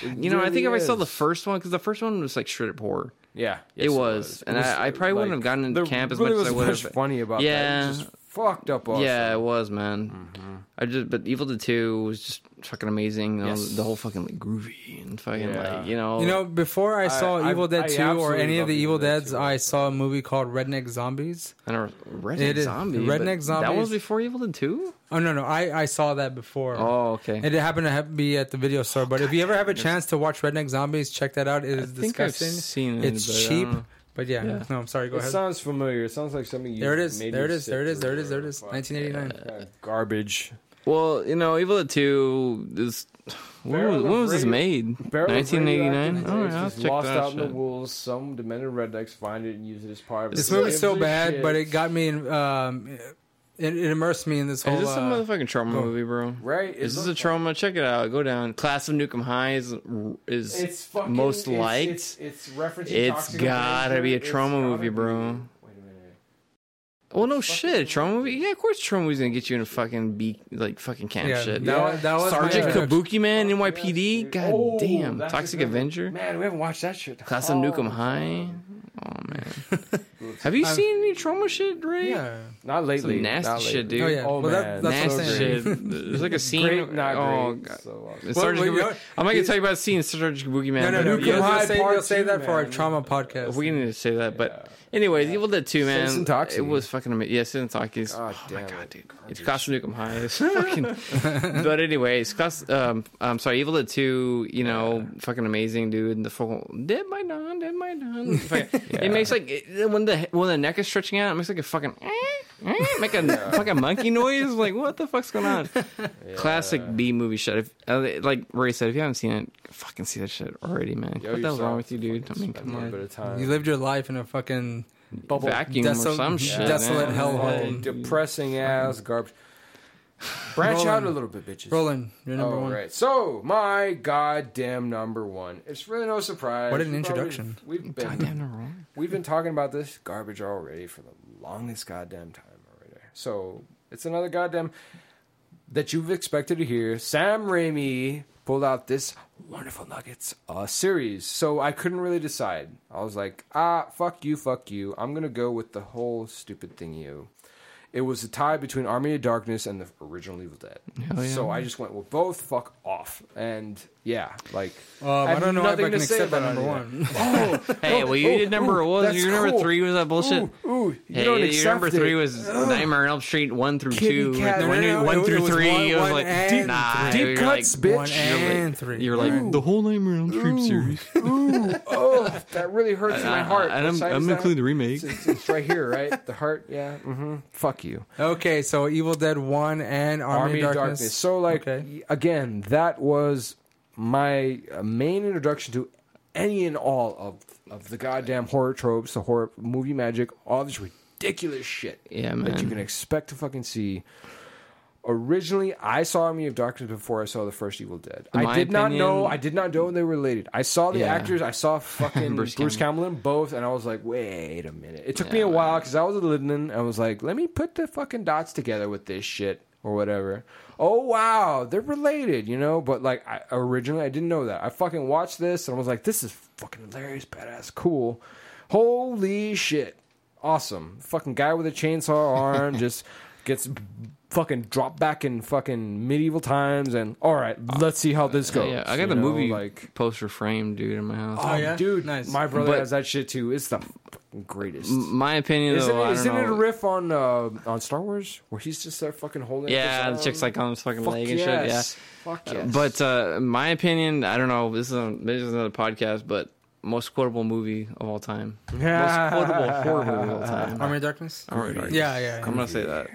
C: you know, I think
F: really
C: if I saw
F: is.
C: the first one because the first one was like shredded poor.
F: yeah,
C: It was. And I- I probably wouldn't have gotten into
F: there
C: camp as
F: really
C: much as I
F: wasn't
C: would
F: much
C: have.
F: Funny about that,
C: Yeah.
F: It was just fucked up. Awesome. Mm-hmm.
C: Yeah, it was, man. I just, but Evil Dead Two was just fucking amazing. You know,
F: Yes.
C: The whole fucking like groovy and fucking
F: Yeah.
C: like you know,
B: You know, before I saw
F: I-
B: Evil Dead
F: I
B: 2 or
F: absolutely
B: any of the
F: love
B: Evil
F: Evil Dead
B: Deads,
F: 2.
B: I saw a movie called Redneck Zombies.
C: I don't Redneck
B: It is-
C: Zombie.
B: Redneck
C: but That
B: Zombies.
C: was before Evil Dead Two.
B: Oh, no, no. I, I saw that before.
C: Oh, okay.
B: It happened to ha- be at the video store. But if you ever have a chance to watch Redneck Zombies, check that out. It is
C: think I've
B: disgusting.
C: seen it,
B: it's
C: but I don't
B: cheap.
C: know.
B: But yeah.
C: Yeah.
B: No, I'm sorry. Go
F: It
B: ahead.
F: sounds familiar. It sounds like something you.
B: There it is.
F: made
B: There it
F: me
B: is. There it
F: sit
B: is. There it is. There it
F: through.
B: is. 1989.
F: Fuck, Garbage.
C: well, you know, Evil Dead Two is. When
F: Barrel
C: was,
F: of
C: when was this
F: radio-
C: made?
F: Barrel of
C: 1989.
F: radioactive
C: All right,
F: waste
C: Oh, I'll
F: is
C: check
F: lost
C: that
F: out in the
C: shit.
F: wolves. Some demented rednecks find it and use it as part of.
B: This
F: their-
B: movie's so
F: Gives a
B: bad,
F: shit.
B: but it got me in. Um, it, it immersed me in this whole.
C: Is this a
B: uh,
C: motherfucking trauma movie, bro?
F: right.
C: Is this
F: not
C: a trauma? Check it out. Go down. Class of Nukem High is, is
F: it's fucking,
C: most
F: it's,
C: liked.
F: It's, it's, referencing.
C: It's
F: Toxic
C: gotta
F: Avenger.
C: be a
F: It's
C: trauma
F: gotta
C: movie,
F: be-
C: bro.
F: Wait a minute.
C: Well, no shit, trauma movie. Yeah, of course, trauma movie's gonna get you in a fucking be like fucking camp
B: yeah,
C: shit.
B: That, was- that was my uh,
C: Sergeant
B: introduction.
C: Kabuki Man, NYPD. God
F: Oh,
C: damn,
F: that's
C: Toxic
F: a good one.
C: Avenger,
F: Man, we haven't watched that shit.
C: Class of Nukem High. Oh man, have you seen any trauma shit, Ray?
B: Yeah.
F: Not lately.
C: Some nasty
F: not
C: shit,
F: lately.
C: dude.
B: Oh, yeah.
F: Oh
B: Well, that-
F: man,
B: that's what
C: nasty
B: I'm
C: shit.
B: saying.
C: There's like a scene.
F: Great, not
C: oh
F: great.
C: god.
F: So uh, awesome.
C: It's Sergeant
B: Well, well,
C: Kabuki- I'm not gonna tell you about seeing Sergeant Kabuki Man.
B: No, no,
C: but
B: no.
F: Nukem
B: You'll, you'll
F: High
B: say,
F: Part
B: you'll say
F: Two,
B: that for our
F: man.
B: trauma podcast.
C: We need to say that, but anyways, Evil Dead Two, man,
F: Citizen Toxie.
C: it was fucking amazing. Yeah, Citizen Toxie's.
F: God
C: oh
F: damn
C: my god,
F: it.
C: dude, it's Class of Nukem High. It's fucking. but anyways, Class. Um, I'm sorry, Evil Dead Two. You know, fucking amazing, dude. And the full dead by dawn, dead by dawn. Fucking- It makes like it, when the when the neck is stretching out, it makes like a fucking. eh, eh, Make a fucking monkey noise, like what the fuck's going on? Classic B movie shit. If, uh, like Ray said, if you haven't seen it, fucking see that shit already, man.
F: Yo,
C: what the hell's
F: yourself.
C: wrong with you, dude? I mean,
F: Spend
C: come
F: a
C: on
F: little bit of time.
B: You lived your life in a fucking
C: vacuum or
B: Deso-
C: some shit.
B: desolate
C: man.
B: hellhole.
F: Fucking depressing ass garbage. Branch out
B: Roland.
F: a little bit, bitches.
B: Roland. You're number
C: Oh,
F: All
B: one.
F: right. So, my goddamn number one. It's really no surprise.
B: What an
F: We've already-
B: introduction.
F: We've been,
C: Goddamn, no wrong.
F: we've been talking about this garbage already for the longest goddamn time already. So, it's another goddamn that you've expected to hear. Sam Raimi pulled out this wonderful Nuggets uh, series. So, I couldn't really decide. I was like, ah, fuck you, fuck you. I'm going to go with the whole stupid thing you. It was a tie between Army of Darkness and the original Evil Dead.
C: Hell yeah.
F: So I just went, well, both fuck off. And yeah, like
B: Um, I
F: have
B: don't know if I
F: nothing
B: can
F: to say
B: accept that
F: about
B: number
F: it. Oh,
B: one.
C: Hey, well, you did number one.
F: that's
C: Your number
F: cool.
C: three was that bullshit.
F: Ooh, you
C: hey,
F: don't
C: your number
F: accept
C: three
F: it.
C: was Nightmare on Elm Street one through
F: Kitty
C: two.
F: cat.
C: One,
B: No, no,
C: through-
B: no,
C: one
B: it
C: through
B: was
C: three.
B: one-
C: it was
B: one
C: like
B: and
C: nah.
F: three.
C: you're
F: Deep cuts,
C: like,
F: bitch.
B: One
C: You're like-
B: and three.
C: You're like the whole Nightmare on Elm Street series.
F: oh, that really hurts my
C: Uh,
F: heart.
C: and
F: What
C: I'm-
F: side
C: I'm
F: is that?
C: including the remake.
F: It's, it's- it's right here, right? The heart. Yeah. Mm-hmm. Fuck you.
B: Okay, so Evil Dead One and Army, of Darkness.
F: So like
B: Okay.
F: y- again, that was my uh, main introduction to any and all of of the goddamn horror tropes, the horror movie magic, all this ridiculous shit
C: Yeah,
F: that you
C: man.
F: can expect to fucking see. Originally, I saw Army of Darkness before I saw the first Evil Dead.
C: In
F: I
C: my
F: did not know.
C: opinion-
F: I did not know they were related. I saw the
C: Yeah.
F: actors. I saw fucking Bruce,
C: Bruce
F: Campbell both, and I was like, wait a minute. It took me
C: Yeah,
F: a
C: man.
F: while because I was living in. I was like, let me put the fucking dots together with this shit or whatever. Oh wow, they're related, you know. But like I, originally, I didn't know that. I fucking watched this and I was like, this is fucking hilarious, badass, cool. Holy shit, awesome! Fucking guy with a chainsaw arm just gets fucking dropped back in fucking medieval times and all right let's see how this goes
C: yeah, I
F: you
C: got the
F: know,
C: movie
F: like
C: poster frame, dude, in my house.
F: Oh,
B: Oh, yeah?
F: dude,
B: Nice.
F: my brother
C: But-
F: has that shit too. It's the fucking greatest.
C: M- My opinion,
F: isn't
C: though, I
F: it,
C: don't
F: isn't it a
C: know.
F: riff on uh, on Star Wars where he's just there fucking holding?
C: Yeah,
F: up his
C: the chick's
F: arm?
C: like on his fucking
F: Fuck
C: leg and
F: yes.
C: shit.
F: Fuck
C: Yeah.
F: yes.
C: But uh, my opinion, I don't know. This is a, this is another podcast, but most quotable movie of all time. Most quotable horror movie of all time.
B: Army of Darkness.
C: Alright.
B: Yeah, yeah. yeah.
C: I'm gonna say that.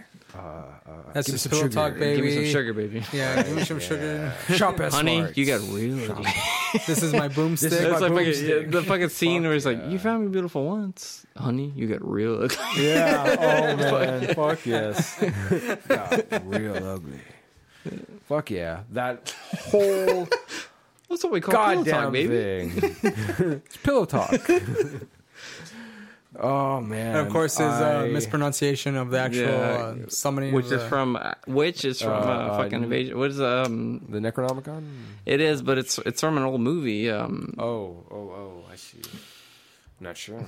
B: That's
F: me
B: just
F: some
B: pillow
F: sugar.
B: talk, baby.
C: Give me some sugar, baby.
B: Yeah, give me some sugar.
F: shop at
C: Honey,
F: Smarts.
C: you got real.
B: This is my boomstick.
C: That's
B: My
C: like fucking-
B: boomstick.
C: the fucking scene where he's like, "You found me beautiful once, honey. You got real." ugly."
F: Yeah. Oh man. Fuck yes. Got real ugly. Fuck yeah. That whole
C: That's what we call pillow
F: goddamn
C: talk, baby.
F: thing. it's pillow talk. oh man.
B: And of course, his uh,
F: I-
B: mispronunciation of the actual
C: Yeah.
B: uh, summoning,
C: Which
B: of the,
C: is from uh, which is from
F: Uh,
C: uh, fucking invasion. What is um?
F: the Necronomicon.
C: It is, but it's it's from an old movie. Um,
F: Oh, oh, oh, I see. Not sure.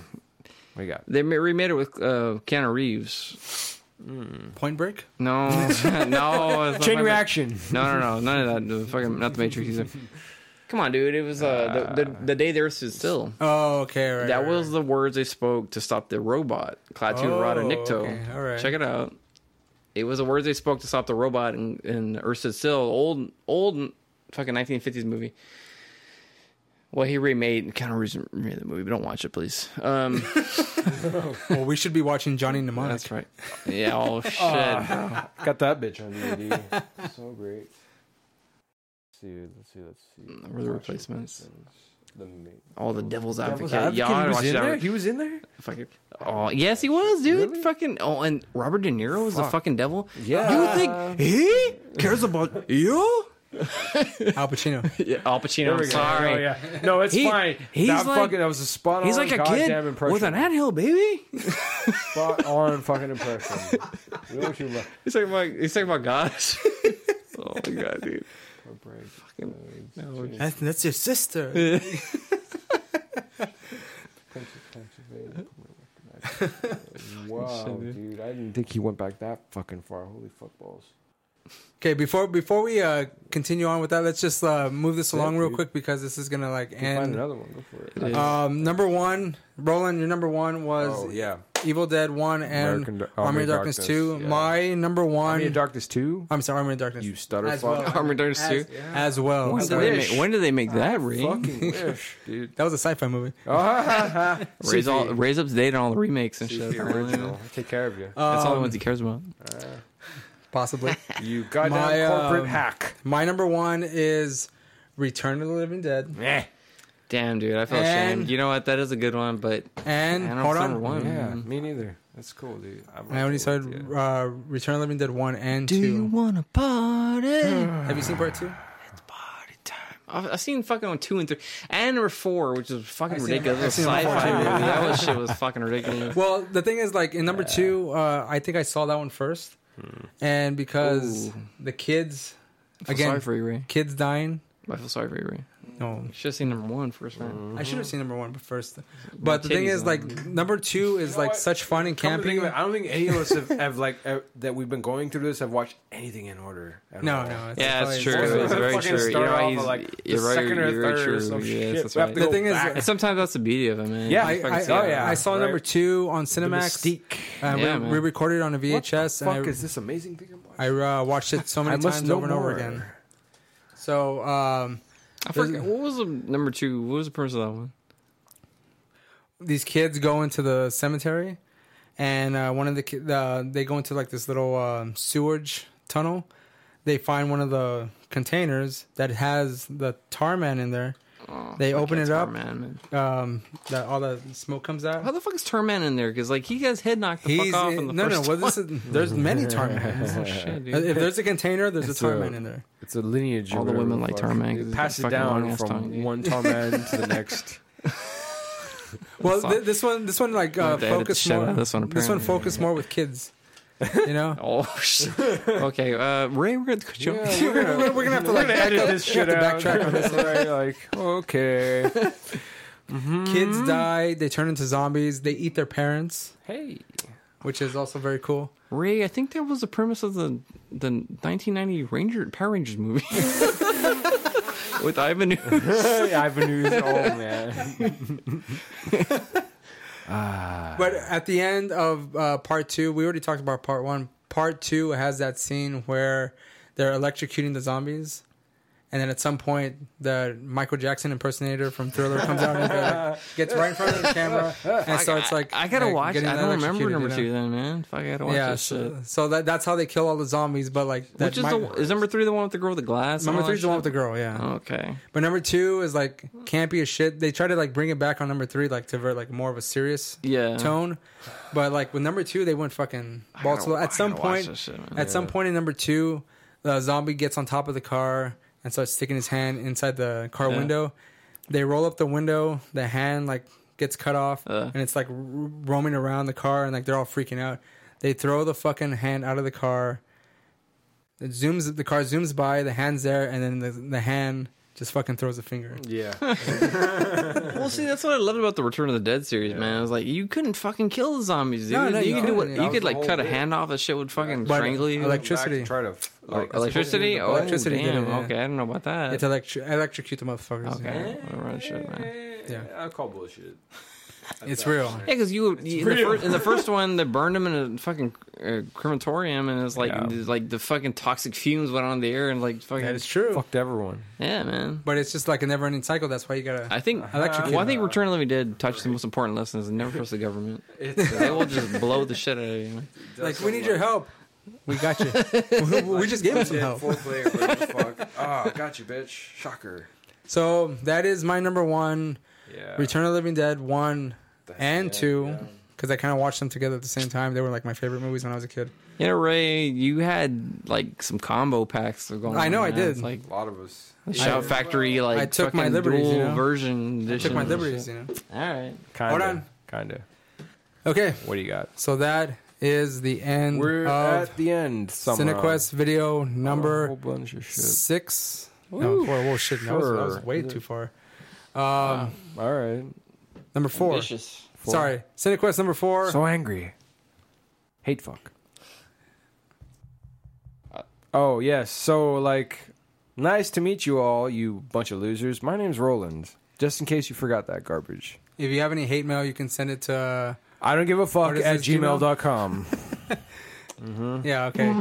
F: What you got?
C: they ma- remade it with uh, Keanu Reeves.
B: Point Break.
C: No, no, it's not my-
F: reaction.
C: No, no, no, none of that. The fucking not the Matrix either. Come on, dude. It was uh, the, the the day the Earth stood still.
B: Oh, okay, right.
C: That
B: right,
C: was the words they spoke to stop the robot, Klaatu
B: Oh,
C: Rada Nikto.
B: okay, all right.
C: Check it out. It was the words they spoke to stop the robot in, in Earth Stood Still, old old fucking 1950s movie. Well, he remade kind of reason remade the movie, but don't watch it, please. Um,
B: Well, we should be watching Johnny Mnemonic.
C: that's right. Yeah. Oh shit.
B: Ah.
F: Got that bitch on DVD. so great. Let's see, let's see, let's see.
C: Where are the replacements?
F: The main-
C: All the Devil's Advocate.
F: Devil's Advocate,
C: Y'all watch
F: he was in
C: that.
F: there. He was in there.
C: Fucking, oh yes, he was, dude.
F: Really?
C: Fucking. Oh, and Robert De Niro was the fucking devil.
F: Yeah.
C: You think he cares about you?
B: Al Pacino.
C: Yeah, Al Pacino. I'm sorry.
F: Oh, yeah. No, it's
C: He-
F: fine.
C: he's
F: that
C: like-
F: fucking that was a spot on.
C: He's like a
F: goddamn
C: kid
F: impression.
C: with an anthill, baby.
F: spot on fucking impression. We don't you love
C: He's talking about. He's talking about gosh. oh my god, dude.
F: a break.
C: Fucking-
B: That's, that's your sister.
F: Wow, dude, I didn't think he went back that fucking far. Holy fuckballs.
B: okay, before before we uh, continue on with that, let's just uh, move this
F: Yeah,
B: along real
F: dude.
B: quick because this is gonna like
F: Find
B: end.
F: another one. Go for it.
B: Um, number one, Roland, your number one was
F: Oh yeah,
B: Evil Dead One and
F: American Dar-
B: Army of Darkness, Two.
F: yeah.
B: My number one.
F: Army of Darkness two.
B: I'm sorry, Army of Darkness.
F: You stutter
B: as
F: fuck.
B: well.
C: Army of Darkness
B: As-
C: 2?
B: As well.
C: When, did
B: Sorry.
C: they make, when did they make that ring?
F: Fucking wish, dude.
B: That was a sci-fi movie.
C: Raise all, raise up to date on all the Um, remakes and shit.
F: Original. Take care of you.
B: uh,
C: That's all the ones he cares about.
B: Possibly.
F: you goddamn
B: my,
F: corporate
B: um,
F: hack.
B: My number one is Return of the Living Dead.
C: Damn, dude, I feel
B: And-
C: ashamed. You know what? That is a good one, but
B: And
C: I don't know if
B: hold
C: it's
B: on.
C: number one.
F: Yeah, me neither. That's cool, dude. I'm
B: Mm-hmm. I only started uh, Return of the Living Dead 1 and
C: Do
B: 2.
C: you wanna party?
B: Have you seen part 2?
C: Party time. I've, I've seen fucking on two and three, and number four, which is fucking
B: seen-
C: ridiculous.
B: I've seen
C: sci-fi
B: number four, too.
C: movie. That was, shit was fucking ridiculous.
B: Well, the thing is, like, in number 2, uh, I think I saw that one first. And because
C: Ooh.
B: the kids,
C: I feel
B: again,
C: sorry for you, Ray.
B: kids dying,
C: I feel sorry for you, Ray.
B: No,
C: Should have seen number one first round.
F: Mm.
B: I should have seen number one, but first. But the thing
C: titties
B: is,
C: on
B: like number two is like
F: what?
B: such fun and
F: Come to think
B: campy.
F: of it, I don't think any of us have, have like uh, that we've been going through this have watched anything in order. at
B: No,
F: all.
B: no, it's
C: Yeah,
B: probably-
C: that's true.
F: Well,
C: It's
F: they
C: very
F: fucking
C: true. You
F: start
C: know,
F: off
C: he's,
F: at, like, the
C: you're right.
F: second or
C: you're very
F: third or
C: true.
F: some
C: Yes,
F: shit.
C: that's
F: We have
C: right.
F: to
B: The
F: go
B: thing is,
F: back.
C: And sometimes that's the beauty of it, man.
F: Yeah,
B: I,
C: You fucking
B: I,
C: see it.
F: oh, yeah.
B: I saw
F: right.
B: number two on
F: The
B: Cinemax.
F: mystique.
B: Uh, we-
C: Yeah,
B: we,
C: man.
B: recorded it on a
F: What the
B: VHS,
F: fuck
B: and
F: is this amazing thing? I'm watching?
B: I, I uh, watched it so many
F: must
B: times
F: know
B: over and over
F: more.
B: again. So, um,
C: I forgot, what was the number two? What was the purpose of that one?
B: these kids go into the cemetery, and uh, one of the ki- uh, they go into like this little um, sewage tunnel. They find one of the containers that has the tar man in there.
C: Oh,
B: They
C: fuck,
B: open
C: that's
B: it up.
C: Tarman, man.
B: Um, that all the smoke comes
C: How
B: out.
C: the fuck is Tarman in there? Because like he gets head knocked the
B: He's
C: fuck off in the
B: no no. Uh,
C: first
B: Well, this is, there's many tar men.
C: one. Shit, dude.
B: if there's a container, there's
F: It's
B: a tar
F: a-
B: man in there.
F: It's a lineage.
C: All
F: or
C: the
F: whatever
C: women
F: the
C: like
F: fuck.
C: Tarmac, 'cause
F: It
C: it's
F: passes
C: fucking
F: down
C: long-ass
F: from
C: tongue, dude.
F: one Tarman to the next.
B: Well,
C: Fuck.
B: th- this one, this one like uh,
C: have to edit the
B: focused
C: shit
B: more.
C: out of this one, apparently.
B: focused more with kids. You know,
C: Oh shit. okay, uh, Ray, we're gonna cut you off.
F: Yeah, we're gonna,
B: we're gonna have to like
F: edit this shit out.
B: backtrack on this.
F: right, like okay,
B: Kids
C: Mm-hmm.
B: die. They turn into zombies. They eat their parents,
F: hey,
B: which is also very cool.
C: Ray, I think that was the premise of the the 1990 Ranger Power Rangers movie with Ivan. Ooze.
F: avenues. Oh man,
B: But at the end of uh, part two, we already talked about part one. Part two has that scene where they're electrocuting the zombies, and then at some point, the Michael Jackson impersonator from Thriller comes out and uh, gets right in front of the camera and starts like
C: I, I gotta
B: like,
C: watch. I
B: getting
C: don't remember
B: electrocuted,
C: number
B: you know?
C: two then, man. Fuck, I gotta watch
B: Yeah,
C: this shit.
B: so, so that that's how they kill all the zombies. But like, that
C: Which is
B: Michael-
C: the is number three the one with the girl with the glass? and
B: number
C: all that
B: three is the one with the
C: shit?
B: girl, yeah.
C: Okay,
B: But number two is like campy as shit. They try to like bring it back on number three, like to ver- like more of a serious
C: yeah.
B: tone. But like with number two, they went fucking
C: Uh-huh. I gotta-
B: balls to the-
C: I
B: At some
C: gotta watch
B: point,
C: this shit, man.
B: at some point in number two, the zombie gets on top of the car and starts sticking his hand inside the car
C: Yeah.
B: window. They roll up the window. The hand like gets cut off,
C: Uh.
B: and it's like r- roaming around the car, and like they're all freaking out. They throw the fucking hand out of the car. It zooms. The car zooms by. The hand's there, and then the, the hand just fucking throws a
C: Mm.
B: finger.
F: yeah.
C: Well, see, that's what I loved about the Return of the Dead series, man. I was like, you couldn't fucking kill the zombies, dude.
B: No, no,
C: you,
B: you
C: could do what
B: couldn't.
C: you
B: That
C: could
F: was
C: like
F: the
C: cut a
F: whole
C: hand off. That shit would fucking
B: But
C: strangle you.
B: elec- Electricity.
F: Back to Try to like,
C: electricity? Oh,
B: Electricity did
C: Damn.
B: it, yeah.
C: Okay, I don't know about that.
B: It's electri- electrocute the motherfuckers.
C: okay, whatever that Oh, shit, man.
B: Yeah.
F: I call bullshit.
B: It's real.
C: Yeah, because you, you in, the first, in the first one, they burned him in a fucking uh, crematorium, and it's like
D: Yeah.
C: it's like the fucking toxic fumes went on the air, and like fucking
B: That is true.
D: Fucked everyone.
C: yeah, man.
B: But it's just like a never-ending cycle. That's why you gotta.
C: I think
B: Electrocute
C: well, I think
B: him.
C: Return of the Living Dead touched the most important lessons: and never trust the government.
F: It's uh,
C: they will just blow the shit out of you. man.
B: like we need your help. We got you. we, we just gave him some help.
F: Full play. Fuck. Ah, got you, bitch. Shocker.
B: So that is my number one.
F: Yeah.
B: Return of the Living Dead one
F: That's-
B: and
F: yeah,
B: two,
F: yeah.
B: because I kind of watched them together at the same time. They were like my favorite movies when I was a kid.
C: Yeah, Ray, you had like some combo packs going.
B: I know
C: on,
B: I
C: man.
B: did.
C: It's like
F: A lot of us.
C: the Shout Factory, like
B: I took my
C: fucking
B: liberties,
C: dual
B: you know?
C: version.
B: I took
C: edition
B: my
C: and
B: liberties,
C: shit.
B: you know.
C: All right,
D: Kinda,
B: Hold on.
D: Kinda.
B: Okay,
D: What do you got?
B: so that is the end
D: We're
B: of
D: at the end. Somehow.
B: Uh, Cinequest video
F: Oh,
D: A whole
B: number
D: bunch of shit.
B: six. No, four. Whoa, shit, no, that was- that was
D: sure.
B: way too far.
D: All right.
B: Number four.
C: Ambitious.
B: Sorry, Cinequest number four.
D: So angry. Hate fuck. Oh, yes. So, like, nice to meet you all, you bunch of losers. My name's Roland. Just in case you forgot that garbage.
B: if you have any hate mail, you can send it to. Uh,
D: I don't give a fuck
B: What is
D: at
B: this, Gmail?
D: gmail.com.
B: Yeah, okay.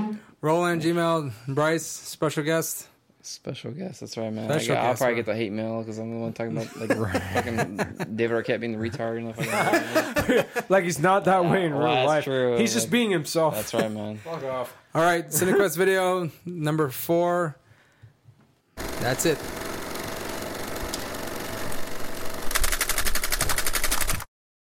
B: Roland, Gmail, Bryce, special guest.
C: Special guest, that's right, man.
B: Special
C: I will
B: guest,
C: probably
B: man.
C: get the hate mail because I'm the one talking about like fucking David Arquette being the retard. And the fucking,
D: like, he's not that way in
C: Well,
D: real
C: that's
D: life.
C: true.
D: He's just being himself.
C: that's right, man.
F: Fuck off.
B: All right, CineQuest video number four. That's it.